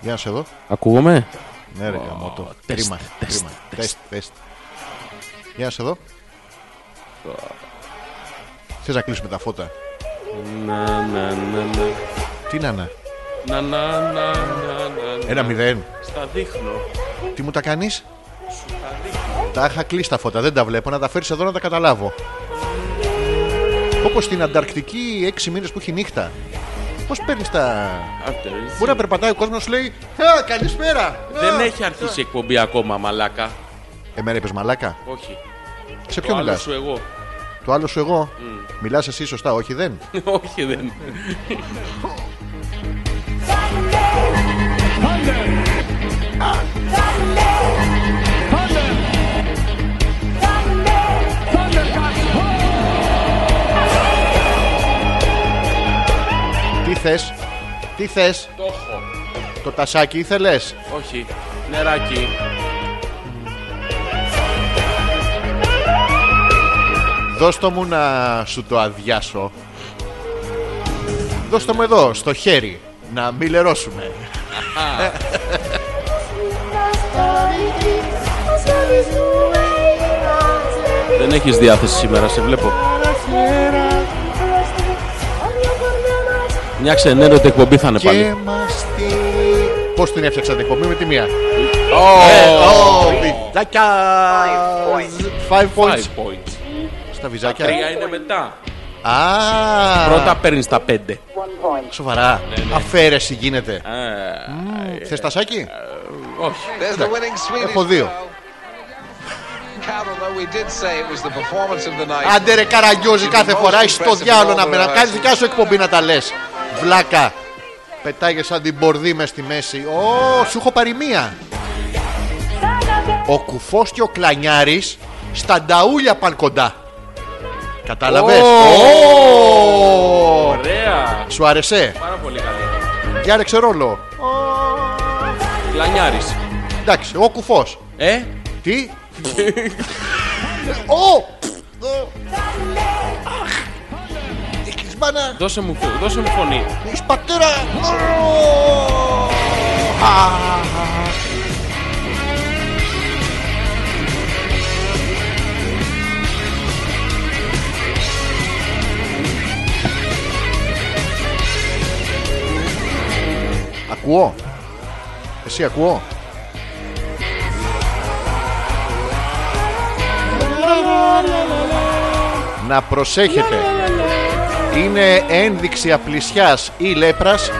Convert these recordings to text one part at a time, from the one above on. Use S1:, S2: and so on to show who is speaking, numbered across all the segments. S1: Για να σε δω.
S2: Ακούγομαι.
S1: Ναι, ρε γαμότο.
S2: τεστ,
S1: Κρίμα,
S2: τεστ,
S1: κρίμα.
S2: τεστ.
S1: Τεστ, τεστ. Για να σε δω. Θες να κλείσουμε τα φώτα.
S2: Να, να, να, να.
S1: Τι να να.
S2: Να, να, να, να, να, να.
S1: Ένα μηδέν.
S2: Στα δείχνω.
S1: Τι μου τα κάνεις.
S2: Σου τα δείχνω.
S1: Τα είχα κλείσει τα φώτα. Δεν τα βλέπω. Να τα φέρεις εδώ να τα καταλάβω. Όπως στην Ανταρκτική 6 μήνες που έχει νύχτα. Πώς παίρνεις τα...
S2: Άντε, ρε, εσύ.
S1: Μπορεί να περπατάει ο κόσμος να σου λέει «Α, καλησπέρα».
S2: Δεν
S1: Α.
S2: έχει αρχίσει η εκπομπή ακόμα, μαλάκα.
S1: Εμένα είπες μαλάκα.
S2: Όχι.
S1: Σε Ε,
S2: Το
S1: ποιο
S2: άλλο
S1: μιλάς.
S2: σου εγώ.
S1: Το άλλο σου εγώ. Μιλάς εσύ σωστά. Όχι δεν.
S2: Όχι, δεν.
S1: Τι θες. Τι θες.
S2: Το έχω.
S1: Το τασάκι ήθελες.
S2: Όχι. Νεράκι.
S1: Δώσ' το μου να σου το αδειάσω. Δώσ' το μου εδώ, στο χέρι. Να μην λερώσουμε.
S2: Δεν έχεις διάθεση σήμερα, σε βλέπω. Μια ξενέρωτη εκπομπή θα είναι πάλι.
S1: Και μας τη... Πώς την έφτιαξαν την εκπομπή με τη μία. Ε,
S2: Ω,
S1: Ω, βυζάκια! Five points.
S2: Five points.
S1: Στα
S2: Τρία
S1: βυζάκια.
S2: είναι μετά.
S1: Α,
S2: Πρώτα Ναι, παίρνεις τα πέντε.
S1: Σοβαρά. Αφαίρεση γίνεται.
S2: Ε,
S1: Θες τασάκι.
S2: Όχι.
S3: There's the winning Swedish
S1: Ναι. Έχω δύο.
S3: goal. Carol, though we did say it was the performance of the night.
S1: Άντε ρε καραγκιόζη κάθε φορά είσαι στο διάλογο να με να κάνεις δικιά σου εκπομπή να τα λες Βλάκα Πετάγε σαν την μπορδί μες στη μέση Ω, σου έχω πάρει μία Ο κουφός και ο κλανιάρης στα νταούλια παν κοντά Κατάλαβες Ω!
S2: Ωραία.
S1: Σου άρεσε
S2: Πάρα πολύ καλή.
S1: Διάρεξε ρόλο
S2: Λανιάρης.
S1: Εντάξει, ο κουφός
S2: Ε,
S1: Τι Ω Αχ. Έχεις μπάνα
S2: δώσε μου, δώσε μου φωνή.
S1: Εις πατέρα! Ακούω. Εσύ ακούω. Να προσέχετε. Είναι ένδειξη απλησιάς ή λέπρας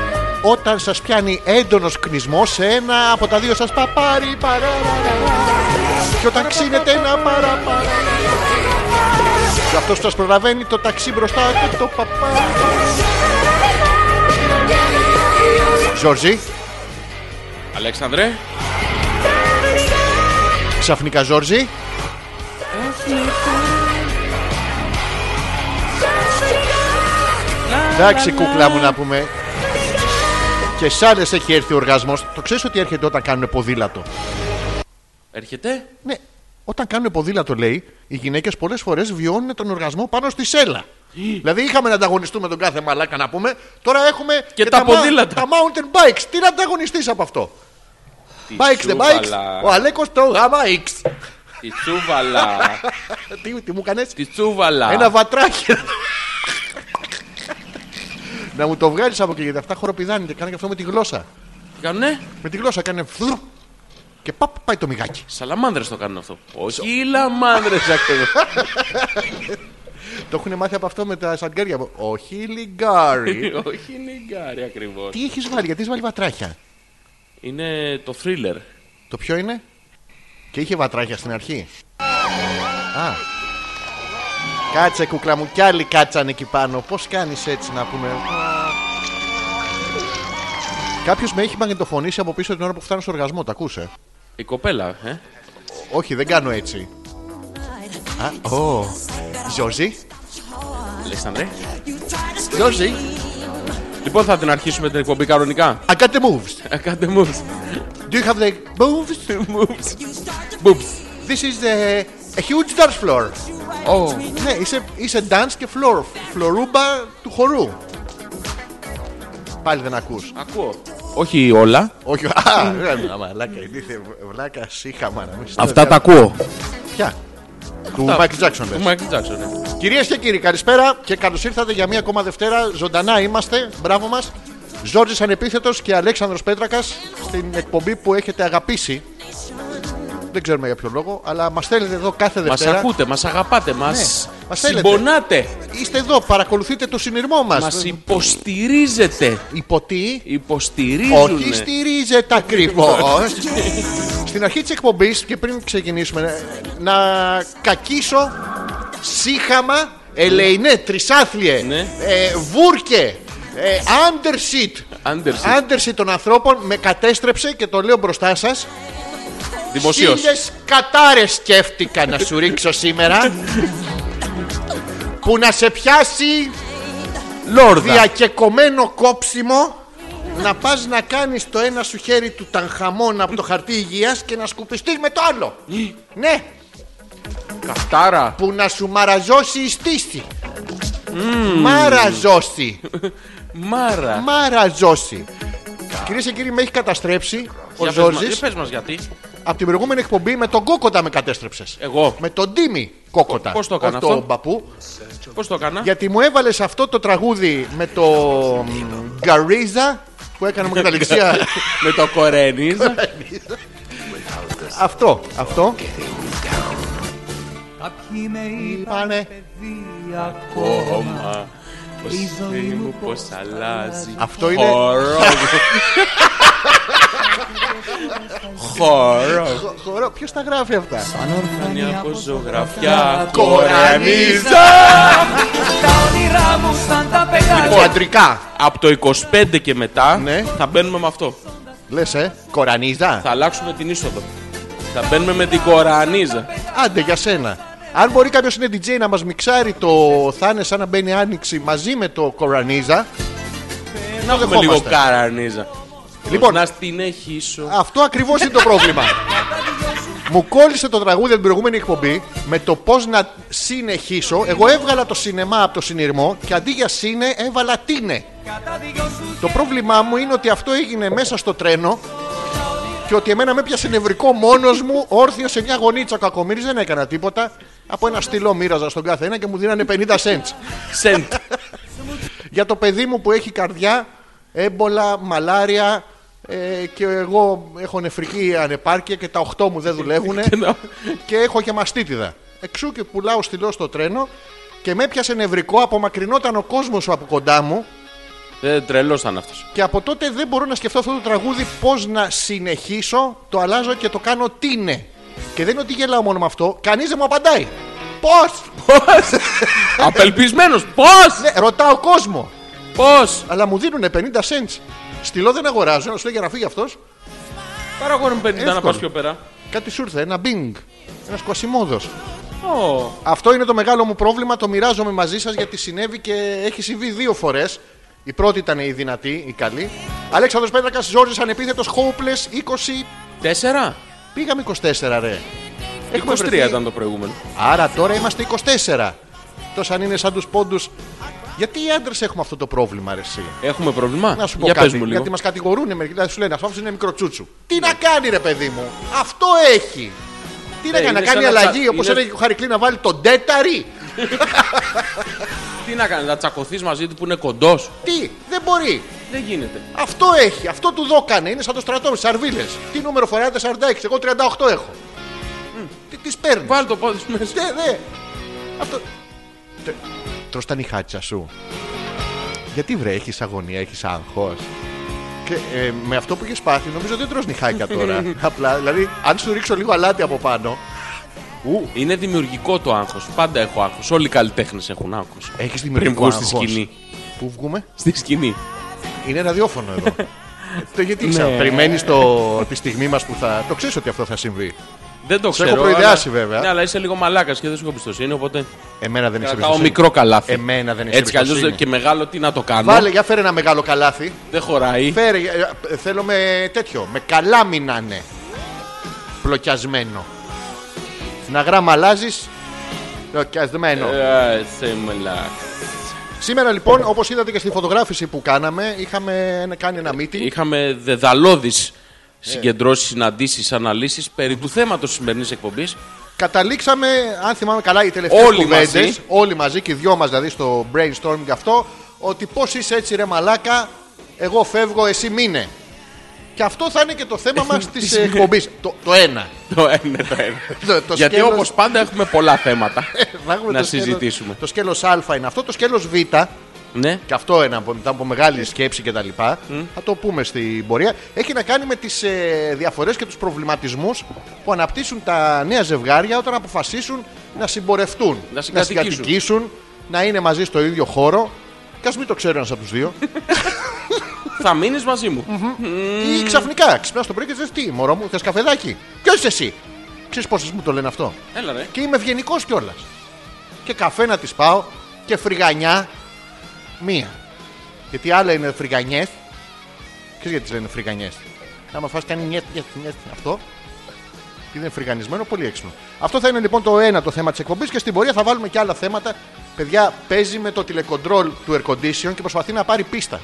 S1: όταν σας πιάνει έντονος κνισμός σε ένα από τα δύο σας παπάρι παραραραρα. και όταν ξύνεται ένα παραπαρά. Και αυτός που σας προλαβαίνει το ταξί μπροστά και το παπάρι. Ζόρζι,
S2: Αλέξανδρε,
S1: ξαφνικά Ζόρζι. Εντάξει κούκλα μου να πούμε Και σ' άλλες έχει έρθει ο οργασμός Το ξέρεις ότι έρχεται όταν κάνουν ποδήλατο
S2: έρχεται.
S1: Ναι, όταν κάνουν ποδήλατο, λέει, οι γυναίκες πολλές φορές βιώνουν τον οργασμό πάνω στη σέλα. δηλαδή είχαμε να ανταγωνιστούμε τον κάθε μαλάκα να πούμε, τώρα έχουμε και,
S2: τα
S1: μα-
S2: ποδήλατα.
S1: Τα mountain bikes. Τι να ανταγωνιστείς από αυτό.
S2: Τι
S1: bikes the bikes.
S2: τσούβαλα.
S1: Ο Αλέκος το γάμα X.
S2: Τη τσούβαλα.
S1: τι, τι μου κάνες
S2: Τη τσούβαλα.
S1: Ένα βατράκι. να μου το βγάλεις από εκεί γιατί αυτά χοροπηδάνε και κάνει και αυτό με τη γλώσσα.
S2: Τι Κάνουνε.
S1: Με τη γλώσσα κάνει φλουρ και παπ πάει το μιγάκι.
S2: Σαλαμάνδρες το κάνουν αυτό. Όχι οι λαμάνδρες ακριβώς.
S1: Το έχουν μάθει από αυτό με τα σαγκάρια. Όχι λιγκάρι.
S2: Όχι νιγκάρι ακριβώς.
S1: Τι έχεις βάλει, γιατί έχεις βάλει βατράχια.
S2: Είναι το thriller.
S1: Το ποιο είναι. Και είχε βατράχια στην αρχή. Α. Κάτσε κούκλα μου, κι άλλοι κάτσαν εκεί πάνω. Πώς κάνεις έτσι να πούμε. Κάποιος με έχει μαγνητοφωνήσει από πίσω την ώρα που φτάνω στο οργασμό, τα ακούσε.
S2: Η κοπέλα, ε.
S1: Όχι, δεν κάνω έτσι. Α, ω. Ζόζι,
S2: Αλέξανδρε.
S1: Ζόζι.
S2: Λοιπόν, θα την αρχίσουμε την εκπομπή κανονικά.
S1: I got the moves.
S2: Ε, Κάντε moves.
S1: Do you have the moves?
S2: Moves. Boobs.
S1: This is the a huge dance floor.
S2: Oh.
S1: Ναι, είσαι, είσαι dance και floor. Φλωρούμπα του χορού. Πάλι δεν ακούς.
S2: Ακούω. Όχι όλα.
S1: Όχι. Α, ρε, μα, μαλάκα. ηλίθεια, Βλάκα, σύχαμα να μην στα-
S2: Αυτά τα ακούω.
S1: Ποια. Του Μάικλ Τζάξον.
S2: Ο Μάικλ Τζάξον. ναι.
S1: Κυρίες και κύριοι, καλησπέρα και καλώς ήρθατε για μία ακόμα Δευτέρα. Ζωντανά είμαστε. Μπράβο μας. Ζόρζη Ανεπίθετος και Αλέξανδρος Πέτρακας στην εκπομπή που έχετε αγαπήσει. Δεν ξέρουμε για ποιο λόγο, αλλά μας θέλετε εδώ κάθε
S2: Μας
S1: Δευτέρα. Ναι,
S2: ακούτε, μας αγαπάτε, μας
S1: μας θέλετε.
S2: συμπονάτε.
S1: Είστε εδώ, παρακολουθείτε το συνειρμό μας.
S2: Μας υποστηρίζετε.
S1: Υποτί.
S2: Υποστηρίζουν.
S1: Όχι στηρίζεται ακριβώς. Στην αρχή της εκπομπής και πριν ξεκινήσουμε, να κακίσω σύχαμα ελεηνέ, τρισάθλιε,
S2: Ναι.
S1: ε, βούρκε, ε, undersheet.
S2: Undersheet.
S1: Undersheet των ανθρώπων με κατέστρεψε και το λέω μπροστά σας
S2: Δημοσίως.
S1: Χίλιες κατάρες σκέφτηκα να σου ρίξω σήμερα Που να σε πιάσει
S2: Λόρδα.
S1: διακεκομένο κόψιμο να πας να κάνεις το ένα σου χέρι του τανχαμόν από το χαρτί υγείας και να σκουπιστείς με το άλλο. ναι,
S2: Καφτάρα.
S1: που να σου μαραζώσει η στήση. Μαραζώσει.
S2: Μάρα.
S1: Μαραζώσει. Κυρίες και κύριοι, με έχει καταστρέψει ο
S2: Για πες μας-
S1: Ζόρζης
S2: Για πες μας γιατί.
S1: από την προηγούμενη εκπομπή με τον Κόκοτα με κατέστρεψες.
S2: Εγώ.
S1: Με τον Τίμη Κόκοτα.
S2: Ε. Πώς το έκανα
S1: Όχι τον
S2: αυτό?
S1: παππού.
S2: Πώς το έκανα.
S1: Γιατί μου έβαλες αυτό το τραγούδι με το μ, Γκαρίζα που έκανα μου καταληξία.
S2: Με το κορένι.
S1: Αυτό, αυτό.
S4: Κάποιοι με
S1: Πάνε.
S4: είπανε παιδί ακόμα
S2: Η ζωή μου πως αλλάζει.
S1: Αυτό είναι-
S2: Χορό. Χορό.
S1: Χωρό, ποιος τα γράφει αυτά.
S4: Αν ορφανή
S2: Μια από
S4: από
S2: ζωγραφιά.
S4: ζωγραφιά
S2: Κορανίζα.
S4: Τα όνειρά μου σαν τα
S1: Ο
S4: πετάλια
S1: αντρικά.
S2: Από το 25 και μετά
S1: Ναι.
S2: θα μπαίνουμε με αυτό.
S1: Λες, ε. Κορανίζα.
S2: Θα αλλάξουμε την είσοδο. Θα μπαίνουμε με την κορανίζα.
S1: Άντε για σένα. Αν μπορεί κάποιος είναι DJ να μας μιξάρει το Θάνε σαν να μπαίνει άνοιξη μαζί με το Κορανίζα.
S2: Να έχουμε
S1: δεχόμαστε.
S2: λίγο καρανίζα.
S1: Λοιπόν.
S2: να στην έχεις
S1: Αυτό ακριβώς είναι το πρόβλημα. Μου κόλλησε το τραγούδι από την προηγούμενη εκπομπή με το πώς να συνεχίσω. Εγώ έβγαλα το σινεμά από το συνειρμό και αντί για σύνε έβαλα τίνε.
S4: Κατά δυο σου
S1: Το πρόβλημά μου είναι ότι αυτό έγινε μέσα στο τρένο και ότι εμένα με πιάσε νευρικό μόνος μου όρθιο σε μια γωνίτσα. Ο κακομοίρης δεν έκανα τίποτα. Από ένα στυλό μοίραζα στον κάθε ένα και μου δίνανε 50 cents.
S2: Σεντ.
S1: Για το παιδί μου που έχει καρδιά, έμπολα, μαλάρια ε, και εγώ έχω νεφρική ανεπάρκεια και τα 8 μου δεν δουλεύουν και έχω και μαστίτιδα. Εξού και πουλάω στυλό στο τρένο και με πιάσε νευρικό, απομακρυνόταν ο κόσμος από κοντά μου
S2: Δεν τρελός ήταν αυτός.
S1: και από τότε δεν μπορώ να σκεφτώ αυτό το τραγούδι πώς να συνεχίσω. Το αλλάζω και το κάνω τι είναι. Και δεν είναι ότι γελάω μόνο με αυτό, κανείς δεν μου απαντάει. Πώς!
S2: Πώς. Απελπισμένος.
S1: Ναι.
S2: Πώς.
S1: Ε, ρωτάω κόσμο.
S2: Πώς.
S1: Αλλά μου δίνουν 50 cents. Στυλό δεν αγοράζω, να σου λέει για να φύγει αυτός.
S2: Παραγόρι μου 50 να
S1: Εύκολο.
S2: πας πιο πέρα.
S1: Κάτι σου ήρθε, ένα μπινγκ. Ένας κοσιμόδος.
S2: Ω.
S1: Αυτό είναι το μεγάλο μου πρόβλημα. Το μοιράζομαι μαζί σας γιατί συνέβη και έχει συμβεί δύο φορές. Η πρώτη ήταν η δυνατή, η καλή. Αλέξανδρος Πέτρακας, Ζόρις Ανεπίθετος, Hopeless, 20.
S2: Τέσσερα.
S1: Πήγαμε 24, ρε. Έχουμε
S2: 23
S1: βρεθεί.
S2: ήταν το προηγούμενο.
S1: Άρα τώρα είμαστε 24. Τόσο αν είναι σαν τους πόντους. Γιατί οι άντρες έχουμε αυτό το πρόβλημα, ρε, εσύ.
S2: Έχουμε πρόβλημα.
S1: Να σου πω
S2: Για πες
S1: κάτι.
S2: μου λίγο. Ναι.
S1: Γιατί μας κατηγορούν μερικοί. Δηλαδή σου λένε Αυτό είναι μικροτσούτσου. Τι να κάνει, ρε παιδί μου. Αυτό έχει. Τι να
S2: Ναι,
S1: κάνει, να
S2: είναι
S1: κάνει
S2: σαν να
S1: αλλαγή.
S2: τσα-
S1: Όπως
S2: είναι-
S1: έλεγε ο Χαρικλή να βάλει τον τέταρη.
S2: Τι να κάνει, να τσακωθείς μαζί του που είναι κοντός.
S1: Τι, δεν μπορεί.
S2: Δεν γίνεται.
S1: Αυτό έχει. Αυτό του δόκανε. Είναι σαν το στρατό με τι αρβίλες. Τι νούμερο φοράτε 46, εγώ 38 έχω. Τι τις παίρνεις.
S2: Βάλει το πόδι σου μέσα.
S1: Ναι, ναι. Αυτό. Τε- Τρως τα νυχάτσα σου. Γιατί βρε, έχεις αγωνία, έχεις άγχος. Και ε, με αυτό που έχεις πάθει, νομίζω δεν τρως νυχάκια τώρα. Απλά, δηλαδή, αν σου ρίξω λίγο αλάτι από πάνω, ου,
S2: Είναι δημιουργικό το άγχος. Πάντα έχω άγχος. Όλοι οι καλλιτέχνες έχουν άγχος.
S1: έχεις
S2: Πριν
S1: δημιουργικό
S2: βγουν στη
S1: άγχος.
S2: σκηνή.
S1: Πού βγούμε,
S2: Στη σκηνή.
S1: είναι ραδιόφωνο εδώ. το γιατί ξέρω,
S2: Ναι.
S1: περιμένεις το, τη στιγμή μας που θα... Το ξέρεις ότι αυτό θα συμβεί.
S2: Δεν το
S1: Σε
S2: ξέρω.
S1: έχω προειδεάσει, βέβαια.
S2: Ναι, αλλά είσαι λίγο μαλάκας και δεν σου έχω εμπιστοσύνη. Οπότε
S1: Εμένα δεν έχεις
S2: κρατάω
S1: εμπιστοσύνη.
S2: μικρό καλάθι.
S1: Εμένα δεν έχεις
S2: Έτσι κι αλλιώς
S1: εμπιστοσύνη.
S2: και μεγάλο τι να το κάνω.
S1: Βάλε, για φέρε ένα μεγάλο καλάθι.
S2: Δεν χωράει.
S1: Φέρε, ε, ε, θέλω με τέτοιο. Με καλά μην να είναι. Πλοκιασμένο. Να γράμμα αλλάζεις. Πλοκιασμένο.
S2: Ε, Σε μαλάκα.
S1: Σήμερα λοιπόν, όπως είδατε και στη φωτογράφηση που κάναμε, είχαμε ένα- κάνει ένα meeting.
S2: Είχαμε δεδαλώδεις
S1: Ε.
S2: συγκεντρώσεις, συναντήσεις, αναλύσεις περί του θέματος της σημερινής εκπομπής.
S1: Καταλήξαμε, αν θυμάμαι καλά, οι τελευταίες
S2: Όλοι
S1: κουβέντε.
S2: μαζί.
S1: Όλοι μαζί και οι δυο μας δηλαδή στο brainstorming αυτό. Ότι πώς είσαι έτσι, ρε Μαλάκα, εγώ φεύγω, εσύ μείνε. Και αυτό θα είναι και το θέμα μας της εκπομπής. Το, το ένα.
S2: Το ένα, το ένα.
S1: Το- ναι, το
S2: Γιατί
S1: σκέλος-
S2: όπως πάντα έχουμε πολλά θέματα
S1: Θα έχουμε
S2: να
S1: το σκέλος-
S2: συζητήσουμε.
S1: Το σκέλος Α είναι αυτό, το σκέλος Β.
S2: Ναι.
S1: Και αυτό ένα από- μετά από μεγάλη σκέψη και τα λοιπά. Θα το πούμε στην πορεία. Έχει να κάνει με τις ε, διαφορές και τους προβληματισμούς που αναπτύσσουν τα νέα ζευγάρια όταν αποφασίσουν να συμπορευτούν,
S2: Να συγκατοικήσουν.
S1: συγκατοικήσουν, να είναι μαζί στο ίδιο χώρο. Και ας μην το ξέρει ένας από τους δύο.
S2: Θα μείνεις μαζί μου.
S1: ή ξαφνικά ξυπνάς το πρωί και δεν τι, μωρό μου, θες καφεδάκι. Ποιο είσαι εσύ. Ξέρεις πόσες μου το λένε αυτό.
S2: Έλα ρε.
S1: Και είμαι ευγενικός κιόλας. Και καφέ να της πάω και φρυγανιά μία. Γιατί άλλα είναι φρυγανιές. Ξέρεις γιατί τις λένε φρυγανιές. Άμα φας κάνει νιέτ, νιέτ, νιέτ, αυτό. Και είναι φρυγανισμένο, πολύ έξυπνο. Αυτό θα είναι λοιπόν το ένα το θέμα της εκπομπής και στην πορεία θα βάλουμε και άλλα θέματα. Παιδιά, παίζει με το τηλεκοντρόλ του air condition και προσπαθεί να πάρει πίστα.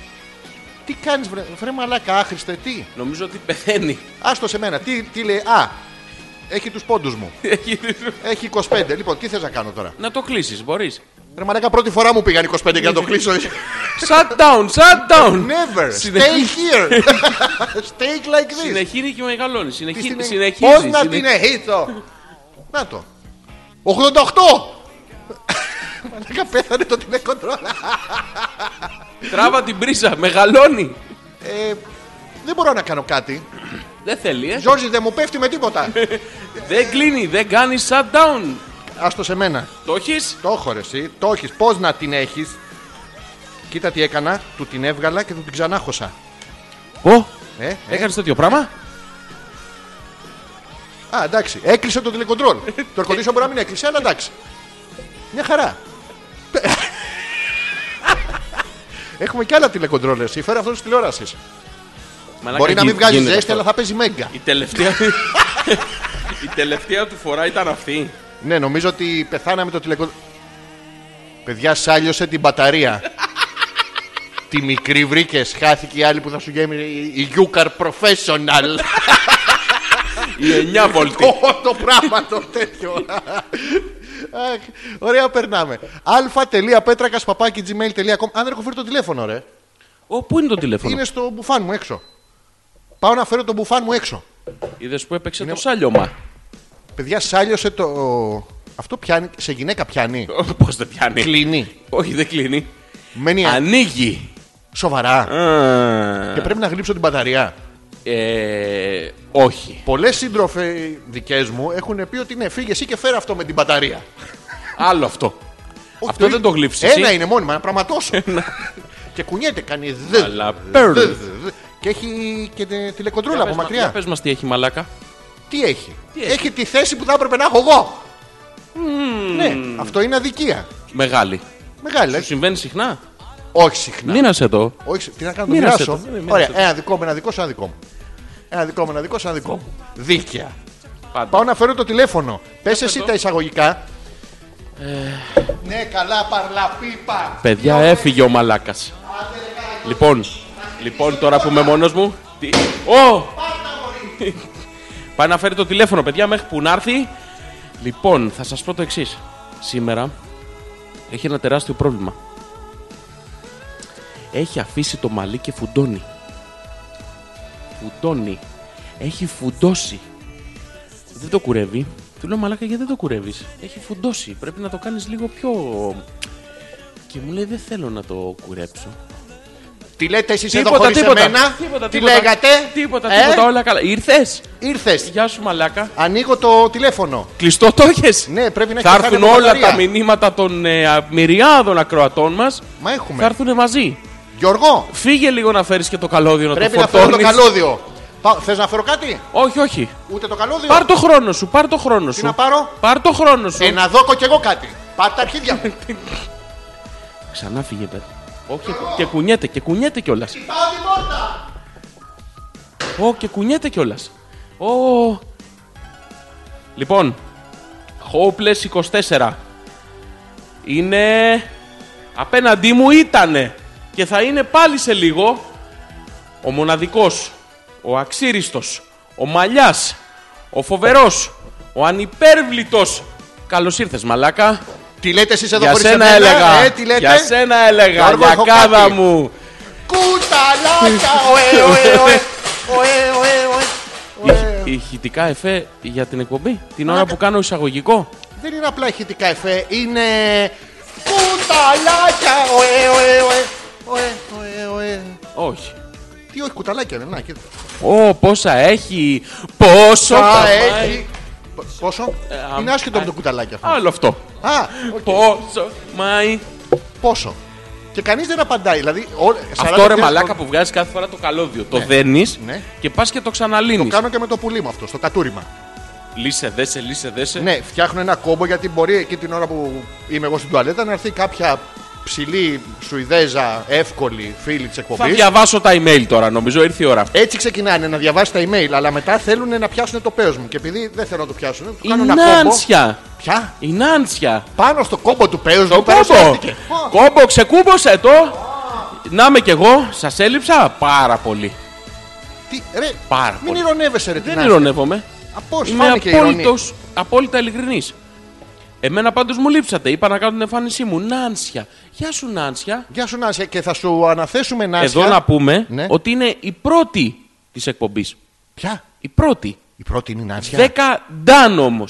S1: Τι κάνεις, βρε, βρε μαλάκα, άχρηστε, τι.
S2: Νομίζω ότι πεθαίνει.
S1: Άστο σε μένα. Τι, τι λέει. Α, έχει τους πόντους μου. έχει 25. Λοιπόν, τι θες να κάνω τώρα.
S2: Να το κλείσεις, μπορείς.
S1: Ρε μαλάκα, πρώτη φορά μου πήγαν 25 για να το κλείσω.
S2: Shut down, shut down.
S1: Never. Stay
S2: Συνεχίζει.
S1: here. Stay like this.
S2: Συνεχίζει και μεγαλώνει.
S1: Τι
S2: Συνεχίζει.
S1: στην-
S2: συνεχίζει,
S1: Πώς να
S2: συνε-
S1: την εχείτω. Να το. 88! Μαλάκα πέθανε το τηλεκοντρόλα.
S2: Τράβα την πρίζα, μεγαλώνει.
S1: Ε, δεν μπορώ να κάνω κάτι.
S2: Δεν θέλει, ε.
S1: Ζόρζι δεν μου πέφτει με τίποτα.
S2: Δεν κλείνει, δεν κάνει shut down.
S1: Άστο σε μένα.
S2: Το έχεις.
S1: Το έχω ρε εσύ, το έχεις, πώς να την έχεις Κοίτα τι έκανα, του την έβγαλα και του την ξανάχωσα
S2: Ω,
S1: ε, ε.
S2: έκανες τέτοιο πράγμα.
S1: Α, εντάξει, έκλεισε το τηλεκοντρόλ Το ερκοντήσιο μπορεί να μην έκλεισε, αλλά εντάξει Μια χαρά Έχουμε και άλλα τηλεκοντρόλ ρε εσύ, φέρε αυτό της τηλεόρασης
S2: Μαλάκα,
S1: Μπορεί να
S2: γι-
S1: μην βγάζει
S2: γίνεται
S1: ζέστη,
S2: αυτό.
S1: αλλά θα παίζει μέγκα
S2: Η τελευταία. Η τελευταία του φορά ήταν αυτή.
S1: Ναι, νομίζω ότι πεθάναμε το τηλεκοντρόλ Παιδιά, σάλιωσε την μπαταρία Τη μικρή βρήκες, χάθηκε η άλλη που θα σου γέμιζε η- η Γιούκαρ Professional.
S2: Η 9 βολτή.
S1: Ω, το πράγμα το τέτοιο. Αχ, Ωραία, περνάμε. αλφα.πέτρακα παπάκι gmail.com. Αν δεν έχω φέρει το τηλέφωνο, ρε.
S2: Ω, πού είναι το τηλέφωνο.
S1: Είναι στο μπουφάν μου έξω. Πάω να φέρω τον μπουφάν μου έξω.
S2: Είδες που έπαιξε το σάλιωμα.
S1: Παιδιά, σάλιωσε το. Αυτό πιάνει. Σε γυναίκα πιάνει.
S2: Πώ δεν πιάνει.
S1: Κλείνει.
S2: Όχι, δεν κλείνει.
S1: Μένει
S2: Ανοίγει.
S1: σοβαρά.
S2: Α,
S1: Και πρέπει να γλύψω την μπαταρία.
S2: ε, όχι.
S1: Πολλές σύντροφε δικές μου έχουν πει ότι ναι, φύγε εσύ και φέρε αυτό με την μπαταρία.
S2: Άλλο αυτό.
S1: Όχι,
S2: Αυτό δεν το γλύψεις
S1: Ένα
S2: εσύ.
S1: είναι μόνιμα, να πραγματώσω. και κουνιέται, κάνει δε.
S2: Αλλά
S1: δε,
S2: παίρνει.
S1: δε, δε. Και έχει και τε- τηλεκοντρόλα από μακριά.
S2: Πες μας τι έχει μαλάκα.
S1: Τι έχει.
S2: Τι
S1: έχει.
S2: έχει.
S1: τη θέση που θα έπρεπε να έχω εγώ. Ναι, αυτό είναι αδικία.
S2: Μεγάλη.
S1: Μεγάλη.
S2: Σου
S1: ε.
S2: συμβαίνει συχνά.
S1: Όχι συχνά.
S2: Μείνασε εδώ.
S1: Όχι, συ- τι να κάνω, το
S2: Μοίρασε
S1: μοιράσω.
S2: το, ναι, μοίρασε
S1: Ωραία,
S2: το.
S1: ένα δικό μου, ένα δικό σου, ένα δικό μου. Ένα δικό μου, ένα δικό σου, ένα δικό μου. Δίκαια.
S2: Πάντα.
S1: Πάω να φέρω το τηλέφωνο. Πες εσύ
S2: το. Ε.
S1: τα εισαγωγικά. Ναι, καλά, παρλαπίπα.
S2: Παιδιά, έφυγε ο μαλάκας. Λοιπόν, λοιπόν, τώρα που είμαι μόνος μου. Τι... Ω! Πάει να φέρει το τηλέφωνο, παιδιά, μέχρι που να έρθει. Λοιπόν, θα σας πω το εξής. Σήμερα έχει ένα τεράστιο πρόβλημα. Έχει αφήσει το μαλλί και φουντώνει. Φουντώνει. Έχει φουντώσει. Δεν το κουρεύει. Του λέω μαλάκα γιατί δεν το κουρεύεις. Έχει φουντώσει. Πρέπει να το κάνεις λίγο πιο και μου λέει δεν θέλω να το κουρέψω.
S1: Τι λέτε εσείς εδώ χωρί εμένα.
S2: τίποτα,
S1: Τι
S2: τίποτα.
S1: λέγατε.
S2: Τίποτα,
S1: Ε,
S2: τίποτα, όλα καλά. Ήρθες.
S1: Ήρθες.
S2: Γεια σου, μαλάκα.
S1: Ανοίγω το τηλέφωνο.
S2: Κλειστό το έχεις.
S1: Ναι, πρέπει να
S2: Θα
S1: έχετε
S2: έρθουν
S1: κάνει
S2: όλα
S1: μπαταρία.
S2: τα μηνύματα των ε, α, μυριάδων ακροατών μας.
S1: Μα έχουμε.
S2: Θα έρθουν μαζί.
S1: Γιώργο,
S2: Φύγε λίγο να φέρεις και το καλώδιο να
S1: πρέπει
S2: το
S1: να φέρω το
S2: φορτώνεις.
S1: καλώδιο. Πάω- Θες να φέρω κάτι,
S2: Όχι, όχι.
S1: ούτε το καλώδιο.
S2: Πάρ το χρόνο σου, πάρ το χρόνο σου.
S1: να πάρω?
S2: Πάρ το χρόνο σου.
S1: Ε, να δώκω κι εγώ κάτι. Πάτε τα αρχίδια μου.
S2: Ξανά φύγε, παιδί. Όχι, και κουνιέται, και κουνιέται κιόλας.
S1: Πάω την πόρτα.
S2: Ω, και κουνιέται κιόλας. Ω. Λοιπόν, Hopeless 24. Είναι Απέναντί μου ήτανε και θα είναι πάλι σε λίγο ο μοναδικός, ο αξίριστος, ο μαλλιάς, ο φοβερός, ο ανυπέρβλητος. Καλώς ήρθες μαλάκα.
S1: Τι λέτε εσείς εδώ
S2: Για
S1: χωρίς
S2: σένα
S1: εμένα,
S2: έλεγα.
S1: Ε, τι λέτε.
S2: Για σένα έλεγα.
S1: Γιώργο, έχω
S2: Γιακάδα
S1: κάτι.
S2: μου.
S1: Κουταλάκια. Ωε, ωε, ωε. Ωε, ωε, ωε.
S2: Ηχ- Ηχητικά εφέ για την εκπομπή. Την ώρα που κάνω εισαγωγικό.
S1: Δεν είναι απλά ηχητικά εφέ, είναι. Κουταλάκια! Ωε, ωε, ωε. Ωε, ωε, ωε.
S2: Όχι.
S1: Τι, όχι, κουταλάκια δεν είναι. κοίτα.
S2: Ω, πόσα έχει. Πόσο
S1: Τα
S2: καμπάει.
S1: έχει. Π- Πόσο?
S2: α,
S1: Είναι άσχετο
S2: α,
S1: με το κουταλάκι αυτό.
S2: Άλλο αυτό.
S1: Α, οκ.
S2: Πόσο μάει.
S1: πόσο. Και κανείς δεν απαντάει. Δηλαδή, ό, 40
S2: Αυτό ρε
S1: λεπτά
S2: μαλάκα
S1: το-
S2: που βγάζει κάθε φορά το καλώδιο. Το δένεις
S1: Ναι.
S2: και πας και το ξαναλύνεις.
S1: Το κάνω και με το πουλί μου αυτό, στο κατούριμα.
S2: Λύσε, δέσε, λύσε, δέσε.
S1: Ναι, φτιάχνω ένα κόμπο γιατί μπορεί εκεί την ώρα που είμαι εγώ στην τουαλέτα να έρθει κάποια ψηλή Σουηδέζα, εύκολη φίλη της
S2: Θα
S1: εκπομπή.
S2: διαβάσω τα email τώρα, νομίζω ήρθε η ώρα αυτή.
S1: Έτσι ξεκινάνε να διαβάσει τα email, αλλά μετά θέλουν να πιάσουν το πέος μου. Και επειδή δεν θέλω να το πιάσουν, του
S2: Η
S1: κάνω ένα κόμπο.
S2: Νάνσια.
S1: Πια
S2: Η Νάνσια.
S1: πάνω στο κόμπο του πέος μου
S2: Κόμπο.
S1: παρουσιάστηκε.
S2: Κόμπο, ξεκούμπωσε το. Να είμαι κι εγώ, σας έλειψα πάρα πολύ.
S1: Τι, ρε,
S2: Πάρα
S1: μην
S2: πολύ.
S1: ηρωνεύεσαι, ρε.
S2: Δεν ηρωνεύομαι.
S1: Απώ
S2: Είμαι
S1: φάνηκε η ηρωνία.
S2: απόλυτος, απόλυτα ειλικρινής. Εμένα πάντως μου λείψατε. Είπα να κάνω την εμφάνισή μου. Νάνσια. Γεια σου, Νάνσια.
S1: Γεια σου, Νάσια, και θα σου αναθέσουμε, Νάσια.
S2: Εδώ να πούμε
S1: Ναι.
S2: ότι είναι η πρώτη της εκπομπής.
S1: Ποια,
S2: Η πρώτη.
S1: η πρώτη είναι η Νάσια.
S2: Δέκα ντάν όμως.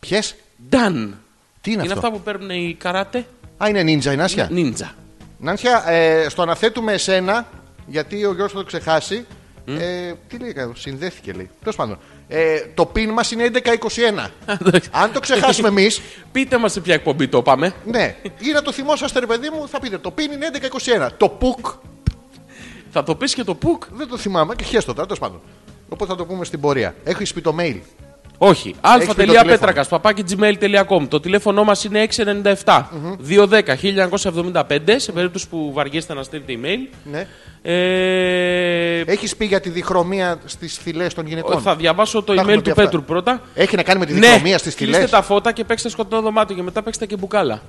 S1: Ποιες,
S2: Ντάν.
S1: τι είναι,
S2: Είναι
S1: αυτό.
S2: αυτά που παίρνουν οι καράτε.
S1: Α, είναι νίντζα η Νάσια.
S2: Νίντζα.
S1: Νάνσια, ε, στο αναθέτουμε εσένα, γιατί ο Γιώργος θα το ξεχάσει. Ε, τι λέει εδώ, συνδέθηκε λέει. Τέλος πάντων. Ε, το πιν μας είναι 11-21. Αν το ξεχάσουμε εμείς,
S2: Πείτε μας σε ποια εκπομπή το πάμε.
S1: ναι. Ή να το θυμόσαστε, ρε παιδί μου, θα πείτε. Το πιν είναι 11-21. Το πουκ
S2: Θα το πεις και το πουκ.
S1: δεν το θυμάμαι και χέστο τώρα, τέλος πάντων. Οπότε θα το πούμε στην πορεία. Έχεις πει το mail.
S2: Όχι.
S1: Έχεις πει το τηλέφωνο.
S2: αλφα.πέτρακα παπάκι gmail.com. Το τηλέφωνό μας είναι 697 210 1975 σε περίπτωση που βαριέστε να στείλετε email.
S1: Ναι.
S2: Ε,
S1: Έχεις πει για τη διχρωμία στις θυλέ των γυναικών.
S2: θα διαβάσω το
S1: Λοιπόν, Τα έχουμε
S2: email
S1: πει
S2: του
S1: αυτά.
S2: Πέτρου πρώτα. Ναι,
S1: Έχει να κάνει με τη διχρωμία στις στι θυλέ.
S2: κλείστε
S1: Τα...
S2: τα φώτα και παίξτε σκοτεινό δωμάτιο και μετά παίξτε και μπουκάλα.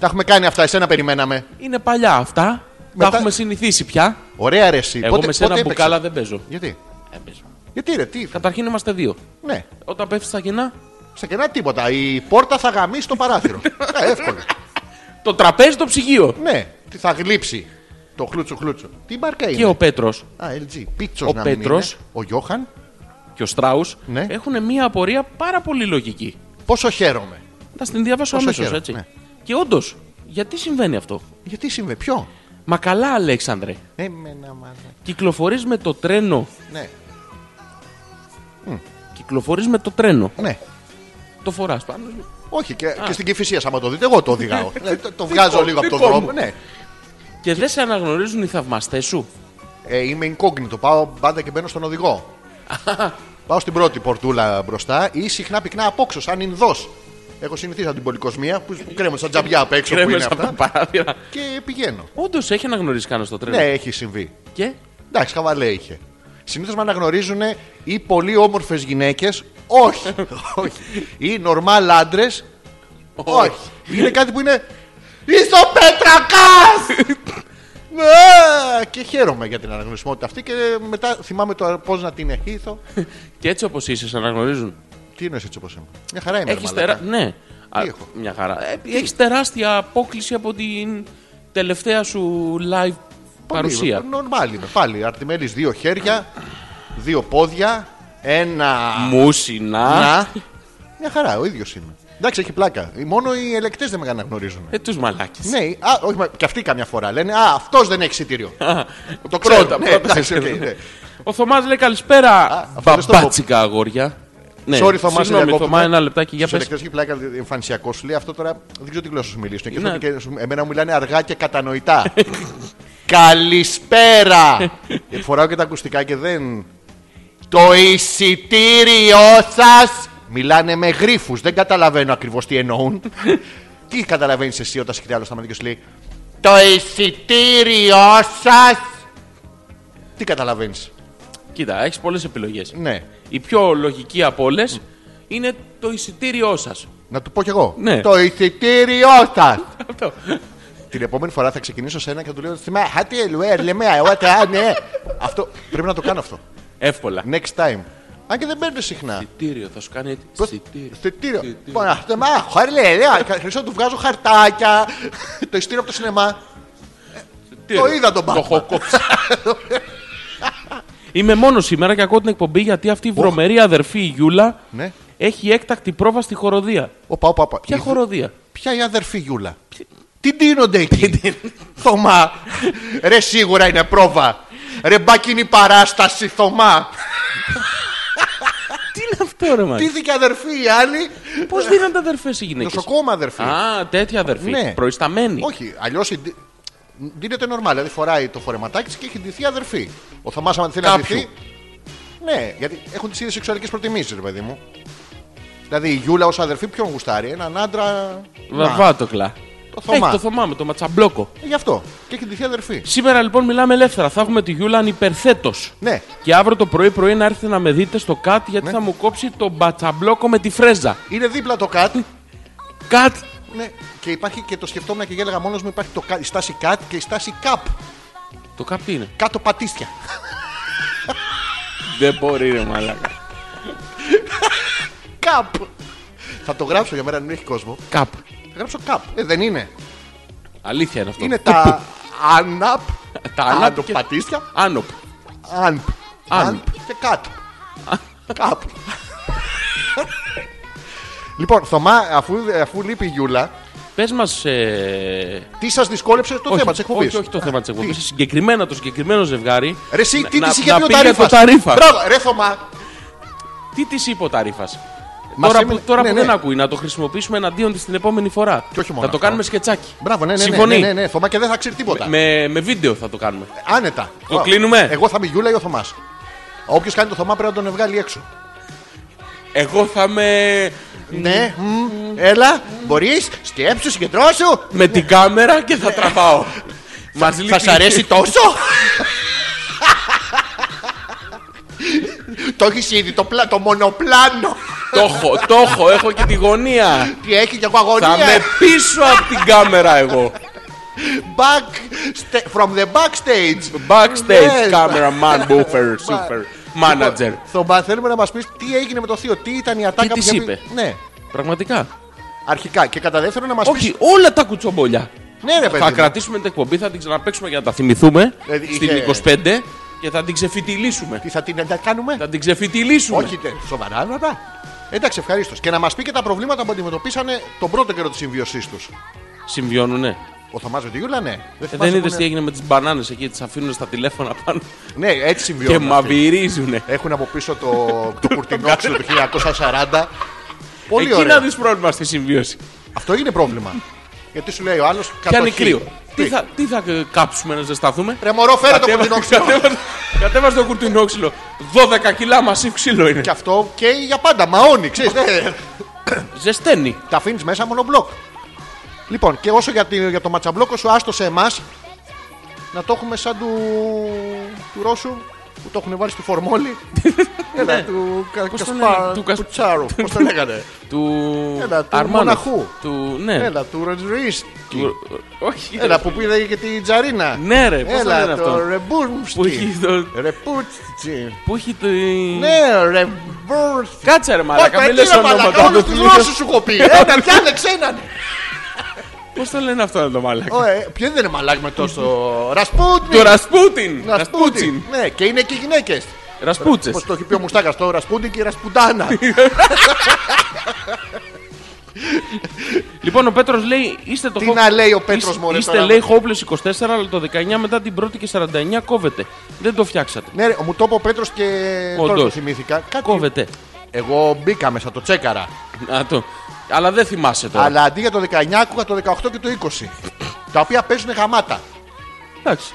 S1: έχουμε κάνει αυτά, εσένα περιμέναμε.
S2: Είναι παλιά αυτά.
S1: Μετά- Ε,
S2: Τα έχουμε συνηθίσει πια.
S1: Ωραία, ρε, εσύ.
S2: Εγώ με σένα
S1: έπαιξες?
S2: μπουκάλα δεν παίζω.
S1: Γιατί,
S2: Δεν παίζω.
S1: γιατί ρε, τι.
S2: Καταρχήν είμαστε δύο.
S1: Ναι,
S2: Όταν πέφτεις στα κοινά,
S1: στα κενά τίποτα. Η πόρτα θα γαμίσει το παράθυρο. ε, εύκολο.
S2: το τραπέζι το ψυγείο.
S1: ναι, τι θα γλύψει το χλούτσου χλούτσου. Τι μπαρκά είναι.
S2: Και ο Πέτρος
S1: Α, LG. Πίτσος
S2: Ο
S1: να μην
S2: Πέτρος.
S1: είναι. Ο Γιώχαν.
S2: και ο Στράους
S1: Ναι.
S2: έχουν μία απορία πάρα πολύ λογική.
S1: Πόσο χαίρομαι.
S2: Θα την διαβάσω
S1: Όσο
S2: αμέσως,
S1: χαίρομαι,
S2: έτσι.
S1: ναι.
S2: Και όντως, γιατί συμβαίνει αυτό.
S1: Γιατί συμβαίνει, ποιο.
S2: Μα καλά, Αλέξανδρε.
S1: Εμένα μάλλον.
S2: Κυκλοφορείς με το τρένο.
S1: Ναι,
S2: Κυκλοφορείς με το τρένο.
S1: ναι.
S2: Το φοράς πάνω σου.
S1: Όχι, και, και στην κυφυσία, άμα το δείτε, εγώ το οδηγάω. Ναι, το, το βγάζω
S2: Δικό-
S1: λίγο από τον
S2: δικό
S1: δρόμο.
S2: μου.
S1: Ναι.
S2: Και δεν σε αναγνωρίζουν οι θαυμαστές σου.
S1: Ε, είμαι incognito. Πάω πάντα και μπαίνω στον οδηγό. Πάω στην πρώτη πορτούλα μπροστά ή συχνά πυκνά απόξω, σαν Ινδός. Έχω συνηθίσει από την πολυκοσμία που, που κρέμονται σαν τζαμπιά απ' έξω που είναι
S2: Κρέμε από τα
S1: αυτά.
S2: παράθυρα.
S1: Και πηγαίνω.
S2: Όντως έχει αναγνωρίσει κανένα στο τρένο.
S1: Ναι, έχει συμβεί.
S2: Και
S1: Εντάξει, χαβαλέ είχε. Συνήθως με αναγνωρίζουν ή πολύ όμορφες γυναίκες. Όχι. όχι. Ή νορμάλ άντρες. όχι. είναι κάτι που είναι. Είσαι ο Πέτρακας! Ναι, και χαίρομαι για την αναγνωρισμότητα αυτή και μετά θυμάμαι το πώς να την εχήθω.
S2: Και έτσι όπως είσαι, σε αναγνωρίζουν.
S1: Τι εννοείς έτσι όπως είμαι. Μια χαρά είμαι.
S2: Έχει
S1: ρε μαλάκα.
S2: Ναι. Α,
S1: έχω? Ε,
S2: Μια χαρά. Έχεις τεράστια απόκληση από την τελευταία σου live
S1: Πολύ,
S2: παρουσία.
S1: Νορμάλ είμαι. Πάλι αρτιμέλης δύο χέρια, δύο πόδια, ένα.
S2: Μουσινά.
S1: Να. Μια χαρά, ο ίδιος είμαι. Εντάξει, έχει πλάκα. Μόνο οι ελεκτές δεν με αναγνωρίζουν.
S2: Ε, τους μαλάκες.
S1: Ναι, α, όχι, μα- και αυτοί καμιά φορά λένε Α, αυτός δεν έχει εισιτήριο. το ξέρω.
S2: Πρώτα,
S1: ναι,
S2: πρώτα.
S1: εντάξει, οκ, ναι.
S2: Ο Θωμάς λέει καλησπέρα.
S1: ευχαριστώ,
S2: Μπαμπάτσικα αγόρια. Ναι,
S1: Sorry, Θωμά, σε
S2: Συγγνώμη,
S1: διακόπτουμε.
S2: Θωμά, ένα λεπτάκι για
S1: Στους
S2: πες.
S1: ελεκτές έχει πλάκα εμφανισιακός σου λέει αυτό τώρα. Δεν ξέρω τι γλώσσα σου μιλήσουν. Και
S2: Ναι.
S1: αυτό και σου- εμένα μου μιλάνε αργά και κατανοητά. Καλησπέρα! Ε, Φοράω και τα ακουστικά και δεν. Το εισιτήριό σας! Μιλάνε με γρήφου. Δεν καταλαβαίνω ακριβώς τι εννοούν. τι καταλαβαίνεις εσύ όταν σε κοιτάει άλλο στα μάτια και σου λέει Το εισιτήριό σας! Τι καταλαβαίνεις.
S2: Κοίτα, έχεις πολλές επιλογές.
S1: Ναι.
S2: Η πιο λογική από όλες είναι το εισιτήριό σας.
S1: Να του πω κι εγώ.
S2: Ναι.
S1: Το εισιτήριό σας!
S2: Αυτό.
S1: Την επόμενη φορά θα ξεκινήσω σε ένα και θα του λέω Θυμά, χάτι ελουέρ, λέμε αεότα, ναι. Αυτό πρέπει να το κάνω αυτό.
S2: Εύκολα.
S1: Next time. Αν και δεν παίρνω συχνά.
S2: Εισιτήριο, θα σου κάνει
S1: Πώς-
S2: εισιτήριο.
S1: Εισιτήριο. Λοιπόν, αυτό μα, χάρλε, ρε, ε, α, Χρυσό του βγάζω χαρτάκια. Το ειστήριο από το σινεμά.
S2: Εισιτήριο.
S1: Το είδα τον Batman.
S2: Το έχω κόψει. Είμαι μόνος σήμερα και ακούω την εκπομπή γιατί αυτή η βρωμερή αδερφή η Γιούλα
S1: Ναι.
S2: έχει έκτακτη πρόβα στη χοροδία.
S1: Οπα, οπα, οπα.
S2: Ποια
S1: Η-
S2: χοροδία.
S1: Ποια η αδερφή Γιούλα. Τι ντύνονται εκεί. Θωμά. Ρε σίγουρα είναι πρόβα. Ρε μπάκινη παράσταση, Θωμά.
S2: Τι είναι αυτό, ρε Μάκη.
S1: Τήθηκε αδερφή η άλλη.
S2: Πώς δίνονται αδερφές οι γυναίκες.
S1: Νοσοκόμα αδερφή.
S2: Α, τέτοια αδερφή.
S1: Ναι.
S2: Προϊσταμένη.
S1: Όχι, αλλιώς δίνεται normal. Δηλαδή φοράει το φορεματάκι της και έχει ντυθεί αδερφή. Ο Θωμάς, άμα θέλει να
S2: Κάποιου.
S1: ντυθεί. Ναι, γιατί έχουν τις ίδιες σεξουαλικές προτιμήσεις, ρε παιδί μου. Δηλαδή η Γιούλα ως αδερφή ποιον γουστάρει, έναν άντρα. Να,
S2: Βαβάτοκλα.
S1: το Θωμά.
S2: Έχει το θωμά με το ματσαμπλόκο.
S1: Ε, Γι' αυτό. Και έχει ντυθεί αδερφή.
S2: Σήμερα λοιπόν μιλάμε ελεύθερα. Θα έχουμε τη Γιούλα ανυπερθέτω.
S1: Ναι.
S2: Και αύριο το πρωί-πρωί να έρθετε να με δείτε στο κάτ γιατί θα μου κόψει το μπατσαμπλόκο με τη φρέζα.
S1: Είναι δίπλα το κατ.
S2: Κάτ.
S1: Ναι. Και υπάρχει και το σκεφτόμουν και έλεγα μόνος μου υπάρχει το, κα- η στάση κατ και η στάση καπ.
S2: Το κάτ τι είναι.
S1: Κάτω πατίστια.
S2: Δεν μπορεί, ρε μαλάκα.
S1: Καπ. Θα το γράψω για μέρα αν έχει κόσμο.
S2: Κάπ.
S1: Θα γράψω καπ. Ε, δεν είναι.
S2: Αλήθεια είναι αυτό.
S1: Είναι τα αναπ.
S2: Τα αναπ
S1: άνω
S2: και-
S1: πατίστια.
S2: Άνοπ.
S1: Ανπ.
S2: Ανπ.
S1: και κάτ. Κάπ. Λοιπόν, Θωμά, αφού, αφού λείπει η Γιούλα,
S2: Πες μας. Ε...
S1: τι σας δυσκόλεψε το θέμα της εκπομπής.
S2: όχι, όχι το θέμα της εκπομπή. Συγκεκριμένα το συγκεκριμένο ζευγάρι.
S1: Ρε, εσύ, τι
S2: να-
S1: της είχε
S2: να
S1: πει ο
S2: πήγε
S1: Ταρίφας.
S2: το Ταρίφας.
S1: Μπράβο, ρε Θωμά.
S2: Τι της είπε ο Ταρίφας.
S1: Μας
S2: Τώρα,
S1: έμεινε-
S2: που, τώρα
S1: ναι,
S2: που
S1: ναι.
S2: δεν ακούει, να το χρησιμοποιήσουμε εναντίον της την επόμενη φορά.
S1: Και όχι μόνο
S2: θα το
S1: αυτό.
S2: κάνουμε σκετσάκι.
S1: Μπράβο, ναι, ναι, ναι,
S2: Συμφωνεί.
S1: ναι, ναι, ναι, Θωμά και δεν θα ξέρει τίποτα.
S2: Με, με βίντεο θα το κάνουμε.
S1: Άνετα.
S2: Το
S1: Ω,
S2: κλείνουμε?
S1: Εγώ θα είμαι η Γιούλα ή ο Θωμάς. Όποιος κάνει το Θωμά πρέπει να τον βγάλει έξω.
S2: Εγώ θα με.
S1: Ναι, μμ, έλα, μπορείς, σκέψου, συγκεντρώσου.
S2: με την κάμερα και θα τραβάω. Μας
S1: Θα
S2: λείπει-
S1: σ' αρέσει τόσο. το έχεις ήδη το, πλα- το μονοπλάνο.
S2: Το έχω, το έχω, έχω και τη γωνία.
S1: Τι έχει και εγώ
S2: θα
S1: αγωνία.
S2: με πίσω από την κάμερα εγώ.
S1: Back sta- from the backstage.
S2: Backstage
S1: Yes.
S2: cameraman, buffer,
S1: Λοιπόν,
S2: super manager.
S1: Θωμά, θέλουμε να μας πεις τι έγινε με το θείο, τι ήταν η ατάκα
S2: της
S1: είχε πει-
S2: είπε?
S1: Ναι,
S2: Πραγματικά.
S1: αρχικά. Και κατά δεύτερον να μας πει.
S2: Όχι, όλα τα κουτσομπολιά.
S1: Ναι, ρε παιδί.
S2: Θα
S1: μου.
S2: κρατήσουμε την εκπομπή, θα την ξαναπέξουμε για να τα θυμηθούμε
S1: Δηλαδή, είχε-
S2: στην 25 και θα την ξεφυτιλίσουμε.
S1: Τι θα την τα κάνουμε.
S2: Θα την ξεφυτιλίσουμε.
S1: Όχι, τε- σοβαρά, βέβαια. Εντάξει, ευχαρίστως. Και να μας πει και τα προβλήματα που αντιμετωπίσανε τον πρώτο καιρό της συμβίωσής τους.
S2: Συμβιώνουνε.
S1: Ο Θωμάς με τη Γιούλα, ναι.
S2: Ε,
S1: θυμάσαι
S2: δεν
S1: που
S2: είδε
S1: είναι-
S2: τι έγινε με τις μπανάνες εκεί, τις αφήνουν στα τηλέφωνα πάνω
S1: Ναι, έτσι
S2: και
S1: συμβιώνουν. αυτοί.
S2: μαβυρίζουνε.
S1: Έχουν από πίσω το, το κουρτινό ξύλο του 1940. Πολύ
S2: Εκεί
S1: ωραία.
S2: να δεις πρόβλημα στη συμβίωση.
S1: Αυτό είναι πρόβλημα. Γιατί σου λέει ο άλλος.
S2: Πιάνει κρύο. Τι θα, τι θα ε, κάψουμε να ζεσταθούμε.
S1: Ρε μωρό, φέρε το
S2: Κατέβα-
S1: κουρτινό ξύλο.
S2: κατέβα- Κατέβασε το κουρτινόξυλο. 12 κιλά μασίφ ξύλο είναι.
S1: Και αυτό και για πάντα. Μαώνει, ξέρει.
S2: Ζεσταίνει.
S1: Τα αφήνεις μέσα μόνο μπλοκ. Λοιπόν, και όσο για, τη- για το ματσαμπλόκο σου, άστο σε εμάς να το έχουμε σαν του, του Ρώσου που το έχουν βάλει στη φορμόλη. Έλα, του Κα-
S2: Ναι. Πώς το
S1: Κασπά-
S2: λένε, του Κασ-
S1: Κουτσάρου. Πώς το λέγανε.
S2: Του
S1: Έλα, του
S2: Αρμάνοφ.
S1: μοναχού.
S2: Του, ναι.
S1: Έλα, του Ρεντζουίς.
S2: Του- Όχι.
S1: Έλα, που πήρε και την Τζαρίνα.
S2: Ναι, ρε, πώς το
S1: Έλα,
S2: λένε
S1: το
S2: αυτό. Που
S1: Ρεμπούρμσκι.
S2: έχει το-
S1: Ρεπούτσι.
S2: Που έχει το.
S1: Ναι, Ρεμπούρμσκι.
S2: Κάτσε ρε μαλάκα,
S1: Ωπα,
S2: μην
S1: τι
S2: λες
S1: ρε μαλάκα,
S2: ονόματα.
S1: όλους τους Ρώσους σου έχω πει. Έναν, διάλεξε έναν.
S2: Πώς το λένε αυτό ρε το μαλάκα.
S1: Ω, ε, Ποιο δεν είναι μαλάκι με τόσο. Ρασπούτιν.
S2: Το Ρασπούτιν. Ρασπούτιν.
S1: Ναι, και είναι και γυναίκες.
S2: Ρασπούτσες.
S1: Πώς το έχει πει ο Μουστάκας, το Ρασπούτιν και η Ρασπουντάνα.
S2: Λοιπόν, ο Πέτρος λέει: Είστε το
S1: Τι
S2: χο-
S1: να λέει ο Πέτρος,
S2: Είστε-
S1: μωρέ,
S2: Είστε
S1: τώρα.
S2: λέει χόπλε 24, αλλά το 19 μετά την 1η και 49 κόβεται. Δεν το φτιάξατε.
S1: Ναι, ρε, μου το είπε ο Πέτρος και τώρα
S2: Όντως.
S1: το θυμήθηκα. Κάτι-
S2: Κόβεται.
S1: Εγώ μπήκα μέσα, το τσέκαρα.
S2: Να το. Αλλά δεν θυμάσαι τώρα.
S1: Αλλά αντί για το 19, άκουγα το 18 και το 20. τα οποία παίζουν γαμάτα.
S2: Εντάξει.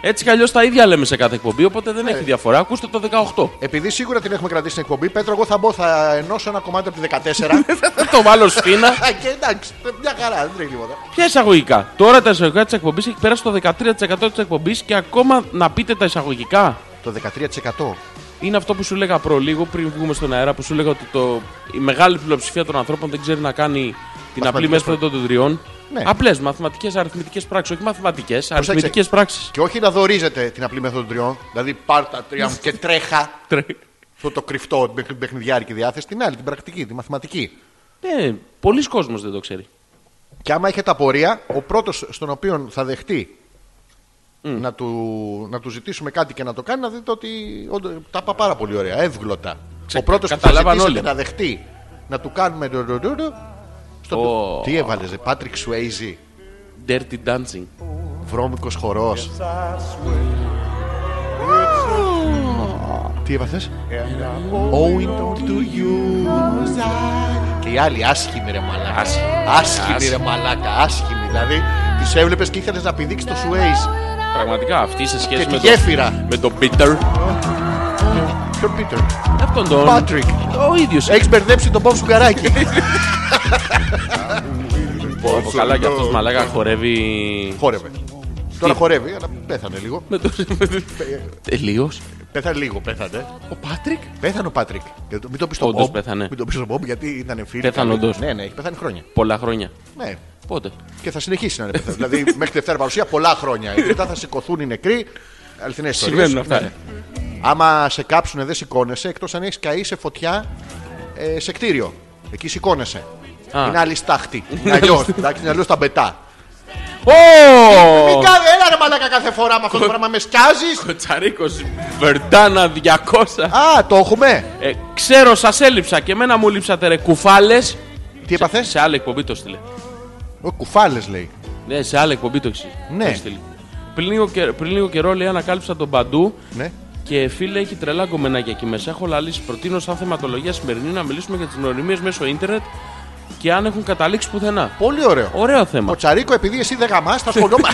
S2: Έτσι κι αλλιώς τα ίδια λέμε σε κάθε εκπομπή, οπότε δεν
S1: Ε.
S2: έχει διαφορά. Ακούστε το 18.
S1: Επειδή σίγουρα την έχουμε κρατήσει την εκπομπή, Πέτρο, εγώ θα μπω, θα ενώσω ένα κομμάτι από τη 14.
S2: Θα το βάλω σφίνα.
S1: Α, και εντάξει, μια χαρά, δεν τρέχει τίποτα.
S2: Ποια εισαγωγικά. Τώρα τα εισαγωγικά της εκπομπής έχει περάσει το 13% της εκπομπής και ακόμα να πείτε τα εισαγωγικά.
S1: Το 13%.
S2: Είναι αυτό που σου λέγα προ λίγο πριν βγούμε στον αέρα που σου λέγα ότι το, η μεγάλη πλειοψηφία των ανθρώπων δεν ξέρει να κάνει Την απλή μέθοδο των τριών.
S1: Ναι.
S2: Απλές μαθηματικές αριθμητικές πράξεις. Όχι μαθηματικές, αριθμητικές πράξεις.
S1: Και όχι να δορίζετε την απλή μέθοδο των τριών. Δηλαδή πάρ τα τρία μου και τρέχα. Αυτό το κρυφτό, την παιχνι- παιχνιδιάρικη διάθεση. Την άλλη, την πρακτική, τη μαθηματική.
S2: Ναι, πολλοί κόσμος δεν το ξέρει.
S1: Και άμα έχετε απορία, ο πρώτος στον οποίο θα δεχτεί να, του, να του ζητήσουμε κάτι και να το κάνει, να δείτε ότι όντως, τα είπα πάρα πολύ ωραία, εύγλωτα.
S2: Ξε-
S1: ο πρώτος που θα
S2: καταλάβαν
S1: ζητήσετε
S2: όλοι.
S1: να δεχτεί να του κάνουμε. ντου- ντου- ντου- ντου, στο
S2: Ω.
S1: Τι έβαλες, ρε Πάτρικ Σουέιζι,
S2: Dirty dancing.
S1: βρώμικος χορός. Τι έβαθες. Owing to you. Και οι άλλοι άσχημοι ρε μαλάκα. Άσχημοι ρε μαλάκα, άσχημοι. Δηλαδή τις έβλεπες και ήθελες να πηδήξεις το Σουέιζ.
S2: Πραγματικά αυτή σε
S1: Και
S2: σχέση
S1: τη
S2: Ναι. με,
S1: γέφυρα.
S2: το, με τον Peter.
S1: Ποιον Πίτερ.
S2: Αυτόν τον.
S1: Πάτρικ.
S2: Ο ίδιος.
S1: Έχει μπερδέψει τον Μπομπ Σουγκαράκη.
S2: Πω, Καλά και αυτός
S1: Ναι.
S2: μαλάκα χορεύει.
S1: Χόρευε. Τώρα χορεύει, αλλά πέθανε λίγο.
S2: με το- Τελείως.
S1: Πέθανε λίγο, πέθανε.
S2: Ο Πάτρικ.
S1: Πέθανε ο Πάτρικ. Και το- Μην το πεις στον
S2: Όντως
S1: Μπομπ.
S2: πέθανε.
S1: Μην το πεις στον Μπομπ γιατί ήταν φίλο.
S2: Πέθανε όντως.
S1: Ναι, ναι, έχει πεθάνει χρόνια.
S2: Πολλά χρόνια.
S1: Ναι.
S2: Πότε.
S1: Και θα συνεχίσει να είναι πεθάνει. δηλαδή μέχρι τη Δευτέρα παρουσία πολλά χρόνια. Γιατί μετά θα σηκωθούν οι νεκροί. Αληθινές ιστορίες.
S2: Συμβαίνουν αυτά.
S1: Άμα σε κάψουνε δεν σηκώνεσαι εκτός αν έχεις καεί σε φωτιά ε, σε κτίριο. Εκεί σηκώνεσαι.
S2: Α.
S1: Είναι άλλη στάχτη. Είναι αλλιώς. Εντάξει, είναι αλλιώς τα μπετά. Ε,
S2: Ω!
S1: Μην κάνει, έλα ρε μαλάκα κάθε φορά με αυτό το πράγμα με σκιάζεις.
S2: Κοτσαρίκος Βερτάνα 200.
S1: Α, το έχουμε.
S2: Ε, ξέρω, σας έλειψα και εμένα μου λείψατε ρε κουφάλες.
S1: Τι έπαθες.
S2: Σε άλλη εκπομπή το στείλε.
S1: Ο κουφάλες λέει.
S2: Ναι, σε άλλη εκπομπή το εξή.
S1: Ναι.
S2: Το στείλε. Πριν λίγο, καιρό, πριν λίγο καιρό λέει ανακάλυψα τον παντού
S1: Ναι.
S2: και φίλε έχει τρελά κομμενάκια εκεί μέσα. Έχω λαλήσει. Προτείνω σαν θεματολογία σημερινή να μιλήσουμε για τις γνωριμίε μέσω ίντερνετ και αν έχουν καταλήξει πουθενά.
S1: Πολύ ωραίο.
S2: Ωραίο
S1: Ο
S2: θέμα.
S1: Τσαρίκο επειδή εσύ δεν γαμάς θα ασχολούμαι.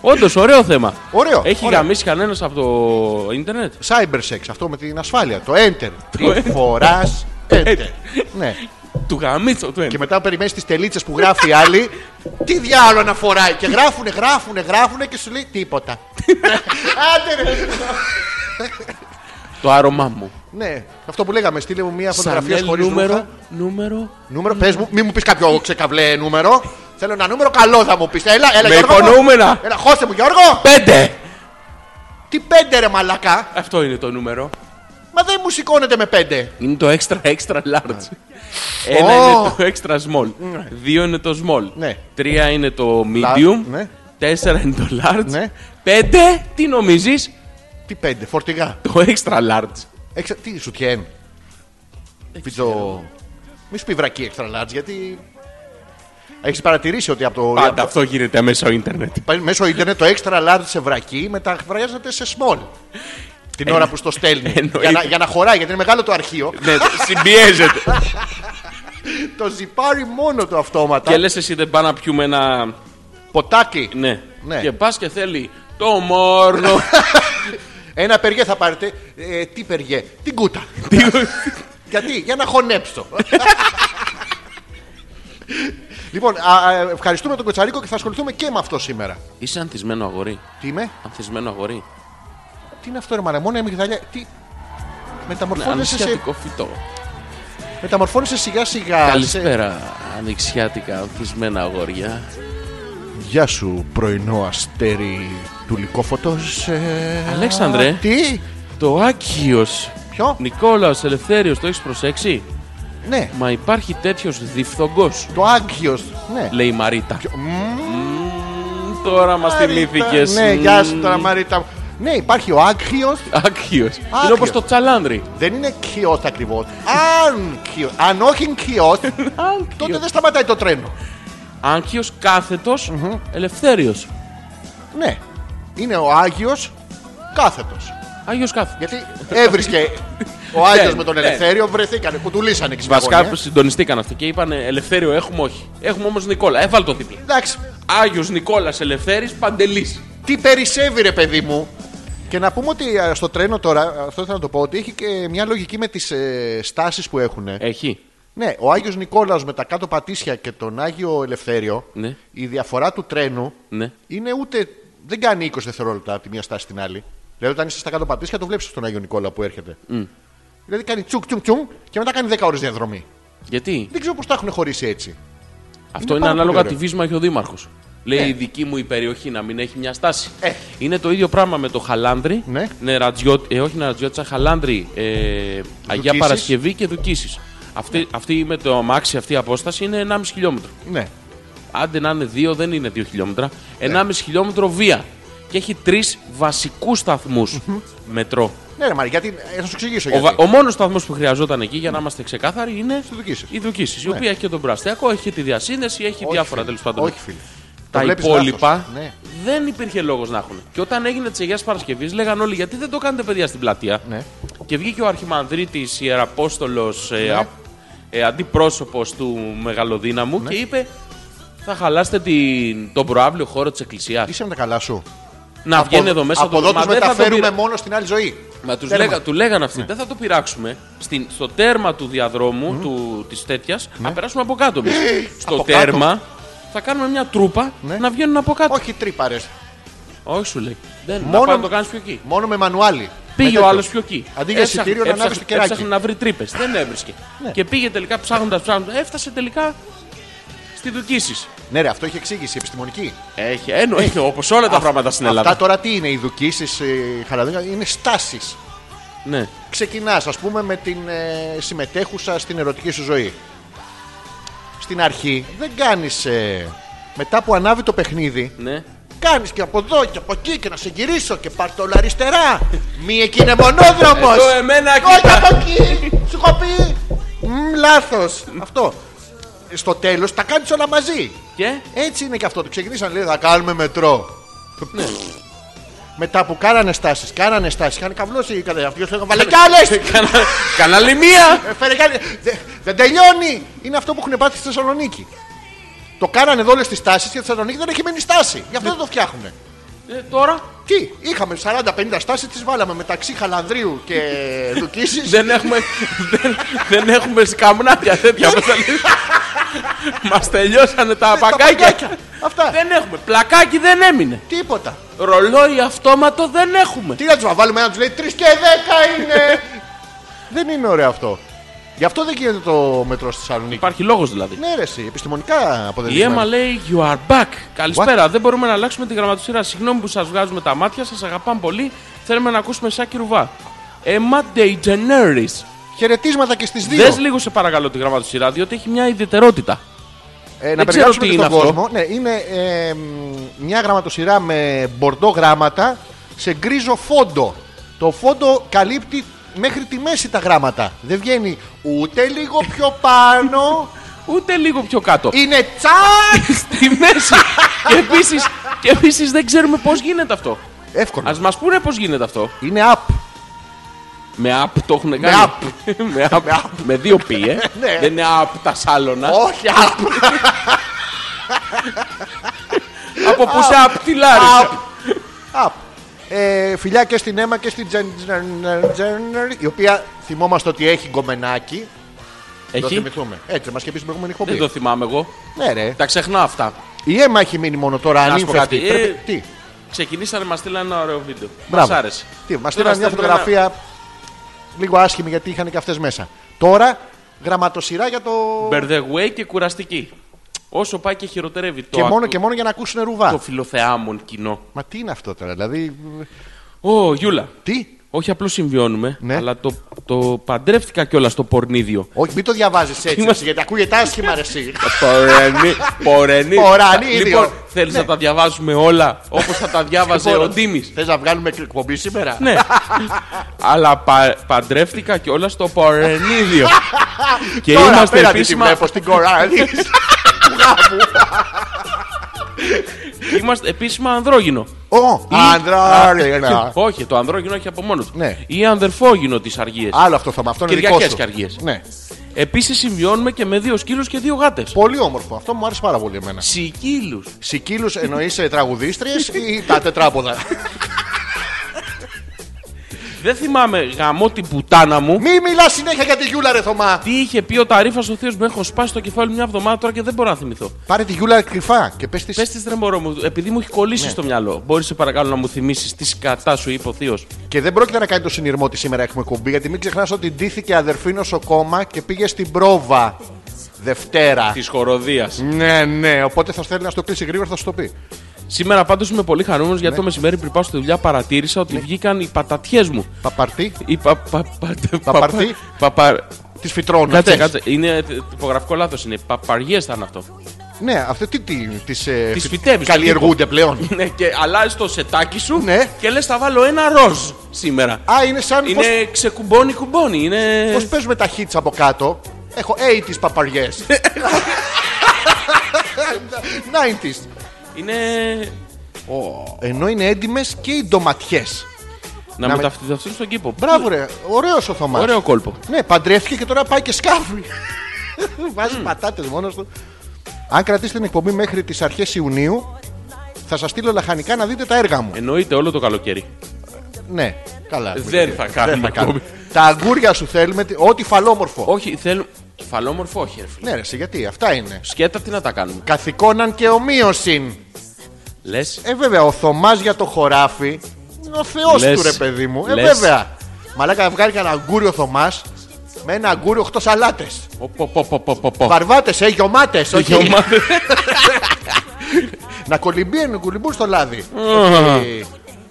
S2: Όντως, ωραίο θέμα.
S1: Ωραίο,
S2: Έχει
S1: ωραίο.
S2: γαμίσει κανένας από το ίντερνετ.
S1: Cyber sex, αυτό με την ασφάλεια. Το enter. Τι φοράς πέντε. Ναι.
S2: Ε, Του γαμίτσο του
S1: Και
S2: έντυπου.
S1: μετά περιμένεις τις τελίτσες που γράφει η άλλη. Τι διάλογο να φοράει. Και γράφουνε, γράφουνε, γράφουνε και σου λέει τίποτα. Άντε ρε.
S2: Το άρωμά μου.
S1: Ναι, αυτό που λέγαμε, στείλε μου μια φωτογραφία
S2: Σανέλ
S1: χωρί
S2: νούμερο,
S1: νούμερο.
S2: νούμερο.
S1: Νούμερο, πες μου, μην μου πεις κάποιο ξεκαβλέ νούμερο. Θέλω ένα νούμερο καλό θα μου πεις. Έλα, έλα,
S2: Με
S1: Γιώργο. μου.
S2: υπονοούμενα.
S1: Έλα, χώσε μου, Γιώργο.
S2: Πέντε!
S1: Τι πέντε ρε μαλακά.
S2: Αυτό είναι το νούμερο.
S1: Μα δεν μου σηκώνεται με πέντε.
S2: Είναι το extra extra large. Ένα είναι το extra small. Δύο είναι το small.
S1: Ναι.
S2: Τρία είναι το
S1: Λα- ναι.
S2: medium. Τέσσερα είναι το large.
S1: Ναι.
S2: Πέντε, τι νομίζεις,
S1: Τι πέντε, φορτηγά.
S2: το extra large.
S1: Εξα... Τι σου τιέν. Φιτζο. Μη σου πει βρακή extra large γιατί. Έχεις παρατηρήσει ότι από το. από
S2: Πάντα
S1: το-
S2: αυτό γίνεται μέσω ίντερνετ.
S1: Πάει Μέσω ίντερνετ το extra large σε βρακή μεταφράζεται σε small. Την ώρα που στο στέλνει.
S2: Ε, εννοείται.
S1: για, να, για να χωράει, γιατί είναι μεγάλο το αρχείο.
S2: ναι, συμπιέζεται.
S1: το ζυπάρει μόνο του αυτόματα.
S2: και λες εσύ δεν πάμε να πιούμε ένα...
S1: Ποτάκι.
S2: Ναι.
S1: Ναι.
S2: Και πας και θέλει το μόρνο.
S1: Ένα περιγέ θα πάρετε. Ε, τι περιγέ, την κούτα. γιατί, για να χωνέψω. λοιπόν, α, α, ευχαριστούμε τον Κοτσαρίκο και θα ασχοληθούμε και με αυτό σήμερα.
S2: Είσαι ανθισμένο αγορί.
S1: Τι είμαι,
S2: Ανθισμένο αγορί.
S1: τι είναι αυτό, ρε μάνα, μόνο η αμυγδαλιά. Τι. Μεταμορφώνεσαι, σε,
S2: Ναι, Ανοιξιάτικο φυτό.
S1: μεταμορφώνεσαι σιγά σιγά.
S2: Καλησπέρα, ανοιξιάτικα ανθισμένα αγόρια.
S1: Γεια σου πρωινό αστέρι του λυκόφωτος ε,
S2: Αλέξανδρε.
S1: Τι
S2: Το Άκιος
S1: Ποιο
S2: Νικόλαος Ελευθέριος το έχεις προσέξει
S1: Ναι
S2: Μα υπάρχει τέτοιος διφθογκός
S1: το Άγγιος Ναι
S2: Λέει η Μαρίτα Μμμ, Τώρα μας θυμήθηκες
S1: Ναι γεια σου τώρα Μαρίτα Ναι υπάρχει ο Άγγιος
S2: Άκιος Είναι
S1: Άκιος.
S2: όπως το τσαλάνδρι
S1: Δεν είναι Κιός ακριβώς Αν Κιός Αν όχι Κιός Τότε δεν σταματάει το τρένο
S2: Άκιος κάθετος Ελευθέριος
S1: Ναι Είναι ο Άγιος Κάθετος
S2: Άγιος κάθετος
S1: Γιατί έβρισκε ο Άγιος
S2: Ναι,
S1: με τον
S2: ναι.
S1: Ελευθέριο βρεθήκανε, κουτουλήσανε εκεί στην
S2: Βασικά
S1: γωνία.
S2: που συντονιστήκαν αυτοί και είπαν Ελευθέριο έχουμε όχι Έχουμε όμως Νικόλα Έβαλ το δίπλα
S1: Εντάξει,
S2: Άγιος Νικόλας Ελευθέρης Παντελής
S1: Τι περισσεύει ρε παιδί μου Και να πούμε ότι α, στο τρένο τώρα Αυτό ήθελα να το πω ότι έχει και μια λογική Με τις ε, στάσεις που έχουν
S2: Έχει
S1: Ναι ο Άγιος Νικόλαος με τα κάτω πατήσια Και τον Άγιο Ελευθέριο
S2: Ναι.
S1: Η διαφορά του τρένου
S2: Ναι
S1: είναι ούτε Δεν κάνει 20 δευτερόλεπτα από τη μία στάση στην άλλη Δηλαδή όταν είσαι στα κάτω πατήσια το βλέπεις τον Άγιο Νικόλαο που έρχεται Δηλαδή κάνει τσουκ τσουκ τσουκ Και μετά κάνει 10 ώρες διαδρομή
S2: Γιατί
S1: Δεν ξέρω πώς τα έχουν χωρίσει έτσι.
S2: αυτό είναι
S1: πάρα
S2: ανάλογα
S1: πολύ
S2: τι
S1: ωραίο.
S2: βίσμα έχει ο Δήμαρχος. Λέει η δική μου η περιοχή να μην έχει μια στάση.
S1: Ναι. Ε.
S2: Είναι το ίδιο πράγμα με το χαλάνδρι.
S1: Ναι.
S2: νερατζιώτη- ε, όχι νερατζιώτησα, χαλάνδρι. Ε, Αγία
S1: Δουκίσεις.
S2: Παρασκευή και Δουκίσεις. Αυτή, αυτή με το αμάξι, αυτή η απόσταση είναι 1,5 χιλιόμετρο.
S1: Ναι.
S2: Άντε να είναι 2, δεν είναι 2 χιλιόμετρα. 1,5 χιλιόμετρο βία. Και έχει τρεις βασικούς σταθμούς μετρό.
S1: Ναι, ρε Μαρή, γιατί. ε, Θα σου εξηγήσω.
S2: Ο,
S1: γιατί.
S2: βα- ο μόνος σταθμός που χρειαζόταν εκεί, για να είμαστε ξεκάθαροι, είναι
S1: Στο Δουκίσεις.
S2: η Δουκίση. Η
S1: Ναι.
S2: οποία έχει και τον Πραστιακό, έχει και τη διασύνδεση, έχει
S1: Όχι,
S2: διάφορα
S1: φίλε.
S2: τέλος πάντων.
S1: Όχι, φίλε. Το
S2: Τα
S1: βλέπεις
S2: υπόλοιπα
S1: λάθος. Ναι.
S2: δεν υπήρχε λόγος να έχουν. Και όταν έγινε της Αγίας Παρασκευής, λέγαν όλοι γιατί δεν το κάνετε παιδιά στην πλατεία.
S1: Ναι.
S2: Και βγήκε ο Αρχιμανδρίτης Ιεραπόστολος ε,
S1: Ναι.
S2: α- ε, αντιπρόσωπος του Μεγαλοδύναμου
S1: Ναι.
S2: και είπε: Θα χαλάσετε την, τον προάβλιο χώρο της Εκκλησίας.
S1: Είσαι με τα καλά σου.
S2: Να βγαίνει εδώ μέσα
S1: από
S2: το
S1: εδώ τους
S2: δεν θα το
S1: μεταφέρουμε
S2: πειρα-
S1: μόνο στην άλλη ζωή.
S2: Μα τους
S1: Τέρμα.
S2: λέγα, του λέγανε
S1: Ναι.
S2: αυτοί, δεν θα το πειράξουμε. Στην, στο τέρμα του διαδρόμου του, της τέτοιας, να περάσουμε από κάτω εμείς. στο
S1: Ναι. Από κάτω.
S2: τέρμα θα κάνουμε μια τρούπα
S1: Ναι.
S2: να βγαίνουν από κάτω.
S1: Όχι τρύπαρες.
S2: Όχι, σου λέει. Δεν, να
S1: Μόνο-
S2: πάει να το κάνεις πιο εκεί.
S1: Μόνο με μανουάλι. Με
S2: Πήγε
S1: τέτοιο.
S2: ο άλλο πιο εκεί.
S1: Αντί για
S2: Έψαχνε-
S1: εισιτήριο να Ναι.
S2: έψαχνε-
S1: ανάβεις το κεράκι.
S2: Έψαχνε να βρει τρύπες. Δεν έβρισκε. Και πήγε τελικά ψάχνοντας, ψάχνοντας. Έφτασε τελικά στη Δουκίση.
S1: Ναι, ρε, αυτό έχει εξήγηση επιστημονική.
S2: Έχει, ένω, έχει όπως όλα τα πράγματα στην Ελλάδα.
S1: Ε, Αυτά τώρα τι είναι, οι δουκίσει, είναι στάσεις.
S2: Ναι.
S1: Ξεκινάς, ας πούμε, με την ε, συμμετέχουσα στην ερωτική σου ζωή. Στην αρχή δεν κάνεις. μετά που ανάβει το παιχνίδι,
S2: ναι.
S1: κάνεις και από εδώ και από εκεί και να σε γυρίσω και πάρ' το όλο αριστερά. Μη εκεί είναι μονόδρομος.
S2: Εδώ εμένα
S1: Όχι
S2: κοίτα.
S1: από εκεί. Σου έχω πει. Λάθος. Αυτό. Στο τέλος τα κάνεις όλα μαζί.
S2: Και
S1: Έτσι είναι και αυτό. Το ξεκινήσαν λέει θα κάνουμε μετρό. Ναι. Μετά που κάνανε στάσεις, κάνανε στάσεις, είχαν καβλώσει οι καταγραφιώ. Λέγανε Βάλε κι άλλε!
S2: Κανα- κανάλι μία!
S1: Φέρε κι άλλες. Δε- Δεν τελειώνει! Είναι αυτό που έχουν πάθει στη Θεσσαλονίκη. Το κάνανε εδώ όλες τις τάσεις και η Θεσσαλονίκη δεν έχει μείνει στάση. Γι' αυτό δεν το φτιάχνουν.
S2: Ε, τώρα
S1: Τι, είχαμε 40-50 στάσεις, τις βάλαμε μεταξύ Χαλανδρίου και Λουκίσης.
S2: δεν έχουμε, δεν, δεν έχουμε σκαμνάτια τέτοια. Πώς τα λένε. Μας τελειώσανε
S1: Ε,
S2: τα παγκάκια.
S1: Αυτά.
S2: Δεν έχουμε. Πλακάκι δεν έμεινε.
S1: Τίποτα.
S2: Ρολόι αυτόματο δεν έχουμε.
S1: Τι να τους βάλουμε να τους λέει 3 και 10 είναι. δεν είναι ωραίο αυτό. Γι' αυτό δεν γίνεται το μετρό στη Θεσσαλονίκη.
S2: Υπάρχει λόγος δηλαδή.
S1: Ναι, ρε, εσύ, επιστημονικά
S2: Η Έμα
S1: αποδεδειγμένα.
S2: λέει You are back. Καλησπέρα. Δεν μπορούμε να αλλάξουμε τη γραμματοσύρα. Συγγνώμη που σας βγάζουμε τα μάτια. Σας αγαπάμε πολύ. Θέλουμε να ακούσουμε Σάκη Ρουβά. Έμα Degeneres.
S1: Χαιρετίσματα και στις δύο.
S2: Δες λίγο σε παρακαλώ τη γραμματοσύρα, διότι έχει μια ιδιαιτερότητα.
S1: Ε, να
S2: δεν ξέρω
S1: περιγράψουμε
S2: τι
S1: και στον
S2: είναι αυτό.
S1: κόσμο. Ναι, είναι ε, μ, μια γραμματοσυρά με μπορντό γράμματα σε γκρίζο φόντο. Το φόντο καλύπτει μέχρι τη μέση τα γράμματα. Δεν βγαίνει ούτε λίγο πιο πάνω.
S2: Ούτε λίγο πιο κάτω.
S1: είναι τσακ!
S2: στη μέση. και επίσης και επίσης δεν ξέρουμε πώς γίνεται αυτό.
S1: Εύκολο.
S2: Ας μας πούνε πώς γίνεται αυτό.
S1: Είναι up.
S2: Με app το έχουν κάνει.
S1: app.
S2: με, app. με δύο πι, ε.
S1: Ναι.
S2: Δεν είναι app τα σάλωνα.
S1: Όχι up.
S2: Από πού σε app τη Λάρισα.
S1: Απ. Ε, φιλιά και στην Έμα και στην Τζένερ, η οποία θυμόμαστε ότι έχει γκομενάκι. Το
S2: Έχει.
S1: θυμηθούμε. Έτσι, μας και πει στην προηγούμενη
S2: Δεν
S1: εκπομπή.
S2: το θυμάμαι εγώ.
S1: Ναι, ρε.
S2: Τα ξεχνάω αυτά.
S1: Η Έμα έχει μείνει μόνο τώρα,
S2: Να
S1: αν
S2: σου πω
S1: ήμφε αυτή.
S2: κάτι. Ε,
S1: Πρέπει- Τι,
S2: Ξεκινήσανε, μας στείλανε ένα ωραίο βίντεο.
S1: μπράβο.
S2: Μα άρεσε.
S1: Τι, μας
S2: Τώρα
S1: στείλανε μια
S2: στέλνουν
S1: φωτογραφία λίγο άσχημη γιατί είχαν και αυτές μέσα. Τώρα γραμματοσυρά για το.
S2: ένα Μπερδεγουέ και κουραστική. Όσο πάει και χειροτερεύει το,
S1: Και μόνο
S2: ακου-
S1: και μόνο για να ακούσουν ρουβά.
S2: το φιλοθεάμον κοινό.
S1: Μα τι είναι αυτό τώρα, δηλαδή.
S2: Ω, Γιούλα.
S1: Τι,
S2: Όχι απλώς συμβιώνουμε,
S1: Ναι.
S2: αλλά το, το παντρεύτηκα κιόλας στο πορνίδιο.
S1: Όχι, μην το διαβάζεις έτσι,
S2: Είμαστε-
S1: έτσι, γιατί ακούγεται άσχημα, ρε, εσύ.
S2: Πορενί. Πορενί.
S1: Πορανίδιο. Ναι.
S2: Λοιπόν, θέλεις να τα διαβάζουμε όλα όπως θα τα διάβαζε ο Ντίμης.
S1: Θες να βγάλουμε εκπομπή σήμερα.
S2: ναι. αλλά πα, παντρεύτηκα κιόλας στο Πορενίδιο. και
S1: Τώρα
S2: είμαστε
S1: απέναντι τη
S2: επίσημα,
S1: βλέπω στην κοράλη.
S2: είμαστε επίσημα ανδρόγυνο.
S1: Ω, άντρα.
S2: Όχι, το ανδρόγυνο έχει από μόνο του.
S1: Ναι.
S2: Ή ανδερφόγυνο τι αργίε.
S1: Άλλο αυτό θέμα, αυτό είναι δικό
S2: Κυριακές
S1: σου.
S2: και αργίες.
S1: Ναι.
S2: Επίσης συμβιώνουμε και με δύο σκύλους και δύο γάτες.
S1: Πολύ όμορφο. Αυτό μου άρεσε πάρα πολύ εμένα.
S2: Σικύλου.
S1: Σικίλους εννοείς τραγουδίστριες ή τα τετράποδα.
S2: Δεν θυμάμαι γαμό την πουτάνα μου.
S1: Μη μιλάς συνέχεια για τη Γιούλα, ρε Θωμά.
S2: Τι είχε πει ο Ταρίφας ο Θείος μου, έχω σπάσει το κεφάλι μου μια εβδομάδα τώρα και δεν μπορώ να θυμηθώ.
S1: Πάρε τη Γιούλα κρυφά και πες της.
S2: Πες της ρε μωρό μου, επειδή μου έχει
S1: Ναι.
S2: κολλήσει στο μυαλό, μπορείς σε παρακαλώ να μου θυμίσεις τι κατά σου είπε ο Θείος.
S1: Και δεν πρόκειται να κάνει το συνειρμό της σήμερα έχουμε κουμπί, γιατί μην ξεχνάς ότι ντύθηκε αδερφή νοσοκόμα και πήγε στην πρόβα. Δευτέρα.
S2: Της χοροδίας.
S1: Ναι, ναι, οπότε θα θέλει να στο κλείσει γρήγορα, θα σου το πει.
S2: Σήμερα πάντως είμαι πολύ χαρούμενος
S1: Ναι.
S2: γιατί το μεσημέρι πριν πάω στη δουλειά παρατήρησα ότι βγήκαν οι πατατιές μου.
S1: Παπαρτί
S2: Οι πα- πα- πα-
S1: Παπαρτί.
S2: πα- πα-
S1: τη φυτρών.
S2: Κάτσε,
S1: αυτές.
S2: κάτσε. Είναι τυπογραφικό λάθος. Είναι παπαριές θα είναι αυτό.
S1: Ναι, αυτέ τι, τι τις, ε,
S2: Τις
S1: φυ-
S2: φυτεύεις,
S1: Καλλιεργούνται πλέον.
S2: Ναι, και αλλάζει το σετάκι σου
S1: Ναι.
S2: και λες θα βάλω ένα ροζ σήμερα.
S1: Α, είναι σαν
S2: Είναι ξεκουμπώνει κουμπώνει. Είναι...
S1: πώς παίζουμε τα hits από κάτω. Έχω 80s παπαριές 90s.
S2: είναι...
S1: Ενώ είναι έντιμες και οι ντοματιές.
S2: Να,
S1: με-
S2: μεταφυτευτούν στον κήπο.
S1: Μπράβο, ρε. Ωραίος ο Θωμάς.
S2: Ωραίο κόλπο.
S1: Ναι, παντρεύτηκε και τώρα πάει και σκάφη. Βάζει πατάτες μόνος του. Αν κρατήσετε την εκπομπή μέχρι τις αρχές Ιουνίου, θα σας στείλω λαχανικά να δείτε τα έργα μου.
S2: Εννοείται όλο το καλοκαίρι.
S1: Ναι, καλά.
S2: ε, Δεν θα κάνουμε
S1: κάνουμε.
S2: εκπομπή.
S1: Τα αγγούρια σου θέλουμε, τι- ό,τι φαλόμορφο.
S2: Όχι, θέλω. Φαλόμορφο, όχι, ρε φίλε.
S1: Ναι, ρε, εσύ, γιατί αυτά είναι.
S2: Σκέτα, τι να τα κάνουμε.
S1: Καθηκόναν και ομοίωσιν.
S2: Λες.
S1: Ε, βέβαια, ο Θωμάς για το χωράφι είναι ο θεός
S2: Λες.
S1: του, ρε παιδί μου. Ε,
S2: Λες.
S1: βέβαια. Μαλάκα βγάλει και ένα αγκούριο Θωμάς με ένα αγκούριο 8 σαλάτε. Βαρβάτες, ε, γιωμάτες, όχι. Να κολυμπούν, κολυμπούν στο λάδι. Ε, Όχι.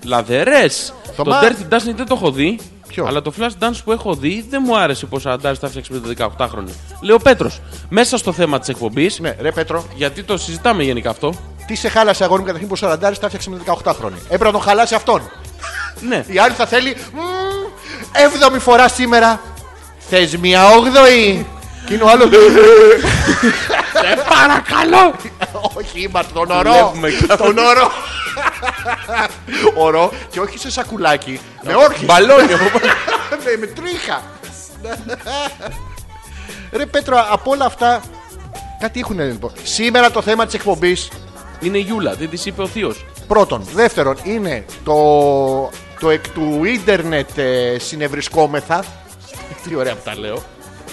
S2: Λαδερές. Το
S1: Θωμά.
S2: Dirty Dancing δεν το έχω δει.
S1: Ποιο?
S2: Αλλά το Flash Dance που έχω δει δεν μου άρεσε πώ αντάζει τα φτιάξει με το 18 χρόνο. Λέω Πέτρος, μέσα στο θέμα της εκπομπής,
S1: Ναι, ρε Πέτρο,
S2: γιατί το συζητάμε γενικά αυτό.
S1: τι σε χάλασε αγόρι μου καταρχήν που ο Σαραντάρη τα έφτιαξε με 18 χρόνια. Έπρεπε να τον χαλάσει αυτόν.
S2: Ναι.
S1: Η άλλη θα θέλει. «Μμμ, Έβδομη φορά σήμερα. Θες μία όγδοη. Και είναι ο άλλος.
S2: Ε, παρακαλώ!
S1: Όχι, είμαστε τον ορό.
S2: Δουλεύουμε και-
S1: Τον ορό. Ορό και όχι σε σακουλάκι. Με όρχη.
S2: Μπαλόνι από πάνω.
S1: Με- Με τρίχα. Ρε Πέτρο, από όλα αυτά. Κάτι έχουν λοιπόν. Σήμερα το θέμα της εκπομπής
S2: Είναι η Γιούλα, δεν της είπε ο Θείος.
S1: Πρώτον. Δεύτερον, είναι το, το εκ του ίντερνετ ε, συνευρισκόμεθα. Τι ωραία που τα λέω.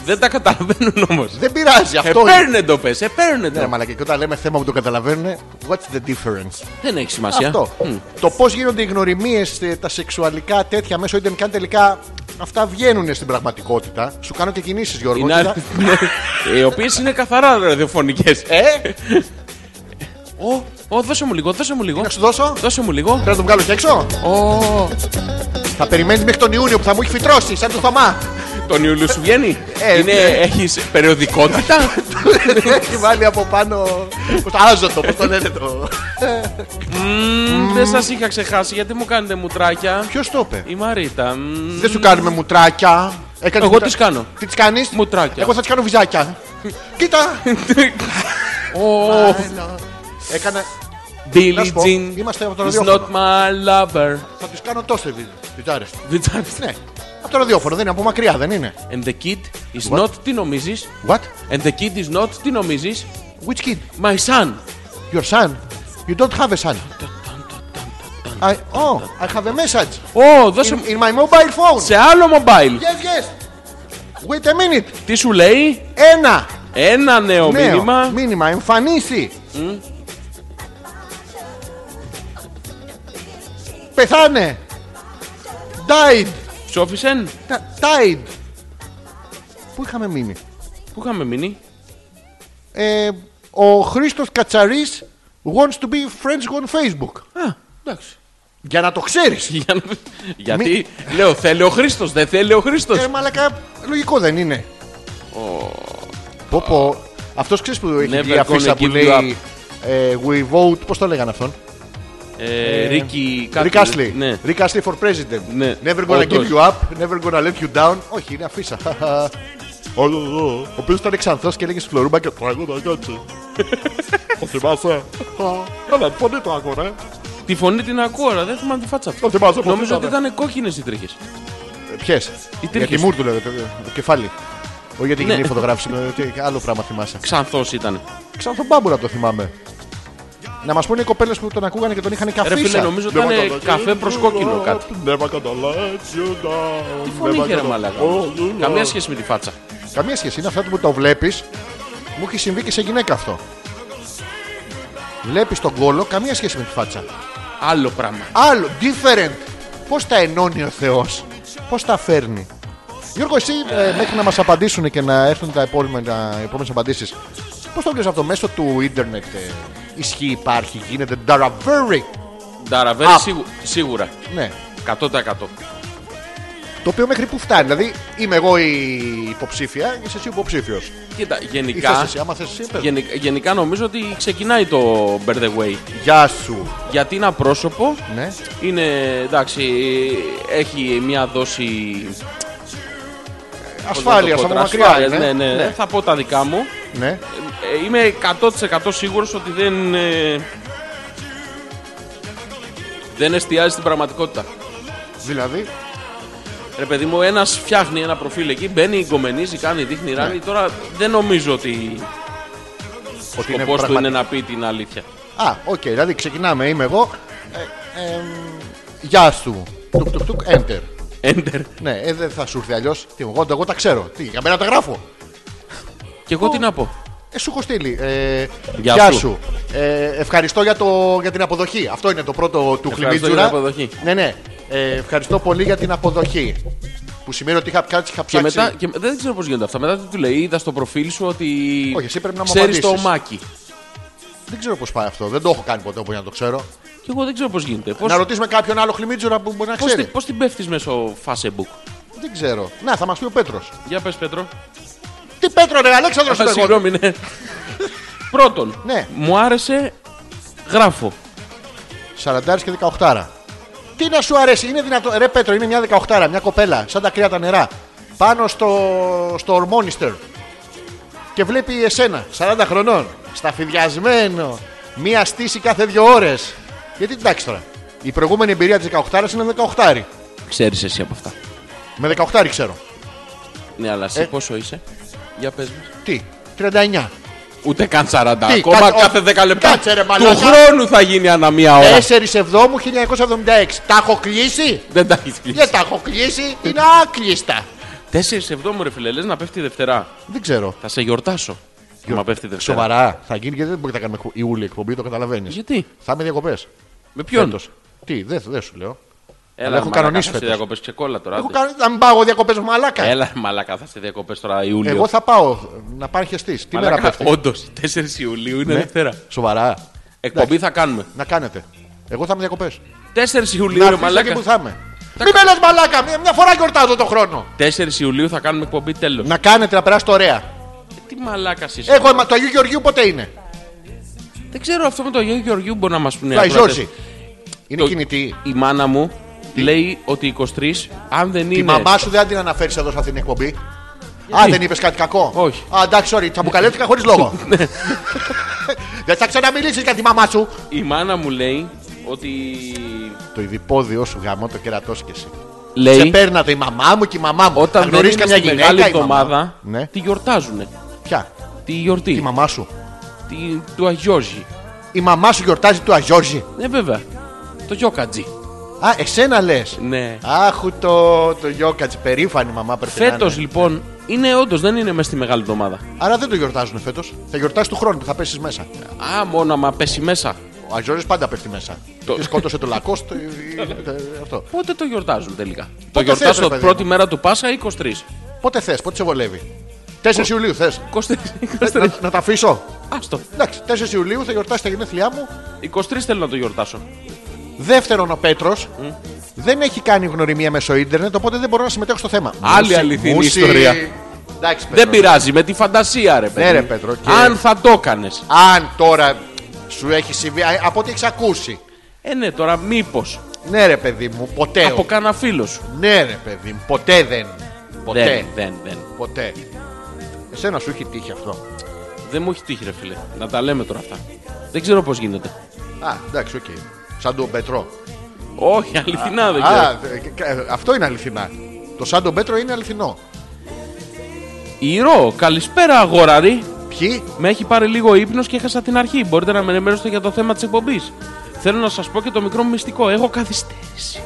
S2: Δεν τα καταλαβαίνουν όμως.
S1: Δεν πειράζει αυτό. είναι.
S2: Επέρνε το πες, επέρνε
S1: Ναι,
S2: το.
S1: μαλακή. Και όταν λέμε θέμα που το καταλαβαίνουν, what's the difference.
S2: Δεν έχει σημασία.
S1: Αυτό.
S2: Μμ.
S1: Το πώς γίνονται οι γνωριμίες, τα σεξουαλικά τέτοια μέσω ίντερνετ, και αν τελικά αυτά βγαίνουν στην πραγματικότητα. Σου κάνω και κινήσεις, Γιώργο.
S2: Είναι
S1: κοίτα.
S2: άρρη- Ναι. Οι οποίες είναι καθαρά ραδιοφωνικές.
S1: Ε,
S2: Ω, ω, δώσε μου λίγο, δώσε μου λίγο.
S1: να σου δώσω.
S2: Δώσε μου λίγο.
S1: Πρέπει να τον βγάλω και έξω.
S2: Ω,
S1: Θα περιμένεις μέχρι τον Ιούνιο που θα μου έχει φυτρώσει, σαν το Θωμά.
S2: τον Ιούλιο σου βγαίνει.
S1: Ε,
S2: Είναι,
S1: ναι.
S2: έχεις περιοδικότητα.
S1: έχει βάλει από πάνω. Πώς το άζωτο, πώς το λένε το.
S2: Μμμ, Δεν σας είχα ξεχάσει γιατί μου κάνετε μουτράκια.
S1: Ποιος το είπε.
S2: Η Μαρίτα. μμμ.
S1: Δεν σου κάνουμε μουτράκια. Έκανες
S2: Εγώ τις κάνω.
S1: Τι τις κάνεις?
S2: Μουτράκια.
S1: Εγώ θα τις κάνω βυζάκια. Κοίτα.
S2: Ω,
S1: Έκανα... να
S2: Billie
S1: σου πω,
S2: Jean.
S1: είμαστε από το
S2: It's
S1: ραδιόφωνο.
S2: not my lover.
S1: Θα τις κάνω τόσο βυ- βυζάρες.
S2: The time-
S1: Ναι. Από το ραδιόφωνο δεν είναι από μακριά, δεν είναι.
S2: And the kid
S1: What?
S2: is not, τι νομίζεις.
S1: What?
S2: And the kid is not, τι νομίζεις.
S1: Which kid?
S2: My son.
S1: Your son? You don't have a son. oh, I, oh, I have a message
S2: Ω, δώσε
S1: in,
S2: μου.
S1: in my mobile phone.
S2: Σε άλλο mobile.
S1: Yes, yes. Wait a minute.
S2: Τι σου λέει.
S1: Ένα
S2: Ένα νέο
S1: νέο
S2: μήνυμα.
S1: μήνυμα. Εμφανίσει. Πεθάνε. Died.
S2: Ψόφισεν.
S1: Τα- Died. Πού είχαμε μείνει.
S2: Πού είχαμε μείνει.
S1: Ε, ο Χρήστος Κατσαρίς wants to be friends on Facebook.
S2: Α, εντάξει.
S1: Για να το ξέρεις.
S2: Για να- Γιατί λέω θέλει ο Χρήστος, δεν θέλει ο Χρήστος.
S1: Ε, μαλακά, λογικό δεν είναι. Πω πω. Αυτός ξέρεις που έχει
S2: Never
S1: βγει η αφίσα
S2: gonna
S1: που
S2: give you
S1: λέει ε, We vote, πώς το λέγανε αυτόν. Ε,
S2: Ρίκι
S1: Rick Astley.
S2: Ναι.
S1: Rick Astley for president.
S2: Ναι.
S1: Never gonna
S2: Όντως.
S1: give you up, never gonna let you down. Όχι, είναι αφίσα. Ο οποίος ήταν ξανθό και έλεγε στη Φλωρούμπα και το εγώ να κάτσε. Το θυμάσαι. Έλα, φωνή το άκορα.
S2: Τη φωνή την ακούω, αλλά δεν θυμάμαι τη φάτσα
S1: Το
S2: του.
S1: θυμάσαι, πώς
S2: Νομίζω ότι
S1: ήταν.
S2: ήταν κόκκινες οι τρίχες.
S1: Ποιες.
S2: Οι
S1: Για τη
S2: τρίχες.
S1: Μούρ του λέω, το το κεφάλι. Όχι γιατί
S2: Ναι.
S1: γίνει η φωτογράφηση, με- τι άλλο πράγμα θυμάσαι.
S2: Ξανθός ήταν.
S1: Ξανθομπάμπουρα το θυμάμαι. Να μας πούνε οι κοπέλες που τον ακούγανε και τον είχαν
S2: Ρε
S1: καφίσει.
S2: φίλε, νομίζω ότι ήταν καφέ προσκόκκινο κάτι.
S1: Never gonna let you down.
S2: Τι φωνή
S1: Never
S2: είχε ρε
S1: gonna-
S2: μαλάκα.
S1: Oh, you
S2: Καμία
S1: love.
S2: σχέση με τη φάτσα.
S1: Καμία σχέση. Είναι αυτό που το βλέπεις. Μου έχει συμβεί και σε γυναίκα αυτό. Βλέπεις τον κόλο, καμία σχέση με τη φάτσα.
S2: Άλλο πράγμα.
S1: Άλλο, different. Πώς τα ενώνει ο Θεός, πώς τα φέρνει. Γιώργο, εσύ ε, μέχρι να μας απαντήσουν και να έρθουν τα επόμενα, οι επόμενες απαντήσεις, πώς το βλέπεις αυτό μέσω του ίντερνετ, ε, ισχύει, υπάρχει, γίνεται νταραβέρι.
S2: Νταραβέρι
S1: Α.
S2: σίγου- σίγουρα.
S1: Ναι.
S2: 100%.
S1: Το οποίο μέχρι που φτάνει. Δηλαδή, είμαι εγώ η υποψήφια, είσαι εσύ ο υποψήφιος.
S2: Κοίτα,
S1: Ή
S2: γενικά,
S1: θες εσύ, άμα θες εσύ, πες.
S2: γενι- γενικά νομίζω ότι ξεκινάει το Bear the Way.
S1: Γεια σου.
S2: Γιατί είναι απρόσωπο,
S1: Ναι.
S2: είναι εντάξει, έχει μια δόση. πώς να το
S1: Ασφάλεια,
S2: πω
S1: από
S2: τώρα,
S1: μακριά.
S2: ασφάλειας,
S1: είναι.
S2: ναι, ναι, Δεν θα πω τα δικά μου.
S1: ναι.
S2: Ε, Είμαι 100% σίγουρος ότι δεν. ε, δεν εστιάζει στην πραγματικότητα.
S1: Δηλαδή,
S2: Ρε παιδί μου, ένας φτιάχνει ένα προφίλ εκεί, μπαίνει, γκομενίζει, κάνει, δείχνει, ράνει.
S1: Ναι.
S2: Τώρα δεν νομίζω ότι ο
S1: ότι είναι
S2: σκοπός του
S1: πραγματικό.
S2: είναι να πει την αλήθεια.
S1: Α, οκ, δηλαδή ξεκινάμε, είμαι εγώ. Ε, ε, γεια σου. Τουκ, τουκ, τουκ, enter.
S2: Enter.
S1: Ναι, ε, δεν θα σου έρθει αλλιώς. Τι, εγώ, εγώ τα ξέρω. Τι, για μένα τα γράφω.
S2: Και εγώ τι να πω.
S1: Ε, σου έχω στείλει. Ε,
S2: Γεια
S1: γεια
S2: σου.
S1: σου. Ε, ευχαριστώ για, το, για την αποδοχή. Αυτό είναι το πρώτο του
S2: Ευχαριστώ
S1: χλιμίτζουρα.
S2: για την αποδοχή.
S1: Ναι, ναι. Ε, ευχαριστώ πολύ για την αποδοχή. Που σημαίνει ότι είχα, κάτι είχα
S2: Και
S1: ψάξει.
S2: μετά, και δεν ξέρω πώς γίνονται αυτά. Μετά τι του λέει, είδα στο προφίλ σου ότι.
S1: Όχι, εσύ πρέπει να μου
S2: ξέρεις το
S1: απαντήσεις.
S2: μάκι.
S1: Δεν ξέρω πώς πάει αυτό. Δεν το έχω κάνει ποτέ όπου για να το ξέρω.
S2: Και εγώ δεν ξέρω πώς γίνεται. Πώς
S1: Να ρωτήσουμε κάποιον άλλο χλιμίτζουρα που μπορεί να ξέρει.
S2: πώς την πέφτεις μέσω Facebook.
S1: Δεν ξέρω. Να, θα μας πει ο Πέτρος.
S2: Για πες, Πέτρο.
S1: Τι Πέτρο, ρε, Αλέξανδρος
S2: Α,
S1: είμαι εγώ.
S2: Συγγνώμη, ναι. Πρώτον,
S1: Ναι.
S2: μου άρεσε. Γράφω.
S1: 40 και 18. Τι να σου αρέσει, είναι δυνατό. Ρε Πέτρο, είναι μια 18, μια κοπέλα, σαν τα κρύα τα νερά. Πάνω στο, στο ορμόνιστερ. Και βλέπει εσένα, 40 χρονών, σταφυδιασμένο, μία στήση κάθε δύο ώρες. Γιατί εντάξει τώρα, η προηγούμενη εμπειρία της 18 είναι 18.
S2: Ξέρεις εσύ από αυτά.
S1: Με 18 ξέρω.
S2: Ναι, αλλά εσύ
S1: Ε.
S2: πόσο είσαι. Για πες μου.
S1: Τι, 39.
S2: Ούτε καν 40.
S1: Τι,
S2: Ακόμα
S1: κάτσε,
S2: κάθε
S1: όχι.
S2: 10 λεπτά.
S1: Κάτσε, ρε,
S2: του
S1: μαλάκα. Ε,
S2: χρόνου θα γίνει ανά μία ώρα.
S1: 4 Εβδόμου 1976. Τα έχω κλείσει.
S2: Δεν τα έχεις κλείσει.
S1: Δεν τα έχω κλείσει, είναι άκλειστα.
S2: 4 εβδόμου, ρε φίλε, λες να πέφτει η Δευτέρα.
S1: Δεν ξέρω.
S2: Θα σε γιορτάσω. Μα πέφτει η Δευτέρα.
S1: Σοβαρά, θα γίνει γιατί δεν μπορεί να κάνουμε Ιούλη εκπομπή, το καταλαβαίνεις.
S2: Γιατί,
S1: Θα είμαι διακοπές.
S2: με ποιον.
S1: Τι, δεν δεν σου λέω.
S2: Έλα,
S1: Αλλά έχω
S2: μαλακά,
S1: κανονίσει
S2: θα σε
S1: φέτος.
S2: διακοπές και κόλλα τώρα.
S1: Έχω
S2: άντε.
S1: κάνει, να μην πάω διακοπέ με μαλάκα.
S2: Έλα, μαλακά, θα σε διακοπές τώρα Ιούλιο.
S1: Εγώ θα πάω να πάρει χεστής. Τι μέρα πέφτει.
S2: Όντως, 4 Ιουλίου είναι
S1: Ναι.
S2: Δευτέρα.
S1: Σοβαρά.
S2: Εκπομπή θα κάνουμε.
S1: Να κάνετε. Εγώ θα είμαι διακοπές.
S2: 4 Ιουλίου,
S1: Να
S2: ρε
S1: μαλάκα. και
S2: μαλακά.
S1: που θα είμαι. Μην με λες μαλάκα, μια, μια φορά γιορτάζω το χρόνο.
S2: 4 Ιουλίου θα κάνουμε εκπομπή τέλος.
S1: Να κάνετε, να περάσετε ωραία.
S2: Τι μαλάκας είσαι.
S1: Εγώ είμαι- το Αγίου Γεωργίου ποτέ είναι.
S2: Δεν ξέρω αυτό με το Αγίου Γεωργίου μπορεί να μας πούνε. οι
S1: Το
S2: Ναι, ακροατές.
S1: Αϊζόρζι. Είναι
S2: Το-
S1: κινητή.
S2: Η μάνα μου λέει ότι 23, αν δεν
S1: Τη
S2: είναι.
S1: μαμά σου δεν την αναφέρεις εδώ σε αυτήν την εκπομπή. Α, δεν είπες κάτι κακό.
S2: Όχι. Ναι.
S1: Α, εντάξει, sorry, τσαμπουκαλέθηκα χωρίς λόγο. δεν θα ξαναμιλήσεις για τη μαμά σου.
S2: Η μάνα μου λέει ότι.
S1: Το ειδιπόδιο σου γαμώ το κερατός και εσύ. Σε
S2: Λέει
S1: παίρνατε η μαμά μου και η μαμά μου.
S2: όταν
S1: Θα
S2: δεν
S1: γνωρίζεις
S2: είναι στη
S1: καμιά
S2: μεγάλη
S1: η μαμά.
S2: εβδομάδα
S1: Ναι,
S2: τη γιορτάζουνε.
S1: ποια.
S2: Τη γιορτή.
S1: Η μαμά σου.
S2: Τη, του Αγιώργη.
S1: Η μαμά σου γιορτάζει του Αγιώργη.
S2: Ναι, βέβαια. Το Γιώκατζι.
S1: Α, εσένα λες.
S2: Ναι.
S1: Άχου το, το γιόκατζι, περήφανη μαμά πρέπει
S2: Φέτο
S1: να είναι.
S2: λοιπόν είναι όντως δεν είναι μέσα στη μεγάλη εβδομάδα.
S1: Άρα δεν το γιορτάζουν φέτος. Θα γιορτάσει του χρόνου που θα πέσεις μέσα.
S2: Α, μόνο άμα πέσει μέσα.
S1: Ο Αγιώργης πάντα πέφτει μέσα.
S2: Το-
S1: Και σκότωσε το λακό. στο- ε, Αυτό.
S2: Πότε το γιορτάζουν τελικά. το
S1: θες,
S2: γιορτάζω
S1: ρε παιδί
S2: πρώτη
S1: μου.
S2: μέρα του Πάσχα ή 23.
S1: Πότε θες, πότε σε βολεύει. 4 Ιουλίου θες.
S2: 23.
S1: να, να τα αφήσω.
S2: Άστο.
S1: Εντάξει, 4 Ιουλίου θα γιορτάσει τα γενέθλιά μου.
S2: 23 θέλω να το γιορτάσω.
S1: Δεύτερον, ο Πέτρος δεν έχει κάνει γνωριμία μέσω ίντερνετ, οπότε δεν μπορώ να συμμετέχω στο θέμα.
S2: Άλλη
S1: Μουσι-
S2: αληθινή
S1: μουσι-
S2: ιστορία.
S1: Εντάξει, Πέτρο.
S2: Δεν πειράζει, με τη φαντασία ρε παιδί.
S1: ναι. ρε,
S2: μου.
S1: Πέτρο, και-
S2: Αν θα το έκανε.
S1: Αν τώρα σου έχει συμβεί, α, από ό,τι έχεις ακούσει.
S2: Ε, ναι, τώρα μήπως.
S1: Ναι, ρε παιδί μου, ποτέ.
S2: Από κάνα φίλο σου.
S1: Ναι, ρε παιδί μου, ποτέ δεν. Ποτέ.
S2: Δεν, δεν, δεν.
S1: Ποτέ. Εσένα σου έχει τύχει αυτό.
S2: Δεν μου έχει τύχει, ρε φίλε. Να τα λέμε τώρα αυτά. Δεν ξέρω πώς γίνεται.
S1: Α, εντάξει, οκ. Σαν τον Πέτρο.
S2: Όχι, αληθινά δεν ξέρω.
S1: Α, δε- κα- αυτό είναι αληθινά. Το σαν τον Πέτρο είναι αληθινό.
S2: Ηρώ, καλησπέρα αγοράρι.
S1: Ποιοι?
S2: Με έχει πάρει λίγο ύπνος και έχασα την αρχή. Μπορείτε να με ενημερώσετε για το θέμα της εκπομπής. Θέλω να σας πω και το μικρό μου μυστικό. Έχω καθυστέρηση.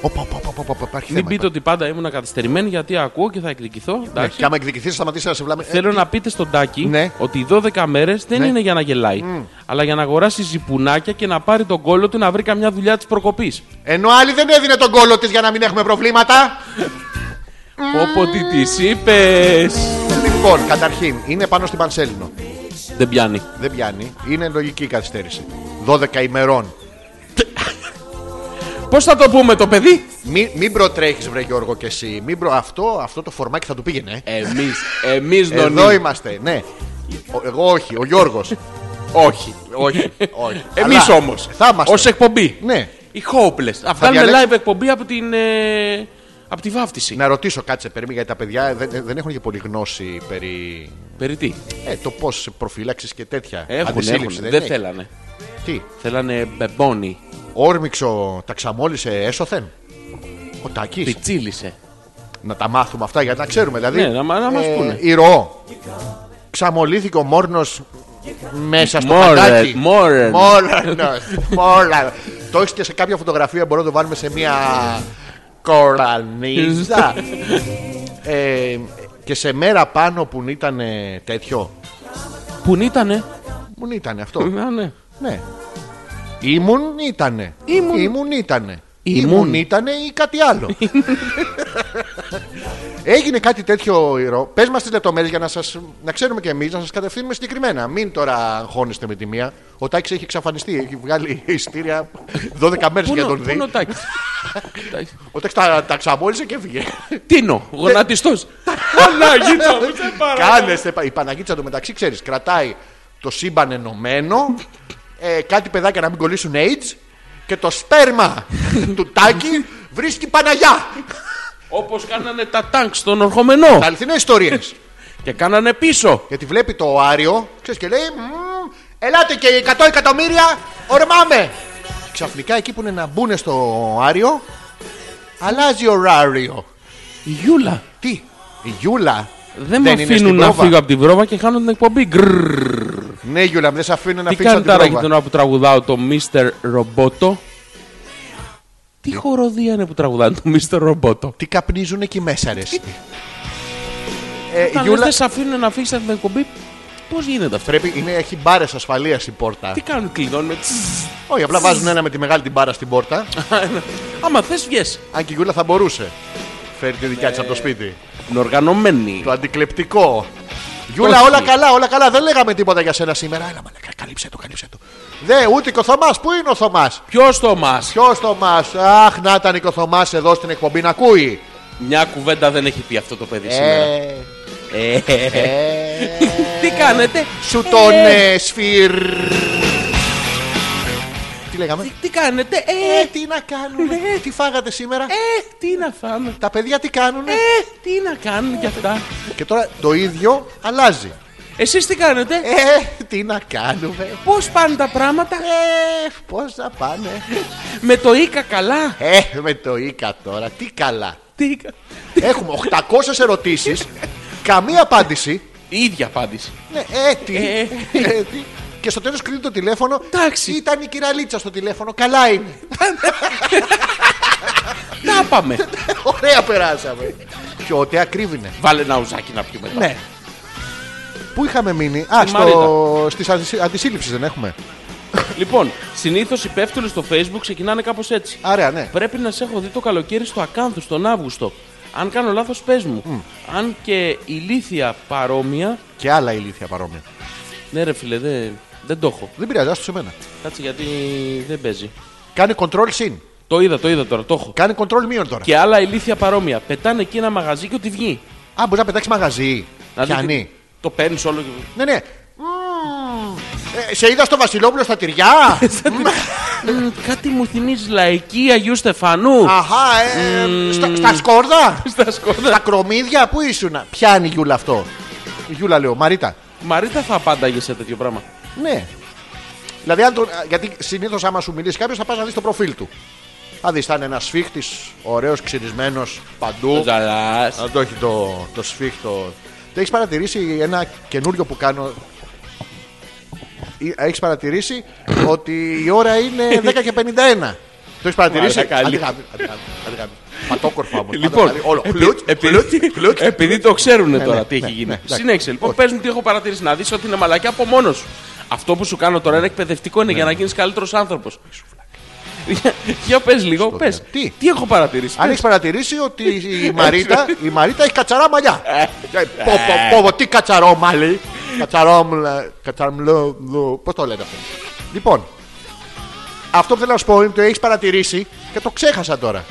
S1: Οπα, οπα, οπα, οπα, οπα, υπάρχει
S2: Μην
S1: θέμα.
S2: πείτε ότι πάντα ήμουν καθυστερημένη γιατί ακούω και θα εκδικηθώ.
S1: Ναι,
S2: εντάξει.
S1: και άμα εκδικηθείς, θα σταματήσεις να σε βλάμε. Ε,
S2: Θέλω να πείτε στον Τάκη
S1: Ναι.
S2: ότι οι 12 μέρες δεν
S1: Ναι.
S2: είναι για να γελάει, αλλά για να αγοράσει ζυπουνάκια και να πάρει τον κόλλο του να βρει καμιά δουλειά της προκοπής.
S1: ε, Ενώ άλλη δεν έδινε τον κόλλο της για να μην έχουμε προβλήματα.
S2: Όπω τι τη είπες.
S1: Λοιπόν, καταρχήν είναι πάνω στην Πανσέλινο.
S2: Δεν πιάνει.
S1: Δεν πιάνει. Είναι λογική η καθυστέρηση. 12 ημερών.
S2: Πώς θα το πούμε το παιδί,
S1: Μην, μην προτρέχεις, βρε Γιώργο, και εσύ. Μην προ... αυτό, αυτό το φορμάκι θα του πήγαινε. ε.
S2: Εμείς, εμείς
S1: Εδώ είμαστε, ναι. Ο- εγώ όχι, ο Γιώργος.
S2: Όχι.
S1: όχι, όχι.
S2: Εμεί
S1: Αλλά
S2: όμως.
S1: Θα είμαστε.
S2: Ως εκπομπή.
S1: Ναι.
S2: Οι Hopeless. Θα βγάλουμε
S1: διαλέξω-
S2: live εκπομπή από την. Ε, από τη βάφτιση.
S1: Να ρωτήσω, κάτσε περίμενε, γιατί τα παιδιά δεν, δεν έχουν και πολύ γνώση περί.
S2: Περί τι.
S1: Ε, το πώς προφύλαξη και τέτοια.
S2: Έχουν,
S1: Αντισύλληψη,
S2: έχουν. Δεν,
S1: έχει.
S2: θέλανε.
S1: Τι,
S2: Θέλανε μπεμπόνι.
S1: όρμηξο, τα ξαμόλυσε έσωθεν. Ο Τάκης.
S2: Πιτσίλησε.
S1: Να τα μάθουμε αυτά για να ξέρουμε. Δηλαδή,
S2: Ναι, να μα- να μας πούνε.
S1: Ηρωό. Ξαμολύθηκε ο μόρνος μέσα στο
S2: Μόρε-
S1: παντάκι.
S2: μόρεν.
S1: Μόρνος, μόρεν. το έχεις και σε κάποια φωτογραφία, μπορούμε να το βάλουμε σε μια κορανίζα. Ε, και σε μέρα πάνω που ήταν ε, τέτοιο.
S2: Πουν ήτανε.
S1: Μου ήταν αυτό.
S2: Να, ναι.
S1: ναι. Ήμουν ήτανε.
S2: Ήμουν.
S1: Ήμουν ήτανε.
S2: Ήμουν.
S1: ήτανε ή κάτι άλλο. Έγινε κάτι τέτοιο ηρώ. Πες μας τις λεπτομέρειες για να, σας, να ξέρουμε κι εμείς, να σας κατευθύνουμε συγκεκριμένα. Μην τώρα αγχώνεστε με τη μία. Ο Τάκη έχει εξαφανιστεί. Έχει βγάλει ειστήρια 12 μέρες
S2: Πού
S1: για
S2: είναι
S1: να
S2: ο-
S1: τον
S2: πού
S1: δει.
S2: είναι ο Τάκης. Τάκης.
S1: Ο Τάκη τα, τα ξαμόλυσε και έφυγε.
S2: Τίνο, γονατιστός. Παναγίτσα μου, σε παρακαλώ.
S1: Κάνε. Η Παναγίτσα το μεταξύ ξέρεις, κρατάει το σύμπαν ενωμένο, ε, κάτι παιδάκια να μην κολλήσουν AIDS και το σπέρμα του Τάκη βρίσκει Παναγιά.
S2: Όπως κάνανε τα τάγκ στον ορχομενό.
S1: Τα αληθινές ιστορίες.
S2: Και κάνανε πίσω.
S1: Γιατί βλέπει το Άριο, ξέρεις και λέει, «Μμμ, Ελάτε και 100 εκατομμύρια, ορμάμε. Ξαφνικά εκεί που είναι να μπουν στο Άριο, αλλάζει ο Ράριο.
S2: Η Γιούλα.
S1: Τι, η Γιούλα.
S2: Δεν με
S1: είναι στην
S2: αφήνουν να
S1: πρόβα.
S2: φύγω από την πρόβα και χάνω την εκπομπή. Γκρρρρ.
S1: Ναι, Γιούλα, δεν σε αφήνω να
S2: Τι
S1: φύγει από
S2: κάνει
S1: την
S2: τώρα εκεί
S1: πρόβα.
S2: τώρα που τραγουδάω το Mr. Roboto. Τι χοροδία είναι που τραγουδάνε το Mr. Roboto.
S1: Τι καπνίζουν εκεί μέσα, ρε. εσύ. Ε, η
S2: Όταν λες
S1: Γιούλα
S2: δεν σε αφήνουν να φύγει από την εκπομπή, πώ γίνεται αυτό.
S1: πρέπει, είναι, έχει μπάρε ασφαλεία η πόρτα.
S2: Τι κάνουν, κλειδώνουν με
S1: Όχι, απλά βάζουν ένα με τη μεγάλη την μπάρα στην πόρτα.
S2: Άμα θε, βγες.
S1: Αν και η Γιούλα θα μπορούσε. Φέρει τη δικιά της από το σπίτι.
S2: Είναι οργανωμένοι.
S1: Το αντικλεπτικό. Γιούλα,
S2: Όχι.
S1: όλα καλά, όλα καλά. Δεν λέγαμε τίποτα για σένα σήμερα. Έλα, μαλακά, καλύψε το, καλύψε το. Δε, ούτε και ο Θωμάς. Πού είναι ο Θωμάς.
S2: Ποιος το μα.
S1: Ποιος Θωμάς. Αχ, να ήταν και ο Θωμάς εδώ στην εκπομπή να ακούει.
S2: Μια κουβέντα δεν έχει πει αυτό το παιδί σήμερα.
S1: Ε,
S2: Ε,
S1: ε,
S2: Τι κάνετε,
S1: σου τον ε, σφυρ. Τι λέγαμε.
S2: τι κάνετε,
S1: Ε,
S2: ε,
S1: τι να κάνουμε.
S2: Ναι.
S1: Τι φάγατε σήμερα.
S2: ε, τι να φάμε.
S1: Τα παιδιά τι κάνουν.
S2: Ε, τι να κάνουν κι αυτά.
S1: Και τώρα το ίδιο αλλάζει.
S2: Εσείς τι κάνετε,
S1: Ε, τι να κάνουμε.
S2: πώς πάνε τα πράγματα,
S1: Ε, πώς θα πάνε.
S2: με το Ίκα καλά.
S1: Ε, με το Ίκα τώρα. Τι καλά.
S2: Τι Ίκα.
S1: Έχουμε 800 ερωτήσεις Καμία απάντηση.
S2: Η ίδια απάντηση.
S1: Ναι, ε, τι.
S2: Ε.
S1: Ε, τι. Και στο τέλος κρίνει το τηλέφωνο.
S2: Εντάξει.
S1: Ήταν η κυραλίτσα στο τηλέφωνο. Καλά είναι.
S2: Τα πάμε.
S1: Ωραία περάσαμε. Πιο ότι ακρίβηνε.
S2: Βάλε ένα ουζάκι να πιούμε μετά.
S1: Ναι. Πού είχαμε μείνει. Α,
S2: Στη
S1: στο... στις αντισύ- αντισύλληψεις δεν έχουμε.
S2: Λοιπόν, συνήθως οι υπεύθυνοι στο facebook ξεκινάνε κάπως έτσι.
S1: Άρα, ναι.
S2: Πρέπει να σε έχω δει το καλοκαίρι στο Ακάνθου τον Αύγουστο. Αν κάνω λάθος πες μου. Αν και ηλίθια παρόμοια.
S1: Και άλλα ηλίθια παρόμοια.
S2: Ναι, ρε φίλε, δεν, δεν το έχω.
S1: Δεν πειράζει, άστο σε μένα.
S2: Κάτσε γιατί δεν παίζει.
S1: Κάνει control συν.
S2: Το είδα, το είδα τώρα, το έχω.
S1: Κάνει control μείον τώρα.
S2: Και άλλα ηλίθια παρόμοια. Πετάνε εκεί ένα μαγαζί και ό,τι βγει.
S1: Α, μπορείς να πετάξεις μαγαζί.
S2: Δηλαδή,
S1: Πιανή.
S2: Το παίρνεις όλο και.
S1: Ναι, ναι. Μμμ. Ε, σε είδα στο Βασιλόπουλο Ε, στα τυριά.
S2: Μμμ, Ε, κάτι μου θυμίζει λαϊκή Αγίου Στεφανού.
S1: Αχά, ε, στα, στα σκόρδα.
S2: Στα
S1: στα
S2: σκόρδα.
S1: κρομίδια, πού ήσουν. Πιάνει η Γιούλα αυτό. Η Γιούλα λέω, Μαρίτα.
S2: Μαρίτα θα απάνταγε σε τέτοιο πράγμα.
S1: Ναι. Δηλαδή, αν τον, γιατί συνήθως άμα σου μιλήσει κάποιος, θα πας να δεις το προφίλ του. Θα δεις, θα είναι ένας σφίχτης, ωραίος, ξυρισμένος παντού.
S2: Ζαλά.
S1: Να το έχει το, το σφίχτο. Έχεις παρατηρήσει ένα καινούριο που κάνω. Έχεις παρατηρήσει ότι η ώρα είναι 10 και 51. Το έχεις παρατηρήσει.
S2: Μαλάκα,
S1: Αντιγάμι.
S2: λι-
S1: αντιγάμι, αντιγάμι. Πατόκορφα όμως.
S2: Λοιπόν,
S1: Ε, όλο.
S2: επει-
S1: Κλουτ,
S2: επει-
S1: κλουτ, κλουτ.
S2: επειδή το ξέρουν
S1: Ναι,
S2: τώρα
S1: ναι,
S2: τι έχει
S1: ναι, ναι,
S2: γίνει.
S1: εντάξει.
S2: Συνέχισε λοιπόν,
S1: Όχι.
S2: πες μου τι έχω παρατηρήσει. Να δεις ότι είναι μαλακιά από μόνος σου. Αυτό που σου κάνω τώρα είναι εκπαιδευτικό,
S1: Ναι,
S2: είναι για να γίνεις καλύτερος άνθρωπος. Για πες λίγο, πες.
S1: Τι?
S2: Τι έχω παρατηρήσει.
S1: Αν
S2: πες.
S1: έχεις παρατηρήσει ότι η Μαρίτα, η Μαρίτα έχει κατσαρά μαλλιά. Και πω, πω, πω, τι κατσαρό μαλλί. Κατσαρόμλα, κατσαρμλό, πώς το λένε αυτό. Λοιπόν, αυτό που θέλω να σου πω είναι ότι το έχεις παρατηρήσει και το ξέχασα τώρα.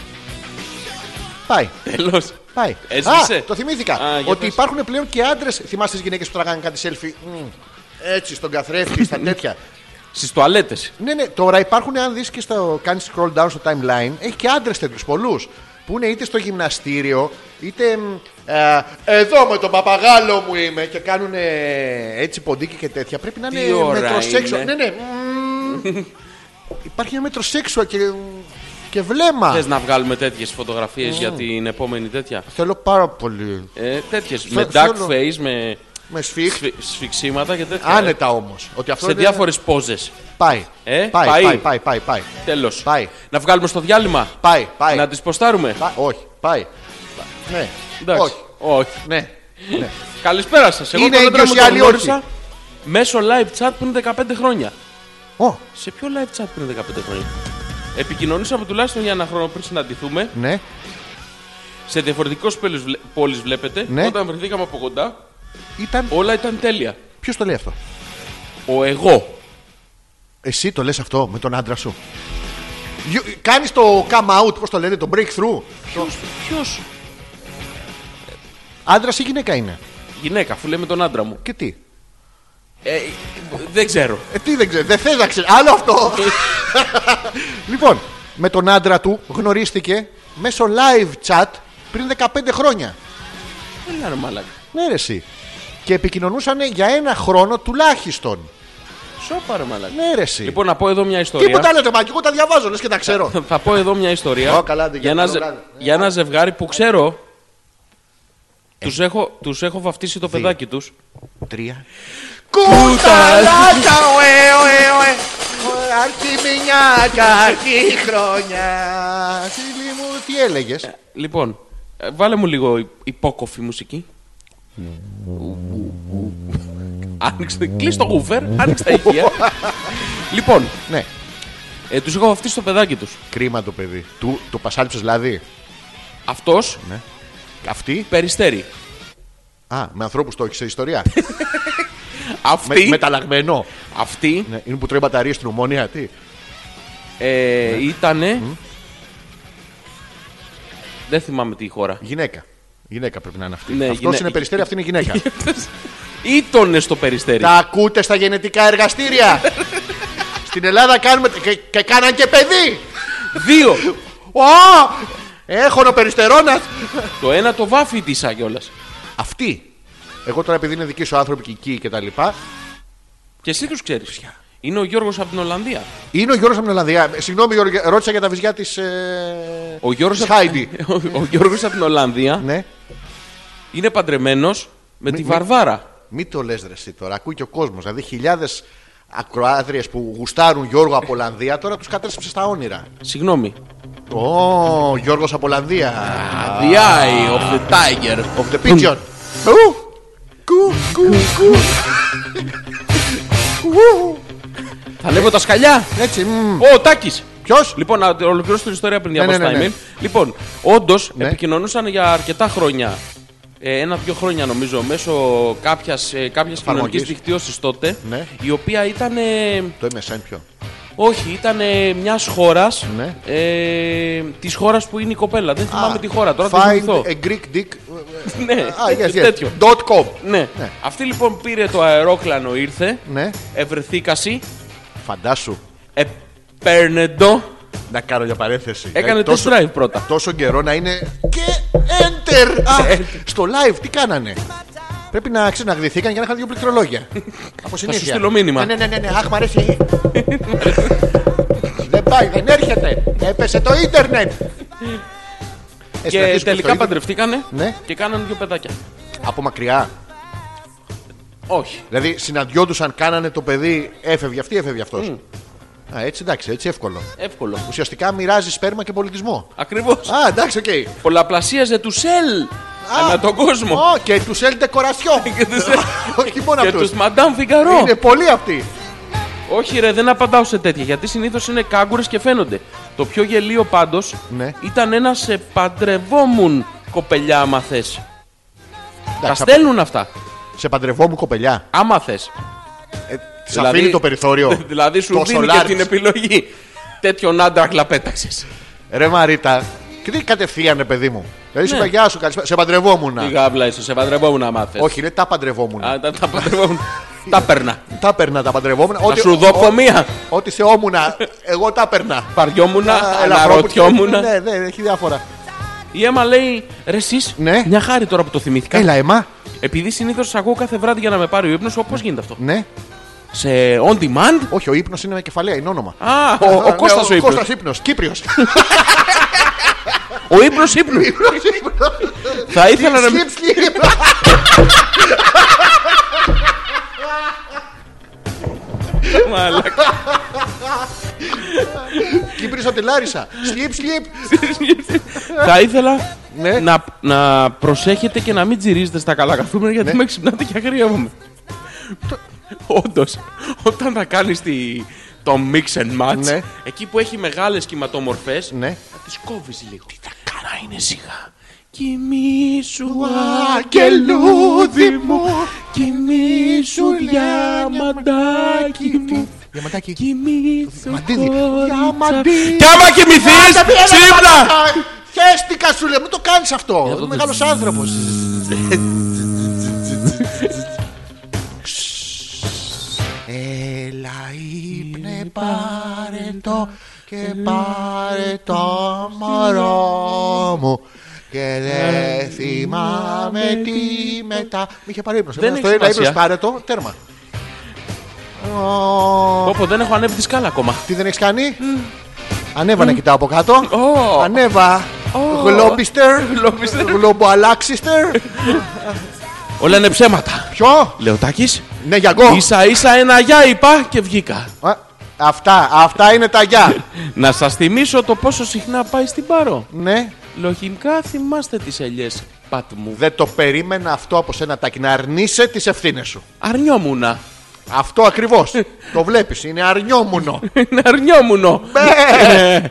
S1: Πάει,
S2: Τέλος.
S1: πάει.
S2: Έσβησε.
S1: Α, το θυμήθηκα.
S2: Α, για
S1: ότι
S2: πες.
S1: υπάρχουν πλέον και άντρες. Θυμάστε τις γυναίκες που τραγάνε κάτι selfie. μμ, Έτσι, στον καθρέφτη, στα τέτοια.
S2: Στις τουαλέτες.
S1: Ναι, ναι, τώρα υπάρχουν, αν δεις και στο, κάνεις scroll down στο timeline, έχει και άντρες τέτοιους πολλούς. Που είναι είτε στο γυμναστήριο, είτε. μ, ε, εδώ με τον παπαγάλο μου είμαι και κάνουν ε, έτσι ποντίκι και τέτοια. Πρέπει να
S2: Τι
S1: είναι
S2: ώρα
S1: μετροσέξουα.
S2: είναι?
S1: Ναι, ναι. μμμ. Υπάρχει ένα μετροσέξουα και, και βλέμμα.
S2: Θες να βγάλουμε τέτοιες φωτογραφίες για την επόμενη τέτοια.
S1: Θέλω πάρα πολύ.
S2: Ε, τέτοιες. Με duck
S1: θέλω-
S2: face, με
S1: Με σφίχ.
S2: σφι- σφιξίματα και τέτοια.
S1: Άνετα όμως. Ότι αυτό
S2: Ε, Σε
S1: είναι-
S2: διάφορες πόζες.
S1: Πάει.
S2: Ε,
S1: πάει,
S2: πάει.
S1: πάει, πάει, πάει, πάει.
S2: Τέλος.
S1: Πάει.
S2: Να βγάλουμε στο διάλειμμα.
S1: Πάει, πάει.
S2: Να τις ποστάρουμε.
S1: Πα- Όχι, πάει. Ναι.
S2: Εντάξει.
S1: Όχι.
S2: Όχι.
S1: Ναι.
S2: Καλησπέρα σας. Εγώ
S1: Είναι
S2: τον άντρα
S1: έγκυος
S2: μου
S1: ή
S2: τον
S1: άλλοι
S2: γνώρισα μέσω live chat που είναι 15 χρόνια.
S1: Ω,
S2: Σε ποιο live chat που είναι 15 χρόνια. Επικοινωνήσαμε τουλάχιστον για ένα χρόνο πριν συναντηθούμε.
S1: ναι.
S2: Σε διαφορετικός πόλει βλέπετε.
S1: Ναι.
S2: Όταν βρεθήκαμε από κοντά,
S1: Ήταν.
S2: όλα ήταν τέλεια.
S1: Ποιος το λέει αυτό.
S2: Ο εγώ.
S1: Εσύ το λες αυτό με τον άντρα σου. You- Κάνεις το come out, πώς το λένε, το breakthrough. Ε,
S2: Ποιος.
S1: Άντρας ή γυναίκα είναι.
S2: Γυναίκα, αφού λέμε τον άντρα μου.
S1: Και τι.
S2: Ε, δεν ξέρω.
S1: Ε, τι δεν ξέρω, δεν θες να ξέρεις. Άλλο αυτό. λοιπόν, με τον άντρα του γνωρίστηκε μέσω live chat πριν 15 χρόνια.
S2: Έλα ρε μαλάκα.
S1: Ναι, ρε, εσύ. Και επικοινωνούσαν για ένα χρόνο τουλάχιστον.
S2: Σόπα ρε μαλάκα.
S1: Ναι, ρε, εσύ.
S2: Λοιπόν, να πω εδώ μια ιστορία.
S1: Τίποτα άλλο, μάκι, εγώ τα διαβάζω, λες και τα ξέρω.
S2: Θα πω εδώ μια ιστορία
S1: Ω, καλά, δεν
S2: για,
S1: κάνω
S2: ένα, ζε-
S1: καλά.
S2: για ένα ζευγάρι που ξέρω.
S1: Ε.
S2: Τους έχω, τους έχω βαφτίσει το παιδάκι τους.
S1: Τρία.
S2: Κουταλάκα,
S1: ωε, ωε, ωε. Αρχιμινιά, κακή χρονιά. Φίλη Ε, μου, τι έλεγες.
S2: Λοιπόν, ε, βάλε μου λίγο υ- υπόκοφη μουσική. Άνοιξε, κλείς το Uber, άνοιξε τα ηχεία. λοιπόν,
S1: Ναι,
S2: ε, τους έχω βαφτίσει το παιδάκι τους.
S1: κρίμα το παιδί. Του, το πασάλιψες δηλαδή.
S2: Αυτός,
S1: Ναι. Αυτή.
S2: περιστέρι.
S1: Α, με ανθρώπους το έχεις σε ιστορία. με,
S2: Αυτή,
S1: μεταλλαγμένο.
S2: αυτή
S1: Ναι, είναι που τρώει μπαταρίε στην ομόνια. Τι.
S2: ε,
S1: Ναι.
S2: ήτανε... Δεν θυμάμαι τι χώρα.
S1: Γυναίκα. Γυναίκα πρέπει να είναι αυτή.
S2: Ναι,
S1: Αυτός
S2: γυναί-
S1: είναι περιστέρι, αυτή είναι γυναίκα.
S2: Ήτονες στο περιστέρι.
S1: Τα ακούτε στα γενετικά εργαστήρια. στην Ελλάδα κάνουμε. και, και κάναν και παιδί.
S2: Δύο.
S1: Ω! Έχονο περιστερώνας.
S2: το ένα το βάφι τη κιόλας.
S1: Αυτή. Εγώ τώρα επειδή είναι δική σου άνθρωποι και εκεί και τα λοιπά.
S2: Και εσύ τους ξέρεις. Είναι ο Γιώργος από την Ολλανδία.
S1: Είναι ο Γιώργος από την Ολλανδία. Ε, Συγγνώμη, Γιώργο, ρώτησα για τα βυζιά της. Ε...
S2: Ο Γιώργος
S1: της
S2: απ-
S1: Χάιντι.
S2: ο, ο Γιώργος από την Ολλανδία
S1: ναι.
S2: είναι παντρεμένος με τη
S1: μη-
S2: Βαρβάρα.
S1: Μην το λες ρε εσύ τώρα. Ακούει και ο κόσμος. Δηλαδή χιλιάδες ακροάδριε που γουστάρουν Γιώργο από Ολλανδία τώρα τους κατέστρεψε στα όνειρα.
S2: Συγγνώμη.
S1: Ω, Γιώργος από Ολλανδία.
S2: The eye of the tiger.
S1: Of the pigeon. Ου. Κου, κου, κου. Ου.
S2: Θα λέγω τα σκαλιά.
S1: Έτσι.
S2: Ο Τάκης.
S1: Ποιος.
S2: Λοιπόν, να ολοκληρώσω την ιστορία πριν
S1: Ναι,
S2: διαβάσω
S1: ναι,
S2: τα
S1: ναι, ναι.
S2: email. Λοιπόν, όντως
S1: Ναι.
S2: επικοινωνούσαν για αρκετά χρόνια. ε, Ένα-δύο χρόνια νομίζω μέσω κάποιας κάποιας κοινωνικής δικτύωσης τότε.
S1: Ναι.
S2: Η οποία ήταν. ε,
S1: Το MSN πιο.
S2: Όχι, ήταν μιας χώρας.
S1: Ναι.
S2: Ε, της χώρας που είναι η κοπέλα. Δεν θυμάμαι τη χώρα. Τώρα δεν
S1: Find
S2: θυμηθώ.
S1: a Greek dick.
S2: Ναι,
S1: Α, yes, yes.
S2: τέτοιο.
S1: Dot com.
S2: Ναι.
S1: Ναι.
S2: Αυτή λοιπόν πήρε το αερόκλανο, ήρθε.
S1: Ναι.
S2: Ευρεθήκαση.
S1: Φαντάσου.
S2: Επέρνε το.
S1: Να κάνω για παρένθεση.
S2: Έκανε
S1: Δηλαδή, τόσο,
S2: test drive πρώτα.
S1: τόσο καιρό να είναι. Και enter! Α, στο live τι κάνανε. Πρέπει να ξέρει να γδυθήκαν για να είχαν δύο πληκτρολόγια. Από συνήθεια.
S2: σου στείλω μήνυμα.
S1: Ναι, ναι, ναι, ναι. Αχ, μ' αρέσει. δεν πάει, δεν έρχεται. Έπεσε το ίντερνετ. Ε, συναντήθηκε
S2: Και
S1: στο
S2: τελικά
S1: ίντερνετ.
S2: παντρευτήκανε
S1: Ναι.
S2: και κάνανε δύο παιδάκια.
S1: Από μακριά.
S2: Όχι.
S1: Δηλαδή συναντιόντουσαν, κάνανε το παιδί, έφευγε αυτή, έφευγε αυτός.
S2: Mm.
S1: Α, έτσι εντάξει, έτσι εύκολο.
S2: Εύκολο.
S1: Ουσιαστικά μοιράζει σπέρμα και πολιτισμό.
S2: Ακριβώς.
S1: Α, εντάξει, οκ. Okay.
S2: Πολλαπλασίαζε του σελ ανά τον κόσμο.
S1: και του έλτε κορασιό.
S2: Και τους-
S1: Όχι μόνο
S2: Και
S1: αυτούς.
S2: τους Μαντάμ Φιγκαρό.
S1: Είναι πολλοί αυτοί.
S2: Όχι, ρε, δεν απαντάω σε τέτοια γιατί συνήθως είναι κάγκουρες και φαίνονται. Το πιο γελίο πάντως
S1: Ναι.
S2: ήταν ένας σε παντρευόμουν κοπελιά, άμα θες.
S1: Ε,
S2: Τα
S1: Εντάξει, θα-
S2: στέλνουν αυτά.
S1: Σε παντρευό μου κοπελιά.
S2: Άμα θες.
S1: Ε, τη αφήνει το περιθώριο.
S2: Δηλαδή σου
S1: Το
S2: δίνει και
S1: σολάρις.
S2: την επιλογή. Τέτοιον άντρακλα πέταξες.
S1: Ρε Μαρίτα, και τι κατευθείαν, ρε παιδί μου. Δηλαδή σου
S2: Ναι.
S1: είπα, Γεια σου, καλησπέρα. Σε παντρευόμουν.
S2: Τι γάβλα είσαι, σε παντρευόμουν άμα θες.
S1: Όχι, λέει τα παντρευόμουν.
S2: Τα τα παντρευόμουν. Τα παίρνα.
S1: Τα παίρνα τα παντρευόμουν.
S2: Θα σου δω από μία.
S1: Ό,τι θεόμουνα, εγώ τα παίρνα.
S2: Παριόμουν,
S1: Α, ελαφρόπου-
S2: αναρωτιόμουν.
S1: Ναι, ναι, έχει διάφορα.
S2: Η Έμα λέει, ρε εσείς,
S1: Ναι.
S2: μια χάρη τώρα που το θυμήθηκα.
S1: Έλα, εμά.
S2: Επειδή συνήθως ακούω κάθε βράδυ για να με πάρει ο ύπνος, πώ γίνεται αυτό.
S1: Ναι.
S2: Σε on demand.
S1: Όχι, ο ύπνος είναι με κεφαλαία, είναι όνομα. ναι,
S2: Α, ο, ο Κώστας ο ύπνος.
S1: Κώστας ύπνος, Κύπριος.
S2: Ο ύπνος ύπνου. Θα ήθελα να...
S1: Σκύπ, σκύπ.
S2: Μαλάκα.
S1: Κύπριος από τη Λάρισα. Σκύπ, σκύπ.
S2: Θα ήθελα
S1: Ναι.
S2: να, να προσέχετε και να μην τζιρίζετε στα καλά καθούμενα γιατί
S1: Ναι.
S2: με ξυπνάτε και αγριεύομαι. Όντως, όταν θα κάνεις το mix and match,
S1: Ναι.
S2: εκεί που έχει μεγάλες κυματομορφές,
S1: Ναι.
S2: θα τις κόβεις λίγο. Τι θα κάνω, είναι σιγά. Κοιμήσου,
S1: αγγελούδι
S2: αγγελούδι
S1: μου,
S2: μου, κοιμήσου, διαμαντάκι μου.
S1: Διαμαντάκι.
S2: Κοιμήσου,
S1: Μαντίδι.
S2: διαμαντάκι. Κι άμα κοιμηθείς, ξύπνα!
S1: Χαίστηκα σου λέω, μην το κάνεις αυτό.
S2: το
S1: Είμαι μεγάλος άνθρωπος. Έλα ύπνε πάρε το και πάρε το μωρό μου και
S2: Ε,
S1: δεν θυμάμαι τι μετά. Μη είχε πάρει ύπνος.
S2: Δεν
S1: Εμένα
S2: έχει
S1: στο έλα
S2: σημασία.
S1: ύπνος πάρε το, τέρμα.
S2: Όπω δεν έχω ανέβει τη σκάλα ακόμα.
S1: Τι δεν έχεις κάνει. Ανέβα να κοιτάω από κάτω.
S2: Ω.
S1: Ανέβα. Γλόμπιστερ.
S2: Γλόμπιστερ.
S1: Γλομποαλάξιστερ.
S2: Όλα είναι ψέματα.
S1: Ποιο.
S2: Λεωτάκης,
S1: Ναι, γιαγκό.
S2: ίσα ίσα ένα γεια είπα και βγήκα.
S1: Α, Αυτά, αυτά είναι τα γεια.
S2: Να σας θυμίσω το πόσο συχνά πάει στην Πάρο.
S1: ναι,
S2: Λογικά θυμάστε τις ελιές, πατ μου.
S1: δεν το περίμενα αυτό από σένα τάκι. Να αρνείσαι τις ευθύνες σου.
S2: Αρνιόμουνα.
S1: Αυτό ακριβώς. το βλέπεις, είναι αρνιόμουνο.
S2: Είναι αρνιόμουνο.
S1: Μπε.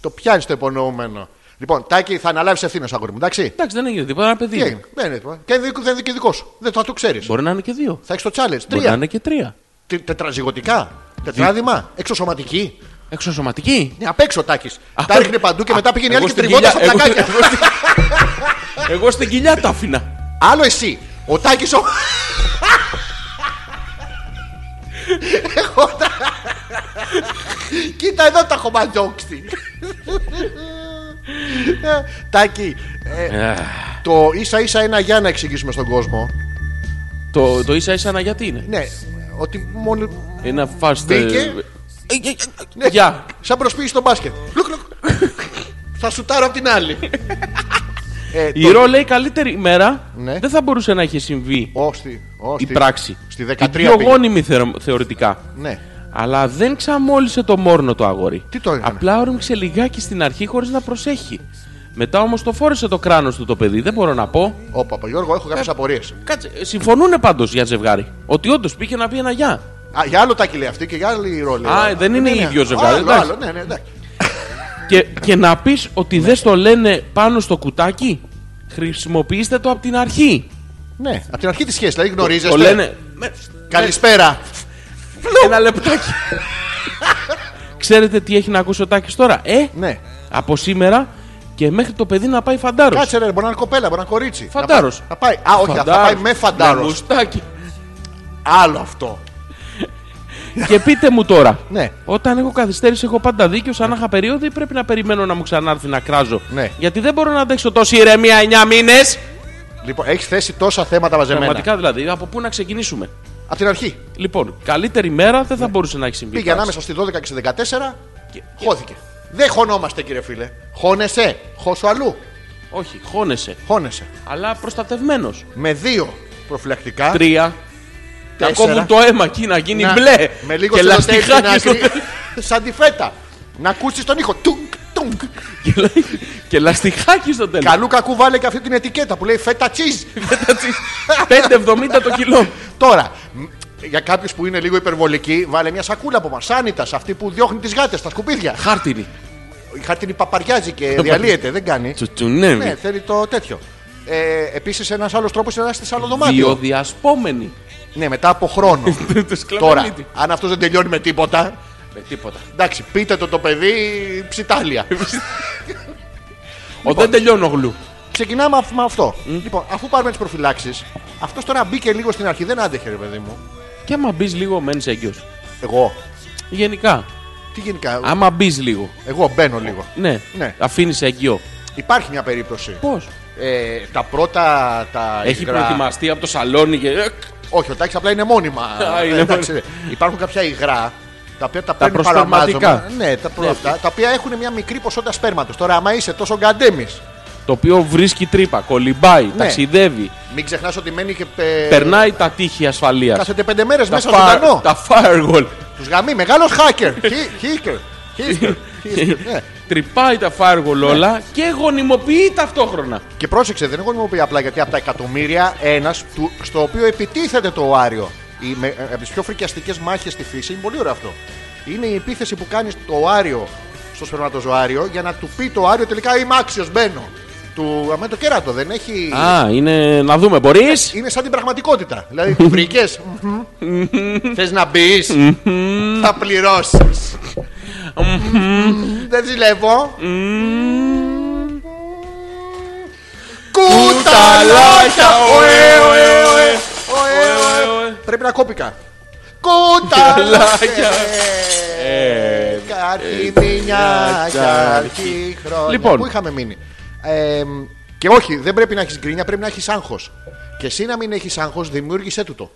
S1: το πιάνεις το υπονοούμενο. Λοιπόν, Τάκη, θα αναλάβεις ευθύνες, αγόρι μου, εντάξει.
S2: Εντάξει, δεν έγινε τίποτα, ένα
S1: Τι έγινε,
S2: παιδί.
S1: δεν είναι τίποτα. Και δεν είναι- δεν είναι και δικός σου. Δεν θα το ξέρεις.
S2: Μπορεί να είναι και δύο.
S1: Θα έχεις το challenge.
S2: Μπορεί να
S1: Τρία.
S2: είναι και τρία.
S1: Τε- Τετραζυγωτικά. Τετράδιμα. Εξωσωματική.
S2: Εξωσωματική.
S1: Ναι, απ' έξω τάκης.
S2: Α,
S1: Τα ρίχνει παντού και μετά πήγαινε η άλλη και τριβόταν στα
S2: κοιλιά- εγώ-
S1: πλακάκια.
S2: εγώ στην- Εγώ στην κοιλιά τα άφηνα.
S1: Άλλο εσύ. Ο Τάκης ο. Εγώ τα. Κοίτα εδώ τα έχω μαντιόξει. Τάκη, ε, το ίσα ίσα ένα για να εξηγήσουμε στον κόσμο.
S2: Το, το ίσα ίσα ένα γιατί είναι.
S1: Ναι, ότι μόνο.
S2: Ένα fast.
S1: Μπήκε.
S2: ε, ε, ε,
S1: Ναι,
S2: Γεια.
S1: Σαν προσποίηση στο μπάσκετ. Λουκ, λουκ. Θα σουτάρω απ' την άλλη. Ε,
S2: Η
S1: το-
S2: Ρο λέει καλύτερη ημέρα
S1: Ναι.
S2: δεν θα μπορούσε να είχε συμβεί
S1: Όστι, όστι.
S2: η πράξη.
S1: Στη 13
S2: Η πιο
S1: πήγε.
S2: γόνιμη θεω- θεωρητικά.
S1: Ναι.
S2: Αλλά δεν ξαμόλυσε το μόρνο το αγόρι.
S1: Τι το έκανε?
S2: Απλά όρμηξε λιγάκι στην αρχή χωρίς να προσέχει. Μετά όμως το φόρεσε το κράνος του το παιδί. Δεν μπορώ να πω.
S1: Όπα, πα, Γιώργο, έχω
S2: Ε-
S1: κάποιε απορίες.
S2: Κάτσε. Συμφωνούν πάντως για ζευγάρι. Ότι όντως πήγε να πει ένα γεια.
S1: Για άλλο τάκι λέει αυτή και για άλλη ρόλη. Ε, ναι,
S2: Α, δεν είναι ίδιο ζευγάρι,
S1: Άλλο,
S2: εντάξει.
S1: άλλο, ναι, ναι, εντάξει.
S2: Και, και να πεις ότι δεν στο λένε πάνω στο κουτάκι. Χρησιμοποιήστε το από την αρχή.
S1: Ναι, από την αρχή τη σχέση, δηλαδή γνωρίζεστε.
S2: Το λένε. με-
S1: Καλησπέρα.
S2: Ένα λεπτάκι. Ξέρετε τι έχει να ακούσει ο Τάκης τώρα. Ε,
S1: Ναι.
S2: από σήμερα και μέχρι το παιδί να πάει φαντάρος.
S1: Κάτσε ρε, μπορεί να είναι κοπέλα, μπορεί να είναι κορίτσι.
S2: Φαντάρος.
S1: Να πάει. να πάει. Α, όχι, θα πάει με φαντάρος.
S2: μουστάκι.
S1: Άλλο αυτό.
S2: και πείτε μου τώρα.
S1: Ναι.
S2: Όταν έχω καθυστέρηση, έχω πάντα δίκιο. Σαν να είχα περίοδο ή πρέπει να περιμένω να μου ξανάρθει να κράζω.
S1: Ναι.
S2: Γιατί δεν μπορώ να αντέξω τόση ηρεμία 9 μήνες.
S1: Λοιπόν, έχεις θέσει τόσα θέματα μαζεμένα.
S2: Πραγματικά δηλαδή, από πού να ξεκινήσουμε.
S1: Από την αρχή.
S2: Λοιπόν, καλύτερη μέρα δεν θα μπορούσε να έχει συμβεί.
S1: Ναι. Πήγε
S2: κάτι.
S1: ανάμεσα στη 12 και στη 14.
S2: Και-
S1: Χώθηκε. Δεν χωνόμαστε, κύριε φίλε. Χώνεσαι. Χώσου αλλού.
S2: Όχι, χώνεσαι.
S1: Χώνεσαι.
S2: Αλλά προστατευμένος.
S1: Με δύο. προφυλακτικά.
S2: Τρία. Να
S1: Τέσσερα.
S2: κόβουν το αίμα εκεί να γίνει
S1: Να-
S2: μπλε.
S1: Με λίγο
S2: και
S1: σελοτέιπ στην
S2: λαστιχάκι στο
S1: άκρη. Σαν τη φέτα. Να ακούσεις τον ήχο. Τουνκ, τουνκ.
S2: τέλος. Και λαστιχάκι στο τέλος.
S1: Καλού κακού βάλε και αυτή την ετικέτα που λέει φέτα cheese.
S2: 5,70 το κιλό.
S1: Τώρα, μ, για κάποιους που είναι λίγο υπερβολικοί, βάλε μια σακούλα από μαρσάνιτα. Αυτή που διώχνει τις γάτες στα σκουπίδια.
S2: Χάρτινη.
S1: Η χαρτινή παπαριάζει και διαλύεται, δεν κάνει. Ναι,
S2: Τσουτσουνέμι.
S1: θέλει το τέτοιο. Ε, Επίσης, ένας άλλος τρόπος είναι να είσαι σε άλλο δωμάτιο.
S2: Βιοδιασπόμενη.
S1: Ναι, μετά από χρόνο.
S2: Τους
S1: Τώρα,
S2: σκλαβαλίτη.
S1: αν αυτός δεν τελειώνει με τίποτα,
S2: Με τίποτα.
S1: εντάξει, πείτε το το παιδί ψιτάλια.
S2: Ο δεν τελειώνω γλου.
S1: Ξεκινάμε αφ- με αυτό. Λοιπόν, αφού πάρουμε τις προφυλάξεις, αυτός τώρα μπήκε λίγο στην αρχή. Δεν άντεχε, ρε παιδί μου.
S2: Και άμα μπεις λίγο, μένεις έγκυος.
S1: Εγώ.
S2: Γενικά.
S1: Τι γενικά.
S2: Άμα μπεις λίγο.
S1: Εγώ μπαίνω λίγο.
S2: Ναι.
S1: Ναι.
S2: Αφήνεις έγκυο.
S1: Υπάρχει μια περίπτωση.
S2: Πώς.
S1: Ε, τα πρώτα. Τα
S2: Έχει
S1: υγρά-
S2: προετοιμαστεί από το σαλόνι και. ε, εκ,
S1: Όχι, ο Τάκης απλά είναι μόνιμα. Ε,
S2: Α, είναι
S1: Εντάξει, Υπάρχουν κάποια υγρά τα οποία τα, παίρνουν
S2: προσφορματικά.
S1: παραμάζωμα. Ναι, τα, πρώτα αυτά, τα οποία έχουν μια μικρή ποσότητα σπέρματος. Τώρα, άμα είσαι τόσο γκαντέμις,
S2: Το οποίο βρίσκει τρύπα, κολυμπάει,
S1: Ναι.
S2: ταξιδεύει,
S1: μην ξεχνάς ότι μένει και. πε-
S2: περνάει τα τείχη ασφαλείας.
S1: Κάθεται πέντε μέρες
S2: Τα,
S1: Ε, μέσα
S2: φα-
S1: ζωντανό.
S2: τα firewall.
S1: Τους γαμεί, μεγάλος hacker. Χι- Hacker. Hacker. Hacker, ναι.
S2: Τρυπάει τα firewall όλα και γονιμοποιεί ταυτόχρονα.
S1: Και πρόσεξε, δεν έχω νομιμοποιεί απλά γιατί από τα εκατομμύρια ένας στο οποίο επιτίθεται το Άριο. Η, με, ε, από τις πιο φρικιαστικές μάχες στη φύση είναι πολύ ωραίο αυτό. Είναι η επίθεση που κάνει το Άριο στο σπερματοζωάριο για να του πει το Άριο τελικά είμαι άξιος, μπαίνω. Του, αμέ το κέρατο δεν έχει.
S2: Α, είναι να δούμε, μπορείς.
S1: Είναι σαν την πραγματικότητα. Δηλαδή, του βρήκε. Θες να μπεις. Θα πληρώσεις. Δεν ζηλεύω. Κουταλάκια! Ωε, ωε, ωε. Ωε, ωε. Πρέπει να κόπηκα. Κουταλάκια! Ε, Καρχιδινιά, καρχι χρόνια.
S2: Λοιπόν.
S1: Πού είχαμε μείνει. Ε, και όχι, δεν πρέπει να έχεις γκρίνια, πρέπει να έχεις άγχος. Και εσύ να μην έχεις άγχος, δημιούργησε του το.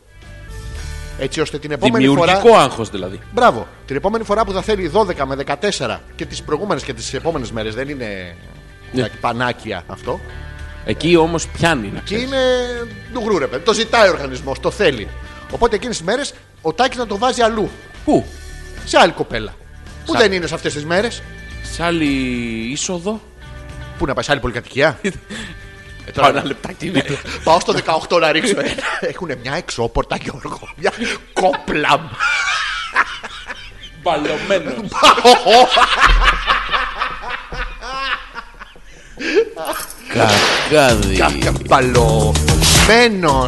S1: Έτσι ώστε την επόμενη φορά.
S2: Δημιουργικό άγχος δηλαδή.
S1: Μπράβο. Την επόμενη φορά που θα θέλει 12 με 14 και τις προηγούμενες και τις επόμενες μέρες δεν είναι
S2: Ναι.
S1: τα πανάκια αυτό.
S2: Εκεί όμως πιάνει. να
S1: Και
S2: ξέρεις.
S1: είναι ντουγρού ρε παιδί. Το ζητάει ο οργανισμός, το θέλει. Οπότε εκείνες τις μέρες ο Τάκης να το βάζει αλλού.
S2: Πού?
S1: Σε άλλη κοπέλα. Που
S2: Σαν-
S1: δεν είναι σε αυτές τις μέρες.
S2: Σε άλλη είσοδο.
S1: Πού να πάει σε άλλη πολυκατοικία. Ε, τώρα
S2: Πάω ένα
S1: να-
S2: λεπτάκι.
S1: Πάω στο 18 να ρίξω. Έχουν μια εξώπορτα, Γιώργο. Μια κόπλα.
S2: Μπαλωμένο. Κακάδι.
S1: Παλωμένο.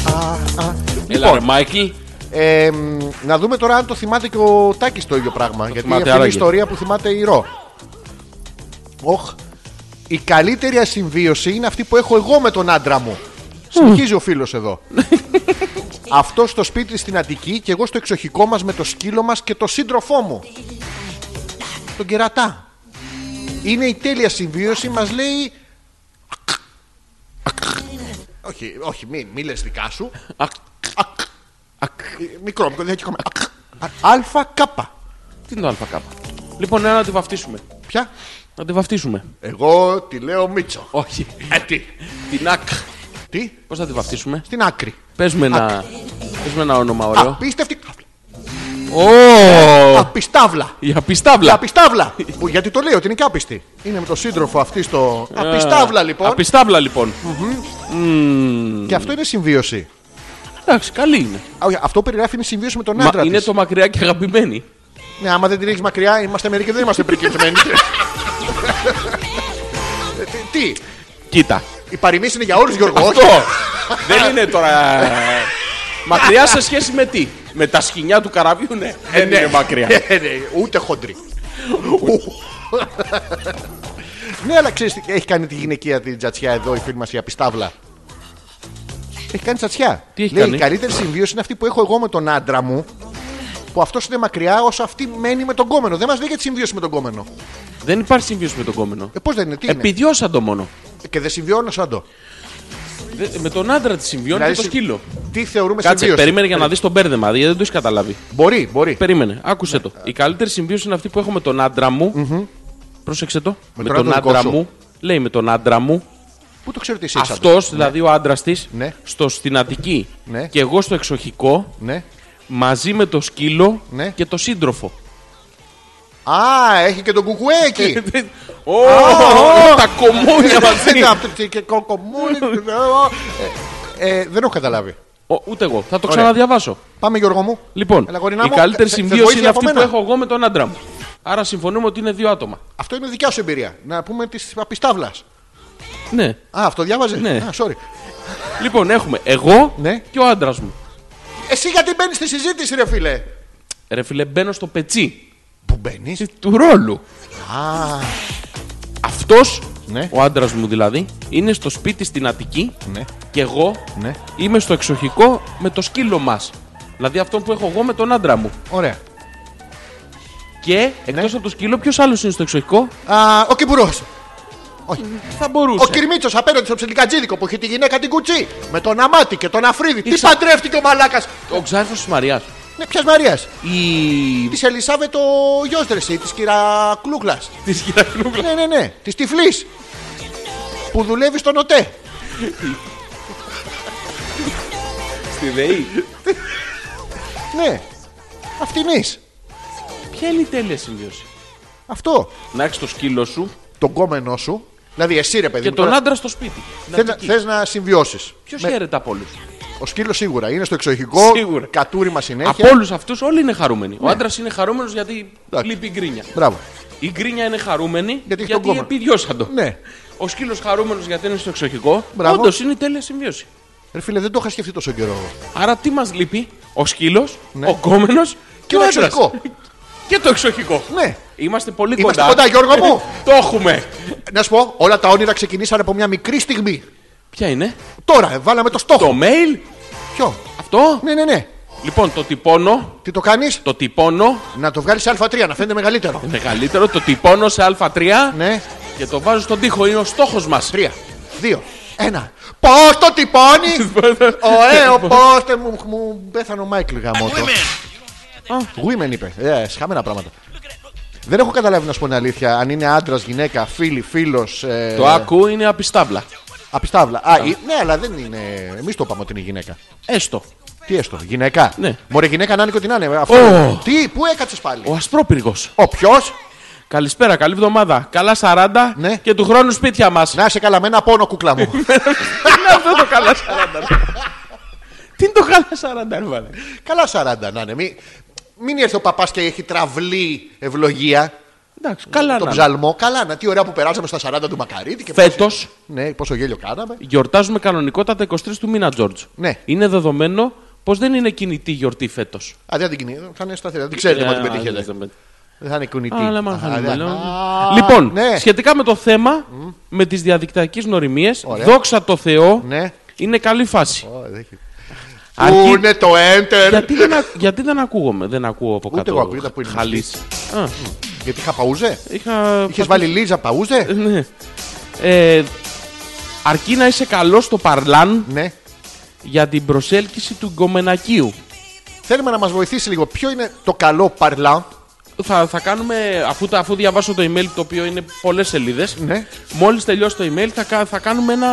S2: Έλα,
S1: Λοιπόν.
S2: ρε, Μάικλ.
S1: Ε, μ, να δούμε τώρα αν το θυμάται και ο Τάκης το ίδιο πράγμα. γιατί
S2: θυμάται
S1: αυτή είναι η
S2: άραγε.
S1: ιστορία που θυμάται η Ρο. Οχ. Η καλύτερη ασυμβίωση είναι αυτή που έχω εγώ με τον άντρα μου. Συνεχίζει ο φίλος εδώ. Αυτό στο σπίτι στην Αττική και εγώ στο εξοχικό μας με το σκύλο μας και το σύντροφό μου. Τον κερατά. Είναι η τέλεια συμβίωση, μας λέει. όχι, όχι, μην, μην λες δικά σου.
S2: Ακ,
S1: Ε, Μικρό, μικρό, δεν έχει κόμμα. Αλφα κάπα.
S2: Τι είναι το ΑΚ. Λοιπόν, έλα να τη βαφτίσουμε.
S1: Ποια?
S2: Να τη βαφτίσουμε.
S1: Εγώ τη λέω Μίτσο.
S2: Όχι.
S1: Ε, τι.
S2: Την ΑΚ.
S1: Τι?
S2: Πώς θα τη βαφτίσουμε.
S1: Στην άκρη.
S2: Παίζουμε ένα, παίζουμε ένα όνομα ωραίο.
S1: Απίστευτη καύλα. Ε.
S2: Ω!
S1: Απιστάβλα.
S2: Η απιστάβλα.
S1: Απιστάβλα. Που, γιατί το λέω ότι είναι και άπιστη. Είναι με τον σύντροφο αυτή στο. Απιστάβλα λοιπόν.
S2: Απιστάβλα λοιπόν.
S1: Και αυτό είναι συμβίωση.
S2: Εντάξει, καλή είναι.
S1: Α, όχι, Αυτό που περιγράφει είναι συμβίωση με τον
S2: Μα
S1: άντρα.
S2: είναι
S1: της.
S2: το μακριά και αγαπημένη.
S1: Ναι, άμα δεν την έχεις μακριά, είμαστε μερικοί δεν είμαστε πρικυκλημένοι. Ε, τι- Τι,
S2: Κοίτα.
S1: η παροιμία είναι για όλους, Γιώργο.
S2: Αυτό.
S1: όχι.
S2: Δεν είναι τώρα. ε, Μακριά σε σχέση με τι. Με τα σκοινιά του καραβιού, ναι. Δεν είναι μακριά.
S1: Ε, ναι, Ούτε χοντρή. Ναι, αλλά ξέρεις, έχει κάνει τη γυναικεία την τζατσιά εδώ η φίλη μας η Απιστάβλα. Έχει κάνει τζατσιά.
S2: Τι έχει
S1: Λέει,
S2: κάνει?
S1: Η καλύτερη συμβίωση είναι αυτή που έχω εγώ με τον άντρα μου. Που αυτός είναι μακριά όσο αυτή μένει με τον κόμενο. Δεν μας λέει για τη συμβίωση με τον κόμενο.
S2: Δεν υπάρχει συμβίωση με τον κόμενο.
S1: Ε, πώς δεν είναι, τι είναι.
S2: Επιδιώσα το μόνο.
S1: Και δεν συμβιώνω σαν το.
S2: Δε- Με τον άντρα της συμβιώνει και το
S1: συ-
S2: σκύλο.
S1: Τι θεωρούμε
S2: Κάτσε,
S1: συμβίωση.
S2: περίμενε για να δεις τον μπέρδεμα, γιατί δεν το έχεις καταλάβει.
S1: Μπορεί, μπορεί.
S2: Περίμενε, άκουσε το. Η καλύτερη συμβίωση είναι αυτή που έχω με τον άντρα μου. Πρόσεξε το. Με,
S1: τον
S2: τον
S1: άντρα
S2: άντρα
S1: δικό σου.
S2: μου. Λέει με τον άντρα μου.
S1: Πού Πού το ξέρω τι εσύ
S2: Αυτός, δηλαδή ο άντρας της,
S1: Ναι.
S2: στο στην Αττική
S1: Ναι.
S2: και εγώ στο εξοχικό,
S1: Ναι.
S2: μαζί με το σκύλο
S1: Ναι.
S2: και το σύντροφο.
S1: Α, έχει και τον
S2: Ε,
S1: κουκουέκι.
S2: Ω, Τα κομμούνια μαζί.
S1: Ε, Και κοκομούνι. Ε, ε, Δεν έχω καταλάβει.
S2: Ω, Ούτε εγώ. Θα το
S1: Ωραία.
S2: ξαναδιαβάσω.
S1: Πάμε Γιώργο μου.
S2: Λοιπόν,
S1: Έλα, γορινά
S2: η
S1: μου,
S2: καλύτερη
S1: θε- θε
S2: συμβίωση
S1: βοήθεια
S2: είναι
S1: από
S2: αυτή που
S1: μένα.
S2: έχω εγώ με τον άντρα μου. Άρα συμφωνούμε ότι είναι δύο άτομα.
S1: Αυτό είναι δικιά σου εμπειρία. Να πούμε τη απιστάβλας.
S2: Ναι.
S1: Α, αυτό διάβαζες.
S2: Ναι.
S1: Α, sorry.
S2: Λοιπόν, έχουμε εγώ
S1: Ναι.
S2: και ο άντρας μου.
S1: Εσύ γιατί μπαίνεις στη συζήτηση, ρε φίλε.
S2: Ρε φίλε, μπαίνω στο πετσί
S1: Που μπαίνεις.
S2: του ρόλου.
S1: Α,
S2: Αυτός,
S1: Ναι.
S2: ο άντρας μου δηλαδή, είναι στο σπίτι στην Αττική
S1: ναι.
S2: και εγώ
S1: Ναι.
S2: είμαι στο εξοχικό με το σκύλο μας. Δηλαδή αυτό που έχω εγώ με τον άντρα μου.
S1: Ωραία.
S2: Και
S1: Ναι.
S2: εκτός από το σκύλο, ποιος άλλος είναι στο εξοχικό
S1: Α, ο Κυπουρός.
S2: θα μπορούσε.
S1: Ο Κυρμίτσο απέναντι στο ψελικατζίδικο που έχει τη γυναίκα την κουτσή. Με τον Αμάτι και τον Αφρίδη. Τι
S2: Ήξε-
S1: παντρεύτηκε ο Μαλάκας.
S2: Ο ξάδερφο της Μαριάς.
S1: Ναι, ποια Μαρία.
S2: Η.
S1: Της Ελισάβετο Γιώστρεση, τη κυρακλούκλα.
S2: τη Γυρακλούγλα.
S1: Ναι, ναι, ναι. Της τυφλής. Που δουλεύει στον ΟΤΕ.
S2: Στη ΔΕΗ.
S1: Ναι. Αυτινή.
S2: Ποια είναι η τέλεια συμβίωση.
S1: Αυτό.
S2: Να έχεις το σκύλο σου
S1: Τον κόμενό σου. Δηλαδή εσύ ρε παιδί
S2: και
S1: μου.
S2: τον
S1: τώρα
S2: άντρα στο σπίτι.
S1: θες να- Θες να συμβιώσεις.
S2: Ποιος χαίρεται από όλους.
S1: Ο σκύλος σίγουρα είναι στο εξοχικό.
S2: Σίγουρα.
S1: Κατούριμα συνέχεια.
S2: Από όλους αυτούς όλοι είναι χαρούμενοι. Ο άντρας είναι χαρούμενος γιατί
S1: Ναι. Εντάξει.
S2: λείπει η γκρίνια.
S1: Μπράβο.
S2: Η γκρίνια είναι χαρούμενη
S1: Γιατί
S2: γιατί,
S1: έχει τον κόμμα.
S2: επιδιώσαν το.
S1: Ναι.
S2: Ο σκύλος χαρούμενος γιατί είναι στο εξοχικό.
S1: Μπράβο.
S2: Όντως είναι η τέλεια συμβίωση.
S1: Ρε φίλε, δεν το είχα σκεφτεί τόσο καιρό.
S2: Άρα τι μας λείπει, ο σκύλος,
S1: Ναι.
S2: ο κόμενος και,
S1: Και
S2: ο
S1: το
S2: άντρας.
S1: εξοχικό.
S2: και το εξοχικό.
S1: Ναι.
S2: Είμαστε πολύ
S1: Είμαστε
S2: κοντά.
S1: κοντά, Γιώργο μου.
S2: το έχουμε.
S1: Να σου πω, όλα τα όνειρα ξεκινήσαν από μια μικρή στιγμή.
S2: Ποια είναι,
S1: Τώρα, ε, βάλαμε το στόχο.
S2: το mail,
S1: Ποιο.
S2: αυτό.
S1: Ναι, ναι, ναι.
S2: Λοιπόν, το τυπώνω,
S1: Τι το κάνεις,
S2: το τυπώνω,
S1: να το βγάλεις σε Α3, να φαίνεται μεγαλύτερο.
S2: μεγαλύτερο, το τυπώνω σε α3
S1: Ναι.
S2: και το βάζω στον τοίχο. Είναι ο στόχος μας.
S1: Τρία, δύο, ένα. Πώς το τυπώνεις! Ωραίο, πώ το μου, μου πέθανε ο Μάικλ γαμότο. Women είπε. Ε, σχαμένα πράγματα. Δεν έχω καταλάβει να σου πω την αλήθεια αν είναι άντρας, γυναίκα, φίλη, φίλος. Ε,
S2: Το άκου είναι απιστάβλα.
S1: Απιστάβλα. Α, ε, ναι, αλλά δεν είναι. Εμείς το είπαμε ότι είναι γυναίκα.
S2: Έστω.
S1: Τι έστω, γυναίκα.
S2: Ναι.
S1: Μωρέ, γυναίκα να είναι και ό,τι να είναι. Αυτό.
S2: Ω.
S1: Τι, πού έκατσες πάλι.
S2: Ο ασπρόπυργος.
S1: Ο ποιος,
S2: Καλησπέρα, καλή εβδομάδα. Καλά 40
S1: Ναι.
S2: και του χρόνου σπίτια μας.
S1: να είσαι καλά με ένα πόνο, κούκλα μου.
S2: Ναι. είναι αυτό το καλά 40. ρε. Τι είναι το καλά 40, ρε, βάλε.
S1: καλά 40 να είναι. Μην, μην έρθει ο παπάς και έχει τραυλή ευλογία.
S2: Εντάξει, καλά
S1: τον
S2: να
S1: ψαλμό. Καλά, να τι ωραία που περάσαμε στα 40 του Μακαρίτη. Και
S2: Φέτος
S1: Ναι, πόσο γέλιο κάναμε.
S2: γιορτάζουμε κανονικότατα 23 του μήνα, Τζόρτζ.
S1: Ναι.
S2: Είναι δεδομένο πως δεν είναι κινητή γιορτή φέτος.
S1: Α, δεν την κινεί. Θα είναι σταθερή. Δεν ξέρετε Ε, μα την πετύχετε. Δεν θα είναι κουνητή.
S2: Ε, Αλλά μάλλον
S1: Α,
S2: θα είναι
S1: δεν-
S2: μέλλον.
S1: Α,
S2: Λοιπόν,
S1: ναι.
S2: σχετικά με το θέμα με τις διαδικτυακές νοημίε,
S1: Ωραία.
S2: δόξα τω Θεώ,
S1: Ναι.
S2: είναι καλή φάση.
S1: Ω, δεν έχει-
S2: Αρκεί-
S1: Πού είναι το enter.
S2: Γιατί δεν, ακ- γιατί δεν ακούγομαι, δεν ακούω από κάτω.
S1: εγώ ακούγεται που είναι
S2: χαλής. Α,
S1: Γιατί είχα παούζε.
S2: είχα...
S1: Είχες
S2: πατήσει-
S1: βάλει Λίζα παούζε.
S2: Ναι. Ε, αρκεί να είσαι καλός στο παρλάν
S1: Ναι.
S2: για την προσέλκυση του γκομενακίου.
S1: Θέλουμε να μας βοηθήσει λίγο. Ποιο είναι το καλό παρλά.
S2: Θα, θα κάνουμε, αφού, τα- αφού διαβάσω το email το οποίο είναι πολλές σελίδες,
S1: Ναι.
S2: μόλις τελειώσει το email θα, κα- θα κάνουμε ένα...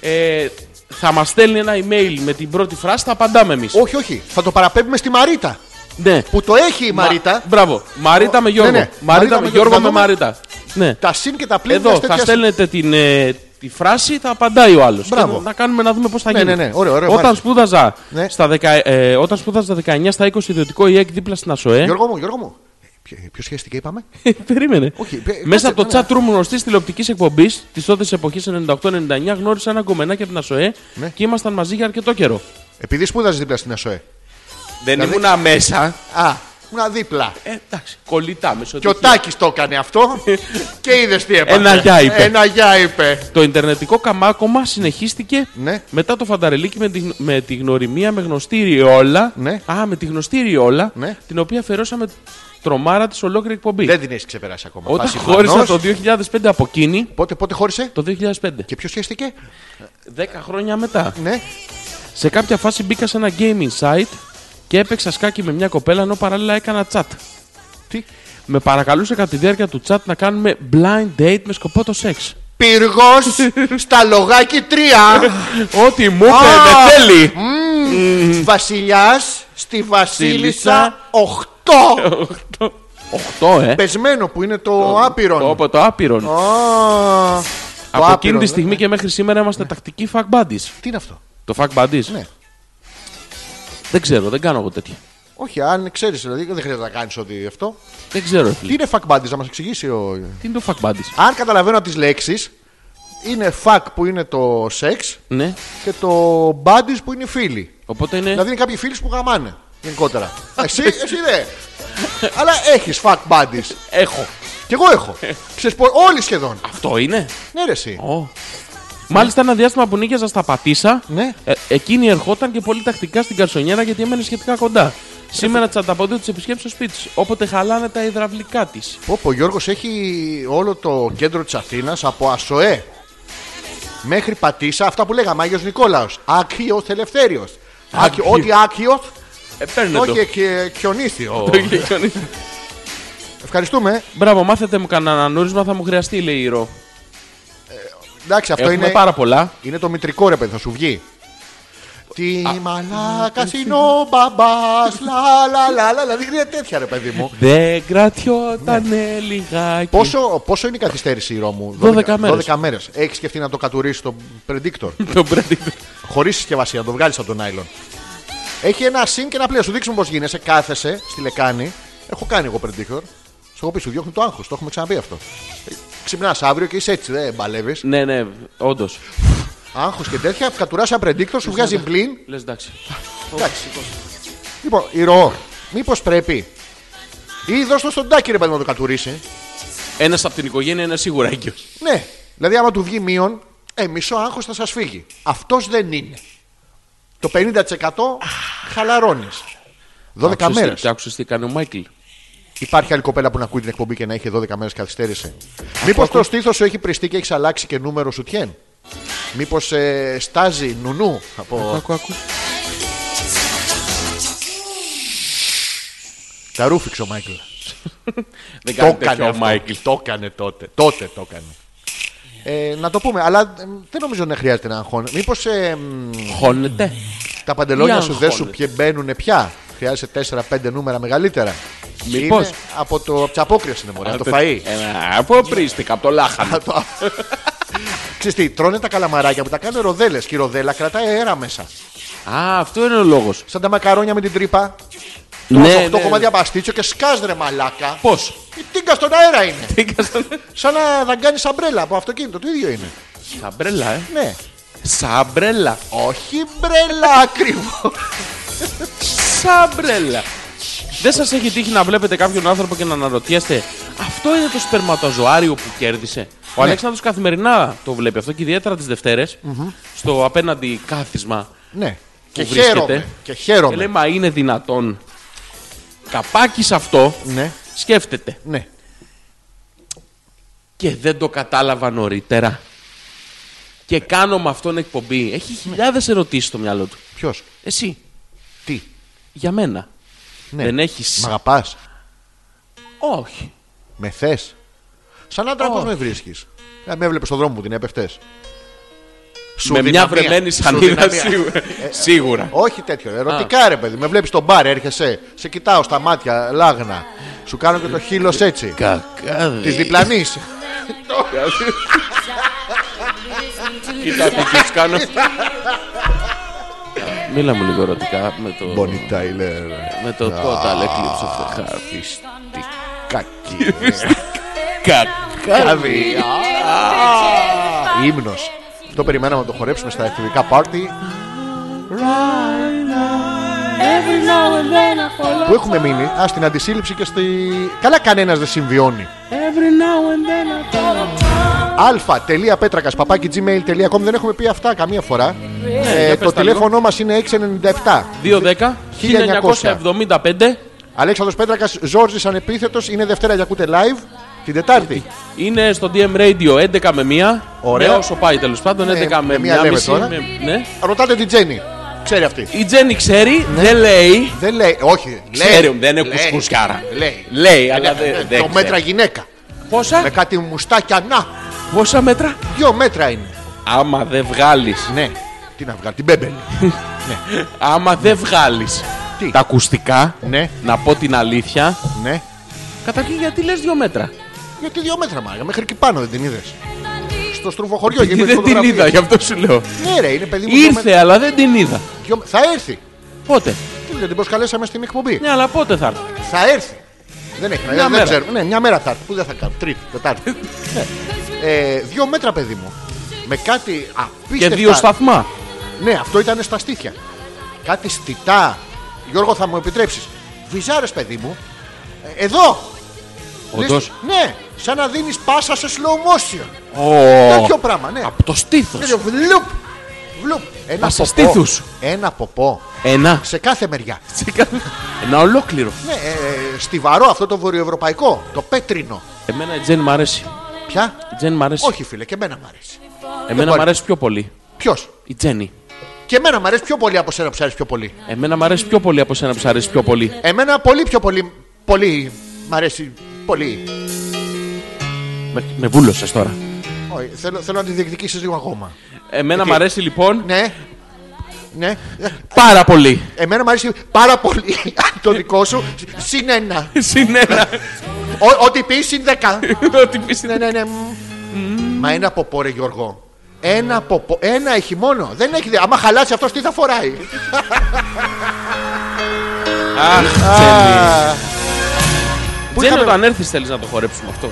S2: Ε, θα μας στέλνει ένα email με την πρώτη φράση, θα απαντάμε εμείς.
S1: Όχι, όχι. Θα το παραπέμπουμε στη Μαρίτα.
S2: Ναι.
S1: Που το έχει η
S2: Μα-
S1: Μαρίτα.
S2: Μπράβο. Μαρίτα
S1: Ο-
S2: με Γιώργο.
S1: ναι, ναι.
S2: Μαρίτα με Γιώργο
S1: θα
S2: με
S1: δούμε.
S2: Μαρίτα. Ναι.
S1: Τα συν και τα πλήν.
S2: Εδώ
S1: μιας
S2: θα
S1: τέτοιας-
S2: στέλνετε την, ε, τη φράση, θα απαντάει ο άλλος.
S1: Μπράβο.
S2: Να κάνουμε να δούμε πώς θα
S1: Ναι,
S2: γίνει.
S1: ναι, ναι. Ωραίο, ωραίο,
S2: όταν,
S1: μάλιστα.
S2: σπούδαζα
S1: Ναι.
S2: στα δεκα, ε, όταν σπούδαζα 19 στα 20 ιδιωτικό ΙΕΚ δίπλα στην ε, ΑΣΟΕ.
S1: Γιώργο μου, Γιώργο μου. Ε, Ποιο σχέστηκε είπαμε.
S2: Περίμενε.
S1: Όχι, πε-
S2: Μέσα από το
S1: κάτσε, ναι,
S2: chat room γνωστής τηλεοπτικής εκπομπής της τότε εποχή 98-99 γνώρισα ένα κομμενάκι από την ΑΣΟΕ
S1: Ναι.
S2: και ήμασταν μαζί για αρκετό καιρό.
S1: Επειδή σπούδαζες δίπλα στην ΑΣΟΕ.
S2: Δεν
S1: Δηλαδή-
S2: ήμουν μέσα.
S1: Α, ήμουν δίπλα.
S2: Ε, εντάξει, κολλητά μεσοδυτική.
S1: Και ο Τάκης το έκανε αυτό. και είδες τι έπαθε.
S2: Ένα γεια είπε.
S1: Ένα γεια είπε.
S2: Το Ιντερνετικό καμάκωμα συνεχίστηκε
S1: Ναι.
S2: μετά το φανταρελίκι με τη, με τη γνωριμία με γνωστή Ριόλα.
S1: Ναι.
S2: Α, με τη γνωστή Ριόλα,
S1: Ναι.
S2: την οποία αφαιρώσαμε τρομάρα της ολόκληρη εκπομπή.
S1: Δεν την έχει ξεπεράσει ακόμα.
S2: Όταν
S1: Φάση
S2: χώρισα
S1: Βανός.
S2: το 2005 από εκείνη,
S1: Πότε, πότε χώρισε.
S2: το 2005,
S1: Και ποιος σχέστηκε.
S2: 10 χρόνια μετά,
S1: Ναι.
S2: σε κάποια φάση μπήκα σε ένα gaming site και έπαιξα σκάκι με μια κοπέλα ενώ παράλληλα έκανα chat.
S1: Τι.
S2: Με παρακαλούσε κατά τη διάρκεια του chat να κάνουμε blind date με σκοπό το σεξ.
S1: Πι- πύργος στα λογάκι τρία.
S2: Ό,τι μου είπε
S1: Α.
S2: με θέλει.
S1: Βασιλιάς στη Βασίλισσα 8.
S2: Οχτώ, ε.
S1: Πεσμένο που είναι το
S2: Το
S1: άπειρο.
S2: από το άπειρον. Από εκείνη τη στιγμή και μέχρι σήμερα
S1: Ναι.
S2: είμαστε τακτικοί fuck buddies.
S1: ε. Τι είναι αυτό.
S2: Το fuck buddies.
S1: Ναι.
S2: Δεν ξέρω, δεν κάνω εγώ τέτοια.
S1: Όχι, αν ξέρεις δηλαδή, δεν χρειάζεται να κάνεις ότι αυτό.
S2: Δεν ξέρω, ρε
S1: Τι
S2: φίλε.
S1: είναι fuck buddies, να μας εξηγήσει ο.
S2: Τι είναι το fuck buddies.
S1: Αν καταλαβαίνω από τις λέξεις, είναι fuck που είναι το σεξ
S2: Ναι.
S1: και το buddies που είναι οι φίλοι.
S2: Οπότε είναι.
S1: Δηλαδή είναι κάποιοι φίλοι που γαμάνε γενικότερα. εσύ, εσύ δε. Αλλά έχεις fuck buddies.
S2: Έχω.
S1: Κι εγώ έχω. Ξέρεις, πω- όλοι σχεδόν.
S2: Αυτό είναι.
S1: Ναι, ρε, εσύ.
S2: Ω. Μάλιστα ένα διάστημα που νίκιαζα στα Πατήσα,
S1: Ναι.
S2: ε, εκείνη ερχόταν και πολύ τακτικά στην καρσονιέρα γιατί έμενε σχετικά κοντά. Σήμερα τη ανταποδίδω τις επισκέψεις στο σπίτι της, όποτε χαλάνε τα υδραυλικά της.
S1: Πω, πω, ο Γιώργος έχει όλο το κέντρο της Αθήνας από Ασοέ μέχρι Πατήσα, αυτά που λέγαμε, Άγιος Νικόλαος, Άκιος Ελευθέριος. Άκη-
S2: Άκιο.
S1: ό,τι Άκιος,
S2: Ε, παίρνε το.
S1: όχι και Χιονίσιο.
S2: Το είχε χιονίσει.
S1: Ευχαριστούμε.
S2: Μπράβο, μάθετε μου κανένα νούρισμα, θα μου χρειαστεί, λέει η Ρο.
S1: Εντάξει, αυτό
S2: Έχουμε
S1: είναι,
S2: πάρα πολλά.
S1: είναι το μητρικό ρε παιδί, θα σου βγει. Τι μαλάκα είναι ο μπαμπάς, λα λα λα λα, δηλαδή είναι τέτοια ρε παιδί μου.
S2: Δεν κρατιόταν ε, λιγάκι.
S1: Πόσο, πόσο είναι η καθυστέρηση η Ρώμου,
S2: 12 μέρες.
S1: 12 μέρες. Έχεις σκεφτεί να το κατουρίσει το predictor.
S2: Το Brady.
S1: χωρίς συσκευασία, να το βγάλεις από τον άιλον. Έχει ένα συν και ένα πλέον. Σου δείξουμε πώς γίνεσαι. Κάθεσαι στη λεκάνη. Έχω κάνει εγώ predictor. Σου έχω πει, σου διώχνει το άγχος. Το έχουμε ξαναπεί αυτό. Ξυπνάς αύριο και είσαι έτσι, δεν μπαλεύεις.
S2: Ναι, ναι, όντως.
S1: Άγχος και τέτοια. Κατουράς ένα predictor, σου βγάζει μπλίν.
S2: Λες εντάξει.
S1: Εντάξει. Λοιπόν, η ροό, μήπως πρέπει. Ή δώσ' το στον τάκι ρε παιδί μου, να το κατουρίσει.
S2: Ένας από την οικογένεια είναι σίγουρα έγκυος.
S1: Ναι. Δηλαδή, άμα του βγει μείον, ε, μισό άγχος θα σας φύγει. Αυτός δεν είναι. Το 50% χαλαρώνει. 12 μέρε.
S2: Τι άκουσες τι κάνει ο Μάικλ.
S1: Υπάρχει άλλη κοπέλα που να ακούει την εκπομπή και να έχει 12 μέρες καθυστέρηση. Μήπως το στήθος σου έχει πριστεί και έχεις αλλάξει και νούμερο σου τιέν. Μήπως ε, στάζει νουνού από
S2: Ακού, ακού.
S1: τα ρούφιξε ο Μάικλ. Το
S2: Δεν
S1: έκανε
S2: κάνει τέτοιο ο
S1: αυτό.
S2: Μάικλ.
S1: Το έκανε τότε. Τότε το έκανε. Ε, να το πούμε, αλλά ε, δεν νομίζω να χρειάζεται να αγχώνει. Μήπω
S2: Χώνεται.
S1: τα παντελόνια
S2: Ή
S1: σου δεν σου
S2: αγχώνεται.
S1: πιε- μπαίνουν πια. Χρειάζεται 4-5 νούμερα μεγαλύτερα.
S2: Μήπως.
S1: Είναι Από το από τις απόκριες είναι μωρέ, από το φαΐ.
S2: Ένα, από πρίστικα, Ε, από το λάχανο.
S1: Ξέρεις τι, τρώνε τα καλαμαράκια που τα κάνουν ροδέλες και η ροδέλα κρατάει αέρα μέσα.
S2: Α, αυτό είναι ο λόγος.
S1: Σαν τα μακαρόνια με την τρύπα. Ναι, 8 κομμάτια παστίτσιο και σκάζρε μαλάκα.
S2: Πώς.
S1: Η τίγκα στον αέρα είναι. Σαν να δαγκάνει αμπρέλα από αυτοκίνητο. Το ίδιο είναι.
S2: Σαμπρέλα, ε.
S1: Ναι.
S2: Σαμπρέλα.
S1: Όχι μπρέλα ακριβώς.
S2: Σαμπρέλα. Δεν σας έχει τύχει να βλέπετε κάποιον άνθρωπο και να αναρωτιέστε, αυτό είναι το σπερματοζωάριο που κέρδισε. Ο Αλέξανδρος καθημερινά το βλέπει αυτό και ιδιαίτερα τις δευτέρες στο απέναντι κάθισμα.
S1: ναι. Και
S2: βρίσκεται.
S1: χαίρομαι. Και
S2: Και λέει,
S1: χαίρομαι.
S2: μα είναι δυνατόν. Καπάκι σε αυτό
S1: Ναι.
S2: σκέφτεται.
S1: Ναι.
S2: και δεν το κατάλαβα νωρίτερα. Και κάνω με αυτόν εκπομπή. Έχει χιλιάδες ερωτήσεις στο μυαλό του.
S1: Ποιος.
S2: Εσύ,
S1: Τι.
S2: για μένα.
S1: Ναι.
S2: Δεν έχεις.
S1: Μ' αγαπάς.
S2: Όχι.
S1: Με θες. Σαν άντρα πώς
S2: Όχι.
S1: με βρίσκεις. Να με έβλεπες στον δρόμο που την έπεφτες.
S2: με μια βρεμένη σανίδα σίγουρα. σίγουρα.
S1: Όχι τέτοιο. Ερωτικά ρε παιδί. Με βλέπεις στον μπαρ, έρχεσαι. Σε κοιτάω στα μάτια, λάγνα. Σου κάνω και το χείλο έτσι. Τη διπλανής.
S2: Κοίτα τι τους κάνω. Μίλα μου λίγο ερωτικά με το.
S1: Bonnie Tyler.
S2: Με το total eclipse of the heart.
S1: Φυστικά
S2: Κακά.
S1: καβιά. Ήμνος. Το περιμέναμε να το χορέψουμε στα εθνικά πάρτι. Πού έχουμε μείνει, α στην αντισύλληψη και στη. Καλά, κανένας δεν συμβιώνει. αλφα.πέτρακα παπάκι gmail.com Δεν έχουμε πει αυτά καμία φορά. Ε,
S2: για πες
S1: το
S2: τα λίγο.
S1: τηλέφωνο μας είναι 697.
S2: 2-10 1975
S1: Αλέξανδρος Πέτρακας, Ζόρζης Ανεπίθετος, είναι Δευτέρα για ακούτε live την Τετάρτη.
S2: Είναι στο DM Radio 11 με 1.
S1: Ωραία.
S2: Με όσο πάει τέλος πάντων, 11
S1: Ναι,
S2: με
S1: με μία
S2: 1,5.
S1: λέμε τώρα.
S2: με- ναι.
S1: Ρωτάτε την Τζέννη. Ξέρει αυτή.
S2: Η Τζέννη ξέρει,
S1: Ναι.
S2: δεν λέει.
S1: Δεν λέει, όχι.
S2: Ξέρει,
S1: λέει,
S2: δεν είναι
S1: λέει,
S2: κουσκούσκαρα.
S1: Λέει.
S2: Λέει, αλλά
S1: Ε,
S2: δεν
S1: Το μέτρα
S2: δεν
S1: γυναίκα. Με
S2: Πόσα,
S1: κάτι μουστάκια, να!
S2: πόσα μέτρα.
S1: Δύο μέτρα είναι.
S2: Άμα δεν βγάλεις.
S1: Ναι. Τι να βγάλεις, την μπέμπελη.
S2: Άμα δεν βγάλεις
S1: Ναι. Τι?
S2: τα ακουστικά,
S1: ναι,
S2: να πω την αλήθεια.
S1: ναι.
S2: Καταρχήν γιατί λες δύο μέτρα.
S1: Γιατί δύο μέτρα μάγα, μέχρι εκεί πάνω δεν την είδες. Στο στρούφοχωριό
S2: Γιατί
S1: γιατί
S2: δεν την είδα, γι' αυτό σου λέω.
S1: Ναι, ρε, είναι παιδί μου. δύο μέτρα.
S2: Ήρθε, αλλά δεν την είδα.
S1: Δυο- Θα έρθει.
S2: Πότε.
S1: Τι λέτε, την προσκαλέσαμε στην εκπομπή.
S2: Ναι, αλλά πότε θα έρθει.
S1: Θα έρθει. Δεν έχει να
S2: Μια
S1: δεν
S2: μέρα.
S1: ξέρουμε. Ναι, μια μέρα θα έρθει. Πού δεν θα κάνω. Τρίτη, Τετάρτη. ναι. ε, δύο μέτρα, παιδί μου. Με κάτι
S2: Και
S1: απίστευτα.
S2: δύο σταθμά.
S1: Ναι, αυτό ήταν στα στήθια. Κάτι στιτά. Γιώργο, θα μου επιτρέψεις. Βυζάρες, παιδί μου. Ε, Εδώ.
S2: Όντως.
S1: Λες, Ναι, σαν να δίνεις πάσα σε slow motion. Τέτοιο
S2: Ω,
S1: πράγμα, ναι.
S2: Από το στήθος.
S1: Τέτοιο βλουπ. Βλουπ. Ένα
S2: Πάσα
S1: ποπό.
S2: στήθους.
S1: Ένα ποπό.
S2: Ένα.
S1: Σε κάθε μεριά.
S2: Ένα ολόκληρο.
S1: Ναι, ε, ε, στιβαρό αυτό το βορειοευρωπαϊκό. Το πέτρινο.
S2: Εμένα η Τζεν μ' αρέσει.
S1: Ποια?
S2: Η Τζεν μ' αρέσει.
S1: Όχι, φίλε, και εμένα μ' αρέσει.
S2: Εμένα
S1: μπορεί.
S2: μ' αρέσει πιο πολύ.
S1: Ποιος?
S2: Η Τζέννη.
S1: Και εμένα μ' αρέσει πιο πολύ από σένα που σ' αρέσει πιο πολύ.
S2: Εμένα μ' αρέσει πιο πολύ από σένα που σ' αρέσει πιο πολύ.
S1: Εμένα πολύ πιο πολύ. Πολύ. Μ' αρέσει πολύ.
S2: Με, με βούλωσες τώρα.
S1: Όχι, θέλω, θέλω να τη διεκδικήσεις λίγο ακόμα.
S2: Εμένα
S1: Τι?
S2: μ' αρέσει λοιπόν
S1: Ναι. Ναι. Ε,
S2: πάρα πολύ.
S1: Εμένα μου αρέσει πάρα πολύ το δικό σου. Συν ένα.
S2: Συνένα.
S1: Ό- Ό,τι πεις, συν δέκα.
S2: Ό,τι πεις είναι.
S1: Ναι, ναι, ναι. Μα ένα ποπό, ρε Γιώργο. Ένα ποπό. Ένα έχει μόνο. Δεν έχει. δε- Άμα χαλάσει αυτός, τι θα φοράει.
S2: Αχ, Τζέννη.
S1: Πού
S2: Τζέννη,
S1: είχαμε-
S2: όταν έρθεις θέλεις να το χορέψουμε αυτό.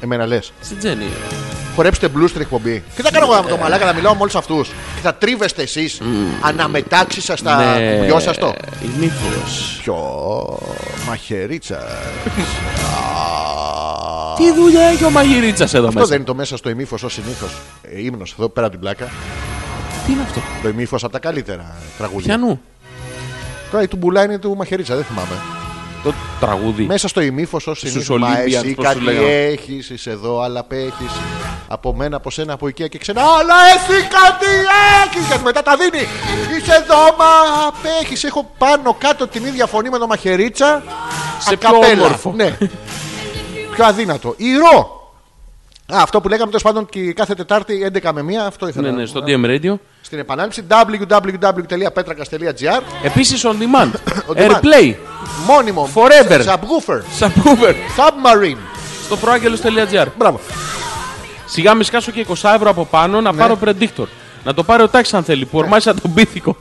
S1: Εμένα λες.
S2: Στην Τζέννη.
S1: Χορέψτε μπλου στην εκπομπή. Και θα κάνω εγώ με το μαλάκα να μιλάω με όλους αυτούς. Και θα τρίβεστε εσείς αναμετάξεις σας τα
S2: Ναι,
S1: ποιο σα το.
S2: Η μύφος.
S1: Ποιο μαχαιρίτσας.
S2: Τι δουλειά έχει ο μαγειρίτσας εδώ
S1: Αυτό δεν
S2: μέσα.
S1: είναι το μέσα στο ημίφος ως συνήθως. Ε, ύμνος, εδώ πέρα από την πλάκα.
S2: Τι είναι αυτό.
S1: Το ημίφος από τα καλύτερα τραγούδια.
S2: Πιανού.
S1: Τώρα η τουμπουλά είναι του μαχαιρίτσα, δεν θυμάμαι.
S2: Το τραγούδι.
S1: Μέσα στο ημίφο ω συνήθω. Μα
S2: Olympians,
S1: εσύ
S2: πώς τους
S1: κάτι
S2: λέγανε.
S1: έχεις, είσαι εδώ, αλλά απέχεις. Από μένα, από σένα, από οικία και ξένα. Αλλά εσύ κάτι έχεις! Γιατί μετά τα δίνει. Είσαι εδώ, μα απέχεις. Έχω πάνω κάτω την ίδια φωνή με το μαχαιρίτσα.
S2: Σε πιο
S1: ακαπέλα.
S2: όμορφο.
S1: Ναι. πιο αδύνατο. Ηρώ. Α, αυτό που λέγαμε τέλος πάντων και κάθε Τετάρτη 11 με 1, αυτό ήθελα.
S2: Ναι,
S1: να-
S2: ναι, στο DM Radio.
S1: Στην επανάληψη www.petrakas.gr
S2: Επίσης on demand.
S1: On demand.
S2: Airplay.
S1: Μόνιμο.
S2: Forever.
S1: Subwoofer.
S2: Subwoofer.
S1: Submarine.
S2: Στο proangelos.gr.
S1: Μπράβο.
S2: Σιγά μη σκάσω και 20 ευρώ από πάνω να πάρω predictor. Να το πάρει ο τάξη αν θέλει που ορμάζει σαν τον πίθηκο.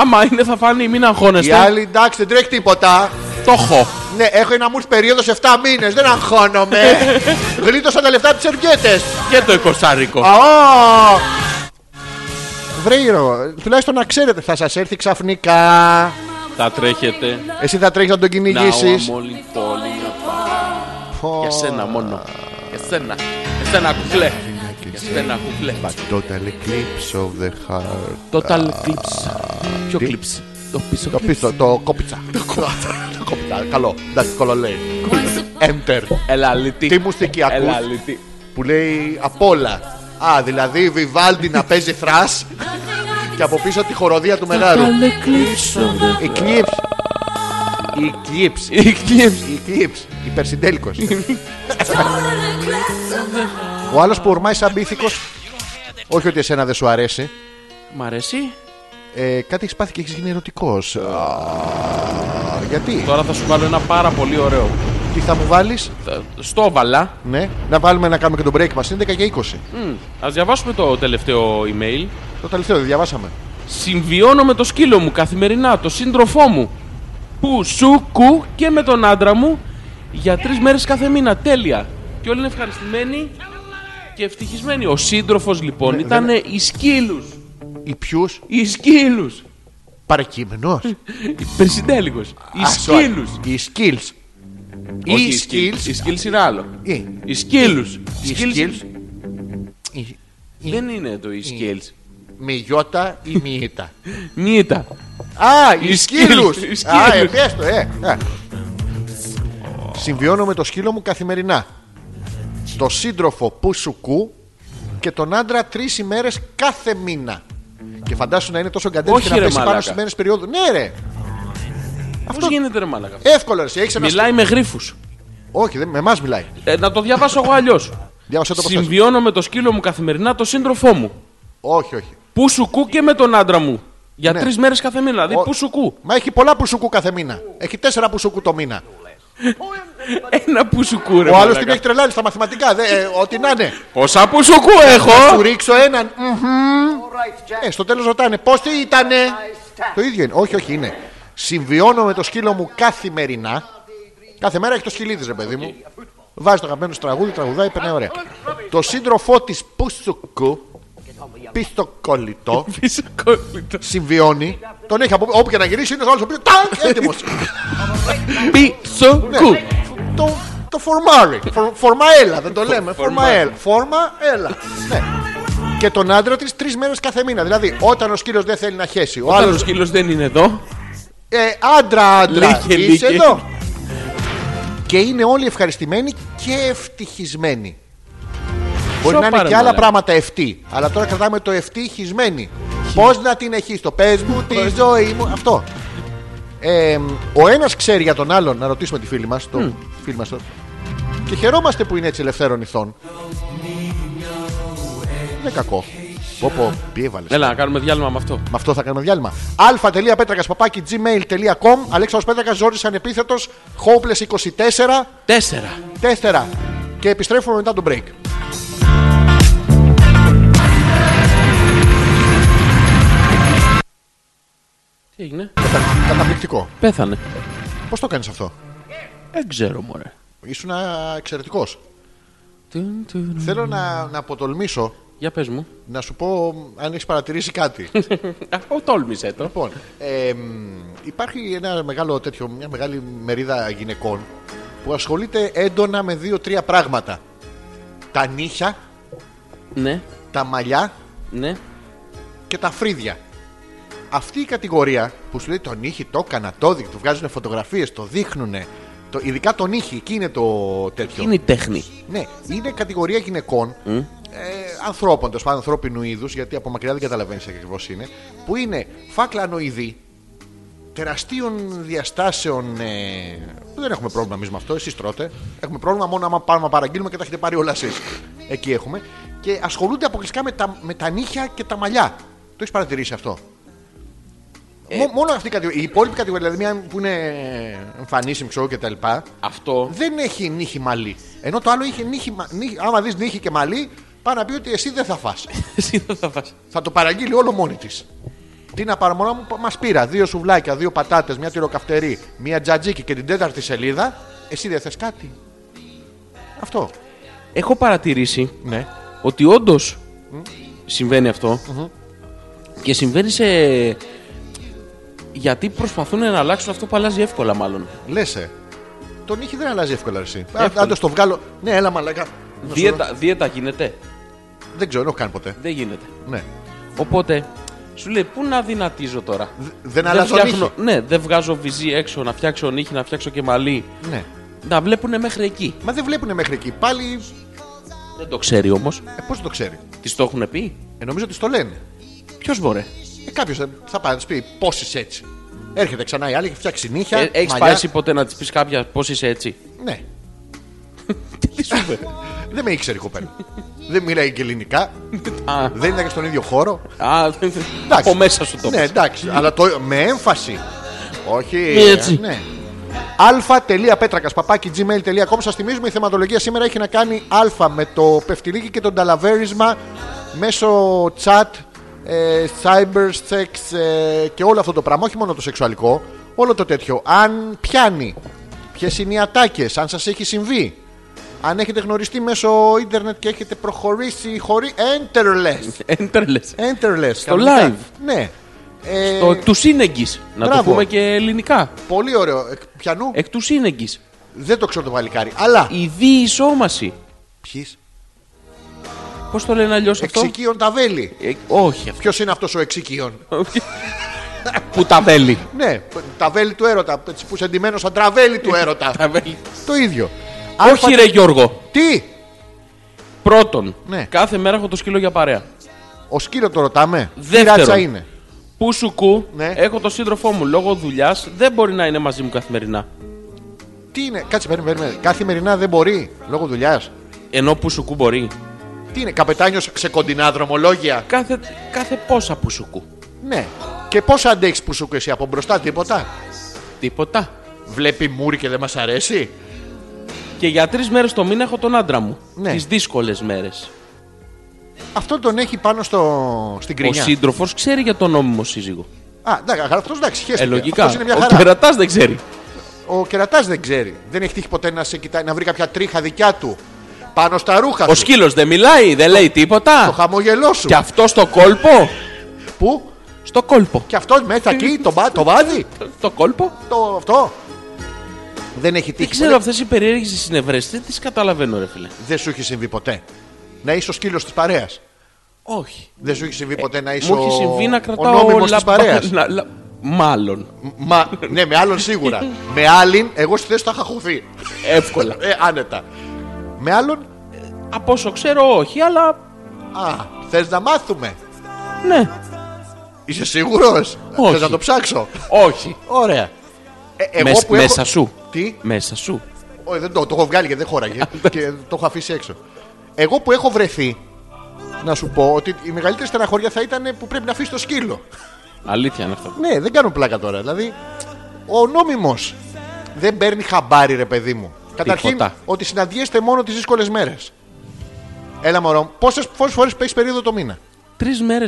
S2: Άμα είναι θα φανεί, μην
S1: Οι
S2: αγχώνεστε.
S1: άλλοι εντάξει δεν τρέχει τίποτα.
S2: Το έχω.
S1: Ναι, έχω ένα μουρς περίοδος 7 μήνες, δεν αγχώνομαι. Γλίτωσα τα λεφτά από τις σερβιέτες.
S2: Και το εικοσάρικο.
S1: Αό! Βρε Ήρω, τουλάχιστον να ξέρετε, θα σας έρθει ξαφνικά.
S2: Τα τρέχετε.
S1: Εσύ θα τρέχεις να τον
S2: Να ο
S1: κυνηγήσεις.
S2: μόλι πόλη.
S1: Πω.
S2: Για σένα μόνο. Για σένα. Για σένα κουκλέ. Για σένα κουκλέ.
S1: But total eclipse of the heart.
S2: Total clips. Ποιο
S1: τι?
S2: clips. Το πίσω
S1: Το
S2: clips.
S1: πίσω, το κόπιτσα. Το κόπιτσα, καλό. Εντάξει, κολολέει. Enter.
S2: Έλα λυτή.
S1: Τι μουσική ακούς?
S2: Έλα λυτή.
S1: που λέει απ' όλα. Α, δηλαδή η Βιβάλντι να παίζει θρά και από πίσω τη χοροδία του μεγάλου. Η κλειψ. Η κλειψ.
S2: Οι clips.
S1: Η κλειψ. Η περσιντέλικο. Ο άλλος που ορμάει σαν πίθηκος. Όχι ότι εσένα δεν σου αρέσει.
S2: Μ' αρέσει.
S1: Ε, κάτι έχεις πάθει και έχεις γίνει ερωτικός. Γιατί,
S2: Τώρα θα σου βάλω ένα πάρα πολύ ωραίο.
S1: τι θα μου βάλεις,
S2: Θα- Στο βάλα.
S1: Ναι, να βάλουμε να κάνουμε και τον break μας. Είναι 10 και 20.
S2: Ας διαβάσουμε το τελευταίο email.
S1: Το τελευταίο δεν διαβάσαμε.
S2: Συμβιώνω με το σκύλο μου καθημερινά, το σύντροφό μου. Που σου κου και με τον άντρα μου για τρεις μέρες κάθε μήνα. Τέλεια. Και όλοι είναι ευχαριστημένοι και ευτυχισμένοι. Ο σύντροφος
S1: Ναι,
S2: λοιπόν ήταν οι σκύλους.
S1: Οι ποιους
S2: Οι σκύλους.
S1: παρακείμενο.
S2: Περσιντέλικο. Οι σκύλους.
S1: Οι skills. Οι skills.
S2: Οι skills είναι άλλο.
S1: Οι-
S2: Οι σκύλους.
S1: Οι skills. Οι-
S2: Δεν είναι το οι skills.
S1: Με γιώτα ή μη ήτα.
S2: Νίτα.
S1: Α, οι
S2: Οι
S1: σκύλους.
S2: σκύλους, οι
S1: Α, ε,
S2: σκύλους.
S1: πες το, ε. ε. Συμβιώνω με το σκύλο μου καθημερινά. Το σύντροφο που σου κου και τον άντρα τρεις ημέρες κάθε μήνα. Και φαντάσου να είναι τόσο καντέρ
S2: Όχι,
S1: και να
S2: ρε,
S1: πέσει πάνω
S2: μαλάκα.
S1: στι μέρες περίοδου. Ναι, ρε.
S2: Πώς γίνεται ρε μαλάκα.
S1: Εύκολο, ρε. Έχεις ένας
S2: Μιλάει με γρήφου.
S1: Όχι, δεν- με εμάς μιλάει.
S2: Ε, να το διαβάσω εγώ αλλιώς.
S1: Διάβασε το πώς
S2: Συμβιώνω με το σκύλο μου καθημερινά το σύντροφό μου.
S1: Όχι, όχι.
S2: Πού σου κού και με τον άντρα μου. Για
S1: Ναι.
S2: τρεις τρει μέρες κάθε μήνα. Δηλαδή,
S1: Ο-
S2: πού σου κού.
S1: Μα έχει πολλά που σου κου κάθε μήνα. Έχει τέσσερα που σου κου το μήνα.
S2: Ένα που σου κού, ρε.
S1: Ο άλλος
S2: μαλάκα.
S1: την έχει τρελάνει στα μαθηματικά. Δε, ε, ό,τι να είναι.
S2: Πόσα που σου κού
S1: Σου
S2: έχω.
S1: ρίξω έναν. μμμ. Ε, στο τέλος ρωτάνε πώς τι ήτανε. Το ίδιο είναι. Όχι, όχι είναι. Συμβιώνω με το σκύλο μου καθημερινά. Κάθε μέρα έχει το σκυλί τη, ρε παιδί μου. Βάζει το αγαπημένο σου τραγούδι, τραγουδάει, περνάει ωραία. Το σύντροφό της Πουσουκου, πίστο κολλητό,
S2: Πίσω κόλλητο.
S1: συμβιώνει. Τον έχει από όπου και να γυρίσει, είναι ο άλλος ο οποίος. Τάκ, έτοιμο.
S2: Πίσω κού.
S1: το, το φορμάρι. Φορ- Φορμαέλα, δεν το λέμε. Φορμαέλα. Φορμαέλα. Ναι. Και τον άντρα της τρεις μέρες κάθε μήνα. Δηλαδή, όταν ο σκύλος δεν θέλει να χέσει, ο
S2: Άλλο
S1: άλλο
S2: σκύλος δεν είναι εδώ.
S1: Ε, άντρα, άντρα.
S2: Λύκε,
S1: είσαι
S2: λύκε.
S1: εδώ. και είναι όλοι ευχαριστημένοι και ευτυχισμένοι. Μπορεί να είναι
S2: πάρε,
S1: και άλλα
S2: μαλάκα.
S1: πράγματα ευτή. Αλλά τώρα κρατάμε το ευτυχισμένη. Πώς να την έχεις το πες μου, τη ζωή μου. Αυτό. Ε, ο ένας ξέρει για τον άλλον, να ρωτήσουμε τη φίλη μας. Φίλη μας το... Και χαιρόμαστε που είναι έτσι ελευθέρων ηθών. Δεν κακό. Πω πω, τι έβαλες.
S2: Έλα, να κάνουμε διάλειμμα με αυτό.
S1: Με αυτό θα κάνουμε διάλειμμα. αλφα.πέτρακα παπάκι gmail.com Αλέξανδρος Πέτρακα, Ζόρις Ανεπίθετος, Hopeless 24,
S2: Τέσσερα.
S1: 4. Και επιστρέφουμε μετά το break.
S2: Τι έγινε.
S1: Κατα- Καταπληκτικό.
S2: Πέθανε.
S1: Πώς το κάνεις αυτό,
S2: Δεν ξέρω, μωρέ.
S1: Ήσουν εξαιρετικό.
S2: Τουν, τουν.
S1: Θέλω να, να αποτολμήσω
S2: Για πες μου.
S1: να σου πω αν έχεις παρατηρήσει κάτι.
S2: Αυτό τόλμησε το.
S1: λοιπόν, εμ, υπάρχει ένα μεγάλο τέτοιο, μια μεγάλη μερίδα γυναικών που ασχολείται έντονα με δύο-τρία πράγματα. Τα νύχια,
S2: Ναι,
S1: τα μαλλιά
S2: ναι.
S1: και τα φρύδια. Αυτή η κατηγορία που σου λέει τον νύχι, το έκανα, το δει, του βγάζουν φωτογραφίες, το δείχνουν. Το, ειδικά τον νύχι, εκεί είναι το τέτοιο.
S2: Είναι η τέχνη.
S1: Ναι, είναι κατηγορία γυναικών, ε, ανθρώπων, τέλος πάντων ανθρώπινου είδους, γιατί από μακριά δεν καταλαβαίνεις ακριβώς είναι, που είναι φακλανοειδή, τεραστίων διαστάσεων. Ε, που δεν έχουμε πρόβλημα εμείς με αυτό, εσείς τρώτε. Έχουμε πρόβλημα μόνο άμα πάμε να παραγγείλουμε και τα έχετε πάρει όλα εσείς. Εκεί έχουμε. Και ασχολούνται αποκλειστικά με τα, με τα νύχια και τα μαλλιά. Το έχεις παρατηρήσει αυτό. Μό- μόνο αυτή η κατηγορία. Η υπόλοιπη κατηγορία, δηλαδή μια που είναι εμφανίσιμη, ξέρω και τα λοιπά,
S2: Αυτό.
S1: δεν έχει νύχι μαλλί. Ενώ το άλλο είχε νύχι. μα- νύχι- άμα δεις νύχι και μαλλί, πάει να πει ότι εσύ δεν θα φας.
S2: Εσύ δεν θα φας.
S1: θα το παραγγείλει όλο μόνη της. Τι να πάρω, μωρά μου, μας πήρα δύο σουβλάκια, δύο πατάτες, μια τυροκαυτερή, μια τζατζίκι και την τέταρτη σελίδα. Εσύ δεν θες κάτι. Αυτό.
S2: Έχω παρατηρήσει
S1: Ναι.
S2: ότι όντως συμβαίνει αυτό και συμβαίνει σε. Ε, Γιατί προσπαθούν να αλλάξουν αυτό που αλλάζει εύκολα, μάλλον.
S1: Λες. Ε. Το νύχι δεν αλλάζει εύκολα εσύ. Άντε το βγάλω. Ναι, έλα μαλακά.
S2: Δίαιτα, δίαιτα γίνεται.
S1: Δεν ξέρω, δεν έχω κάνει ποτέ.
S2: Δεν γίνεται.
S1: Ναι.
S2: Οπότε σου λέει, Πού να δυνατίζω τώρα.
S1: Δεν, αλλάζω
S2: φτιάχνω-
S1: νύχι.
S2: Ναι, δεν βγάζω βυζί έξω να φτιάξω νύχη, να φτιάξω και μαλλί.
S1: Ναι.
S2: Να βλέπουν μέχρι εκεί.
S1: Μα δεν βλέπουν μέχρι εκεί. Πάλι.
S2: Δεν το ξέρει όμως.
S1: Ε, Πώς το ξέρει.
S2: Της το έχουν πει.
S1: Ε, νομίζω ότι στο λένε.
S2: Ποιος μπορεί.
S1: Ε, Κάποιος θα πάει να τη πει πώς είσαι έτσι. Έρχεται ξανά η άλλη, έχει φτιάξει νύχια.
S2: Ε, Έχεις
S1: μαλλιά.
S2: πάει εσύ ποτέ να της πεις κάποια πώς είσαι έτσι.
S1: Ναι. Δεν με ήξερε η κοπέλα. Δεν μιλάει και ελληνικά.
S2: Α.
S1: Δεν ήταν και στον ίδιο χώρο.
S2: Α, δεν-
S1: Εντάξει.
S2: από μέσας σου το
S1: Ναι,
S2: πες.
S1: εντάξει. Αλλά το, με έμφαση. Όχι.
S2: Μη έτσι.
S1: Ναι. αλφα.πέτρακα παπάκι gmail.com Σας θυμίζουμε η θεματολογία σήμερα έχει να κάνει α με το πεφτιλίκι και το ταλαβέρισμα μέσω chat, ε, cyber sex ε, και όλο αυτό το πράγμα. Όχι μόνο το σεξουαλικό, όλο το τέτοιο. Αν πιάνει, ποιες είναι οι ατάκες, αν σας έχει συμβεί. Αν έχετε γνωριστεί μέσω ίντερνετ και έχετε προχωρήσει χωρί enterless.
S2: Enter λες.
S1: Enterless.
S2: Στο
S1: κανονικά.
S2: live.
S1: Ναι. Ε,
S2: Το του σύνεγγυ. Να το
S1: μπράβο.
S2: πούμε και ελληνικά.
S1: Πολύ ωραίο. Εκ πιανού
S2: Εκ τους σύνεγγυ.
S1: δεν το ξέρω το παλικάρι. Αλλά.
S2: Η διεισόμαση.
S1: Ποιοι.
S2: Πώς το λένε αλλιώς αυτό.
S1: Εξοικείων τα βέλη.
S2: Ε, όχι αυτό.
S1: Ποιος είναι αυτός ο εξοικείων.
S2: Που τα βέλη.
S1: ναι, τα βέλη του έρωτα. Έτσι που είσαι εντυμένο σαν τραβέλη του έρωτα.
S2: Τα βέλη.
S1: το ίδιο.
S2: Όχι,
S1: Αλφα-
S2: ρε Γιώργο.
S1: Τι!
S2: Πρώτον,
S1: Ναι.
S2: κάθε μέρα έχω το σκύλο για παρέα.
S1: Ο σκύλο το ρωτάμε. Τι
S2: Δεύτερον.
S1: ράτσα είναι.
S2: Πού σου κου,
S1: Ναι.
S2: έχω τον σύντροφό μου λόγω δουλειάς, δεν μπορεί να είναι μαζί μου καθημερινά.
S1: Τι είναι, κάτσε, παίρνει, παίρνει. Καθημερινά δεν μπορεί, λόγω δουλειάς.
S2: Ενώ που σου κου μπορεί.
S1: Τι είναι, καπετάνιος ξεκοντινά δρομολόγια.
S2: Κάθε, κάθε πόσα που σου κου.
S1: Ναι. Και πώ αντέχεις που σου και εσύ από μπροστά, τίποτα.
S2: Τίποτα.
S1: Βλέπει μουρή και δεν μας αρέσει.
S2: Και για τρεις μέρες το μήνα έχω τον άντρα μου.
S1: Ναι.
S2: Τις δύσκολες μέρες.
S1: Αυτό τον έχει πάνω στο... στην
S2: Ο
S1: κρινιά.
S2: σύντροφος ξέρει για τον νόμιμο σύζυγο.
S1: Α, εντάξει, αυτός εντάξει, χέστηκε.
S2: Ε, λογικά.
S1: Αυτός είναι μια
S2: Ο
S1: χαρά.
S2: κερατάς δεν ξέρει.
S1: Ο κερατάς δεν ξέρει. Δεν έχει τύχει ποτέ να σε κοιτάει, να βρει κάποια τρίχα δικιά του. Πάνω στα ρούχα
S2: Ο
S1: του.
S2: σκύλος δεν μιλάει, δεν λέει
S1: Το
S2: τίποτα.
S1: χαμόγελό σου.
S2: Και αυτό στο κόλπο.
S1: Πού?
S2: Στο κόλπο.
S1: Και αυτό μέσα εκεί, το, μπα- το βάδι.
S2: Το κόλπο.
S1: Το αυτό. Δεν έχει
S2: Δεν
S1: τύχει.
S2: ξέρω
S1: ποτέ.
S2: αυτές οι περίεργες συνευρές. Δεν τις καταλαβαίνω, ρε φίλε.
S1: Δεν σου έχει συμβεί ποτέ. Να είσαι ο σκύλος της παρέας.
S2: Όχι.
S1: Δεν σου έχει συμβεί ποτέ να είσαι
S2: Ε, Μου
S1: ο,
S2: έχει συμβεί να
S1: ο
S2: κρατάω
S1: νόμιμος της
S2: λαμπα-
S1: παρέας.
S2: λα- λα- Μάλλον.
S1: Μα, ναι, με άλλον σίγουρα. με άλλην, εγώ στη θέση του θα είχα χωθεί.
S2: Εύκολα.
S1: Ε, άνετα. Με άλλον,
S2: Από όσο ξέρω, όχι, αλλά.
S1: α, θες να μάθουμε.
S2: Ναι,
S1: Είσαι σίγουρος.
S2: Όχι.
S1: Θες να το ψάξω.
S2: όχι.
S1: Ωραία. Ε, εγώ
S2: Μεσ-
S1: που έχω-
S2: Μέσα σου.
S1: Τι,
S2: Μέσα σου.
S1: Όχι, δεν το, το έχω βγάλει και δεν χώραγε. και το έχω αφήσει έξω. Εγώ που έχω βρεθεί, να σου πω ότι η μεγαλύτερη στεναχωριά θα ήταν που πρέπει να αφήσεις το σκύλο.
S2: Αλήθεια είναι αυτό.
S1: Ναι, δεν κάνω πλάκα τώρα. Δηλαδή, ο νόμιμος δεν παίρνει χαμπάρι, ρε παιδί μου. Καταρχήν,
S2: Τίποτα.
S1: ότι συναντιέστε μόνο τις δύσκολες μέρες. Έλα, μωρό, πόσες φορέ παίζει περίοδο το μήνα.
S2: Τρεις μέρες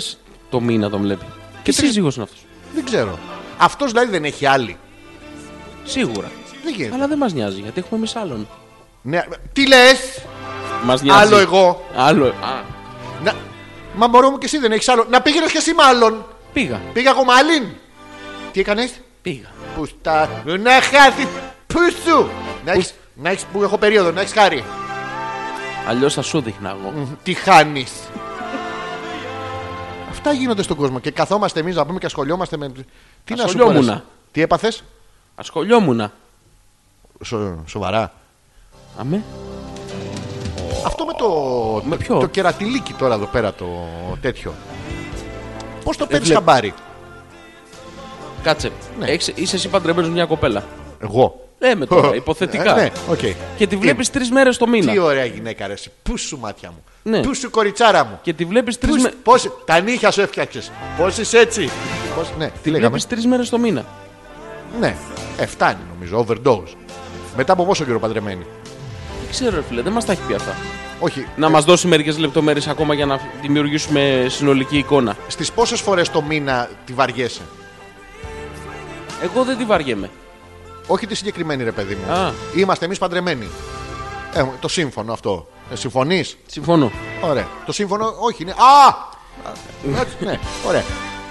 S2: το μήνα τον βλέπει. Και
S1: τρεις-
S2: σύζυγος είναι αυτός.
S1: Δεν ξέρω. Αυτός δηλαδή δεν έχει άλλη.
S2: Σίγουρα.
S1: Δεν γίνεται.
S2: Αλλά δεν μας νοιάζει γιατί έχουμε εμείς άλλον.
S1: Ναι, τι λες,
S2: Μας νοιάζει.
S1: άλλο εγώ.
S2: Άλλο. Α,
S1: Να... Μα μωρό μου και εσύ δεν έχεις άλλο. Να πήγαινες και εσύ μάλλον.
S2: πήγα.
S1: Πήγα εγώ μαλλίν. Τι έκανες.
S2: Πήγα.
S1: Πουστά. Να χάθεις. Πούσου. Να έχεις- Να έχεις που έχω περίοδο, να έχεις χάρη.
S2: Αλλιώς θα σου δείχνα εγώ.
S1: Τι χάνεις. Αυτά γίνονται στον κόσμο και καθόμαστε εμείς να πούμε και ασχολιόμαστε με. Τι να σου πω.
S2: Ασχολιόμουνα.
S1: ρε. Τι έπαθες.
S2: Ασχολιόμουν.
S1: σοβαρά.
S2: Αμέ.
S1: Αυτό με το,
S2: Με
S1: το-
S2: ποιο?
S1: το κερατιλίκι τώρα εδώ πέρα το τέτοιο. Πώς το παίρνει
S2: βλέπω.
S1: χαμπάρι.
S2: Κάτσε.
S1: Ναι.
S2: Έχεις- είσαι εσύ παντρεμένος με μια κοπέλα.
S1: Εγώ.
S2: Ε, με τώρα, υποθετικά.
S1: Ε, ναι, οκ.
S2: Και τη βλέπεις τρεις μέρες το
S1: Τι,
S2: μήνα.
S1: τι ωραία γυναίκα ρε. εσύ. Πού σου μάτια μου.
S2: Ναι.
S1: Πού σου κοριτσάρα μου.
S2: Και τη βλέπεις τρεις
S1: Πού,
S2: με...
S1: πώς, τα νύχια σου έφτιαξες. Πώς είσαι έτσι. Πώς, ναι, τι λέγαμε.
S2: Βλέπεις τρεις μέρες το μήνα.
S1: Ναι, ε, φτάνει νομίζω. Overdose. Μετά από πόσο καιρό παντρεμένη.
S2: Δεν ξέρω, ρε φίλε, δεν μας τα έχει πει αυτά.
S1: Όχι.
S2: Να μας δώσει μερικές λεπτομέρειες ακόμα για να δημιουργήσουμε συνολική εικόνα.
S1: Στις πόσες φορές το μήνα τη βαριέσαι.
S2: Εγώ δεν τη βαριέμαι.
S1: Όχι τη συγκεκριμένη, ρε παιδί μου.
S2: Α.
S1: Είμαστε εμείς παντρεμένοι. Ε, το σύμφωνο αυτό. Ε, Συμφωνείς.
S2: Συμφωνώ.
S1: Ωραία. Το σύμφωνο, όχι, είναι. Α! Έτσι, ναι, ωραία.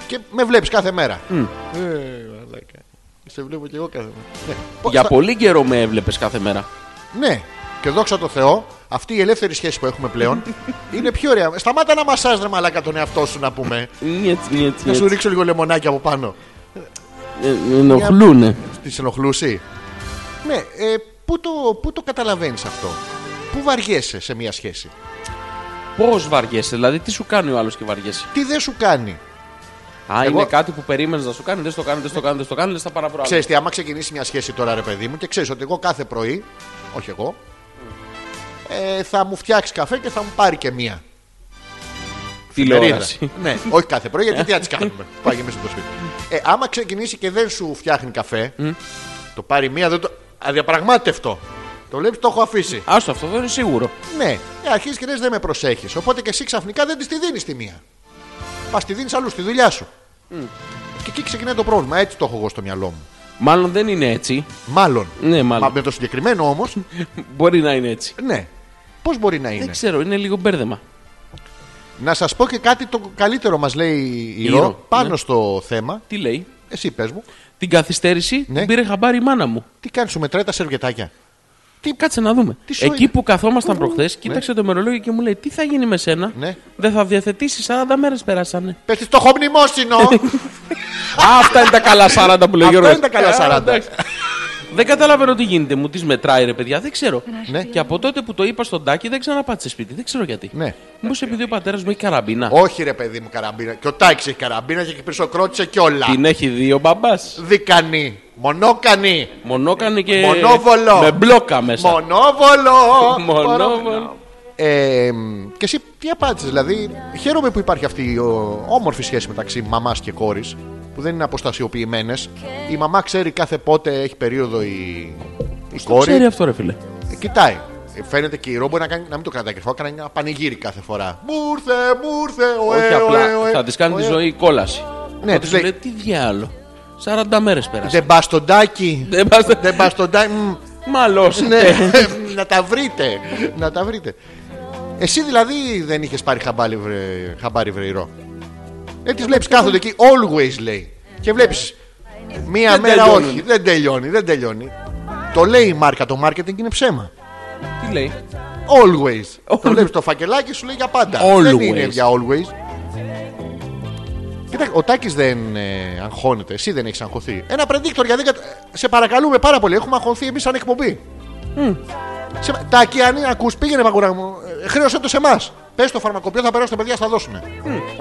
S1: Και με βλέπεις κάθε μέρα. Ε, μαλάκα. Σε βλέπω και εγώ κάθε μέρα. Ναι. Πο-
S2: Για
S1: στα-
S2: πολύ καιρό με έβλεπες κάθε μέρα.
S1: Ναι. Και δόξα τω Θεώ, αυτή η ελεύθερη σχέση που έχουμε πλέον είναι πιο ωραία. Σταμάτα να μασάζ ρε μαλάκα τον εαυτό σου να πούμε.
S2: Νιέτ, νιέτ,
S1: Να
S2: νιέτ.
S1: σου ρίξω λίγο λεμονάκι από πάνω.
S2: Ε, με Ενοχλούνε.
S1: Τη ενοχλούσει. Ναι, ε, πού το, πού το καταλαβαίνεις αυτό. Πού βαριέσαι σε μια σχέση.
S2: Πώς βαριέσαι, δηλαδή τι σου κάνει ο άλλος και βαριέσαι.
S1: Τι δεν σου κάνει.
S2: Α,
S1: Εγώ-
S2: είναι κάτι που περίμενες να σου κάνει, δεν στο κάνει, δεν στο κάνει, δεν στο κάνει, λες τα παραπράγματα.
S1: Ξέρεις τι, άμα ξεκινήσει μια σχέση τώρα ρε παιδί μου και ξέρεις ότι εγώ κάθε πρωί, όχι εγώ, ε, θα μου φτιάξεις καφέ και θα μου πάρει και μία.
S2: Τηλεόραση.
S1: Μερίδα. ναι, όχι κάθε πρωί γιατί τι να τις κάνουμε. Πάει και μέσα στο σπίτι. Ε, άμα ξεκινήσει και δεν σου φτιάχνει καφέ, το πάρει μία, δεν το. Αδιαπραγμάτευτο. Το βλέπεις, το έχω αφήσει.
S2: Άστο, αυτό δεν είναι σίγουρο.
S1: Ναι, ε, αρχίζεις και λες δεν με προσέχεις. Οπότε και εσύ ξαφνικά δεν της τη δίνεις τη μία. Πας τη δίνεις αλλού στη δουλειά σου. Και εκεί ξεκινάει το πρόβλημα. Έτσι το έχω εγώ στο μυαλό μου.
S2: Μάλλον δεν είναι έτσι.
S1: Μάλλον.
S2: Ναι, μάλλον.
S1: Μα με το συγκεκριμένο όμως,
S2: Μπορεί να είναι έτσι.
S1: ναι. Πώς μπορεί να είναι.
S2: Δεν ξέρω, είναι λίγο μπέρδεμα.
S1: Να σας πω και κάτι το καλύτερο, μας λέει η
S2: Ρο,
S1: Ρο πάνω στο θέμα.
S2: Τι λέει.
S1: Εσύ πες μου,
S2: Την καθυστέρηση
S1: Ναι.
S2: την πήρε χαμπάρι η μάνα μου.
S1: τι κάνεις, σου μετράει τα σερβιετάκια.
S2: Τι, κάτσε να δούμε.
S1: Τι σου
S2: Εκεί
S1: είναι.
S2: που καθόμασταν προχθέ, κοίταξε το ημερολόγιο και μου λέει: Τι θα γίνει με σένα,
S1: Ναι.
S2: δεν θα διαθετήσει 40 μέρες περάσανε.
S1: Πες της το έχω μνημόσυνο.
S2: Α, αυτά είναι τα καλά 40 που λέει
S1: Αυτά
S2: ο Γιώργος.
S1: είναι τα καλά
S2: Α,
S1: 40.
S2: Ε, εντάξει. δεν καταλαβαίνω τι γίνεται, μου τις μετράει ρε παιδιά, δεν ξέρω.
S1: Ναι.
S2: Και από τότε που το είπα στον Τάκη δεν ξαναπάτησε σπίτι, δεν ξέρω γιατί.
S1: Ναι.
S2: Μήπως επειδή ο πατέρας μου έχει καραμπίνα.
S1: Όχι ρε παιδί μου καραμπίνα. Και ο Τάκης έχει καραμπίνα και πίσω κρότησε κιόλα.
S2: Την έχει δει ο μπαμπάς.
S1: Δικανή. Μονόκανη.
S2: Μονόκανη και.
S1: Μονόβολο.
S2: Με μπλόκα μέσα.
S1: Μονόβολο.
S2: Μονόβολο.
S1: Ε, μ, και εσύ τι απάντησες, δηλαδή. Χαίρομαι που υπάρχει αυτή η ο, όμορφη σχέση μεταξύ μαμάς και κόρης, που δεν είναι αποστασιοποιημένες. Η μαμά ξέρει κάθε πότε έχει περίοδο η, η
S2: Το
S1: κόρη.
S2: ξέρει αυτό, ρε φίλε.
S1: Ε, κοιτάει. Ε, Φαίνεται και η ρομπο να, κάνει, να μην το κρατάει κρυφό, κάνει ένα πανηγύρι κάθε φορά. Μούρθε, μούρθε, ωε,
S2: Όχι
S1: ωε,
S2: απλά.
S1: ωε,
S2: Θα της κάνει τη
S1: ωε.
S2: ζωή κόλαση.
S1: ε, Ναι,
S2: Θα
S1: της
S2: της
S1: λέει.
S2: λέει τι διάλογο. 40 μέρες πέρασε.
S1: Δεν πας στον τάκι.
S2: Δεν πας-
S1: Δεν πας στον τάκι. Μμ,
S2: Μαλώς.
S1: Ναι, να τα βρείτε. Να τα βρείτε. Εσύ δηλαδή δεν είχες πάρει χαμπάρι, βρε, χαμπάρι βρεϊρό. Ε, τις βλέπεις κάθονται εκεί, always λέει. Και βλέπεις. Μία
S2: Δεν
S1: μέρα
S2: τελειώνουν.
S1: όχι, δεν τελειώνει, δεν τελειώνει. Το λέει η μάρκα, το marketing είναι ψέμα.
S2: Τι λέει.
S1: Always. το βλέπεις το φακελάκι σου λέει για πάντα. Δεν
S2: Always.
S1: είναι για always. Κοίτα, ο Τάκης δεν ε, αγχώνεται. Εσύ δεν έχεις αγχωθεί. Ένα predictor γιατί. κατα- Σε παρακαλούμε πάρα πολύ. Έχουμε αγχωθεί εμείς σαν εκπομπή. Σε... Τάκη, αν ακούς, πήγαινε παγκουρά μου. Ε, Χρέωσε το σε εμάς. Πες το φαρμακοποιό, θα περάσουν τα παιδιά, θα δώσουν.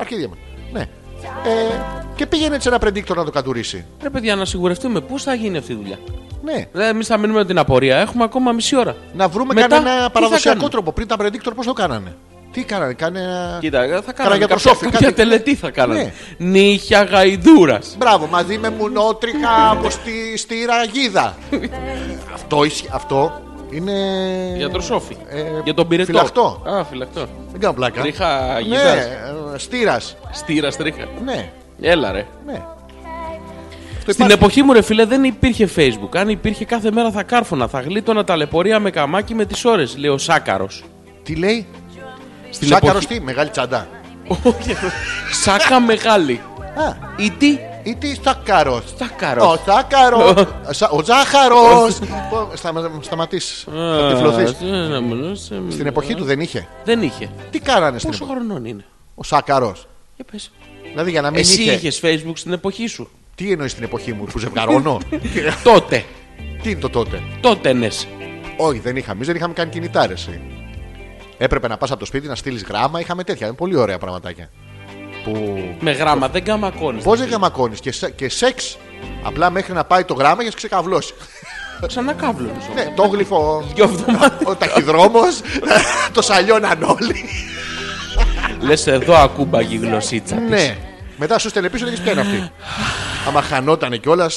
S1: Αρχίδια μου. Ναι. Ε, και πήγαινε έτσι ένα predictor να το κατουρίσει.
S2: Ρε παιδιά, να σιγουρευτούμε πώ θα γίνει αυτή η δουλειά.
S1: Ναι.
S2: Εμείς θα μείνουμε με την απορία. Έχουμε ακόμα μισή ώρα.
S1: Να βρούμε
S2: Μετά, τι
S1: κανένα
S2: θα
S1: παραδοσιακό
S2: κάνουμε.
S1: τρόπο. Πριν τα predictor, πώς το κάνανε. Τι κάνανε, κάνε.
S2: Κοίτα, ε, θα
S1: Κάνα
S2: κάναμε
S1: για το
S2: κάποια,
S1: σόφι,
S2: κάποια
S1: κάτι.
S2: τελετή θα κάναμε.
S1: Ναι.
S2: Νύχια γαϊδούρας.
S1: Μπράβο, μαζί με μουνότριχα από στη, στη ραγίδα. αυτό, ισχύει- αυτό είναι.
S2: Για το σόφι.
S1: Ε,
S2: για τον πυρετό.
S1: φυλακτό.
S2: Α, φυλακτό.
S1: Δεν κάνω πλάκα.
S2: Τρίχα γίδας.
S1: Ναι, στήρας.
S2: Στήρας τρίχα.
S1: Ναι,
S2: Έλα ρε.
S1: ναι.
S2: Στην εποχή μου, ρε φίλε, δεν υπήρχε Facebook. Αν υπήρχε, κάθε μέρα θα κάρφωνα. Θα γλίτωνα τα λεπορία με καμάκι με τις ώρες, λέει ο Σάκαρος.
S1: Τι λέει,
S2: Στην
S1: Σάκαρος τι, μεγάλη τσαντά.
S2: Όχι. Σάκα μεγάλη.
S1: Α,
S2: Ή τι.
S1: ή τι Σάκαρος.
S2: Σάκαρος.
S1: Ο Σάκαρος. Σα- Ο Ζάχαρος. Σταματήσει. Θα τυφλωθείς.
S2: Ε,
S1: Στην εποχή του δεν είχε.
S2: Δεν είχε.
S1: Τι κάνανε στην
S2: Πόσο
S1: εποχή.
S2: χρονών είναι.
S1: Ο Σάκαρος.
S2: Για πες.
S1: Δηλαδή για να μην
S2: Εσύ
S1: είχε.
S2: είχες Facebook στην εποχή σου.
S1: Τι εννοείς στην εποχή μου, που ζευγαρώνω.
S2: Τότε.
S1: Τι είναι το τότε.
S2: Τότε ναι.
S1: Όχι, δεν είχαμε. Εμείς δεν είχαμε κάνει κινητάρε. Έπρεπε να πας από το σπίτι να στείλεις γράμμα. Είχαμε τέτοια. Είναι πολύ ωραία πραγματάκια. Που.
S2: Με γράμμα, δεν καμακώνει.
S1: Πώς δεν γαμακώνεις και, σε- και σεξ. Απλά μέχρι να πάει το γράμμα για να ξεκαβλώσει.
S2: Ξανακάβλωνε.
S1: ναι, το γλυφό.
S2: Δυο εβδομάδες.
S1: ο ταχυδρόμος. το σαλιώναν όλοι.
S2: Λες εδώ ακούμπαγε η γλωσσίτσα. της.
S1: ναι. Μετά σου στέλνε πίσω και ποια είναι αυτή. Άμα χανότανε κιόλας.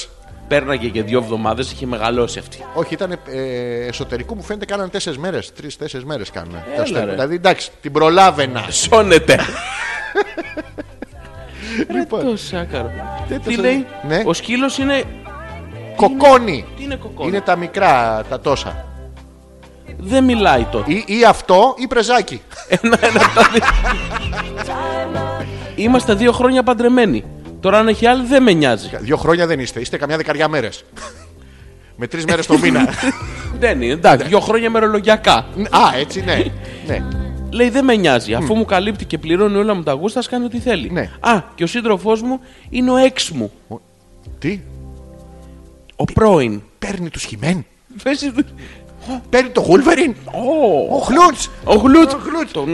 S2: Πέρναγε και δύο εβδομάδες, είχε μεγαλώσει αυτή.
S1: Όχι, ήταν ε, εσωτερικού μου φαίνεται κάνανε τέσσερις μέρες. Τρει-τέσσερι μέρες κάνανε.
S2: Έλα, ρε.
S1: δηλαδή εντάξει, την προλάβαινα.
S2: Σώνεται.
S1: λοιπόν,
S2: Το σάκαρο.
S1: Τι
S2: Τι
S1: το
S2: λέει,
S1: σάκαρο. Ναι.
S2: ο σκύλος είναι.
S1: κοκόνι.
S2: Τι είναι κοκόνα.
S1: Είναι τα μικρά, τα τόσα.
S2: Δεν μιλάει τότε.
S1: Ή, ή αυτό ή πρεζάκι.
S2: Είμαστε δύο χρόνια παντρεμένοι. Τώρα αν έχει άλλη δεν με νοιάζει.
S1: Δύο χρόνια δεν είστε. Είστε καμιά δεκαριά μέρες. Με τρεις μέρες το μήνα.
S2: δεν είναι, εντάξει, δύο χρόνια μερολογιακά.
S1: Α, έτσι ναι. ναι.
S2: Λέει δεν με νοιάζει. Αφού μου καλύπτει και πληρώνει όλα μου τα γούστα, ας κάνει ό,τι θέλει.
S1: Ναι.
S2: Α, και ο σύντροφός μου είναι ο έξ μου.
S1: Τι,
S2: Ο πρώην.
S1: παίρνει τους χειμέν.
S2: Πες του-
S1: Παίρνει το γούλβεριν.
S2: Ω,
S1: Ο χλούτ.
S2: Ο Γλουτ.
S1: Ο Γλουτ.
S2: Τον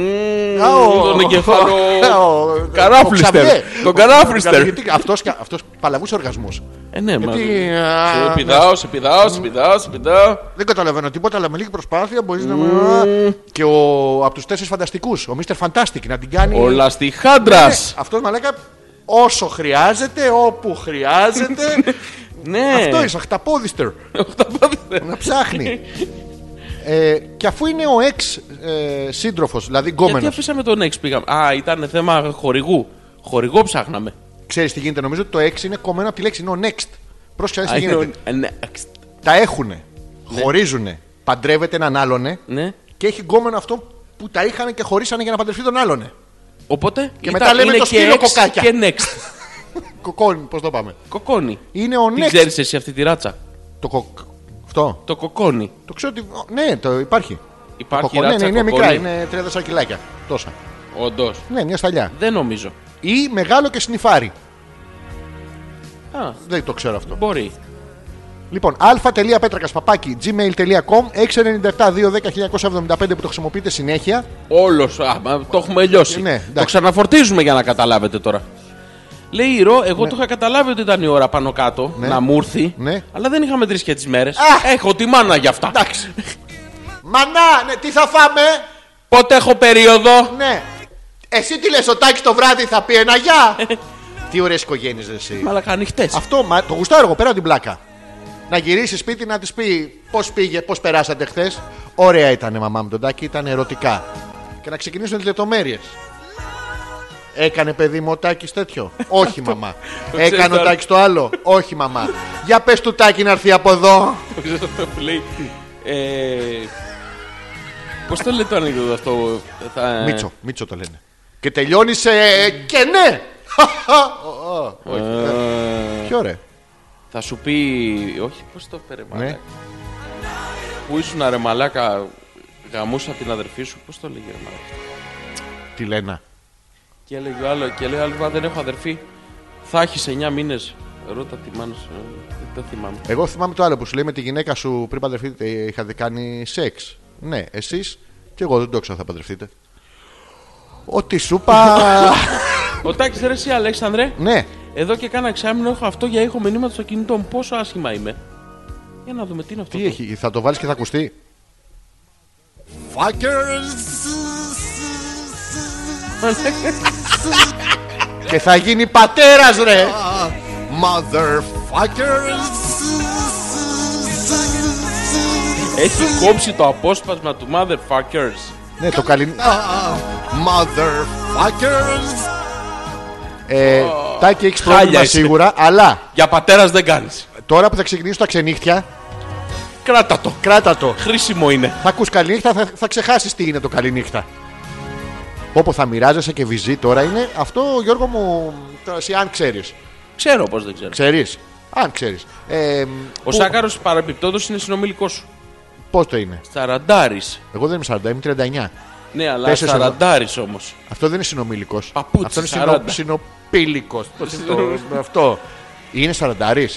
S1: Α, ο-
S2: τον εγκεφαλό.
S1: ο- ο
S2: Καράφλιστερ.
S1: Ξαβιέ.
S2: Τον
S1: Ο-
S2: καράφλιστερ.
S1: γιατί Αυτός, κα- αυτός παλαβούσε οργασμού.
S2: Ε, ναι, μα.
S1: Γιατί.
S2: Σε
S1: α,
S2: πηδάω, σε πηδάω, σε πηδάω, σε πηδάω.
S1: Δεν καταλαβαίνω τίποτα, αλλά με λίγη προσπάθεια μπορείς να. με- Και ο από τους τέσσερις φανταστικούς, ο Μίστερ Φαντάστικ, να την κάνει.
S2: Ο λαστιχάντρας.
S1: Αυτό μαλάκα όσο χρειάζεται, όπου χρειάζεται.
S2: Ναι.
S1: Αυτό είσαι, αχταπόδιστερ. να ψάχνει. Ε, και αφού είναι ο εξ ε, σύντροφος, δηλαδή
S2: Γιατί
S1: γκόμενο.
S2: αφήσαμε τον έξι πήγαμε. Α, ήταν θέμα χορηγού. Χορηγό ψάχναμε.
S1: Ξέρεις τι γίνεται, νομίζω ότι το εξ είναι κομμένο από τη λέξη, είναι ο next. Πρόσεχε να
S2: Α,
S1: δεις τι
S2: είναι ο-
S1: γίνεται.
S2: ε, ναι, αξ-
S1: Τα έχουνε, χωρίζουνε, παντρεύεται έναν άλλονε
S2: Ναι.
S1: και έχει γκόμενο αυτό που τα είχαν και χωρίσανε για να παντρευτεί τον ε. άλλονε.
S2: Οπότε
S1: Και μετά λέμε
S2: είναι
S1: το
S2: και
S1: σκύλο
S2: ex
S1: κοκάκια.
S2: Και next.
S1: Κοκόνι, πώς το πάμε.
S2: Κοκόνι.
S1: Είναι ο
S2: Την
S1: next.
S2: ξέρεις εσύ αυτή τη ράτσα.
S1: Το κοκ. Αυτό.
S2: Το κοκόνι.
S1: Το ξέρω ότι. Ναι, το υπάρχει.
S2: Υπάρχει
S1: Κοκονέ,
S2: ράτσα.
S1: ναι, είναι μικρά, είναι 34 κιλάκια. Τόσα.
S2: Όντως.
S1: Ναι, μια σταλιά.
S2: Δεν νομίζω.
S1: Ή μεγάλο και σνιφάρι.
S2: Α,
S1: Δεν το ξέρω αυτό.
S2: μπορεί.
S1: Λοιπόν, α.πέτρακα παπάκι gmail.com 697-210-1975 που το χρησιμοποιείτε συνέχεια.
S2: Όλος. Το έχουμε λιώσει.
S1: Ναι, εντάξει.
S2: το ξαναφορτίζουμε για να καταλάβετε τώρα. Λέει η Ρο, εγώ το είχα καταλάβει ότι ήταν η ώρα πάνω κάτω
S1: Ναι.
S2: να μου έρθει.
S1: Ναι.
S2: Αλλά δεν είχαμε τρεις και τις μέρες.
S1: Α!
S2: Έχω τη μάνα για αυτά.
S1: Εντάξει. Μανά, ναι, τι θα φάμε.
S2: Πότε έχω περίοδο.
S1: Ναι. Εσύ τι λες, ο Τάκης το βράδυ θα πει ένα γεια.
S2: Ε.
S1: τι ωραίες οικογένειες ρε εσύ.
S2: Μαλακά ανοιχτές.
S1: Αυτό μα, το γουστάρω εγώ πέρα από την πλάκα. Να γυρίσει σπίτι να της πει πώς πήγε, πώς περάσατε χθες. Ωραία ήταν η μαμά με τον τάκι, ήταν ερωτικά. Και να ξεκινήσουν τις λεπτομέρειες. Έκανε παιδί μου ο Τάκης τέτοιο. Όχι μαμά.
S2: το ξέρεις
S1: Έκανε ο
S2: τώρα.
S1: Τάκης το άλλο. Όχι μαμά. Για πες του Τάκη να έρθει από εδώ.
S2: Λέει. Πώς το λέει το ανεκδότο αυτό. θα-
S1: Μίτσο, Μίτσο το λένε. Και τελειώνεις σε. Και ναι! Ω, ω, όχι. Ποιο ρε.
S2: Θα σου πει. Όχι, πώς το φέρε, μαλάκα.
S1: Ναι.
S2: Πού ήσουν, ρε μαλάκα, γαμούσα την αδερφή σου, πώς το λέγε, ρε μαλάκα.
S1: Τι λένε.
S2: Και έλεγε ο άλλο, και λέει, άλλο, «Μα δεν έχω αδερφή. Θα έχεις 9 μήνε. Ρώτα τη μάνας σου. Ε, Δεν το θυμάμαι.
S1: Εγώ θυμάμαι το άλλο που σου λέει με τη γυναίκα σου πριν παντρευτείτε είχατε κάνει σεξ. Ναι, εσείς και εγώ δεν το ξέρω θα παντρευτείτε. Ό,τι σου είπα.
S2: Ο Τάκης ρε, εσύ, Αλέξανδρε,
S1: ναι,
S2: εδώ και κάνα εξάμεινο έχω αυτό για ήχο μηνύματο στο κινητό μου. Πόσο άσχημα είμαι. Για να δούμε τι είναι αυτό.
S1: τι
S2: το-
S1: έχει, θα το βάλεις και θα ακουστεί. και θα γίνει πατέρας ρε. Motherfuckers.
S2: Έχει κόψει το απόσπασμα του motherfuckers.
S1: Ναι, το καλή. Motherfuckers. Ε, Τάκη, έχεις
S2: Χάλια
S1: πρόβλημα
S2: είσαι.
S1: σίγουρα, αλλά
S2: Για πατέρας δεν κάνεις.
S1: τώρα που θα ξεκινήσω τα ξενύχτια,
S2: Κράτα το.
S1: κράτα το.
S2: Χρήσιμο είναι.
S1: Θα ακούς καληνύχτα, θα, θα ξεχάσεις τι είναι το καληνύχτα. Όπου θα μοιράζεσαι και βυζί τώρα είναι αυτό, Γιώργο μου, τώρα εσύ αν ξέρεις.
S2: Ξέρω πώς δεν ξέρω.
S1: Ξέρεις. Αν ξέρεις. Ε,
S2: Ο Σάκαρος παρεμπιπτόντως είναι συνομιλικός σου.
S1: Πώς το είναι.
S2: Σαραντάρης.
S1: Εγώ δεν είμαι 40, είμαι 39.
S2: Ναι, αλλά
S1: Τέσσερις
S2: σαραντάρης όμως.
S1: Αυτό δεν είναι συνομιλικός.
S2: Παπούτσι,
S1: Αυτό είναι
S2: 40.
S1: συνο, συνοπήλικος. αυτό. Είναι σαραντάρι.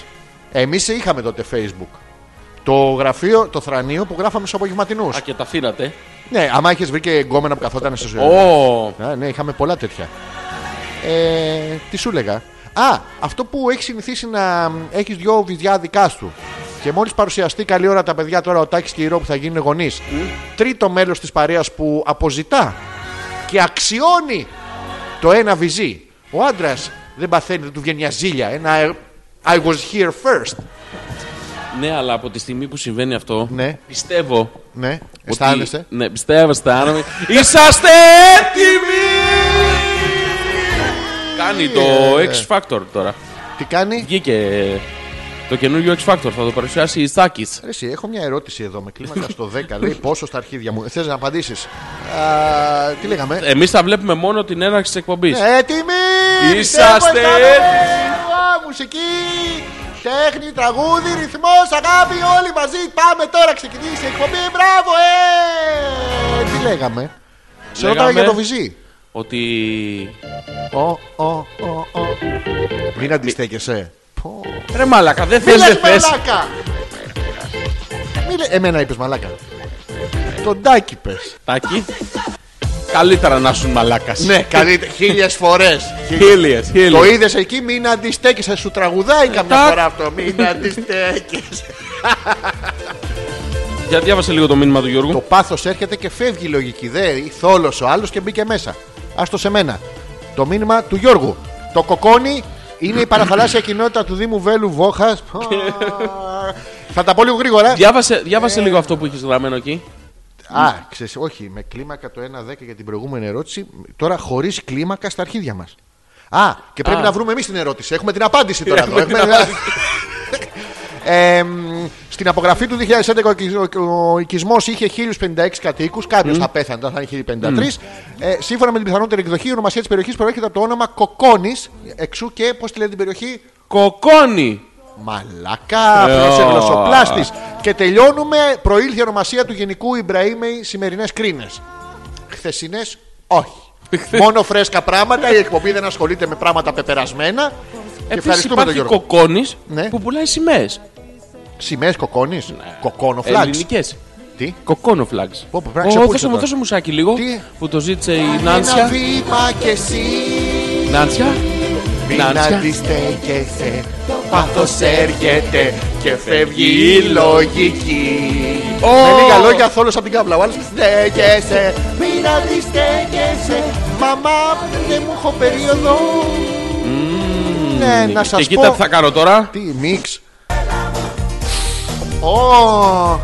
S1: Εμεί είχαμε τότε Facebook. Το γραφείο, το θρανείο που γράφαμε στους απογευματινούς.
S2: Α, και τα αφήνατε.
S1: Ναι, άμα είχε βρει και εγκόμενα που καθόταν στο
S2: Ω,
S1: Α, ναι, είχαμε πολλά τέτοια. Ε, τι σου έλεγα. Α, αυτό που έχεις συνηθίσει να έχεις δυο βυζιά δικά σου. Και μόλις παρουσιαστεί καλή ώρα τα παιδιά τώρα, ο Τάκης και η Ρο που θα γίνουν γονείς. Τρίτο μέλος της παρέας που αποζητά και αξιώνει το ένα βυζί. Ο άντρας δεν παθαίνει, δεν του βγαίνει μια ζήλια. Ένα ε, I was here first.
S2: ναι, αλλά από τη στιγμή που συμβαίνει αυτό,
S1: Ναι.
S2: πιστεύω. ότι-
S1: Ναι, αισθάνεσαι.
S2: Ναι, πιστεύω, αισθάνομαι. Είσαστε έτοιμοι! Κάνει το X Factor τώρα.
S1: Τι κάνει.
S2: Βγήκε το καινούριο X Factor, θα το παρουσιάσει η Στάκη.
S1: Ρε Εσύ, έχω μια ερώτηση εδώ με κλίμακα στο 10. Λέει πόσο στα αρχίδια μου. Θες να απαντήσεις. Τι λέγαμε.
S2: Εμείς θα βλέπουμε μόνο την έναρξη της εκπομπής.
S1: Ναι. Έτοιμοι!
S2: Είσαστε
S1: Πιστεύω,
S2: έτοιμοι!
S1: αισθάνομαι! Μουσική, τέχνη, τραγούδι, ρυθμός, αγάπη, όλοι μαζί! Πάμε τώρα, ξεκινήσει η εκπομπή, μπράβο, ε! Τι λέγαμε. Σε ρώταγα
S2: Λέγαμε.
S1: για το βυζί.
S2: Ότι.
S1: Ο, ο, ο, ο. Μην αντιστέκεσαι. Πω.
S2: Ρε μαλακα, δεν
S1: Μη
S2: θες,
S1: λες
S2: δεν θες.
S1: μαλάκα! Μη λε- Εμένα είπες μαλάκα. Τον τάκι πες.
S2: Τάκη. Καλύτερα να σου μαλάκας.
S1: Ναι, καλύτερα. Χίλιες φορές.
S2: Χίλιες,
S1: Το
S2: χίλιε.
S1: είδες εκεί, μην αντιστέκεσαι. Σου τραγουδάει καμιά
S2: Τα-
S1: φορά αυτό. Μην αντιστέκεσαι.
S2: Για διάβασε λίγο το μήνυμα του Γιώργου.
S1: Το πάθος έρχεται και φεύγει η λογική. Δε θόλωσε ο άλλος και μπήκε μέσα. Άστο σε μένα. Το μήνυμα του Γιώργου. Το κοκόνι είναι η παραθαλάσσια κοινότητα του Δήμου Βέλου Βόχας. Θα τα πω λίγο γρήγορα.
S2: Διάβασε,
S1: Ε.
S2: διάβασε λίγο αυτό που έχει γραμμένο εκεί.
S1: Α, ξέρεις, όχι, με κλίμακα το 1-10 για την προηγούμενη ερώτηση. Τώρα χωρίς κλίμακα στα αρχίδια μας. Α, και πρέπει
S2: Α.
S1: να βρούμε εμείς την ερώτηση. Έχουμε την απάντηση τώρα εδώ.
S2: Έχουμε την
S1: Έχουμε- Ε, μ, στην απογραφή του 2011 ο οικι- ο, ο οικισμός είχε 1056 κατοίκους. Κάποιος θα πέθανε, τώρα θα είναι 1053. Ε, σύμφωνα με την πιθανότερη εκδοχή, η ονομασία της περιοχής προέρχεται από το όνομα Κοκόνης. Εξού και πώς τη λένε την περιοχή,
S2: Κοκόνι!
S1: Μαλακά,
S2: Ε,
S1: απλό
S2: ω.
S1: εγλωσσοπλάστη. Και τελειώνουμε. Προήλθε η ονομασία του Γενικού Ιμπραήμεϊ σημερινές κρίνες. Χθεσινές, όχι. Μόνο φρέσκα πράγματα. Η εκπομπή δεν ασχολείται με πράγματα πεπερασμένα. Και
S2: Επίση
S1: ευχαριστούμε τον
S2: υπάρχει
S1: Γιώργο.
S2: κοκόνι
S1: Ναι.
S2: που πουλάει σημαίες.
S1: Σημαίες κοκόνη.
S2: Ναι.
S1: Κοκόνο φλάξ.
S2: Ελληνικές.
S1: Τι.
S2: Κοκόνο φλαγκ.
S1: Πω, πω, πρέπει να ξεπούλησε
S2: Δώσε μου,
S1: τώρα.
S2: δώσε μου σάκι λίγο
S1: Τι? Ε,
S2: που το ζήτησε η
S1: Ένα
S2: Νάνσια.
S1: βήμα κι εσύ.
S2: Νάνσια.
S1: Μην
S2: Να-
S1: αντιστέκεσαι, πάθος έρχεται και φεύγει η λογική.
S2: Ω!
S1: Με λίγα λόγια θόλος από την κάβλα. Ο άλλος στέκεσαι, μην αντιστέκεσαι, μαμά δεν μου έχω περίοδο. Ναι, να
S2: Και
S1: σας
S2: κοίτα
S1: πω.
S2: τι θα κάνω τώρα.
S1: Τι, μίξ. Ω,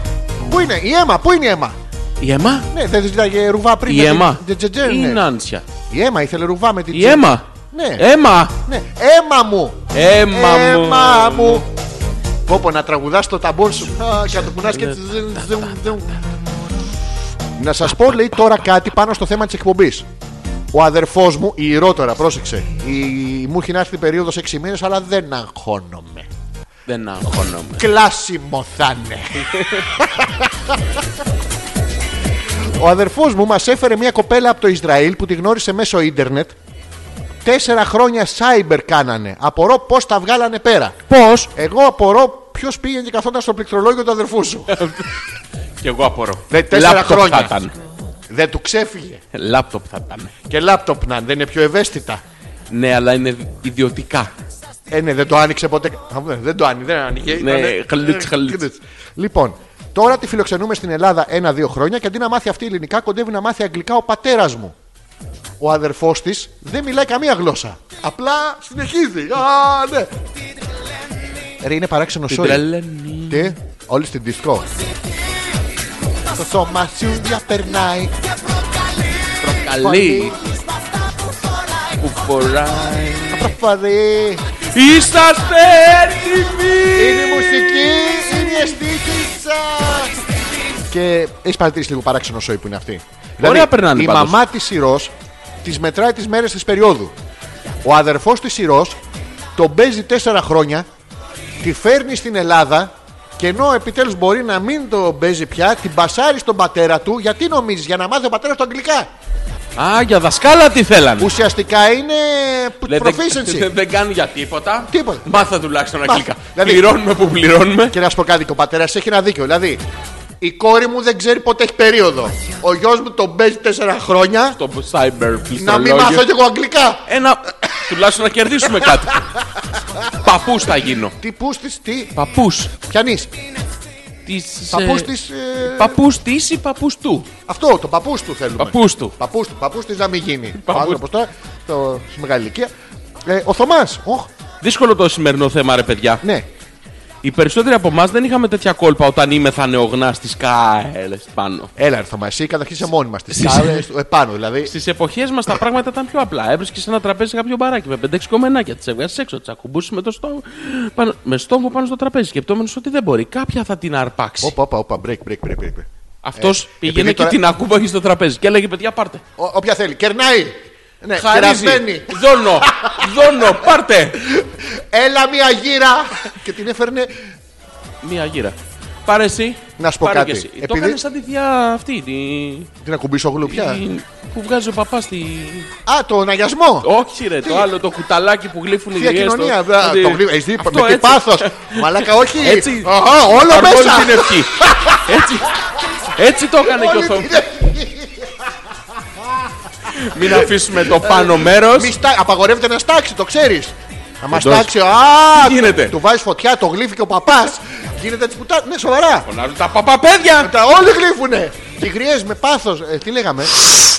S1: Πού είναι η αίμα, πού είναι η αίμα.
S2: Η αίμα.
S1: Ναι, δεν ζητάγε ρουβά πριν.
S2: Η
S1: με
S2: αίμα.
S1: την- την τζετζέ,
S2: Ή
S1: ναι.
S2: Η Νάνσια.
S1: Η αίμα Ε, ήθελε ρουβά με την
S2: Η
S1: τζε-
S2: αίμα.
S1: Ναι.
S2: Έμα.
S1: Ναι, αίμα μου.
S2: Έμα μου.
S1: Έμα μου. Πω πω, να τραγουδάς το ταμπόν σου Α, και να το κουνάς
S2: ναι.
S1: και έτσι. Να σας πω λέει τώρα κάτι πάνω στο θέμα της εκπομπής Ο αδερφός μου, η Ηρώτορα, πρόσεξε η... Μου έχει να έρθει περίοδος 6 μήνες αλλά δεν αγχώνομαι
S2: Δεν αγχώνομαι.
S1: Κλάσιμο θα είναι Ο αδερφός μου μας έφερε μια κοπέλα από το Ισραήλ που τη γνώρισε μέσω ίντερνετ Τέσσερα χρόνια cyber κάνανε Απορώ πως τα βγάλανε πέρα
S2: Πώς.
S1: εγώ απορώ ποιος πήγαινε και καθόταν στο πληκτρολόγιο του αδερφού σου.
S2: Κι εγώ απορώ.
S1: Δεν- τέσσερα
S2: Λάπτοπ
S1: χρόνια.
S2: θα ήταν.
S1: δεν του ξέφυγε.
S2: Λάπτοπ θα ήταν.
S1: Και λάπτοπ να είναι, δεν είναι πιο ευαίσθητα.
S2: Ναι, αλλά είναι ιδιωτικά.
S1: Ε, ναι, δεν το άνοιξε ποτέ. Α, Δεν δεν το άνοιξε, δεν άνοιγε.
S2: Ναι,
S1: Ήτανε-
S2: χαλίτς,
S1: ε,
S2: χαλίτς.
S1: χαλίτς. Λοιπόν, τώρα τη φιλοξενούμε στην Ελλάδα ένα-δύο χρόνια και αντί να μάθει αυτή ελληνικά, κοντεύει να μάθει αγγλικά ο πατέρας μου. Ο αδερφός της δεν μιλάει καμία γλώσσα. Απλά συνεχίζει. Α, ναι. Ρε, είναι παράξενο
S2: Την
S1: sorry.
S2: τρελαίνει.
S1: Τι, όλοι στην δίσκο. Το σώμα σου διαπερνάει.
S2: Καλή. Που φοράει.
S1: Προφαρή.
S2: Είσαστε έτοιμοι.
S1: Είναι η μουσική, είναι η αισθήκη σας. Και έχεις παρατηρήσει λίγο παράξενο σόι που είναι αυτή. Δηλαδή,
S2: περνάνε
S1: η
S2: πάντως.
S1: μαμά της Σιρός τη μετράει τις μέρες της περίοδου. Ο αδερφός της Σιρός τον παίζει τέσσερα χρόνια, τη φέρνει στην Ελλάδα και ενώ επιτέλους μπορεί να μην τον παίζει πια, την πασάρει στον πατέρα του γιατί νομίζεις για να μάθει ο πατέρας του αγγλικά.
S2: Α, για δασκάλα τι θέλανε.
S1: Ουσιαστικά είναι
S2: Λέει, δεν-
S1: proficiency.
S2: Δεν, δεν κάνει για τίποτα.
S1: Τίποτα.
S2: Μάθα τουλάχιστον αγγλικά.
S1: Δηλαδή-
S2: Πληρώνουμε που πληρώνουμε.
S1: Και να σου πω κάτι, ο πατέρας έχει ένα δίκιο. Δηλαδή, η κόρη μου δεν ξέρει πότε έχει περίοδο. Ο γιος μου τον παίζει τέσσερα χρόνια
S2: Το cyber
S1: να μην
S2: πληκτρολόγιο.
S1: μάθω κι εγώ αγγλικά.
S2: Ένα. τουλάχιστον να κερδίσουμε κάτι. Παππούς θα γίνω.
S1: Τι πούς της, τι,
S2: Παππούς.
S1: πιανή.
S2: Της,
S1: Παππούς
S2: ε,
S1: της.
S2: Παππούς της ή παππούς του.
S1: Αυτό, το παππούς του θέλουμε.
S2: Παππούς του.
S1: Παππούς του, παππούς της να μην γίνει. Ο
S2: Παππούς.
S1: άνθρωπο τώρα, το, στη μεγάλη ηλικία. Ε, ο Θωμάς, οχ,
S2: Δύσκολο το σημερινό θέμα, ρε παιδιά.
S1: ναι.
S2: Οι περισσότεροι από εμάς δεν είχαμε τέτοια κόλπα όταν ήμεθα νεογνά στι κάελε πάνω.
S1: Έλα, ρε Θωμά, εσύ καταρχήν είσαι μόνη μα. Τι
S2: Στις-
S1: κάλε επάνω, δηλαδή.
S2: Στις εποχές μας τα πράγματα ήταν πιο απλά. Έβρισκες ένα τραπέζι κάποιο μπαράκι με 5-6 κομμενάκια. Τις έβγαζες έξω, τις ακουμπούσες με, το στόχο, πάνω, με στόχο πάνω στο τραπέζι. Σκεπτόμενο ότι δεν μπορεί. Κάποια θα την αρπάξει.
S1: Όπα, όπα, όπα, break, break, break. break. break.
S2: Αυτός πήγαινε
S1: Ε, επειδή
S2: και
S1: τώρα-
S2: την ακούμπαγε στο τραπέζι και έλεγε: Παιδιά, πάρτε.
S1: Ο- όποια θέλει, κερνάει. Ναι,
S2: Χαρίζει.
S1: κεραμένη.
S2: Δώνω. Δώνω. Πάρτε.
S1: Έλα μια γύρα! και την έφερνε.
S2: Μία γύρα. Πάρε εσύ.
S1: Να σου πω
S2: πάρε
S1: κάτι.
S2: και εσύ. Το
S1: Επειδή- Ε.
S2: έκανες σαν τη διά αυτή. Τη...
S1: Την ακουμπήσω γλουπιά.
S2: τη- Που βγάζει ο παπάς στη.
S1: Α, τον αγιασμό!
S2: Όχι, ρε, το άλλο το κουταλάκι που γλύφουν οι
S1: Θεία
S2: γριές
S1: κοινωνία.
S2: στο-
S1: Α,
S2: ότι-
S1: Το βλέπει. Εσύ
S2: Αυτό
S1: με τι
S2: έτσι.
S1: πάθος. Μαλάκα, όχι.
S2: Έτσι.
S1: Αχα, όλο
S2: Αρπώνει
S1: μέσα.
S2: την ευχή. έτσι, έτσι το έκανε και ο
S1: Όλη
S2: Θωμάς.
S1: την ευχή.
S2: Μην αφήσουμε το πάνω μέρος.
S1: Μη στά- Απαγορεύεται να στάξει, το ξέρεις. Να μας
S2: Εντός.
S1: στάξει. Α,
S2: Τι γίνεται?
S1: Του βάζεις φωτιά, το γλύφει και ο παπάς. Γίνεται έτσι πουτά. Ναι, σοβαρά.
S2: Φωνάζουν τα παπαπέδια.
S1: Τα όλοι γλύφουνε. Και γριές με πάθος. Τι λέγαμε.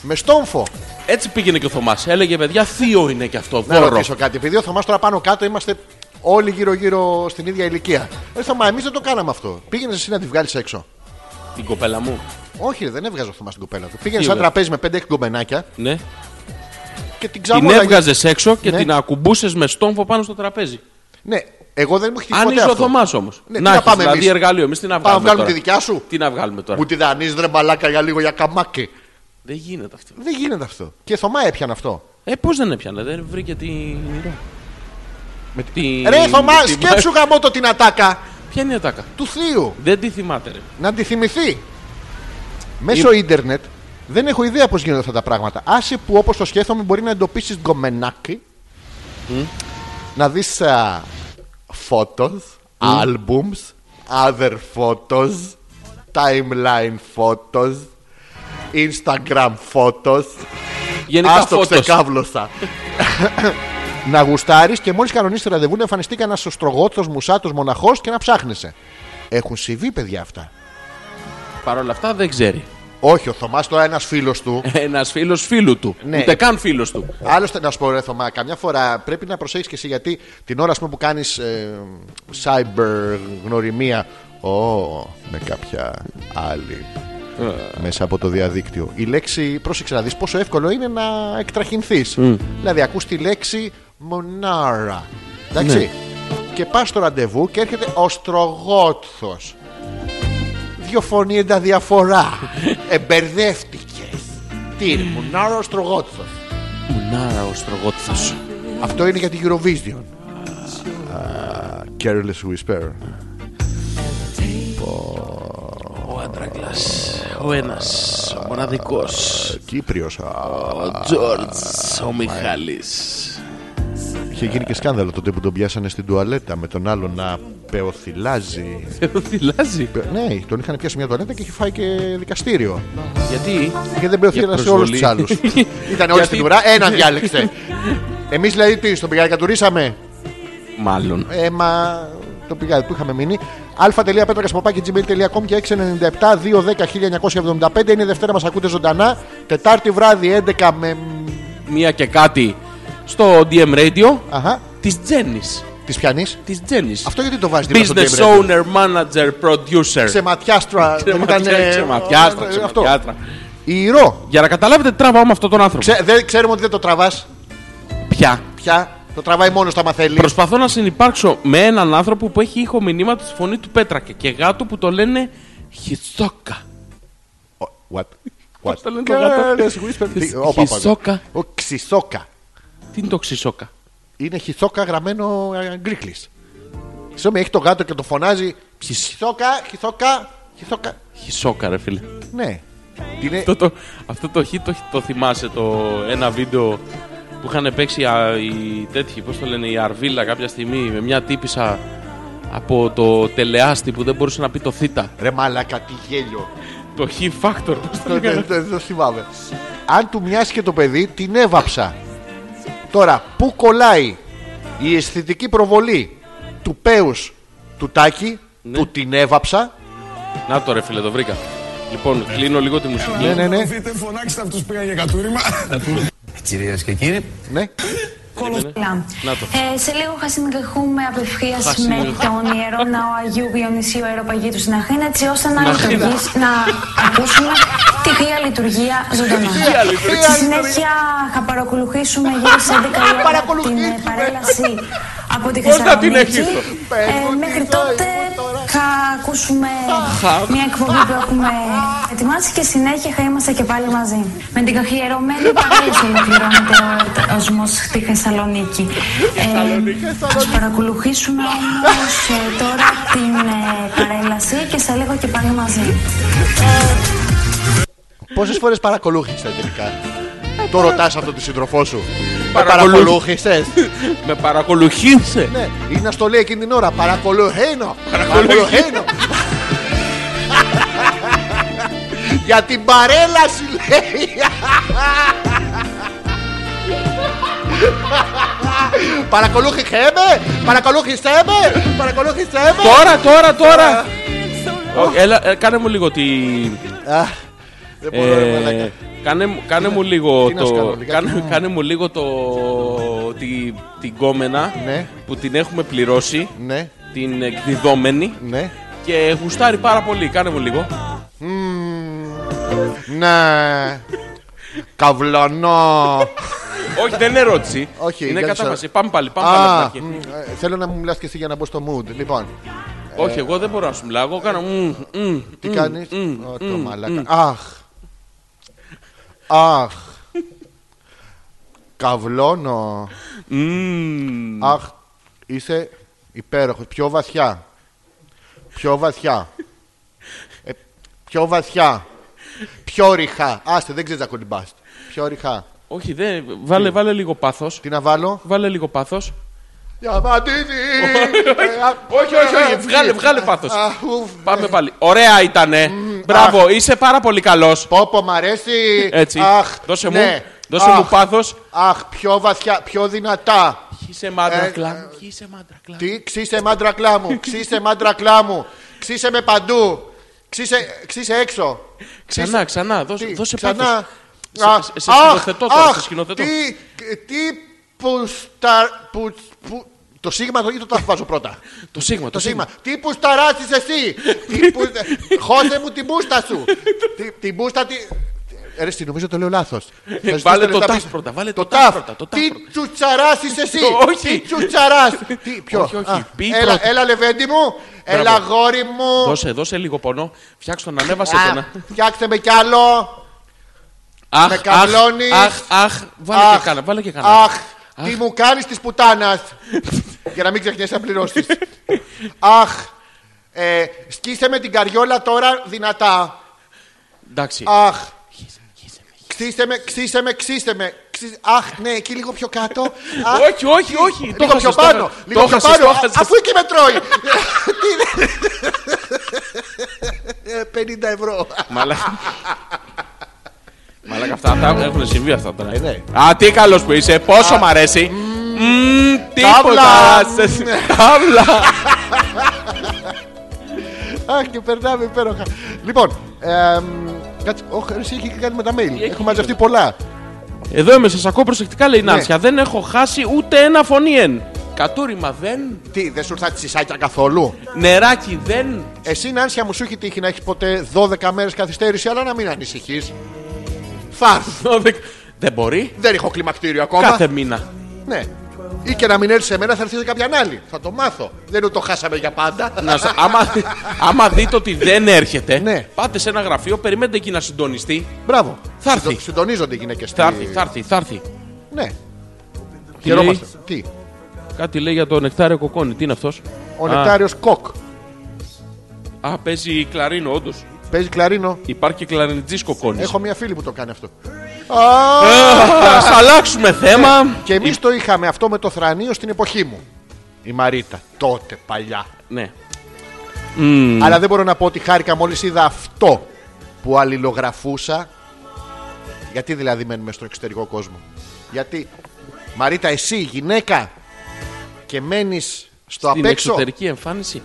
S1: Με στόμφο.
S2: Έτσι πήγαινε και ο Θωμάς. Έλεγε παιδιά, θείο είναι και αυτό.
S1: Να
S2: Δώρο.
S1: ρωτήσω κάτι. Επειδή ο Θωμάς τώρα πάνω κάτω είμαστε όλοι γύρω-γύρω στην ίδια ηλικία. Ε, Θωμά, εμείς δεν το κάναμε αυτό. Πήγαινε εσύ να τη βγάλεις έξω.
S2: Την κοπέλα μου.
S1: Όχι, ρε, δεν έβγαζε ο Θωμάς την κοπέλα του. Πήγαινε
S2: Τι
S1: σαν
S2: έβγαζε?
S1: τραπέζι με 5-6 κομμενάκια
S2: Ναι.
S1: και την
S2: Την
S1: ξαμόλαγε.
S2: έβγαζες έξω και
S1: Ναι.
S2: την ακουμπούσες με στόμφο πάνω στο τραπέζι.
S1: Ναι, εγώ δεν μου έχει τύχει
S2: Αν
S1: ποτέ
S2: είσαι ο
S1: αυτό.
S2: Θωμάς όμως.
S1: Ναι, τι να
S2: να έχεις,
S1: πάμε
S2: δηλαδή
S1: εμείς.
S2: εργαλείο. Εμείς τι να
S1: Πάμε να
S2: βγάλουμε.
S1: βγάλουμε τη
S2: τώρα.
S1: δικιά σου.
S2: Τι να βγάλουμε τώρα.
S1: Μου τη δανείζεις ρε μπαλάκα για λίγο για καμάκι.
S2: Δεν γίνεται αυτό.
S1: Δεν γίνεται αυτό. Και Θωμά έπιανε αυτό.
S2: Ε, πώς δεν έπιανε, δεν βρήκε τη. Με τη...
S1: Ρε Θωμά,
S2: τη-
S1: σκέψου γαμώ το την ατάκα
S2: Ποια είναι η ατάκα.
S1: του θείου.
S2: Δεν τη θυμάται, ρε.
S1: Να τη θυμηθεί. Μέσω ίντερνετ δεν έχω ιδέα πώς γίνονται αυτά τα πράγματα. Άσε που όπως το σκέφτομαι μπορεί να εντοπίσεις γκομενάκι, να δεις photos, albums, other photos, timeline photos, Instagram photos.
S2: Γενικά
S1: Άστο
S2: φώτος.
S1: ξεκάβλωσα. να γουστάρεις και μόλις κανονίσει ραντεβού να εμφανιστεί κανένας οστρογότο, μουσάτος, μοναχός και να ψάχνεσαι. Έχουν συμβεί, παιδιά, αυτά.
S2: Παρ' όλα αυτά δεν ξέρει.
S1: Όχι, ο Θωμάς τώρα ένας φίλος του.
S2: Ένας φίλος φίλου του.
S1: Ναι.
S2: Ούτε καν φίλος του.
S1: Άλλωστε, να σου πω, ρε Θωμά, καμιά φορά πρέπει να προσέχεις και εσύ γιατί την ώρα ας πούμε, που κάνεις cyber γνωριμία. Ω, με κάποια άλλη. μέσα από το διαδίκτυο. Η λέξη, πρόσεξε να δεις πόσο εύκολο είναι να εκτραχυνθείς. Δηλαδή, ακούς τη λέξη μονάρα. Εντάξει. Και πας στο ραντεβού και έρχεται οστρογότθο. Δυο φωνήεντα διαφορά. Εμπερδεύτηκε. Τι είναι, μονάρα οστρογότθο.
S2: Μουνάρα ο στρογότθο.
S1: Αυτό είναι για την Eurovision. Α, Careless Whisper.
S2: Ο άντραγκλα. Ο ένας. Ο μοναδικός.
S1: Κύπριος. Α,
S2: Ο Τζόρτζ. Ο Μιχάλης.
S1: Είχε γίνει και σκάνδαλο τότε που τον πιάσανε στην τουαλέτα με τον άλλο να πεοθυλάζει.
S2: Θυλάζει.
S1: Πε- Ναι, τον είχαν πιάσει μια τουαλέτα και είχε φάει και δικαστήριο.
S2: Γιατί.
S1: Και δεν πεοθύλασε
S2: προσβολή.
S1: όλου τους άλλους. Ήταν όλοι
S2: Γιατί-
S1: στην ουρά, ένα διάλεξε. Εμεί δηλαδή τι, στον πηγαρικατουρίσαμε.
S2: Μάλλον.
S1: Ε, μα το πηγάδι που είχαμε μείνει. α.πέτρακα.gmail.com και 697-210-1975 είναι η Δευτέρα μα ακούτε ζωντανά. Τετάρτη βράδυ 11 με.
S2: Μία και κάτι στο DM Radio
S1: Αχα,
S2: της Τζέννης.
S1: της πιανή.
S2: Της Τζέννης.
S1: Αυτό γιατί το βάζεις δίπλα στο
S2: Business
S1: Game Radio.
S2: owner, manager, producer.
S1: Ξεματιάστρα. δεν ήταν, ε,
S2: Ξεματιάστρα,
S1: ε, Αυτό.
S2: ξεματιάστρα.
S1: Ηρώ.
S2: Για να καταλάβετε, τραβάμε αυτόν τον άνθρωπο.
S1: Ξε- δεν- Ξέρουμε ότι δεν το τραβάς
S2: Πια.
S1: πια. Το τραβάει μόνος στα μαθέλη.
S2: Προσπαθώ να συνεπάρξω με έναν άνθρωπο που έχει ήχο μηνύματο στη φωνή του Πέτρακα και γάτο που το λένε Χιτσόκα.
S1: What? What?
S2: Πώς το λένε το γάτο?
S1: Careless whisper. Τι-
S2: Χι-
S1: όπα, όπα.
S2: χισόκα.
S1: Ο Ξισόκα.
S2: Τι είναι το ξισόκα.
S1: Είναι χιθόκα γραμμένο γκρίκλι. Συγγνώμη, έχει το γάτο και το φωνάζει. Χιθόκα, χιθόκα, χιθόκα.
S2: Χισόκα, ρε φίλε.
S1: Ναι. Είναι...
S2: Αυτό το, αυτό το χ το, το θυμάσαι το ένα βίντεο που είχαν παίξει α, οι τέτοιοι, πώς το λένε, η Αρβίλα κάποια στιγμή με μια τύπησα από το τελεάστη που δεν μπορούσε να πει το θ.
S1: Ρε μαλάκα, τι γέλιο.
S2: Το χ factor. πώς το
S1: Το- ναι.
S2: λέγανε.
S1: το- το- Δεν το θυμάμαι. Αν του μοιάσει και το παιδί, την έβαψα. Τώρα, πού κολλάει η αισθητική προβολή του Πέους του Τάκη, του την έβαψα.
S2: Να το ρε φίλε, το βρήκα. Λοιπόν, κλείνω λίγο τη μουσική.
S1: Ναι, ναι, ναι.
S5: Δείτε, φωνάξτε αυτούς που πήγαν για κατούριμα.
S6: Κυρίες και κύριοι,
S1: ναι.
S2: Να το.
S7: Ε, σε λίγο θα συνεχούμε απευθεία με
S2: συνεχ-
S7: τον ιερό ναό Αγίου Διονυσίου Αεροπαγίτου στην Αθήνα, έτσι ώστε να,
S2: Αθήνα.
S7: λειτουργήσει- να ακούσουμε τη θεία λειτουργία ζωντανά.
S1: Ε,
S7: Στη συνέχεια θα παρακολουθήσουμε γύρω στις 11 η ώρα την ε, παρέλαση από τη
S2: Πώς να την
S7: Θεσσαλονίκη.
S2: έχεις το-
S7: Ε, μέχρι τότε θα ακούσουμε μια εκπομπή που έχουμε ετοιμάσει και συνέχεια θα είμαστε και πάλι μαζί. Με την καθιερωμένη παρέλαση ολοκληρώνεται ο εορτασμό στη Θεσσαλονίκη. Ε, θα σας παρακολουθήσουμε όμως ε, τώρα την ε, παρέλαση και σε λίγο και πάλι μαζί.
S1: Πόσες φορές παρακολούθησε τελικά. Το ρωτάς αυτό τη σύντροφό σου. Με
S2: Παρακολούθη-
S1: παρακολούθησες.
S2: Με παρακολουθήσε.
S1: Ναι, ή να στο λέει εκείνη την ώρα. Παρακολουθένω. Παρακολουθένω. Για την παρέλαση λέει. Παρακολούθησέ με. Παρακολούθησέ με. Παρακολούθησέ με.
S2: Τώρα, τώρα, τώρα. Ω, Έλα, ε, κάνε μου λίγο τη.
S1: Α, Δεν μπορώ
S2: Ε,
S1: ρε μαλάκα.
S2: κάνε, μου- κάνε μου λίγο
S1: τι να σου κάνω,
S2: το.
S1: λιγάκι.
S2: Κάνε, κάνε μου λίγο το. Τη, την κόμενα
S1: Ναι.
S2: που την έχουμε πληρώσει.
S1: Ναι,
S2: Την εκδιδόμενη.
S1: ναι.
S2: Και γουστάρει πάρα πολύ. Κάνε μου λίγο.
S1: Ναι. Καβλανό.
S2: Όχι, δεν είναι ερώτηση.
S1: Όχι,
S2: είναι
S1: δεν
S2: κατάβαση.
S1: ξέρω.
S2: Πάμε πάλι. Πάμε πάλι.
S1: Α,
S2: από την αρχή.
S1: μ, ε, θέλω να μου μιλάς και εσύ για να μπω στο mood. Λοιπόν,
S2: Όχι, εγώ δεν μπορώ να σου μιλάω. Εγώ κάνω. μμμ, μμμ.
S1: τι κάνεις. Ω, το μαλάκα. Αχ. Αχ. Καβλώνω.
S2: Μμμ.
S1: Αχ, είσαι υπέροχος. Πιο βαθιά. Πιο βαθιά. Ε, πιο βαθιά. Πιο ριχά. Άστε, δεν ξέρεις να κολυμπάς. Πιο ριχά.
S2: Όχι, δεν. Βάλε, βάλε λίγο πάθος.
S1: Τι να βάλω.
S2: Βάλε λίγο πάθος.
S1: Διαβατήδη.
S2: Όχι, όχι, όχι. Βγάλε, βγάλε πάθος.
S1: Ε.
S2: Πάμε πάλι. Ωραία ήτανε. Μπράβο, είσαι πάρα πολύ καλός.
S1: Πόπο, μ' αρέσει.
S2: Έτσι.
S1: Αχ,
S2: δώσε μου,
S1: ναι.
S2: δώσε
S1: Αχ,
S2: μου πάθος.
S1: Αχ, πιο βαθιά, πιο δυνατά.
S2: Είσαι μάντρα
S1: Ε,
S2: κλάμ. Είσαι μάντρα κλάμ.
S1: Τι, ξύσε μάντρα κλά μου, ξύσε μάντρα κλά μου, ξύσε με παντού, ξύσε, ξύσε έξω.
S2: Ξανά, ξανά. Δώσε,
S1: Τι,
S2: δώσε
S1: ξανά.
S2: πάθος. Σε-
S1: Α,
S2: σε- σε
S1: αχ,
S2: σκηνοθετώ τώρα,
S1: αχ,
S2: σε σκηνοθετώ.
S1: Τι, τι που, στα, που, που, το σίγμα το- ή το τάφ βάζω πρώτα.
S2: Το σίγμα,
S1: Το
S2: το
S1: σίγμα.
S2: σίγμα.
S1: Τι που σταράζεις εσύ. Τι που- Χώσε μου την μπούστα σου. Τι- Την μπούστα τη... Ρε, εσύ, νομίζω το λέω λάθος.
S2: Ε, βάλε το τάφ πρώτα, βάλε το τάφ πρώτα, το τάφ
S1: Τι
S2: πρώτα.
S1: τσουτσαράσει εσύ.
S2: Όχι.
S1: Τι τσουτσαράς. Τι, ποιο.
S2: Όχι, όχι,
S1: Α,
S2: πει
S1: έλα,
S2: πρώτα.
S1: έλα, λεβέντι μου. Έλα,
S2: Μπράβο.
S1: γόρι μου.
S2: Δώσε, δώσε λίγο πόνο. Φτιάξτε τον, ανέβασε
S1: Α,
S2: τον. α.
S1: Φτιάξτε με κι άλλο.
S2: Αχ,
S1: με
S2: αχ,
S1: καβλώνεις.
S2: Αχ, αχ, βάλε και κάνα, βάλε και κάνα.
S1: Αχ, τι μου κάνεις της πουτάνας. Για να μην ξεχνιέσαι να πληρώσεις. Αχ, ε, σκίσε με την καριόλα τώρα δυνατά.
S2: Εντάξει.
S1: Αχ, ξύσε με, ξύσε με, ξύσε με. Ξύ- Αχ, ναι, εκεί λίγο πιο κάτω. Αχ,
S2: Όχι, όχι, όχι. Το
S1: λίγο πιο
S2: χάσες, το
S1: πάνω.
S2: χα-
S1: Λίγο πιο
S2: το χάσες,
S1: πάνω.
S2: το
S1: α-
S2: χάσες.
S1: Αφού εκεί με τρώει. Τι είναι. Ε, 50 ευρώ.
S2: Μαλάκα. Μαλάκα, αυτά, αυτά έχουν συμβεί αυτά τώρα. Α, τι καλός που είσαι, πόσο μ' αρέσει. Μμμ, Ναι. Τίποτα.
S1: Καύλα.
S2: Σε- Καύλα.
S1: Αχ, και περνάμε υπέροχα. Λοιπόν, εμ, κάτσε. Όχι, εσύ έχει κάνει με τα mail. Έχω μαζευτεί πολλά.
S2: Εδώ είμαι, σας ακούω προσεκτικά, λέει η
S1: Ναι.
S2: Νάνσια. Δεν έχω χάσει ούτε ένα φωνήεν. Κατούριμα δεν,
S1: Τι, δεν σου ήρθα τσισάκια καθόλου.
S2: νεράκι δεν.
S1: Εσύ, Νάνσια, μου σου έχει τύχει να έχεις ποτέ 12 μέρες καθυστέρηση, αλλά να μην ανησυχείς. Θα έρθω.
S2: Δεν μπορεί.
S1: Δεν έχω κλιμακτήριο ακόμα.
S2: Κάθε μήνα.
S1: Ναι. Ή και να μην έρθει σε μένα, θα έρθει σε κάποιαν άλλη. Θα το μάθω. Δεν είναι ότι το χάσαμε για πάντα.
S2: Να σας- άμα, άμα δείτε ότι δεν έρχεται,
S1: Ναι.
S2: πάτε σε ένα γραφείο, περιμένετε εκεί να συντονιστεί.
S1: Μπράβο.
S2: Θα έρθει.
S1: Συντο- Συντονίζονται οι γυναίκες.
S2: Θα έρθει, θα έρθει, θα έρθει.
S1: Ναι.
S2: Τι
S1: Χαιρόμαστε. Τι.
S2: Κάτι λέει για το νεκτάριο κοκόνι. Τι είναι αυτός.
S1: Ο Νεκτάριος Κοκ.
S2: Α, παίζει κλαρίνο, όντως.
S1: Παίζει κλαρίνο.
S2: Υπάρχει και κλαρινιτζή κοκόνη.
S1: Έχω μία φίλη που το κάνει αυτό.
S2: Α αλλάξουμε θέμα.
S1: Και εμείς το είχαμε αυτό με το θρανίο στην εποχή μου. Η Μαρίτα. Τότε παλιά.
S2: Ναι.
S1: Αλλά δεν μπορώ να πω ότι χάρηκα μόλις είδα αυτό που αλληλογραφούσα. Γιατί δηλαδή μένουμε στο εξωτερικό κόσμο. Γιατί, Μαρίτα, εσύ γυναίκα και μένεις στο απ'
S2: Την
S1: έξω.
S2: εξωτερική εμφάνιση.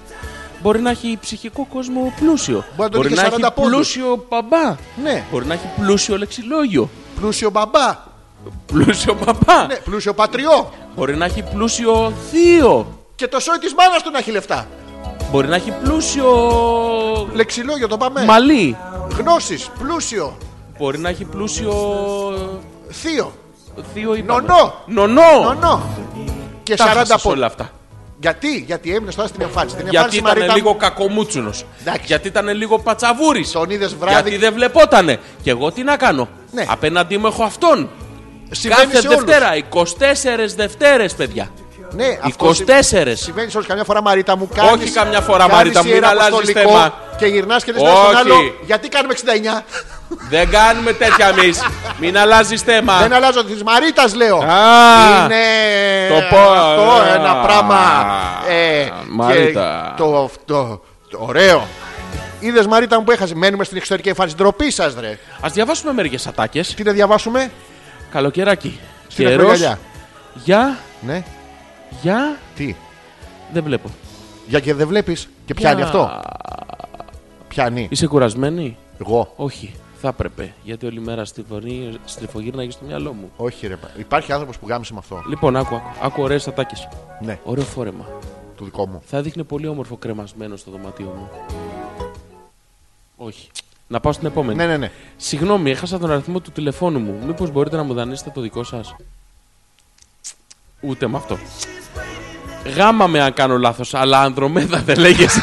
S2: Μπορεί να έχει ψυχικό κόσμο πλούσιο.
S1: Μπορεί να τον είχε
S2: να
S1: 40
S2: έχει
S1: πόντους.
S2: πλούσιο μπαμπά.
S1: Ναι.
S2: Μπορεί να έχει πλούσιο λεξιλόγιο.
S1: Πλούσιο μπαμπά.
S2: Πλούσιο μπαμπά.
S1: Ναι, πλούσιο πατριό.
S2: Μπορεί να έχει πλούσιο θείο.
S1: Και το σόι της μάνας του να έχει λεφτά.
S2: Μπορεί να έχει πλούσιο
S1: Λεξιλόγιο, το πάμε.
S2: μαλλί.
S1: Γνώσεις, πλούσιο,
S2: Μπορεί να έχει πλούσιο
S1: θείο,
S2: θείο είπαμε.
S1: Νονό.
S2: Νονό.
S1: νονό. Και
S2: Τα
S1: 40
S2: χάσες
S1: πόντου.
S2: όλα αυτά.
S1: Γιατί, γιατί έμεινε τώρα στην εμφάνιση. Την
S2: Γιατί
S1: εμφάνιση
S2: ήταν
S1: Μαρίτα
S2: λίγο
S1: μου,
S2: κακομούτσουνος.
S1: Εντάξει.
S2: Γιατί ήταν λίγο πατσαβούρης.
S1: τον είδες
S2: Γιατί
S1: βράδυ.
S2: δεν βλεπότανε. Και εγώ τι να κάνω.
S1: Ναι.
S2: Απέναντί μου έχω αυτόν.
S1: Συμβαίνει
S2: Κάθε
S1: σε όλους.
S2: Δευτέρα. 24 Δευτέρες, παιδιά.
S1: Ναι, αυτό
S2: 24.
S1: Συμβαίνει σε όλους. Καμιά φορά Μαρίτα μου κάνεις,
S2: Όχι καμιά φορά,
S1: κάνεις
S2: Μαρίτα μου, μην
S1: ιεραποστολικό
S2: αλλάζεις θέμα.
S1: Και γυρνάς και λες «Να, στον
S2: Όχι.
S1: άλλο. Γιατί κάνουμε 69.
S2: δεν κάνουμε τέτοια εμείς. Μην αλλάζεις θέμα.
S1: Δεν αλλάζω της Μαρίτας λέω.
S2: Α,
S1: Είναι
S2: το πω-
S1: αυτό
S2: α,
S1: ένα πράγμα. ε,
S2: Μαρίτα.
S1: και Το, το, το ωραίο. Είδες Μαρίτα μου που έχασε. Μένουμε στην εξωτερική εμφάνιση. Ντροπή σας, ρε.
S2: Ας διαβάσουμε μερικές ατάκες.
S1: Τι να διαβάσουμε.
S2: Καλοκαιράκι.
S1: Στην
S2: Καιρός
S1: ακρογιαλιά.
S2: Για.
S1: Ναι,
S2: Για.
S1: τι.
S2: Δεν βλέπω.
S1: Για και δεν βλέπεις. Και πιάνει
S2: Για.
S1: αυτό. Πιάνει.
S2: Είσαι κουρασμένη.
S1: Εγώ.
S2: Όχι. Θα έπρεπε. Γιατί όλη μέρα στριφωνή- στριφογύρναγε στο μυαλό μου.
S1: Όχι, ρε. Υπάρχει άνθρωπος που γάμισε με αυτό.
S2: Λοιπόν, άκου, άκου, άκου ωραίε ατάκε.
S1: Ναι,
S2: Ωραίο φόρεμα.
S1: το δικό μου.
S2: Θα δείχνει πολύ όμορφο κρεμασμένο στο δωμάτιο μου. Όχι. Να πάω στην επόμενη.
S1: Ναι, ναι, ναι.
S2: Συγγνώμη, έχασα τον αριθμό του τηλεφώνου μου. Μήπως μπορείτε να μου δανείσετε το δικό σας. Ούτε με αυτό. Γάμα με αν κάνω λάθος, αλλά Ανδρομέδα δεν λέγεσαι.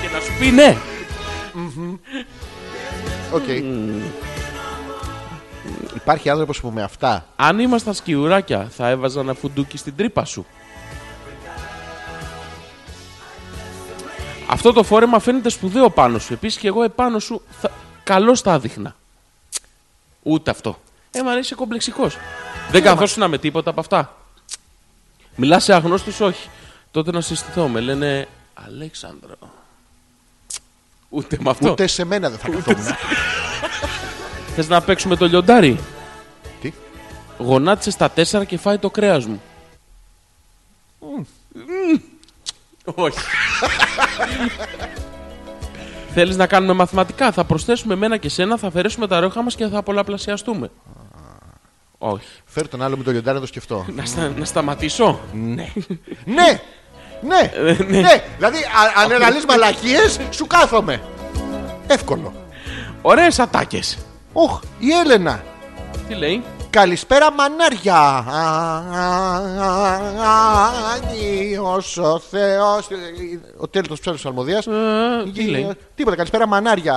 S2: Και να σου πει ναι.
S1: Οκ. Υπάρχει άνθρωπος που με αυτά.
S2: Αν ήμασταν σκιουράκια, θα έβαζα ένα φουντούκι στην τρύπα σου. Αυτό το φόρεμα φαίνεται σπουδαίο πάνω σου. Επίσης και εγώ επάνω σου θα... καλώς τα άδειχνα. Ούτε αυτό. Ε, μα είσαι κομπλεξικός. Δεν καθόσουν με τίποτα από αυτά. Μιλάς σε αγνώστους, όχι. Τότε να συστηθώ. Με λένε Αλέξανδρο. Ούτε με αυτό.
S1: Ούτε σε μένα δεν θα καθόμουν.
S2: Θες να παίξουμε το λιοντάρι.
S1: Τι?
S2: γονάτισε στα τέσσερα και φάει το κρέας μου. Μμμ. Όχι. Θέλεις να κάνουμε μαθηματικά. Θα προσθέσουμε εμένα και σένα, θα αφαιρέσουμε τα ρόχα μας και θα πολλαπλασιαστούμε. Όχι.
S1: Φέρ τον άλλο με το λιοντάρι να το σκεφτώ.
S2: Να, στα- να σταματήσω.
S1: ναι. ναι. Ναι. ναι. Δηλαδή, α- αν αναλύει μαλακίες, σου κάθομαι. Εύκολο.
S2: Ωραίες ατάκες.
S1: Οχ, η Έλενα.
S2: Τι λέει.
S1: Καλησπέρα μανάρια Άγιος ο Θεός Ο τέλος του ψάρου Αλμοδίας
S2: Ε, τι λέει.
S1: Τίποτα, καλησπέρα μανάρια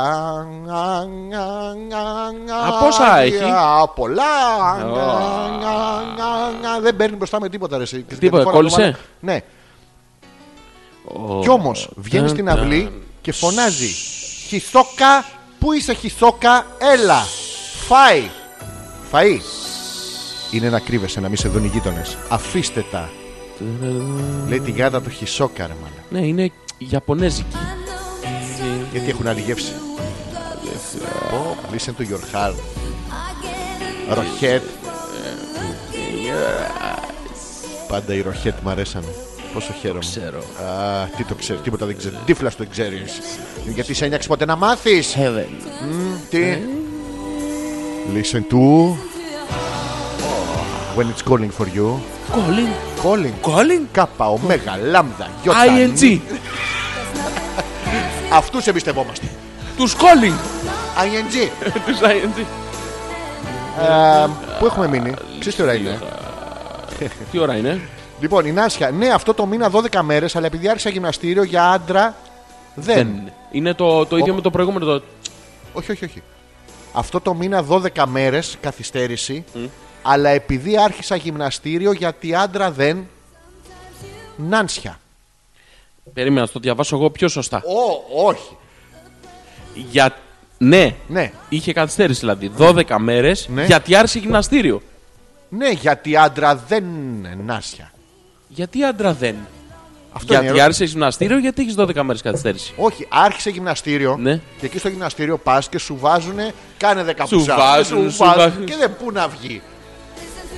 S2: Α, πόσα
S1: Άγια,
S2: έχει?
S1: Πολλά Δεν παίρνει μπροστά με τίποτα ρε εσύ.
S2: Τίποτα,
S1: Φορά το
S2: κόλλησε?
S1: βάλα- Ναι Κι όμως βγαίνει στην αυλή και φωνάζει Χισόκα, πού είσαι Χισόκα, έλα Φάει Φαΐ είναι να κρύβεσαι να μην σε δουν οι γείτονες. Αφήστε τα. Λέει την γάτα του Χισόκα, ρε μάνα.
S2: Ναι, είναι Ιαπωνέζικη.
S1: Γιατί έχουν άλλη γεύση. Πω, Listen to your heart. Ροχέτ. Ε, Πάντα οι ροχέτ μ' αρέσανε. Πόσο χαίρομαι. Ξέρω. Α, τι το ξέρεις, τίποτα δεν ξέρει. Τύφλα το ξέρεις. Γιατί σε ένιωξε ποτέ να μάθεις. Τι. Listen to. Oh, When it's calling for you.
S2: Κόλλιν.
S1: Calling.
S2: Κόλλιν.
S1: Κάπα, ωμέγα, λάμδα, γιώτα.
S2: ING.
S1: Αυτούς εμπιστευόμαστε.
S2: Τους Κόλλιν.
S1: ING.
S2: Τους ING.
S1: Ε, Πού έχουμε μείνει. Ξέρεις τι ώρα είναι.
S2: Τι ώρα είναι.
S1: Λοιπόν, η Νάσια. Ναι, αυτό το μήνα 12 μέρες, αλλά επειδή άρχισα γυμναστήριο για άντρα, δεν.
S2: Είναι το, το ίδιο με το προηγούμενο. Το...
S1: Όχι, όχι, όχι. Αυτό το μήνα 12 μέρες καθυστέρηση, αλλά επειδή άρχισα γυμναστήριο γιατί άντρα δεν. Νάνσια.
S2: Περίμενα, να το διαβάσω εγώ πιο σωστά.
S1: Ω, όχι.
S2: Για... Ναι,
S1: Ναι.
S2: είχε καθυστέρηση δηλαδή. 12 μέρες
S1: Ναι.
S2: γιατί άρχισε γυμναστήριο.
S1: Ναι, γιατί άντρα δεν. Νάσια.
S2: Γιατί άντρα δεν.
S1: Αυτό είναι η
S2: γιατί
S1: ερώτηση.
S2: άρχισε γυμναστήριο, γιατί έχεις 12 μέρες καθυστέρηση.
S1: Όχι, άρχισε γυμναστήριο
S2: Ναι.
S1: και εκεί στο γυμναστήριο πας και σου βάζουνε, κάνε 10
S2: Σου
S1: push-ups,
S2: βάζουν,
S1: σου
S2: σου
S1: βάζουν
S2: βάζουν.
S1: και δεν πού να βγει.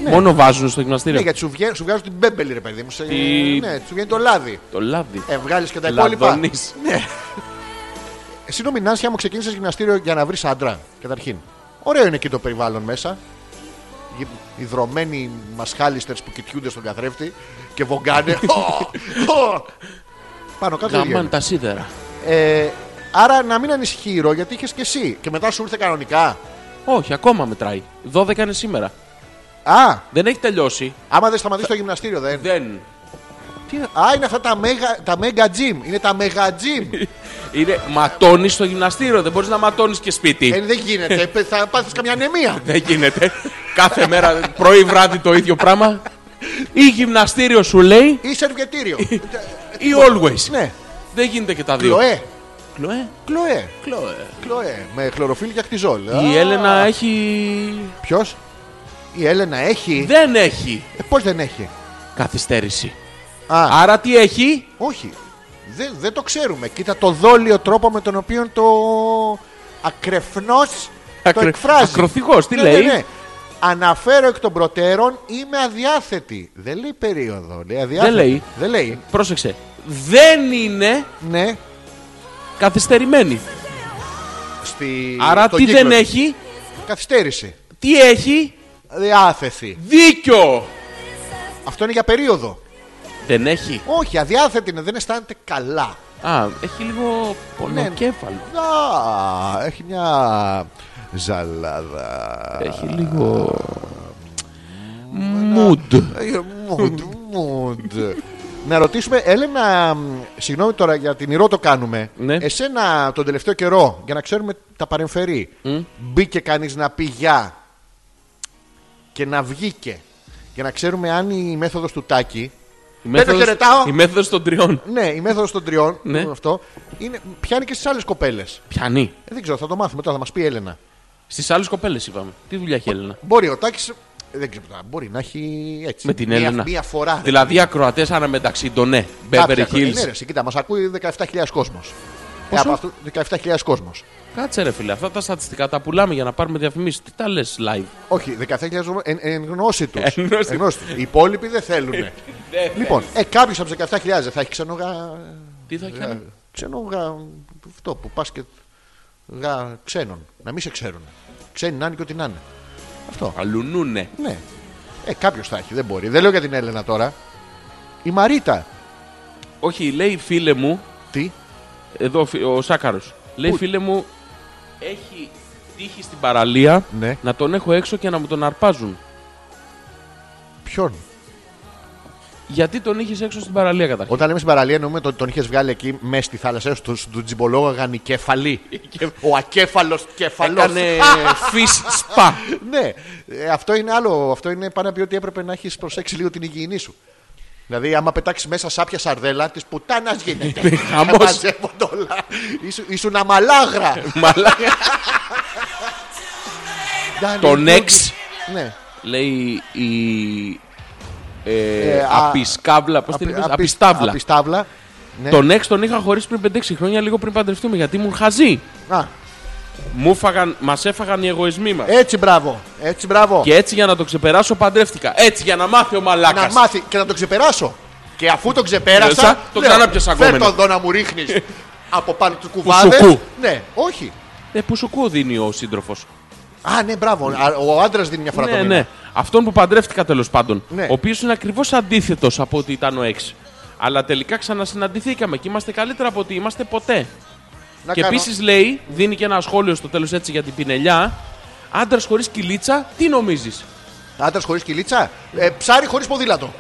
S2: Μόνο βάζουν στο
S1: Ναι,
S2: γυμναστήριο.
S1: γιατί σου, βγαίνει, σου βγάζουν την μπέμπελη, ρε παιδί μου. Σε,
S2: Τι-
S1: Ναι, σου βγαίνει το λάδι.
S2: Το λάδι.
S1: Ε, βγάλεις και τα υπόλοιπα.
S2: Λαδονείς.
S1: Ε, Συγγνώμη, Νάνσια μου ξεκίνησες γυμναστήριο για να βρεις άντρα, καταρχήν. Ωραίο είναι εκεί το περιβάλλον μέσα. Γυ- Οι δρομένοι μασχάλιστερ που κοιτιούνται στον καθρέφτη και βογκάνε. Ω, ω. Πάνω κάτω. ίδιο
S2: Γαμάν
S1: είναι.
S2: τα σίδερα.
S1: Ε, άρα να μην ανησυχείρω γιατί είχες και εσύ. Και μετά σου ήρθε κανονικά.
S2: Όχι, ακόμα μετράει. 12 είναι σήμερα.
S1: Α,
S2: Δεν έχει τελειώσει.
S1: άμα δεν σταματήσει το γυμναστήριο, δεν.
S2: Δεν.
S1: Α, είναι αυτά τα mega, τα mega gym. Είναι τα mega gym.
S2: Είναι ματώνεις στο γυμναστήριο. Δεν μπορείς να ματώνεις και σπίτι.
S1: ε, δεν γίνεται. Πε- θα πάθεις καμιά ανεμία.
S2: Δεν γίνεται. Κάθε μέρα, πρωί βράδυ το ίδιο πράγμα. Ή γυμναστήριο σου λέει,
S1: Ή σερβιετήριο.
S2: ή always.
S1: ναι.
S2: Δεν γίνεται και τα δύο.
S1: Κλοέ.
S2: Κλοέ.
S1: Κλοέ. Κλοέ. Με χλωροφίλ και ακτιζόλ.
S2: Η Έλενα έχει.
S1: Ποιος? Η Έλενα έχει.
S2: Δεν έχει
S1: Ε, Πώς δεν έχει.
S2: καθυστέρηση.
S1: Α,
S2: Άρα τι έχει.
S1: όχι. Δεν, δεν το ξέρουμε. Κοίτα το δόλιο τρόπο με τον οποίο το ακρεφνός το
S2: Ακρε-
S1: εκφράζει.
S2: ακροθυγός, τι
S1: Ναι,
S2: λέει?
S1: ναι, ναι. Αναφέρω εκ των προτέρων είμαι αδιάθετη. Δεν λέει περίοδο. Λέει αδιάθετη.
S2: λέει.
S1: Δεν λέει.
S2: Πρόσεξε. Δεν είναι
S1: Ναι.
S2: καθυστερημένη.
S1: Στη...
S2: Άρα
S1: τον
S2: τι
S1: κύκλο
S2: δεν
S1: της.
S2: έχει.
S1: Καθυστέρηση.
S2: Τι έχει.
S1: Διάθεση.
S2: Δίκιο.
S1: Αυτό είναι για περίοδο.
S2: Δεν έχει.
S1: Όχι, αδιάθετη είναι, δεν αισθάνεται καλά.
S2: Α, έχει
S1: Ναι,
S2: λίγο πονοκέφαλο.
S1: Α, έχει μια ζαλάδα.
S2: Έχει λίγο. Mood.
S1: Ε, Μουντ, μουντ. Να ρωτήσουμε, Έλενα, μ, συγγνώμη τώρα για την ηρώ το κάνουμε.
S2: Ναι.
S1: Εσένα τον τελευταίο καιρό, για να ξέρουμε τα παρεμφερεί, μπήκε κανείς να πει γεια και να βγήκε. Για να ξέρουμε αν η μέθοδος του Τάκη.
S2: Η
S1: Δεν το χαιρετάω.
S2: η μέθοδος των τριών.
S1: Ναι, η μέθοδος των τριών,
S2: Ναι.
S1: αυτό, είναι, πιάνει και στις άλλες κοπέλες.
S2: Πιανή.
S1: Ε, δεν ξέρω, θα το μάθουμε τώρα, θα μας πει η Έλενα.
S2: Στις άλλες κοπέλες είπαμε. Τι δουλειά έχει η Έλενα.
S1: Μπορεί ο Τάκης, ε, δεν ξέρω, μπορεί να έχει έτσι.
S2: Με την
S1: μία-
S2: Έλενα.
S1: Μία φορά. ρε.
S2: Δηλαδή ακροατές αναμεταξύ των ναι.
S1: Κάποια
S2: Beverly
S1: χρόνια. Ναι,
S2: Hills.
S1: ρε, εσύ, κοίτα, μας ακούει 17.000 κόσμος. Ε, από
S2: Πόσο?
S1: αυτού 17.000 κόσμος.
S2: Κάτσε ρε φίλε, αυτά τα στατιστικά τα πουλάμε για να πάρουμε διαφημίσεις. Τι τα λες live.
S1: Όχι, 17.000 κόσμο εν, εν γνώση του.
S2: Εν γνώση τους.
S1: Οι υπόλοιποι δεν θέλουν. λοιπόν, ε, κάποιος από του 17.000 δεν θα έχει ξενογα.
S2: Τι
S1: Ε.
S2: θα κάνει.
S1: Ξενογα. Αυτό που πας και. Γα ξένων. Να μην σε ξέρουν. Ξένοι να είναι και ό,τι να είναι. Αυτό.
S2: Αλουνούνε.
S1: Ναι. Ε, κάποιος θα έχει, δεν μπορεί. Δεν λέω για την Έλενα τώρα. Η Μαρίτα.
S2: Όχι, λέει φίλε μου,
S1: Τι.
S2: εδώ φι- ο Σάκαρος. Λέει φίλε μου, έχει τύχει στην παραλία
S1: Ναι.
S2: να τον έχω έξω και να μου τον αρπάζουν.
S1: Ποιον.
S2: Γιατί τον είχες έξω στην παραλία καταρχήν.
S1: Όταν λέμε στην παραλία, εννοούμε τον, τον είχες βγάλει εκεί μέσα στη θάλασσα, στον στο τζιμπολόγο γανικεφαλή. Ο ακέφαλος κεφαλό.
S2: Έκανε fish spa.
S1: Ναι, Ε, αυτό είναι άλλο. Αυτό είναι πάνω να πει ότι έπρεπε να έχεις προσέξει λίγο την υγιεινή σου. Δηλαδή, άμα πετάξεις μέσα σάπια σαρδέλα, της πουτάνας γίνεται.
S2: χαμός. Ε,
S1: Μαζεύονται όλα. Ήσου- Ήσουν αμαλάγρα.
S2: Μαλάκα. Τον εξ
S1: Ναι.
S2: λέει η. Ε,
S1: Ε, α-
S2: απισκάβλα. Πώς την
S1: Απι-
S2: είπες,
S1: απι-
S2: Απιστάβλα.
S1: Απιστάβλα. Ναι.
S2: Τον εξ τον είχα χωρίσει πριν 5-6 χρόνια λίγο πριν παντρευτούμε γιατί ήμουν χαζή.
S1: Α,
S2: Μου φάγαν, μας έφαγαν οι εγωισμοί μας.
S1: έτσι μπράβο. Έτσι μπράβο.
S2: Και έτσι για να το ξεπεράσω παντρεύτηκα. Έτσι για να μάθει ο
S1: να
S2: μαλάκας.
S1: μάθει και να το ξεπεράσω. Και αφού το ξεπέρασα.
S2: Πέρασα, το
S1: λέω,
S2: ξανάπιασα
S1: «Φέρ'
S2: ακόμα
S1: το
S2: ένα».
S1: εδώ να μου ρίχνεις από πάνω του κουβάδες.
S2: σουκού.
S1: ναι, όχι.
S2: Ε, που σου κούω δίνει ο σύντροφος.
S1: Α, ναι, μπράβο. Α, Ο άντρας δίνει μια φορά το
S2: Ναι,
S1: μήνα.
S2: ναι. Αυτόν που παντρεύτηκα τέλος πάντων.
S1: Ναι.
S2: Ο οποίος είναι ακριβώς αντίθετος από ότι ήταν ο εξ. Αλλά τελικά ξανασυναντηθήκαμε και είμαστε καλύτερα από ότι είμαστε ποτέ.
S1: Να
S2: και
S1: κάνω-
S2: επίσης λέει, δίνει και ένα σχόλιο στο τέλος έτσι για την πινελιά. Άντρας χωρίς κυλίτσα, τι νομίζεις.
S1: Άντρας χωρίς κυλίτσα. Ε, ψάρι χωρίς ποδήλατο.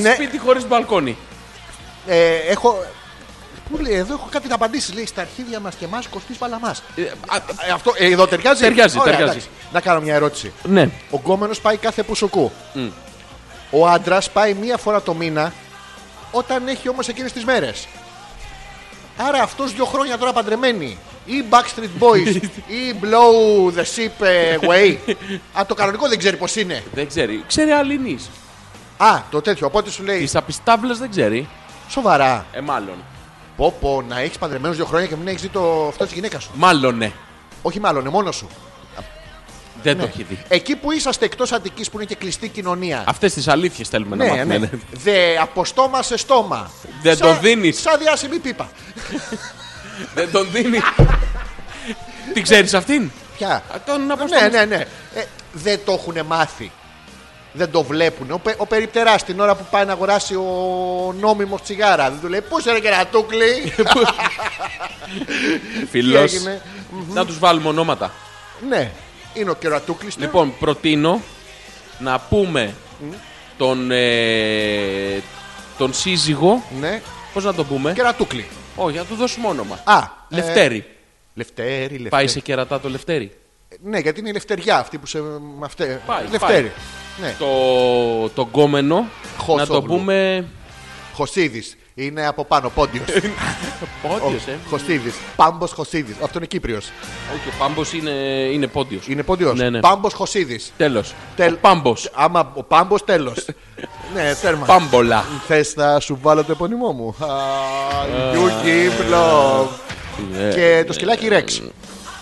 S1: Ναι.
S2: Σπίτι χωρίς μπαλκόνι.
S1: Ε, έχω. Πού λέει, εδώ έχω κάτι να απαντήσεις. Λέει στα αρχίδια μας και εμάς κοστί παλαμά.
S2: Ε, α,
S1: Ε, αυτό ε, εδώ ταιριάζει.
S2: Ταιριάζει,
S1: Ωραία,
S2: ταιριάζει.
S1: εντάξει. Να κάνω μια ερώτηση.
S2: ναι.
S1: Ο γκόμενος πάει κάθε πουσοκού. Ο άντρας πάει μία φορά το μήνα όταν έχει όμως εκείνες τις μέρες. Άρα αυτό δύο χρόνια τώρα παντρεμένοι. Ή Backstreet Boys ή Blow the Ship ε, Way. Α, το κανονικό δεν ξέρει πώς είναι.
S2: Δεν ξέρει. Ξέρει αλληνή.
S1: Α, το τέτοιο. Οπότε σου λέει
S2: Τις απιστάβλες δεν ξέρει.
S1: σοβαρά.
S2: Ε, μάλλον.
S1: Πω, πω, να έχεις παντρεμένο δύο χρόνια και μην έχεις δει το αυτό της γυναίκας σου.
S2: Μάλλον ναι.
S1: Όχι, μάλλον, είναι μόνος σου.
S2: Δεν
S1: Ναι.
S2: το έχει δει.
S1: Εκεί που είσαστε εκτός Αττικής που είναι και κλειστή κοινωνία.
S2: Αυτές τις αλήθειες θέλουμε να
S1: ναι, ναι.
S2: μάθουμε. ναι.
S1: Δε από στόμα σε στόμα.
S2: Δεν
S1: Σαν-
S2: το δίνεις.
S1: Σαν διάσημη πίπα.
S2: δεν τον δίνεις. Την ξέρεις αυτήν.
S1: Πια.
S2: Α, Τον
S1: Ναι,
S2: αποστολή.
S1: ναι, ναι. Ε, δεν το έχουν μάθει. Δεν το βλέπουν. Ο, πε, ο περιπτεράς την ώρα που πάει να αγοράσει ο νόμιμος τσιγάρα. Δεν του λέει πού σε ρε κερατούκλι.
S2: Φιλό.
S1: Τι έγινε?
S2: Να τους βάλουμε ονόματα.
S1: ναι. Είναι ο κερατούκλι.
S2: Λοιπόν, προτείνω να πούμε τον, ε, τον σύζυγο.
S1: Ναι.
S2: Πώς να τον πούμε.
S1: Κερατούκλι.
S2: Όχι, να του δώσουμε όνομα.
S1: Α.
S2: Λευτέρη.
S1: ε, Λευτέρη, Λευτέρη.
S2: Πάει σε κερατά το Λευτέρι.
S1: Ναι, γιατί είναι η λευτεριά αυτή που σε. με Αυτέ...
S2: Πάει,
S1: Λευτέρη. Ναι.
S2: Το, το γκόμενο. Να
S1: Χωσόγλου.
S2: το πούμε.
S1: Χωσίδης. Είναι από πάνω, πόντιος.
S2: Πόντιο, ε.
S1: Χωσίδη. Πάμπο Χωσίδη. Αυτό είναι Κύπριος.
S2: Όχι, ο Πάμπος είναι, είναι πόντιος.
S1: Είναι πόντιος.
S2: Ναι, ναι.
S1: Πάμπος Χωσίδη.
S2: Τέλος.
S1: Τέλ-
S2: Πάμπος.
S1: Άμα ο Πάμπος, τέλος. ναι, τέρμα.
S2: Πάμπολα.
S1: Θες να σου βάλω το επωνυμό μου. Α,
S2: Ε,
S1: Γιούγκι Μπλοβ.
S2: ναι.
S1: Και το σκυλάκι Ρεξ.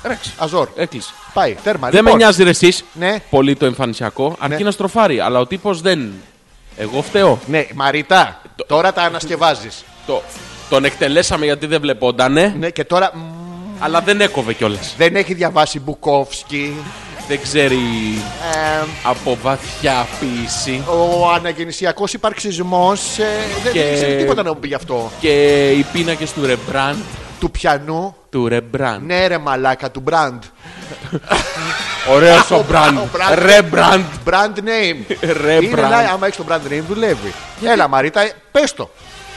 S1: Ρεξ. Αζόρ.
S2: Έκλεισε.
S1: Πάει, τέρμα.
S2: Ε, Δεν με
S1: Λοιπόν,
S2: νοιάζει ρε εσείς
S1: Ναι.
S2: πολύ το εμφανισιακό, αρκεί
S1: Ναι.
S2: να στροφάρει. Αλλά ο τύπος δεν. Εγώ φταίω.
S1: Ναι, Μαρίτα,
S2: Ε,
S1: τώρα τα ανασκευάζεις.
S2: Το, τον εκτελέσαμε γιατί δεν βλεπόντανε,
S1: ναι, και τώρα μ,
S2: αλλά δεν έκοβε κιόλας.
S1: δεν έχει διαβάσει Μπουκόφσκι.
S2: Δεν ξέρει
S1: Ε,
S2: από βαθιά ποιήση.
S1: ο αναγεννησιακός υπαρξισμός. Ε, δεν,
S2: Και-
S1: δεν ξέρει τίποτα να μου πει γι' αυτό.
S2: Και οι πίνακες του Ρεμπράντ.
S1: Του πιανού.
S2: Του Ρεμπράντ.
S1: Ναι, ρε μαλάκα, του brand.
S2: Ωραίος ο
S1: Ο
S2: Μπραντ.
S1: Μπραντ.
S2: Ρεμπραντ.
S1: Brand name.
S2: Ρε
S1: Είναι,
S2: brand.
S1: να, άμα έχεις το brand name, δουλεύει. Έλα, Μαρίτα, πες το.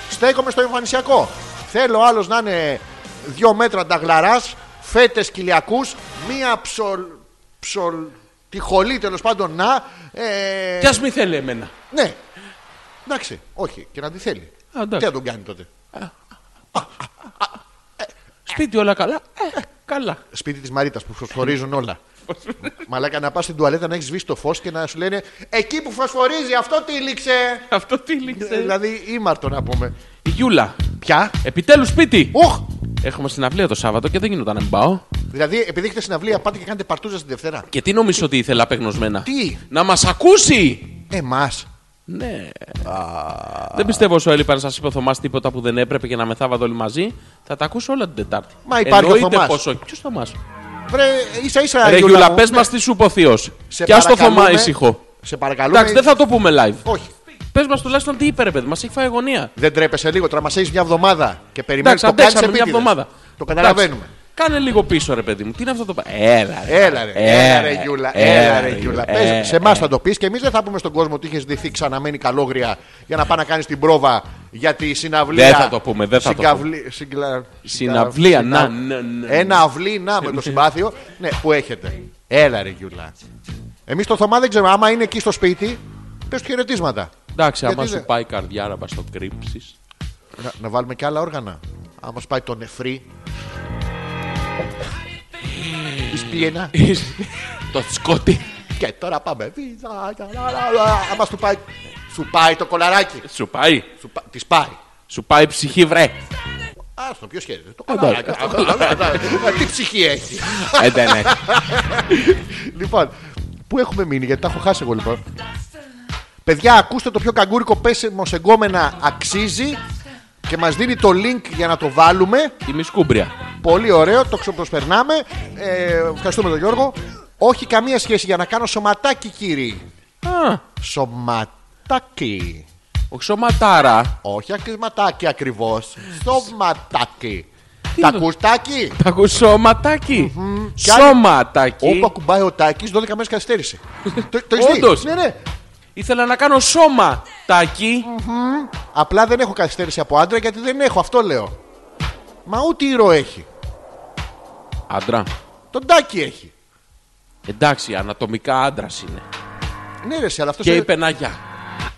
S1: Στέκομαι στο εμφανισιακό. Θέλω άλλος να είναι δύο μέτρα ανταγλαρά, φέτες κοιλιακούς, μία ψολ. ψολ τυχολή τέλος πάντων να. Ε,
S2: Κι ας μη θέλει εμένα.
S1: Ναι. Εντάξει, όχι, και να τη θέλει.
S2: Α, εντάξει.
S1: Τι να τον κάνει τότε.
S2: Σπίτι όλα καλά. Ε, καλά.
S1: Σπίτι της Μαρίτας που φωσφορίζουν όλα. Μαλάκα να πας στην τουαλέτα να έχεις σβήσει το φως και να σου λένε Εκεί που φωσφορίζει, αυτό τύλιξε.
S2: Αυτό τι λήξε.
S1: δηλαδή ήμαρτο να πούμε.
S2: Η Γιούλα.
S1: Πια.
S2: Επιτέλους σπίτι!
S1: Οχ!
S2: Έχουμε συναυλία το Σάββατο και δεν γινόταν να μην πάω.
S1: Δηλαδή, επειδή έχετε συναυλία, πάτε και κάνετε παρτούζα στην Δευτέρα.
S2: Και τι νομίζω ότι ήθελα απεγνωσμένα.
S1: Τι?
S2: Να μας ακούσει!
S1: Εμάς.
S2: Ναι. Δεν πιστεύω όσο έλειπα να σας είπε ο Θωμάς τίποτα που δεν έπρεπε και να μεθάβατε όλοι μαζί. Θα τα ακούσω όλα την Τετάρτη.
S1: Μα υπάρχει ο
S2: Εννοείται
S1: Θωμάς.
S2: πως όχι. Ποιος Θωμάς.
S1: Βρε, ίσα ίσα.
S2: Ρε
S1: Γιούλα
S2: Γιούλα,
S1: μου.
S2: πες μας τι σου είπε ο Θείος.
S1: Σε
S2: Κι ας το
S1: παρακαλούμε.
S2: Θωμά ήσυχο.
S1: Σε παρακαλούμε.
S2: Εντάξει, δεν θα το πούμε live.
S1: Όχι.
S2: Πες μας τουλάχιστον τι είπε, ρε παιδί, μας έχει φάει αγωνία.
S1: Δεν τρέπεσαι λίγο τώρα, μας έχεις μια εβδομάδα και περιμένεις
S2: Εντάξει,
S1: το κάνεις
S2: αντέξαμε μια
S1: επίτηδες.
S2: εβδομάδα.
S1: Το
S2: Εντάξει.
S1: καταλαβαίνουμε.
S2: Κάνε λίγο πίσω, ρε παιδί μου. Τι είναι αυτό το. πα- Έλα, ρε.
S1: Έλα ρε,
S2: Ε,
S1: έλα ρε Γιούλα, έλα ρε Γιούλα. Πες, σε εμάς θα το πεις και εμείς δεν θα πούμε στον κόσμο ότι είχε δυθεί ξαναμένη καλόγρια για να πάει να κάνεις την πρόβα για τη συναυλία.
S2: Δεν θα το πούμε, δεν θα το
S1: πούμε. Συγκλα...
S2: Συναυλία,
S1: συγκλα-
S2: να, ναι, ναι.
S1: Ένα αυλή, να με το συμπάθειο ναι, που έχετε. Έλα ρε Γιούλα. Εμείς το Θωμά δεν ξέρουμε, άμα είναι εκεί στο σπίτι, πες του χαιρετίσματα.
S2: Εντάξει, άμα
S1: Γιατί
S2: σου
S1: δεν-
S2: πάει η καρδιά να πα το κρύψεις.
S1: Να, να βάλουμε και άλλα όργανα. Άμα σπάει το νεφρί. Η σπλήνα.
S2: το σκότι.
S1: Και τώρα πάμε. Βίζα, ταλαλαλα. Άμα σου πάει. Σου πάει το κολαράκι.
S2: Σου πάει.
S1: Σου πα- Της πάει.
S2: Σου πάει η ψυχή, βρε.
S1: Άστο, ποιος χαίρεται. Το κολαράκι. Α, Τι ψυχή έχει.
S2: Ε, δεν έχει.
S1: Λοιπόν, πού έχουμε μείνει, γιατί τα έχω χάσει εγώ λοιπόν. Παιδιά, ακούστε το πιο καγκούρικο πέσιμος σε γκόμενα αξίζει και μας δίνει το link για να το βάλουμε.
S2: Είμαι σκούμπρια.
S1: Πολύ ωραίο, το ξεπροσπερνάμε. Ε, ευχαριστούμε τον Γιώργο. Όχι καμία σχέση για να κάνω σωματάκι, κύριοι.
S2: Α,
S1: Σωματάκι.
S2: όχι σωματάρα.
S1: Όχι ακρισματάκι ακριβώς. Σωματάκι.
S2: Τι
S1: Τα
S2: είναι το-
S1: ακουστάκι.
S2: Τα ακούς σωματάκι.
S1: Κι άλλο-
S2: Σωματάκι.
S1: Όπου ακουμπάει ο Τάκης, 12 μέρες καθυστέρηση. το το έχεις δει?
S2: Όντως.
S1: Ναι, ναι.
S2: Ήθελα να κάνω σωματάκι.
S1: Απλά δεν έχω καθυστέρηση από άντρα γιατί δεν έχω, αυτό λέω. Μα ούτε ήρωα έχει.
S2: Άντρα.
S1: Τον Τάκη έχει.
S2: Εντάξει, ανατομικά άντρας είναι.
S1: Ναι, ρε, εσύ, αλλά αυτός
S2: Και είπε να γεια.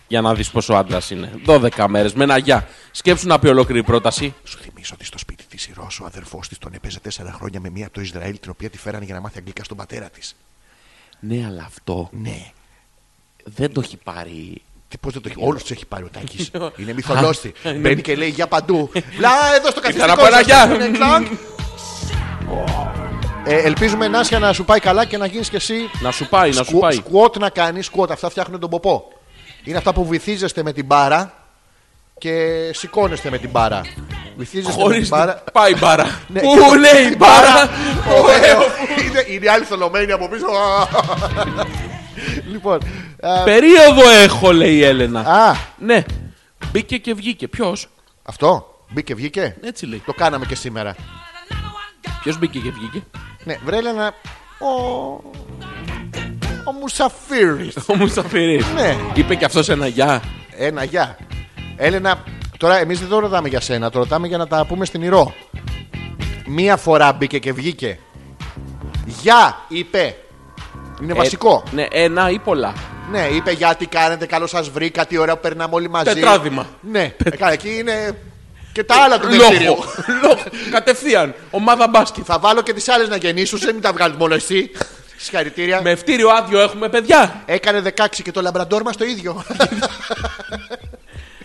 S2: Για να δεις πόσο άντρας είναι. 12 μέρες με ένα γεια. Σκέψου να πει ολόκληρη πρόταση.
S1: Σου θυμίζω ότι στο σπίτι της η Ρώσο, ο αδερφός της, τον έπαιζε 4 χρόνια με μία από το Ισραήλ, την οποία τη φέρανε για να μάθει αγγλικά στον πατέρα της.
S2: Ναι, αλλά αυτό
S1: Ναι.
S2: δεν το έχει πάρει.
S1: Τι πώς δεν το έχει. Όλους τους έχει πάρει ο Τάκης. Είναι μυθολόστη. Μπαίνει και λέει για παντού. Βλά, εδώ στο
S2: Ήθελα
S1: καθιστικό.
S2: να πάρω
S1: σας,
S2: αγιά.
S1: είναι κλανκ. Ε, ελπίζουμε Νάσια να σου πάει καλά και να γίνεις κι εσύ
S2: Να σου πάει, να σου
S1: σκου-
S2: πάει.
S1: σκουότ να κάνεις σκουότ. Αυτά φτιάχνουν τον ποπό. Είναι αυτά που βυθίζεστε με την μπάρα και σηκώνεστε με την μπάρα. Βυθίζεστε με
S2: Χωρί.
S1: την μπάρα.
S2: Πάει η μπάρα.
S1: Ναι.
S2: Πού είναι η μπάρα.
S1: Ωραίο. Είναι- Είναι οι άλλοι θολωμένοι από πίσω. Λοιπόν. α,
S2: Περίοδο έχω, λέει η Έλενα.
S1: Α,
S2: Ναι. Μπήκε και βγήκε. Ποιος.
S1: αυτό. Μπήκε, βγήκε.
S2: Έτσι λέει.
S1: Το κάναμε και σήμερα.
S2: Ποιος μπήκε και βγήκε.
S1: Ναι, βρε Έλενα, Ο. Ο Μουσαφίρης.
S2: Ο Μουσταφίρη.
S1: Ναι.
S2: Είπε και αυτός ένα γεια.
S1: Ένα γεια. Έλενα, τώρα εμείς δεν το ρωτάμε για σένα, το ρωτάμε για να τα πούμε στην ηρώ. Μία φορά μπήκε και βγήκε. Γεια, είπε. Είναι βασικό.
S2: Ε, ναι, ένα ή πολλά.
S1: Ναι, είπε για τι κάνετε, καλό σας βρήκα, τι ωραία που περνάμε όλοι μαζί.
S2: Τετράδημα.
S1: Ναι, ε, εκεί είναι. Και τα άλλα του
S2: Λόγο.
S1: δελτίου.
S2: Λόγο. Κατευθείαν. Ομάδα μπάσκετ.
S1: Θα βάλω και τις άλλες να γεννήσουν, σε μην τα βγάλει μόνο εσύ. Συγχαρητήρια.
S2: Με ευτήριο άδειο έχουμε, παιδιά.
S1: Έκανε 16 και το λαμπραντόρ μας το ίδιο.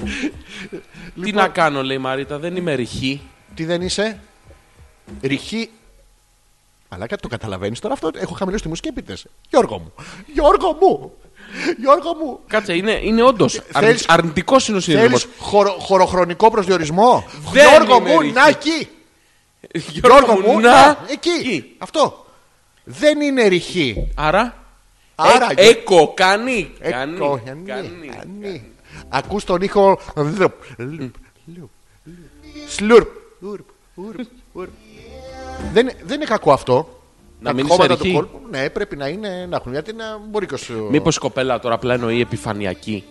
S2: Τι
S1: Λοιπόν.
S2: να κάνω, λέει η Μαρίτα, δεν είμαι ρηχή.
S1: Τι δεν είσαι. Ρηχή. Αλλά κάτι το καταλαβαίνεις τώρα αυτό. Έχω χαμηλώσει τη μουσική επίτηδες. Γιώργο μου. Γιώργο μου. Γιώργο μου.
S2: Κάτσε, είναι, είναι όντως.
S1: Ε, Θέλεις-
S2: Αρνητικός είναι ο
S1: Θέλεις
S2: σύνδεσμο.
S1: χορο, χωροχρονικό προσδιορισμό.
S2: Δεν
S1: Γιώργο
S2: είμαι
S1: μου,
S2: ρηχή.
S1: να εκεί. Γιώργο μου, ε,
S2: να.
S1: εκεί. Αυτό. Δεν είναι ρηχή.
S2: Άρα.
S1: Άρα,
S2: ε, έκο, κάνει. κάνει,
S1: Εκο-
S2: κάνει,
S1: κάνει,
S2: κάνει.
S1: κάνει. Ακούς τον ήχο. Σλουρπ. Ουρπ, ουρπ, ουρπ. Δεν, δεν είναι κακό αυτό.
S2: Να
S1: Τα
S2: μην
S1: κόμματα
S2: είσαι
S1: του
S2: ρηχή.
S1: κόλπου, Ναι, πρέπει να είναι να έχουν. Γιατί να μπορεί και ο σου.
S2: Μήπως η κοπέλα τώρα απλά εννοεί επιφανειακή.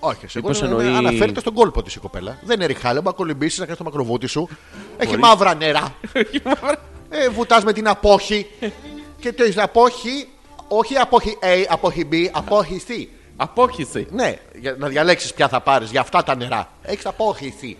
S1: Όχι, σε
S2: μήπως
S1: κόλλο,
S2: εννοεί-
S1: Αναφέρεται στον κόλπο της η κοπέλα. Δεν είναι ριχάλα, μπορεί να κολυμπήσεις να κάνεις το μακροβούτι σου. Έχει μαύρα νερά. ε, βουτάς με την απόχη. και το απόχη. Όχι απόχη A, απόχη B, απόχη C.
S2: Απόχηση.
S1: Ναι, για να διαλέξεις ποια θα πάρεις για αυτά τα νερά. Έχεις απόχηση.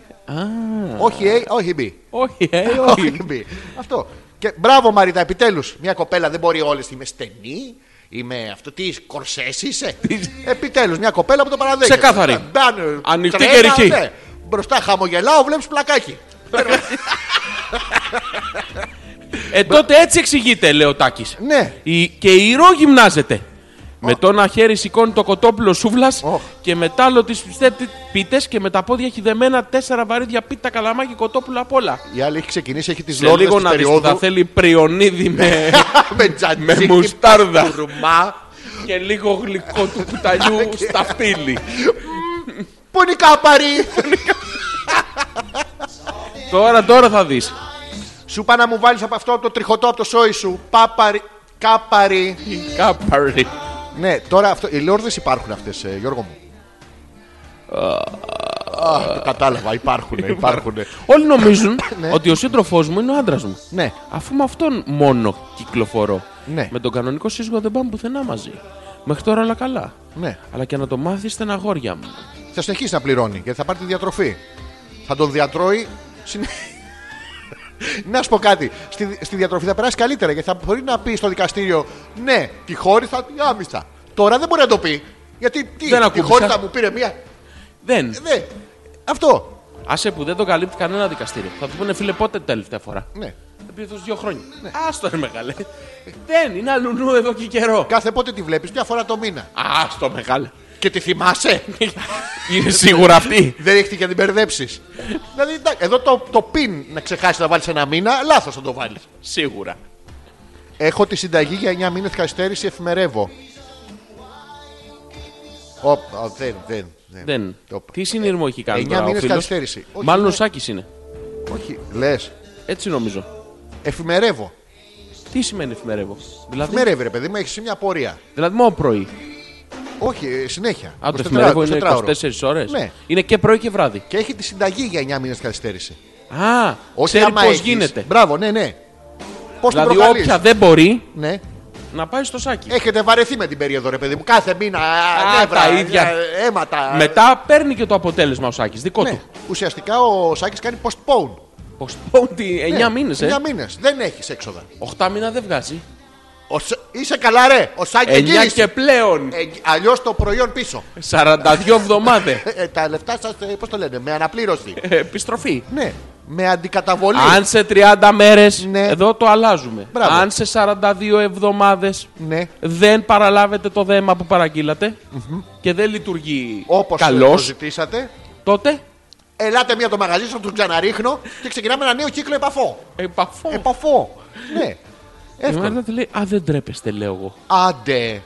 S1: Όχι A, όχι B.
S2: Όχι, ε, όχι.
S1: Όχι B. Αυτό. Και μπράβο Μαρίτα, επιτέλους. Μια κοπέλα δεν μπορεί όλες. Είμαι στενή, είμαι αυτό. Τι κορσές είσαι. επιτέλους, μια κοπέλα που το παραδέχεται.
S2: Ξεκάθαρη.
S1: Ε, μπαν,
S2: Ανοιχτή
S1: τρένα,
S2: και ρηχή.
S1: ναι. Μπροστά χαμογελάω, βλέπεις πλακάκι.
S2: Ε, τότε έτσι εξηγείται, λέει ο Τάκης.
S1: Ναι.
S2: Και η ρο γυμνάζεται. Με το ένα χέρι σηκώνει το κοτόπουλο σούβλας
S1: Ω.
S2: και με τ' άλλο τις πίτε και με τα πόδια έχει δεμένα τέσσερα βαρύδια πίτα καλαμάκι κοτόπουλα απ' όλα.
S1: Η άλλη έχει ξεκινήσει, έχει τις
S2: Σε
S1: λόρδες
S2: λίγο
S1: της
S2: να δεις που θα
S1: περίοδου.
S2: θέλει πριονίδι με,
S1: με τζατζίκι,
S2: με μουστάρδα
S1: κουρμά.
S2: και λίγο γλυκό του κουταλιού στα φίλη.
S1: Πού είναι η κάπαρη.
S2: τώρα, τώρα θα δεις.
S1: Σου πά να μου βάλεις από αυτό από το τριχωτό από το σόι σου. Πάπαρη. Κάπαρη.
S2: Κάπαρι.
S1: Ναι, τώρα αυτό, οι λόρδες υπάρχουν αυτές, ε, Γιώργο μου. Α, το κατάλαβα, υπάρχουν, υπάρχουν.
S2: Όλοι νομίζουν ότι ο σύντροφός μου είναι ο άντρας μου.
S1: Ναι.
S2: Αφού με αυτόν μόνο κυκλοφορώ.
S1: Ναι.
S2: Με τον κανονικό σύζυγο δεν πάμε πουθενά μαζί. Μέχρι τώρα όλα καλά.
S1: Ναι.
S2: Αλλά και να το μάθεις στεναγόρια μου.
S1: Θα συνεχίσει να πληρώνει γιατί θα πάρει τη διατροφή. Θα τον διατρώει. συνε- να σου πω κάτι. Στη, στη διατροφή θα περάσει καλύτερα γιατί θα μπορεί να πει στο δικαστήριο Ναι, τη χώρη θα την άμυσα. Τώρα δεν μπορεί να το πει. Γιατί τι,
S2: Δεν
S1: τη
S2: ακούμπησα.
S1: χώρη θα μου πήρε μία.
S2: Δεν.
S1: Ε, Ναι, αυτό.
S2: Άσε που δεν το καλύπτει κανένα δικαστήριο. Θα του πούνε φίλε πότε τελευταία φορά.
S1: Ναι.
S2: Θα πει αυτό δύο χρόνια. Άστο ρε μεγάλε. Δεν είναι αλλουνού εδώ και καιρό.
S1: Κάθε πότε τη βλέπεις, μια φορά το μήνα.
S2: Άστο μεγάλε.
S1: Και τη θυμάσαι.
S2: είναι σίγουρα αυτή.
S1: δεν έχει και να την μπερδέψεις. δηλαδή, εντάξει, εδώ το, το πιν να ξεχάσεις να βάλεις ένα μήνα, λάθος θα το βάλεις.
S2: Σίγουρα.
S1: Έχω τη συνταγή για 9 μήνες καθυστέρηση, εφημερεύω. Οπ, α, δεν, δεν, δεν.
S2: Δεν.
S1: Το-
S2: Τι συνειρμό έχει κάνει
S1: Εννιά
S2: τώρα ο
S1: μήνες
S2: φίλος?
S1: καθυστέρηση. Όχι, ναι.
S2: Μάλλον ο
S1: είναι-
S2: Σάκης είναι.
S1: Όχι, λες,
S2: Έτσι νομίζω.
S1: εφημερεύω.
S2: Τι σημαίνει εφημερεύω. Δηλαδή,
S1: Εφημερεύει ρε παιδί μου, έχεις μια πορεία.
S2: δηλαδή μόνο πρωί.
S1: Όχι, ε, συνέχεια.
S2: Αν το
S1: 24
S2: εφημερεύω είναι
S1: 24 ώρο.
S2: 24 ώρες.
S1: Ναι.
S2: Είναι και πρωί και βράδυ.
S1: Και έχει τη συνταγή για 9 μήνες καθυστέρηση.
S2: Α,
S1: Όχι
S2: ξέρει
S1: άμα
S2: πώς
S1: έχεις.
S2: γίνεται.
S1: Μπράβο, ναι, ναι. Πώς το
S2: Δηλαδή,
S1: προκαλείς.
S2: όποια δεν μπορεί
S1: Ναι.
S2: να πάει στο σάκι.
S1: Έχετε βαρεθεί με την περίοδο ρε παιδί μου. Κάθε μήνα
S2: Α,
S1: α, νεύρα,
S2: τα ίδια.
S1: ε, αίματα.
S2: Μετά παίρνει και το αποτέλεσμα ο Σάκης, Δικό
S1: Ναι.
S2: του.
S1: Ουσιαστικά ο Σάκης κάνει postpone.
S2: Πώς το πω
S1: Ναι.
S2: ότι 9 μήνες, ε.
S1: 9 μήνες. Δεν έχεις έξοδα.
S2: 8 μήνα δεν βγάζει.
S1: Ο Σ- Είσαι καλά, ρε! Ο Σάκη
S2: 9 και
S1: γύρισε.
S2: πλέον.
S1: Ε, Αλλιώς το προϊόν πίσω.
S2: 42 εβδομάδε.
S1: Ε, ε, τα λεφτά σας, πώς το λένε, με αναπλήρωση.
S2: Επιστροφή.
S1: ναι, με αντικαταβολή.
S2: Ε, Αν σε 30 μέρες,
S1: Ναι.
S2: εδώ το αλλάζουμε.
S1: Μπράβο.
S2: Αν σε 42 εβδομάδες
S1: Ναι.
S2: δεν παραλάβετε το δέμα που παραγγείλατε και δεν λειτουργεί
S1: Όπως το
S2: καλώ,
S1: ζητήσατε,
S2: τότε
S1: ελάτε μία το μαγαζί σας, του ξαναρίχνω και ξεκινάμε ένα νέο κύκλο επαφό.
S2: επαφώ.
S1: Επαφό. ναι.
S2: Ε, Η
S1: Ε, Εύκολο.
S2: Μαρίτα Ε, τη λέει: Α, δεν τρέπεστε, λέω εγώ.
S1: Άντε.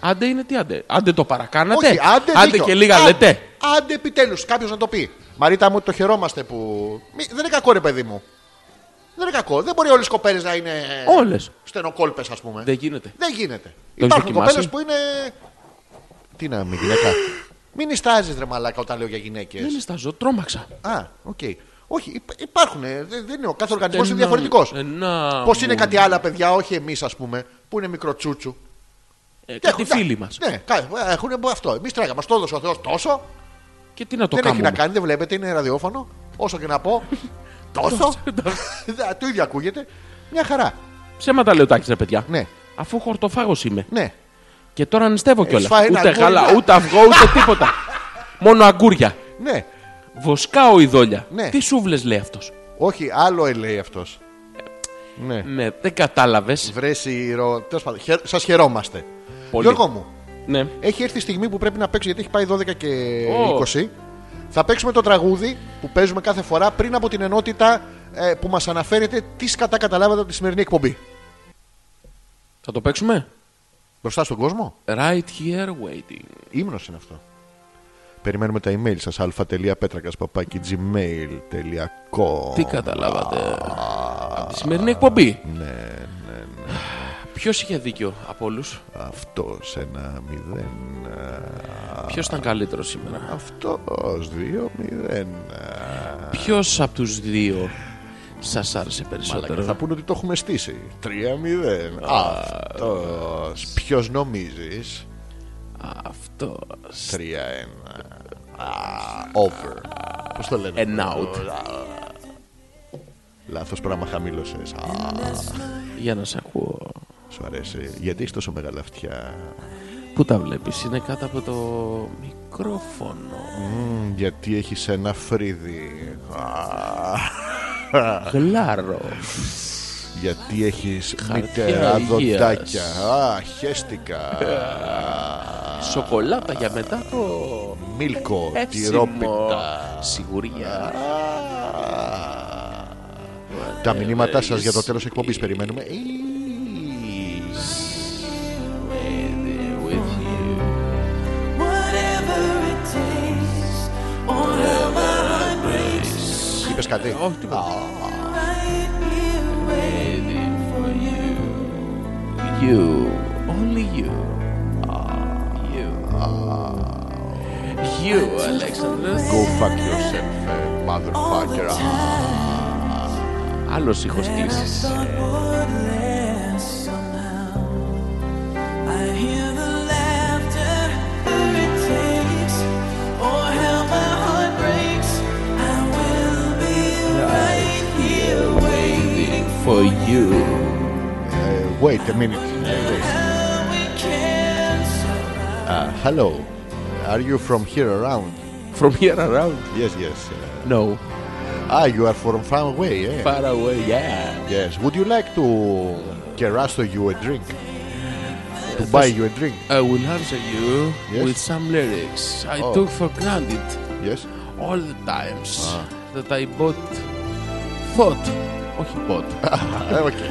S2: Άντε είναι τι, άντε. Άντε το παρακάνατε.
S1: Όχι, άντε, δίκιο.
S2: και λίγα
S1: Α,
S2: λέτε.
S1: Άντε επιτέλους, κάποιος να το πει. Μαρίτα μου, το χαιρόμαστε που. Μη- δεν είναι κακό, ρε παιδί μου. Δεν είναι κακό. Δεν μπορεί όλες οι κοπέλες να είναι.
S2: Όλες.
S1: Στενοκόλπες, ας πούμε.
S2: Δεν γίνεται.
S1: Δεν γίνεται.
S2: Το
S1: Υπάρχουν
S2: έχεις
S1: κοπέλε
S2: δοκιμάσει?
S1: που είναι. Τι να με γυναίκα. Μην ιστάζει ρε μαλάκα όταν λέω για γυναίκες.
S2: Δεν νιστάζω, τρόμαξα.
S1: Α, οκ. Όχι, υπάρχουν. ε, Δεν είναι. Ο κάθε οργανισμός είναι
S2: Ένα-
S1: διαφορετικός.
S2: ένα
S1: Πώς
S2: ε, μου.
S1: είναι κάτι άλλα παιδιά, όχι εμείς ας πούμε, που είναι μικροτσούτσου.
S2: Ε, κάτι
S1: Έχουν-
S2: φίλοι μας.
S1: Ναι, κα- έχουν αυτό. Εμείς τρέγαμε. Μα το έδωσε ο Θεός τόσο.
S2: Και τι να το
S1: δεν έχει
S2: κάνουμε.
S1: να κάνει, δεν βλέπετε, είναι ραδιόφωνο. Όσο και να πω. τόσο. Δα- Το ίδιο ακούγεται. Μια χαρά.
S2: Ψέματα λέω τάξει, ρε παιδιά.
S1: Ναι,
S2: Αφού χορτοφάγος είμαι.
S1: ναι.
S2: Και τώρα νηστεύω κιόλας.
S1: φάει ένα
S2: Ούτε
S1: αγκούρι,
S2: γάλα,
S1: ναι.
S2: ούτε αυγό, ούτε τίποτα. Μόνο αγκούρια.
S1: Ναι,
S2: Βοσκάω η δόλια.
S1: Ναι.
S2: Τι σούβλες λέει αυτός.
S1: όχι, άλλο ελέει αυτός. Ναι.
S2: Ναι, δεν κατάλαβες.
S1: Βρέσει ρο. Τέλος πάντων, χε... σας χαιρόμαστε.
S2: Πολύ.
S1: Γιώργο μου,
S2: Ναι.
S1: έχει έρθει η στιγμή που πρέπει να παίξει γιατί έχει πάει 12 και
S2: Ω.
S1: 20. Θα παίξουμε το τραγούδι που παίζουμε κάθε φορά πριν από την ενότητα ε, που μας αναφέρετε τι κατά καταλάβατε από τη σημερινή εκπομπή.
S2: Θα το παίξουμε.
S1: Μπροστά στον κόσμο.
S2: Right here waiting.
S1: Ήμνο είναι αυτό. Περιμένουμε τα email σας α.πέτρακα.gmail.com
S2: Τι καταλάβατε. Από τη σημερινή εκπομπή. Ναι, ναι, ναι. Ποιος είχε δίκιο από όλους.
S1: Αυτός ένα μηδέν.
S2: Ποιος ήταν καλύτερος σήμερα.
S1: Αυτός δύο μηδέν.
S2: Ποιος από τους δύο σας άρεσε περισσότερο.
S1: Θα πούνε ότι το έχουμε στήσει. 3-0. Αυτός. Ποιος νομίζεις.
S2: Αυτός.
S1: 3-1. Α, Over. Πώς το λένε.
S2: An out.
S1: Λάθος πράγμα χαμήλωσες.
S2: Για να σε ακούω.
S1: Σου αρέσει. Γιατί έχεις τόσο μεγάλα αυτιά.
S2: Πού τα βλέπεις, είναι κάτω από το. μικρόφωνο.
S1: Μμμ, Γιατί έχεις ένα φρύδι. Α,
S2: Κλάρο.
S1: Γιατί έχεις
S2: Χαρτιά
S1: μητέρα
S2: υγείας.
S1: δοντάκια. Α, χέστηκα.
S2: Σοκολάτα για μετά το
S1: Μίλκο,
S2: έψιμο.
S1: τυρόπιτα.
S2: Σιγουριά.
S1: Τα μηνύματά σας για το τέλος εκπομπής περιμένουμε. Ε, Είπες κάτι.
S2: Ε, Όχι, τίποτα. You, only you. Ah, You. Ah, You, Alexander.
S1: Go fuck yourself, eh, motherfucker.
S2: Άλλος ήχος κλείσης. For you.
S1: Eh, Wait a minute.
S2: Ε,
S1: Eh, wait. Uh, Hello. Are you from here around?
S2: From here around.
S1: Yes, yes.
S2: No.
S1: Uh, Ah, you are from far away, eh?
S2: Far away, yeah.
S1: Yes. Would you like to κεράσω you a drink? To buy you a drink?
S2: I will answer you
S1: Yes.
S2: with some lyrics I
S1: Oh.
S2: took for granted
S1: Yes.
S2: all the times that I bought thought όχι bought
S1: Eh, Okay.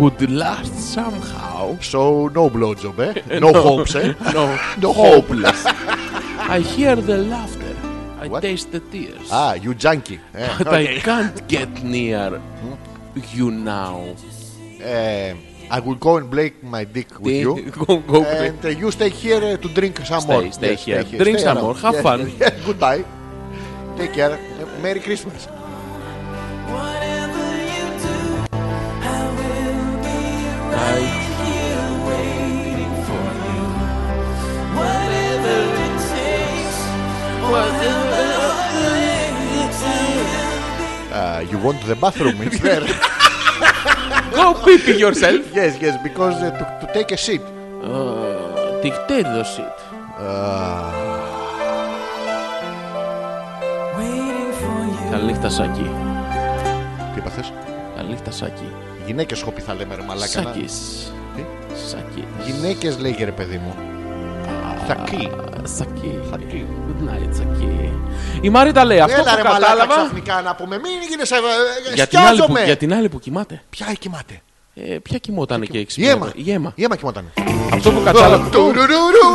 S2: would last somehow
S1: So no blowjob, eh? No hopes, eh?
S2: no,
S1: No
S2: hopeless I hear the laughter I
S1: What?
S2: taste the tears
S1: Ah, you junkie. eh?
S2: but I
S1: Okay.
S2: can't get near you now
S1: Eh, I will go and break my dick with you.
S2: go, go
S1: And uh, you stay here uh, to drink some
S2: Stay-
S1: more.
S2: stay here. Drink some
S1: around.
S2: more. Have
S1: Yes,
S2: fun.
S1: yes. Goodbye. Take care. Merry Christmas. Uh, you want the bathroom? It's there.
S2: go pee yourself
S1: yes, yes. Because uh, to, to take a seat.
S2: Uh, dictate the shit
S1: Uh,
S2: Καληνύχτα Σάκη
S1: Τι είπα θες?
S2: Καληνύχτα Σάκη
S1: Γυναίκες χόπι θα λέμε ρε μαλάκα. να-
S2: Σάκης
S1: Τι?
S2: Σάκη
S1: Γυναίκες λέγε ρε παιδί μου. Θακί.
S2: Σάκη
S1: Σάκη.
S2: Good night Σάκη Η Μαρίτα λέει αυτό
S1: Έλα
S2: που
S1: ρε μαλάκα
S2: κατάλαβα
S1: ξαφνικά να πούμε. Μην γίνεσαι. ε,
S2: για την, άλλη που,
S1: σκιάζομαι.
S2: για την άλλη που κοιμάται
S1: Ποια κοιμάται.
S2: ε, Ποια κοιμότανε και
S1: Η αίμα.
S2: εξυπνόταν Η αίμα
S1: Η αίμα κοιμόταν.
S2: Αυτό που κατάλαβα
S1: Τουρουρουρου.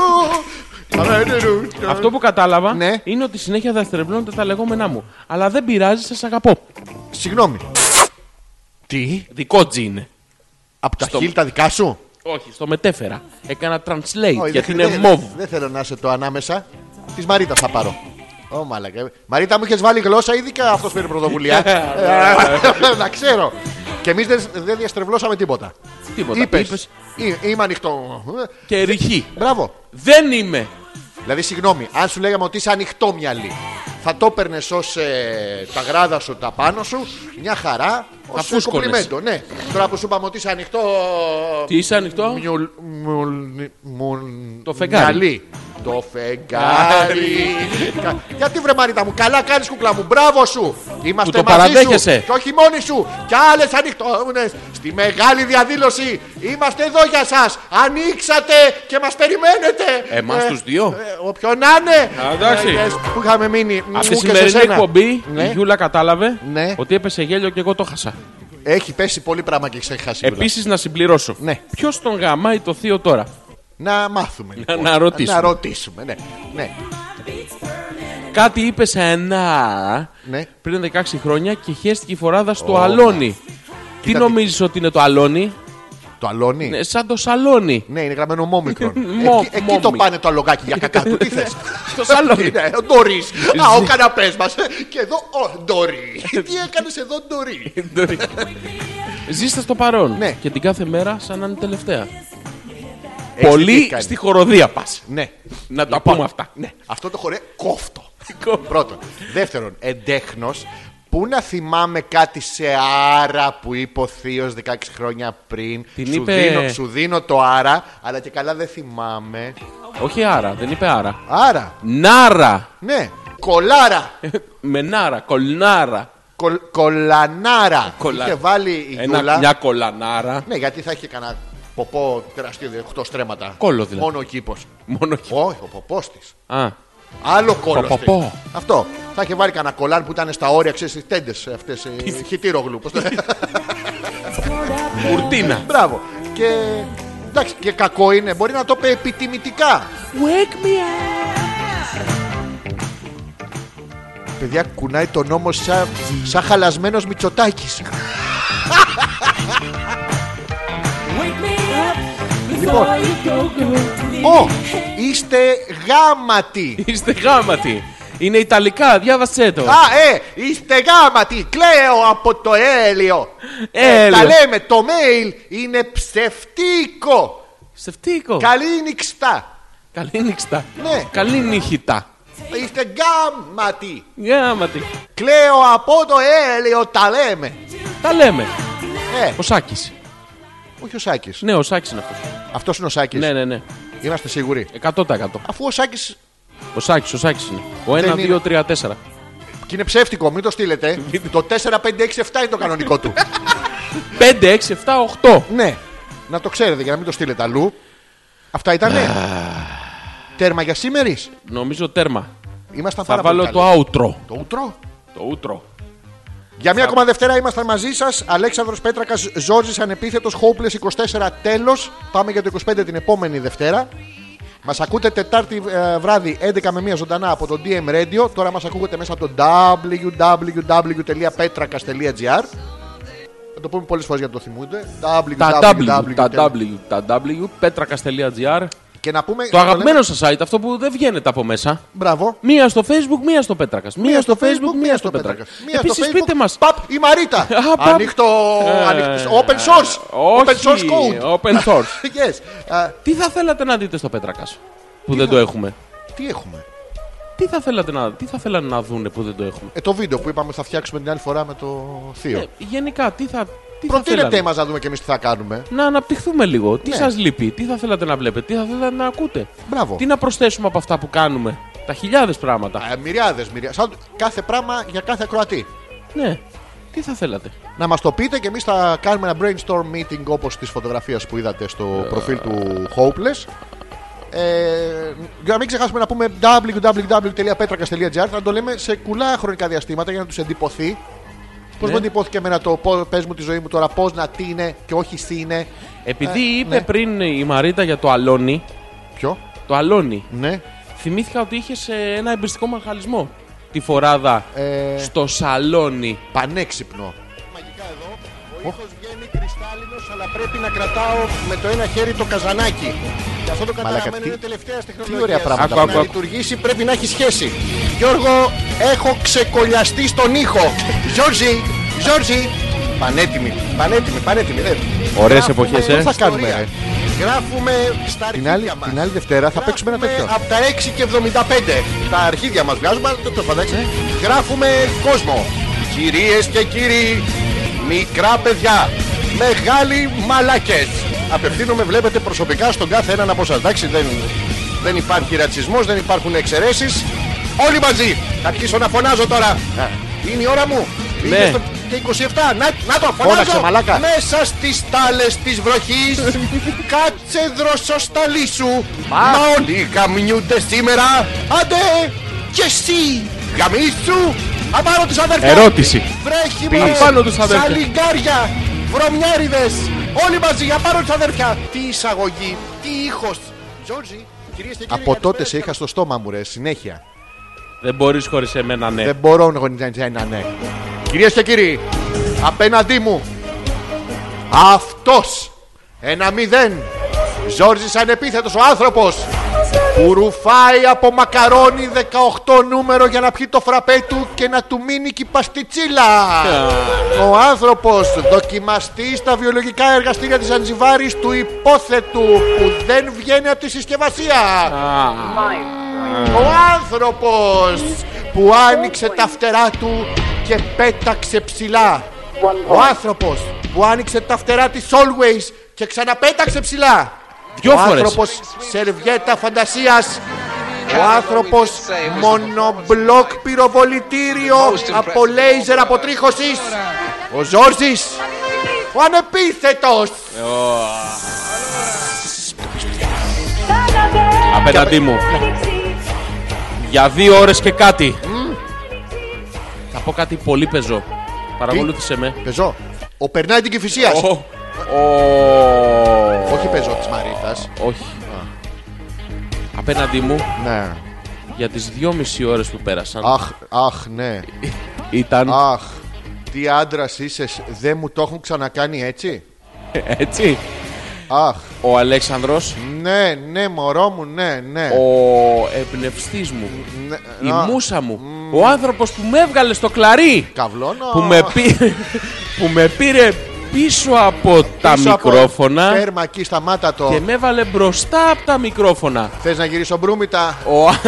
S2: αυτό που κατάλαβα
S1: Ναι.
S2: είναι ότι συνέχεια δευτερευνώνται τα λεγόμενά μου. Αλλά δεν πειράζει, σας αγαπώ.
S1: Συγγνώμη. Τι,
S2: Δικό τζι είναι.
S1: από τα
S2: Στο-
S1: χείλη τα δικά σου.
S2: Όχι, στο μετέφερα. Έκανα translate
S1: Όχι,
S2: γιατί
S1: δεν-
S2: είναι
S1: δεν-
S2: μοβ.
S1: Δεν θέλω να είσαι το ανάμεσα. Της Μαρίτας θα πάρω. Ω μάλακα. Μαρίτα μου είχες βάλει γλώσσα, ειδικά αυτός παίρνει πρωτοβουλία.
S2: Ναι,
S1: Ε, Να ξέρω. Και εμείς δεν διαστρεβλώσαμε τίποτα.
S2: Τίποτα.
S1: Είπες.
S2: Είπες
S1: Είμαι ανοιχτό.
S2: και ρηχή.
S1: Μπράβο.
S2: Δεν είμαι.
S1: Δηλαδή, συγγνώμη, αν σου λέγαμε ότι είσαι ανοιχτό μυαλί, θα το έπαιρνες ως τα γράδα σου τα πάνω σου, μια χαρά.
S2: Θα
S1: Ω
S2: φούσκωνες.
S1: κομπλιμέντο, ναι. Τώρα που σου είπαμε ότι είσαι ανοιχτό.
S2: Τι είσαι ανοιχτό.
S1: μιουλ- μουλ- μουλ-
S2: Το φεγγάρι.
S1: μυαλί. Το φεγγάρι. Κα- Γιατί βρε Μαρίτα μου, καλά κάνεις κουκλά μου, μπράβο σου. Είμαστε
S2: το
S1: μαζί
S2: παραδέχεσαι.
S1: σου. Και όχι μόνοι σου. Και άλλες ανοιχτόνε. Στη μεγάλη διαδήλωση είμαστε εδώ για σας. Ανοίξατε και μας περιμένετε.
S2: Εμάς τους δύο.
S1: ε, Όποιον να είναι.
S2: Α, εντάξει.
S1: Ε, yes, που είχαμε μείνει. μου
S2: Από τη
S1: και σε
S2: σημερινή
S1: σένα.
S2: εκπομπή
S1: Ναι.
S2: η Γιούλα κατάλαβε
S1: Ναι.
S2: ότι έπεσε γέλιο και εγώ το χάσα.
S1: Έχει πέσει πολύ πράγμα και ξέχασε.
S2: Επίσης να συμπληρώσω.
S1: Ναι.
S2: Ποιος τον γαμάει το θείο τώρα.
S1: Να μάθουμε. λοιπόν.
S2: να ρωτήσουμε.
S1: Να ρωτήσουμε, ναι. ναι.
S2: Κάτι είπε σε ένα
S1: Ναι.
S2: πριν 16 χρόνια και χαίστηκε η φοράδα στο αλόνι. Τι
S1: Κοίτα
S2: νομίζεις ότι είναι το αλόνι,
S1: Το αλώνει.
S2: Ε, σαν το σαλόνι.
S1: Ναι, είναι γραμμένο μόμικρον.
S2: Μο-
S1: εκεί, εκεί το
S2: μόμι.
S1: πάνε το αλογάκι για κακά του. Τι θες.
S2: Στο σαλόνι.
S1: Ναι, ο Ντορί. Α, ο καναπές μας. Και εδώ, ο Ντορί. Τι έκανες εδώ,
S2: Ε,
S1: Ντορί.
S2: Ζήστε στο παρόν
S1: Ναι.
S2: και την κάθε μέρα σαν να είναι τελευταία.
S1: Έχεις δει
S2: Πολύ
S1: τι κάνει.
S2: στη χοροδία πας.
S1: Ναι.
S2: Να τα πούμε αυτά.
S1: Ναι. Αυτό το χορέ κόφτο. Πρώτον. Δεύτερον, εντέχνος Πού να θυμάμαι κάτι σε άρα που είπε ο Θείος 16 χρόνια πριν.
S2: Την
S1: σου,
S2: είπε-
S1: δίνω, σου δίνω το άρα, αλλά και καλά δεν θυμάμαι.
S2: Όχι άρα, δεν είπε άρα.
S1: Άρα,
S2: Νάρα.
S1: ναι. Κολάρα.
S2: Με νάρα, κολνάρα.
S1: Κολ, κολανάρα.
S2: Κολα-
S1: Είχε βάλει η
S2: Ένα,
S1: Γιούλα.
S2: μια κολανάρα.
S1: Ναι, γιατί θα είχε κανένα ποπό τεραστίο, 8 στρέμματα.
S2: Κόλλο δηλαδή.
S1: Μόνο ο κήπος.
S2: Μόνο χι-
S1: Όχι, ο ποπός της.
S2: Α,
S1: Άλλο κόλλο.
S2: Ποποπό.
S1: Αυτό. Θα είχε βάλει κανένα κολάν που ήταν στα όρια, ξέρεις, τι τέντες αυτές. Χιτήρογλου. πώς το λένε.
S2: κουρτίνα.
S1: Μπράβο. Και εντάξει, και κακό είναι. Μπορεί να το πει επιτιμητικά. Παιδιά κουνάει τον νόμο σαν, σαν χαλασμένος Μητσοτάκης. λοιπόν, ο, είστε γάματοι.
S2: Είστε γάματοι. Είναι ιταλικά, διάβασέ το.
S1: Α, ε, είστε γάματοι. Κλαίω από το έλιο.
S2: Ε,
S1: τα
S2: έλεος.
S1: λέμε, το mail είναι ψευτίκο.
S2: Ψευτίκο.
S1: Καλή νυχτά.
S2: Καλή νύχτα.
S1: Ναι.
S2: Καλή νύχτα.
S1: Είστε γκάμματοι.
S2: Γάματοι.
S1: Κλαίω από το έλαιο, τα λέμε.
S2: Τα λέμε.
S1: Ε,
S2: Ο Σάκης.
S1: όχι ο Σάκης.
S2: Ναι, ο Σάκης είναι αυτός.
S1: Αυτός είναι ο Σάκης.
S2: Ναι, ναι, ναι.
S1: Είμαστε σίγουροι.
S2: 100%.
S1: Αφού ο Σάκης
S2: Ο Σάκης, ο Σάκης είναι. Ο 1,
S1: είναι.
S2: 2, 3, 4.
S1: και είναι ψεύτικο, μην το στείλετε. το 4, 5, 6, 7 είναι το κανονικό του.
S2: 5, 6, 7, 8.
S1: ναι, να το ξέρετε για να μην το στείλετε αλλού. Αυτά ήτανε. Τέρμα για σήμερα.
S2: Νομίζω τέρμα.
S1: Ήμασταν
S2: Θα
S1: πάρα πολύ
S2: βάλω
S1: καλοί.
S2: το outro.
S1: Το ούτρο.
S2: Το ούτρο.
S1: Για μια ακόμα Δευτέρα ήμασταν μαζί σας. Αλέξανδρος Πέτρακας, Ζόρζης Ανεπίθετος, Hopeless 24. Τέλος. Πάμε για το 25 την επόμενη Δευτέρα. Μας ακούτε Τετάρτη ε, βράδυ 11 με 1 ζωντανά από το DM Radio. Τώρα μας ακούγονται μέσα από το www.petrakas.gr. Θα το πούμε πολλές φορές για να το θυμούνται.
S2: Τα W, τα
S1: www.
S2: W, τα W, πέτρακα.gr.
S1: Και να πούμε.
S2: Το
S1: λέμε-
S2: αγαπημένο σας site, αυτό που δεν βγαίνεται από μέσα.
S1: Μπράβο.
S2: Μία στο Facebook, μία στο Πέτρακας. Μία στο Facebook, μία στο Πέτρακα.
S1: Μία στο
S2: Επίσης
S1: Facebook.
S2: πείτε μας.
S1: Παπ, η Μαρίτα.
S2: Α, Ε, παπ.
S1: Ανοιχτό. ανοιχτό- Open source. Open source code.
S2: Open source.
S1: Yes. Ε, Α,
S2: Τι θα θέλατε να δείτε στο Πέτρακας που δεν το έχουμε.
S1: τι έχουμε.
S2: Τι θα θέλατε να, τι θα θέλανε να δούνε που δεν το έχουμε.
S1: Ε, το βίντεο που είπαμε θα φτιάξουμε την άλλη φορά με το Θείο.
S2: Ε, γενικά, τι θα. Τι θα
S1: Προτείνετε
S2: θέλανε.
S1: μα να δούμε και εμείς τι θα κάνουμε.
S2: Να αναπτυχθούμε λίγο. Τι
S1: Ναι.
S2: σας σα λείπει, τι θα θέλατε να βλέπετε, τι θα θέλατε να ακούτε.
S1: Μπράβο.
S2: Τι να προσθέσουμε από αυτά που κάνουμε. Τα χιλιάδες πράγματα.
S1: Ε, Μυριάδες, μυριάδε. Σαν κάθε πράγμα για κάθε ακροατή.
S2: Ναι. Τι θα θέλατε.
S1: Να μας το πείτε και εμείς θα κάνουμε ένα brainstorm meeting όπως τη φωτογραφία που είδατε στο
S2: Ε.
S1: προφίλ του Hopeless. Ε, για να μην ξεχάσουμε να πούμε www.petrakas.gr να το λέμε σε κουλά χρονικά διαστήματα για να τους εντυπωθεί. Πώς
S2: Ναι.
S1: μου εντυπώθηκε εμένα το πες μου τη ζωή μου τώρα, πώς να τι είναι και όχι τι είναι.
S2: Επειδή
S1: Ε,
S2: είπε
S1: ναι.
S2: πριν η Μαρίτα για το αλόνι,
S1: Ποιο,
S2: το αλόνι,
S1: ναι.
S2: θυμήθηκα ότι είχες ένα εμπριστικό μαχαλισμό τη φοράδα
S1: Ε,
S2: στο σαλόνι.
S1: πανέξυπνο. Μαγικά εδώ. Ο ήχος βγαίνει κρυστάλλινος, αλλά πρέπει να κρατάω με το ένα χέρι το καζανάκι. Και αυτό το καταλαβαίνω
S8: τι-
S1: είναι τελευταία τεχνολογία.
S8: τι ωραία πράγματα.
S2: Άκου, άκου,
S1: να
S2: άκου.
S1: λειτουργήσει πρέπει να έχει σχέση. Γιώργο, έχω ξεκολλιαστεί στον ήχο. Γιώργη, Γιώργη. Πανέτοιμη, πανέτοιμη, πανέτοιμη. δεν-
S2: Ωραίες
S1: Γράφουμε
S2: εποχές, ε.
S1: ιστορία.
S2: Τι θα κάνουμε, ε?
S1: Γράφουμε στα
S8: Την άλλη,
S1: αρχίδια μας.
S8: την άλλη Δευτέρα θα παίξουμε ένα τέτοιο.
S1: Από τα 6 και 75. Τα αρχίδια μας βγάζουμε, αλλά το προσπαθάξαμε.
S8: Ναι.
S1: Γράφουμε κόσμο. Κυρίες και κύριοι, μικρά παιδιά, μεγάλοι μαλάκε. Απευθύνομαι, βλέπετε, προσωπικά στον κάθε έναν από εσά. Εντάξει, δεν, δεν υπάρχει ρατσισμός, δεν υπάρχουν εξαιρέσεις. Όλοι μαζί. Θα αρχίσω να φωνάζω τώρα. Είναι η ώρα μου.
S2: Ναι.
S1: Είναι στο- και 27. Να, να το φωνάζω.
S8: Φώναξε, μαλάκα.
S1: Μέσα στις τάλες της βροχής Κάτσε δροσοσταλί σου Μα όλοι γαμνιούνται σήμερα Άντε και εσύ γαμίσου Απάνω τους αδερφιά
S2: Ερώτηση.
S1: Βρέχει
S2: Πεις.
S1: μωρέ
S2: Απάνω τους αδέρφια.
S1: Σαλιγκάρια Βρωμιάριδες Όλοι μαζί απάνω τους αδερφιά Τι εισαγωγή, τι ήχος Τζόρτζι, κυρίες και κύριοι
S8: Από τότε
S1: καλησπέρα
S8: σε είχα στο στόμα μου, ρε, συνέχεια.
S2: Δεν μπορείς χωρίς εμένα, ναι.
S1: δεν μπορώ να γονιτζάει να ναι. Κυρίες και κύριοι, απέναντί μου, αυτός, ένα μηδέν, Ζόρζης ανεπίθετος ο άνθρωπος, που ρουφάει από μακαρόνι 18 νούμερο για να πιει το φραπέ του και να του μείνει και η παστιτσίλα. Ο άνθρωπος δοκιμαστής στα βιολογικά εργαστήρια της Ανζιβάρης του υπόθετου που δεν βγαίνει από τη συσκευασία. Ο άνθρωπος που άνοιξε τα φτερά του και πέταξε ψηλά. Ο άνθρωπος που άνοιξε τα φτερά της Always και ξαναπέταξε ψηλά.
S2: Δυο
S1: Ο
S2: φορές.
S1: άνθρωπος σερβιέτα φαντασίας. Ο άνθρωπος μονομπλοκ πυροβολητήριο από λέιζερ αποτρίχωσης. Ο Ζόρζης. Ο ανεπίθετος.
S2: Απέναντί μου. Για δύο ώρες και κάτι. Θα πω κάτι πολύ πεζό. Παρακολούθησε με.
S1: Πεζό. Ο περνάει την κυφυσία.
S2: Ο... ο-
S1: Όχι πεζό της Μαρίτας.
S2: Όχι. Απέναντί μου
S1: Ναι.
S2: για τις δυόμιση ώρες που πέρασαν
S1: Αχ, αχ, ναι.
S2: ήταν
S1: Αχ, τι άντρας είσαι, δεν μου το έχουν ξανακάνει έτσι.
S2: έτσι
S1: Αχ,
S2: ο Αλέξανδρος
S1: ναι, ναι, μωρό μου, ναι, ναι.
S2: ο εμπνευστής μου,
S1: ναι
S2: η
S1: α,
S2: μουσα μου, ο άνθρωπος που με έβγαλε στο κλαρί,
S1: καυλώνα,
S2: που με, πήρε, που με πήρε πίσω από τα
S1: πίσω από
S2: μικρόφωνα
S1: Τέρμα εκεί, σταμάτα το.
S2: και με έβαλε μπροστά από τα μικρόφωνα.
S1: Θες να γυρίσω μπρούμητα,
S2: Ο, α- ο
S1: να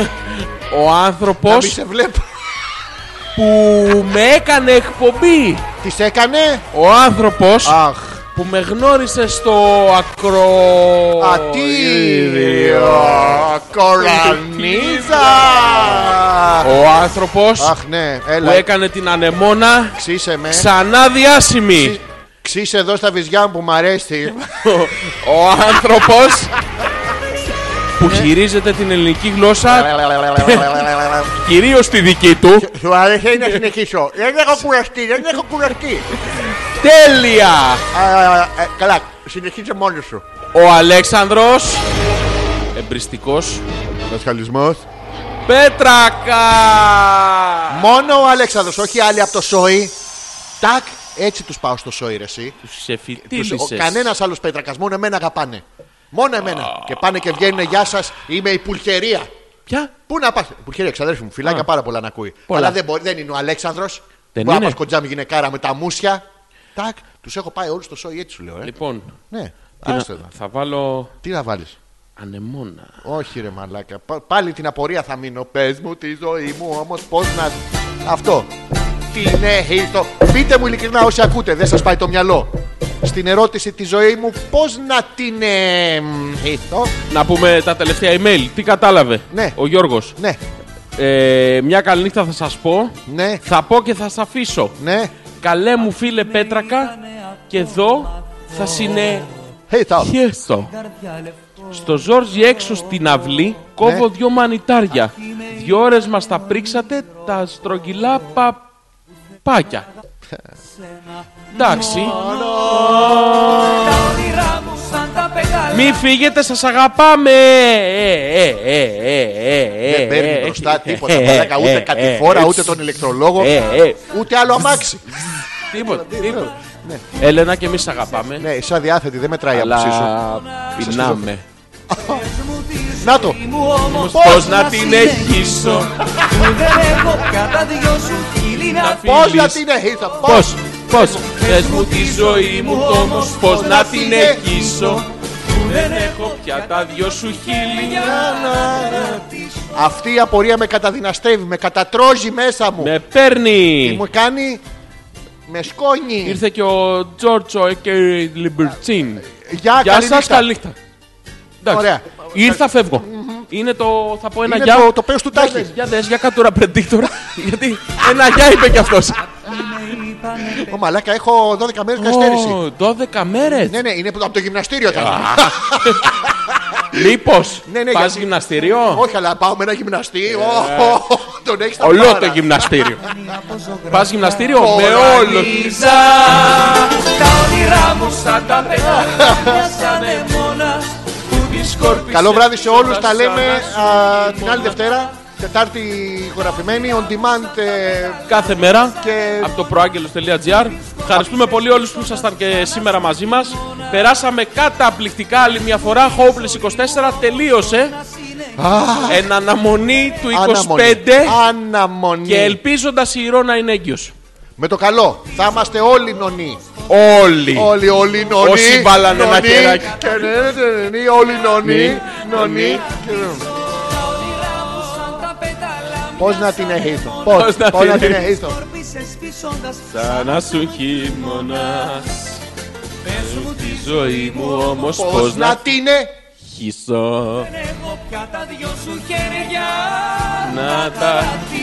S1: μην
S2: άνθρωπος
S1: σε βλέπω.
S2: που με έκανε εκπομπή.
S1: Τις έκανε,
S2: Ο άνθρωπος
S1: αχ.
S2: που με γνώρισε στο ακρο...
S1: Ατήριο, κορανίζα.
S2: Ο άνθρωπος
S1: Αχ, ναι,
S2: που
S1: έλα,
S2: έκανε την ανεμόνα
S1: ξύσε με.
S2: ξανά διάσημη.
S1: Ξύσε εδώ στα βυζιά μου που μ' αρέσει.
S2: Ο άνθρωπος
S1: Ε.
S2: που χειρίζεται την ελληνική γλώσσα, κυρίως τη δική του,
S1: Σου άρεσε να συνεχίσω. Δεν έχω κουραστεί, δεν έχω κουραστεί.
S2: τέλεια!
S1: Α, ε, Καλά, συνεχίζε μόνος σου.
S2: Ο Αλέξανδρος, εμπριστικός,
S1: Δασκαλισμό.
S2: Πέτρακα!
S1: Μόνο ο Αλέξανδρος, όχι άλλοι από το σόι. Τάκ, έτσι τους πάω στο σόι, ρε εσύ.
S2: Σε
S1: Τους- ο-
S2: φυτίλησες.
S1: Κανένας άλλος πέτρακας, μόνο εμένα αγαπάνε. Μόνο εμένα. Και πάνε και βγαίνουν, γεια σας, είμαι η Πουλχερία.
S2: Ποια?
S1: Πού να πας, Πουλχερία, ξαδέρφη μου, φυλάκια πάρα πολλά να ακούει.
S2: Πολλά.
S1: Αλλά δεν, μπορεί, δεν είναι ο Αλέξανδρος.
S2: Δεν
S1: Μπορεί να
S2: είναι.
S1: πας κοντζάμι γυναικάρα με τα μουσια. Τάκ, τους έχω πάει όλους στο σόι, έτσι σου λέω. Ε.
S2: Λοιπόν,
S1: Ναι,
S2: τι να-
S1: άστο εδώ.
S2: θα βάλω
S1: Τι να βάλεις.
S2: ανεμόνα.
S1: Όχι ρε μαλάκα. Πα- Πάλι την απορία θα μείνω. Πες μου τη ζωή μου όμως πώς να... Αυτό. Την έχει το... Πείτε μου ειλικρινά όσοι ακούτε. Δεν σας πάει το μυαλό. Στην ερώτηση τη ζωή μου πώς να την ε, έχει το...
S2: Να πούμε τα τελευταία email. Τι κατάλαβε
S1: Ναι.
S2: ο Γιώργος.
S1: Ναι.
S2: Ε, μια καλή νύχτα θα σας πω.
S1: Ναι.
S2: Θα πω και θα σας αφήσω.
S1: Ναι.
S2: Καλέ μου φίλε Πέτρακα και εδώ θα
S1: Hey, το.
S2: συνεχίσω. Στο Ζόρζι έξω στην αυλή κόβω
S1: Ναι.
S2: δυο μανιτάρια. Δυο ώρες μας τα πρίξατε τα στρογγυλά παπάκια. Εντάξει,
S4: Τα όνειρά μου σαν τα πετάλια
S2: μη φύγετε, σας αγαπάμε! Ε, ε, ε, ε, ε, ε,
S1: Δεν παίρνει
S2: ε,
S1: μπροστά
S2: ε,
S1: τίποτα.
S2: ε,
S1: Μαλάκα,
S2: ε,
S1: ούτε
S2: ε,
S1: κατηφόρα,
S2: ε,
S1: ούτε τον ηλεκτρολόγο,
S2: ε, ε.
S1: ούτε άλλο αμάξι.
S2: Τίποτα, τίποτα. Έλενα και εμείς σ' αγαπάμε.
S1: Ναι, είσαι αδιάθετη, δεν μετράει η άποψή σου.
S2: Αλλά πεινάμε.
S1: Να το.
S4: μου όμως
S2: Πώς να την έχισω,
S4: που δεν έχω κατά δυο σου χείλη να
S1: Πώς να
S2: φίλης.
S1: την έχεις το.
S2: Πώς, πώς, θες μου τη ζωή μου το όμως Πώς να την έχισω, που δεν έχω πια τα δυο σου χίλια
S1: Αυτή η απορία με καταδυναστεύει, με κατατρώζει μέσα μου.
S2: Με παίρνει
S1: Μου κάνει. Με σκόνη.
S2: Ήρθε και ο Τζόρτσο και η Λιμπερτσίν
S1: Γεια,
S2: Γεια
S1: καλή
S2: σας,
S1: νύχτα.
S2: καλή νύχτα Εντάξει.
S1: Ωραία.
S2: Ήρθα, φεύγω. Είναι το. Θα πω ένα
S1: Είναι
S2: γεια.
S1: το- το πέος του
S2: Για
S1: Τάκη.
S2: δες, Για δες, για κάτουρα πρεντίκτορα. Γιατί ένα γεια είπε κι αυτός.
S1: Ω, μαλάκα, έχω 12 μέρε καθυστέρηση.
S2: Ω, 12 μέρες.
S1: Ναι, ναι, είναι από το γυμναστήριο ήταν.
S2: Μήπω
S1: Ναι, ναι,
S2: πας
S1: γιατί-
S2: γυμναστήριο.
S1: Όχι, αλλά πάω με ένα
S2: Ε.
S1: γυμναστή. Ω, ω, ω, Τον έχεις
S2: Ολό το γυμναστήριο. πας γυμναστήριο με όλο.
S4: Τα όνειρά μου σαν τα πετάλια μιας ανεμόνας που δισκόρπισε
S1: Καλό βράδυ σε όλους. Τα λέμε α, την άλλη Δευτέρα. Τετάρτη χωραφημένη, on demand. ε,
S2: Κάθε μέρα
S1: Και-
S2: από το προάγγελο.gr. Ευχαριστούμε πολύ όλους που ήσασταν και σήμερα μαζί μας. Περάσαμε καταπληκτικά άλλη μια φορά. Hopeless 24 τελείωσε. Εν αναμονή του 25
S1: Αναμονή.
S2: και ελπίζοντας η Ηρώ να είναι έγκυος.
S1: Με το καλό. Θα είμαστε όλοι νονοί.
S2: Όλοι.
S1: Όλοι, όλοι νονοί.
S2: Όσοι βάλανε ένα
S1: νονοί,
S2: χεράκι.
S1: και ναι, ναι, ναι, ναι, ναι, Όλοι νονοί.
S2: Νι,
S1: Νονοί. και ναι.
S4: Τα όνειρά μου σαν τα πετάλια
S1: Πώς να την έχεις Πώς
S2: Πώς
S1: να
S2: να την
S1: την
S2: έχεις.
S1: έχεις
S4: Σκόρπισες πισώντας
S2: Σαν να σου χειμωνάς Πες μου τη ζωή μου όμως
S1: Πώς
S2: πως
S1: να
S2: να
S1: την ε-
S2: χύσω
S4: Εγώ πια τα δυο σου χέρια
S2: Να τα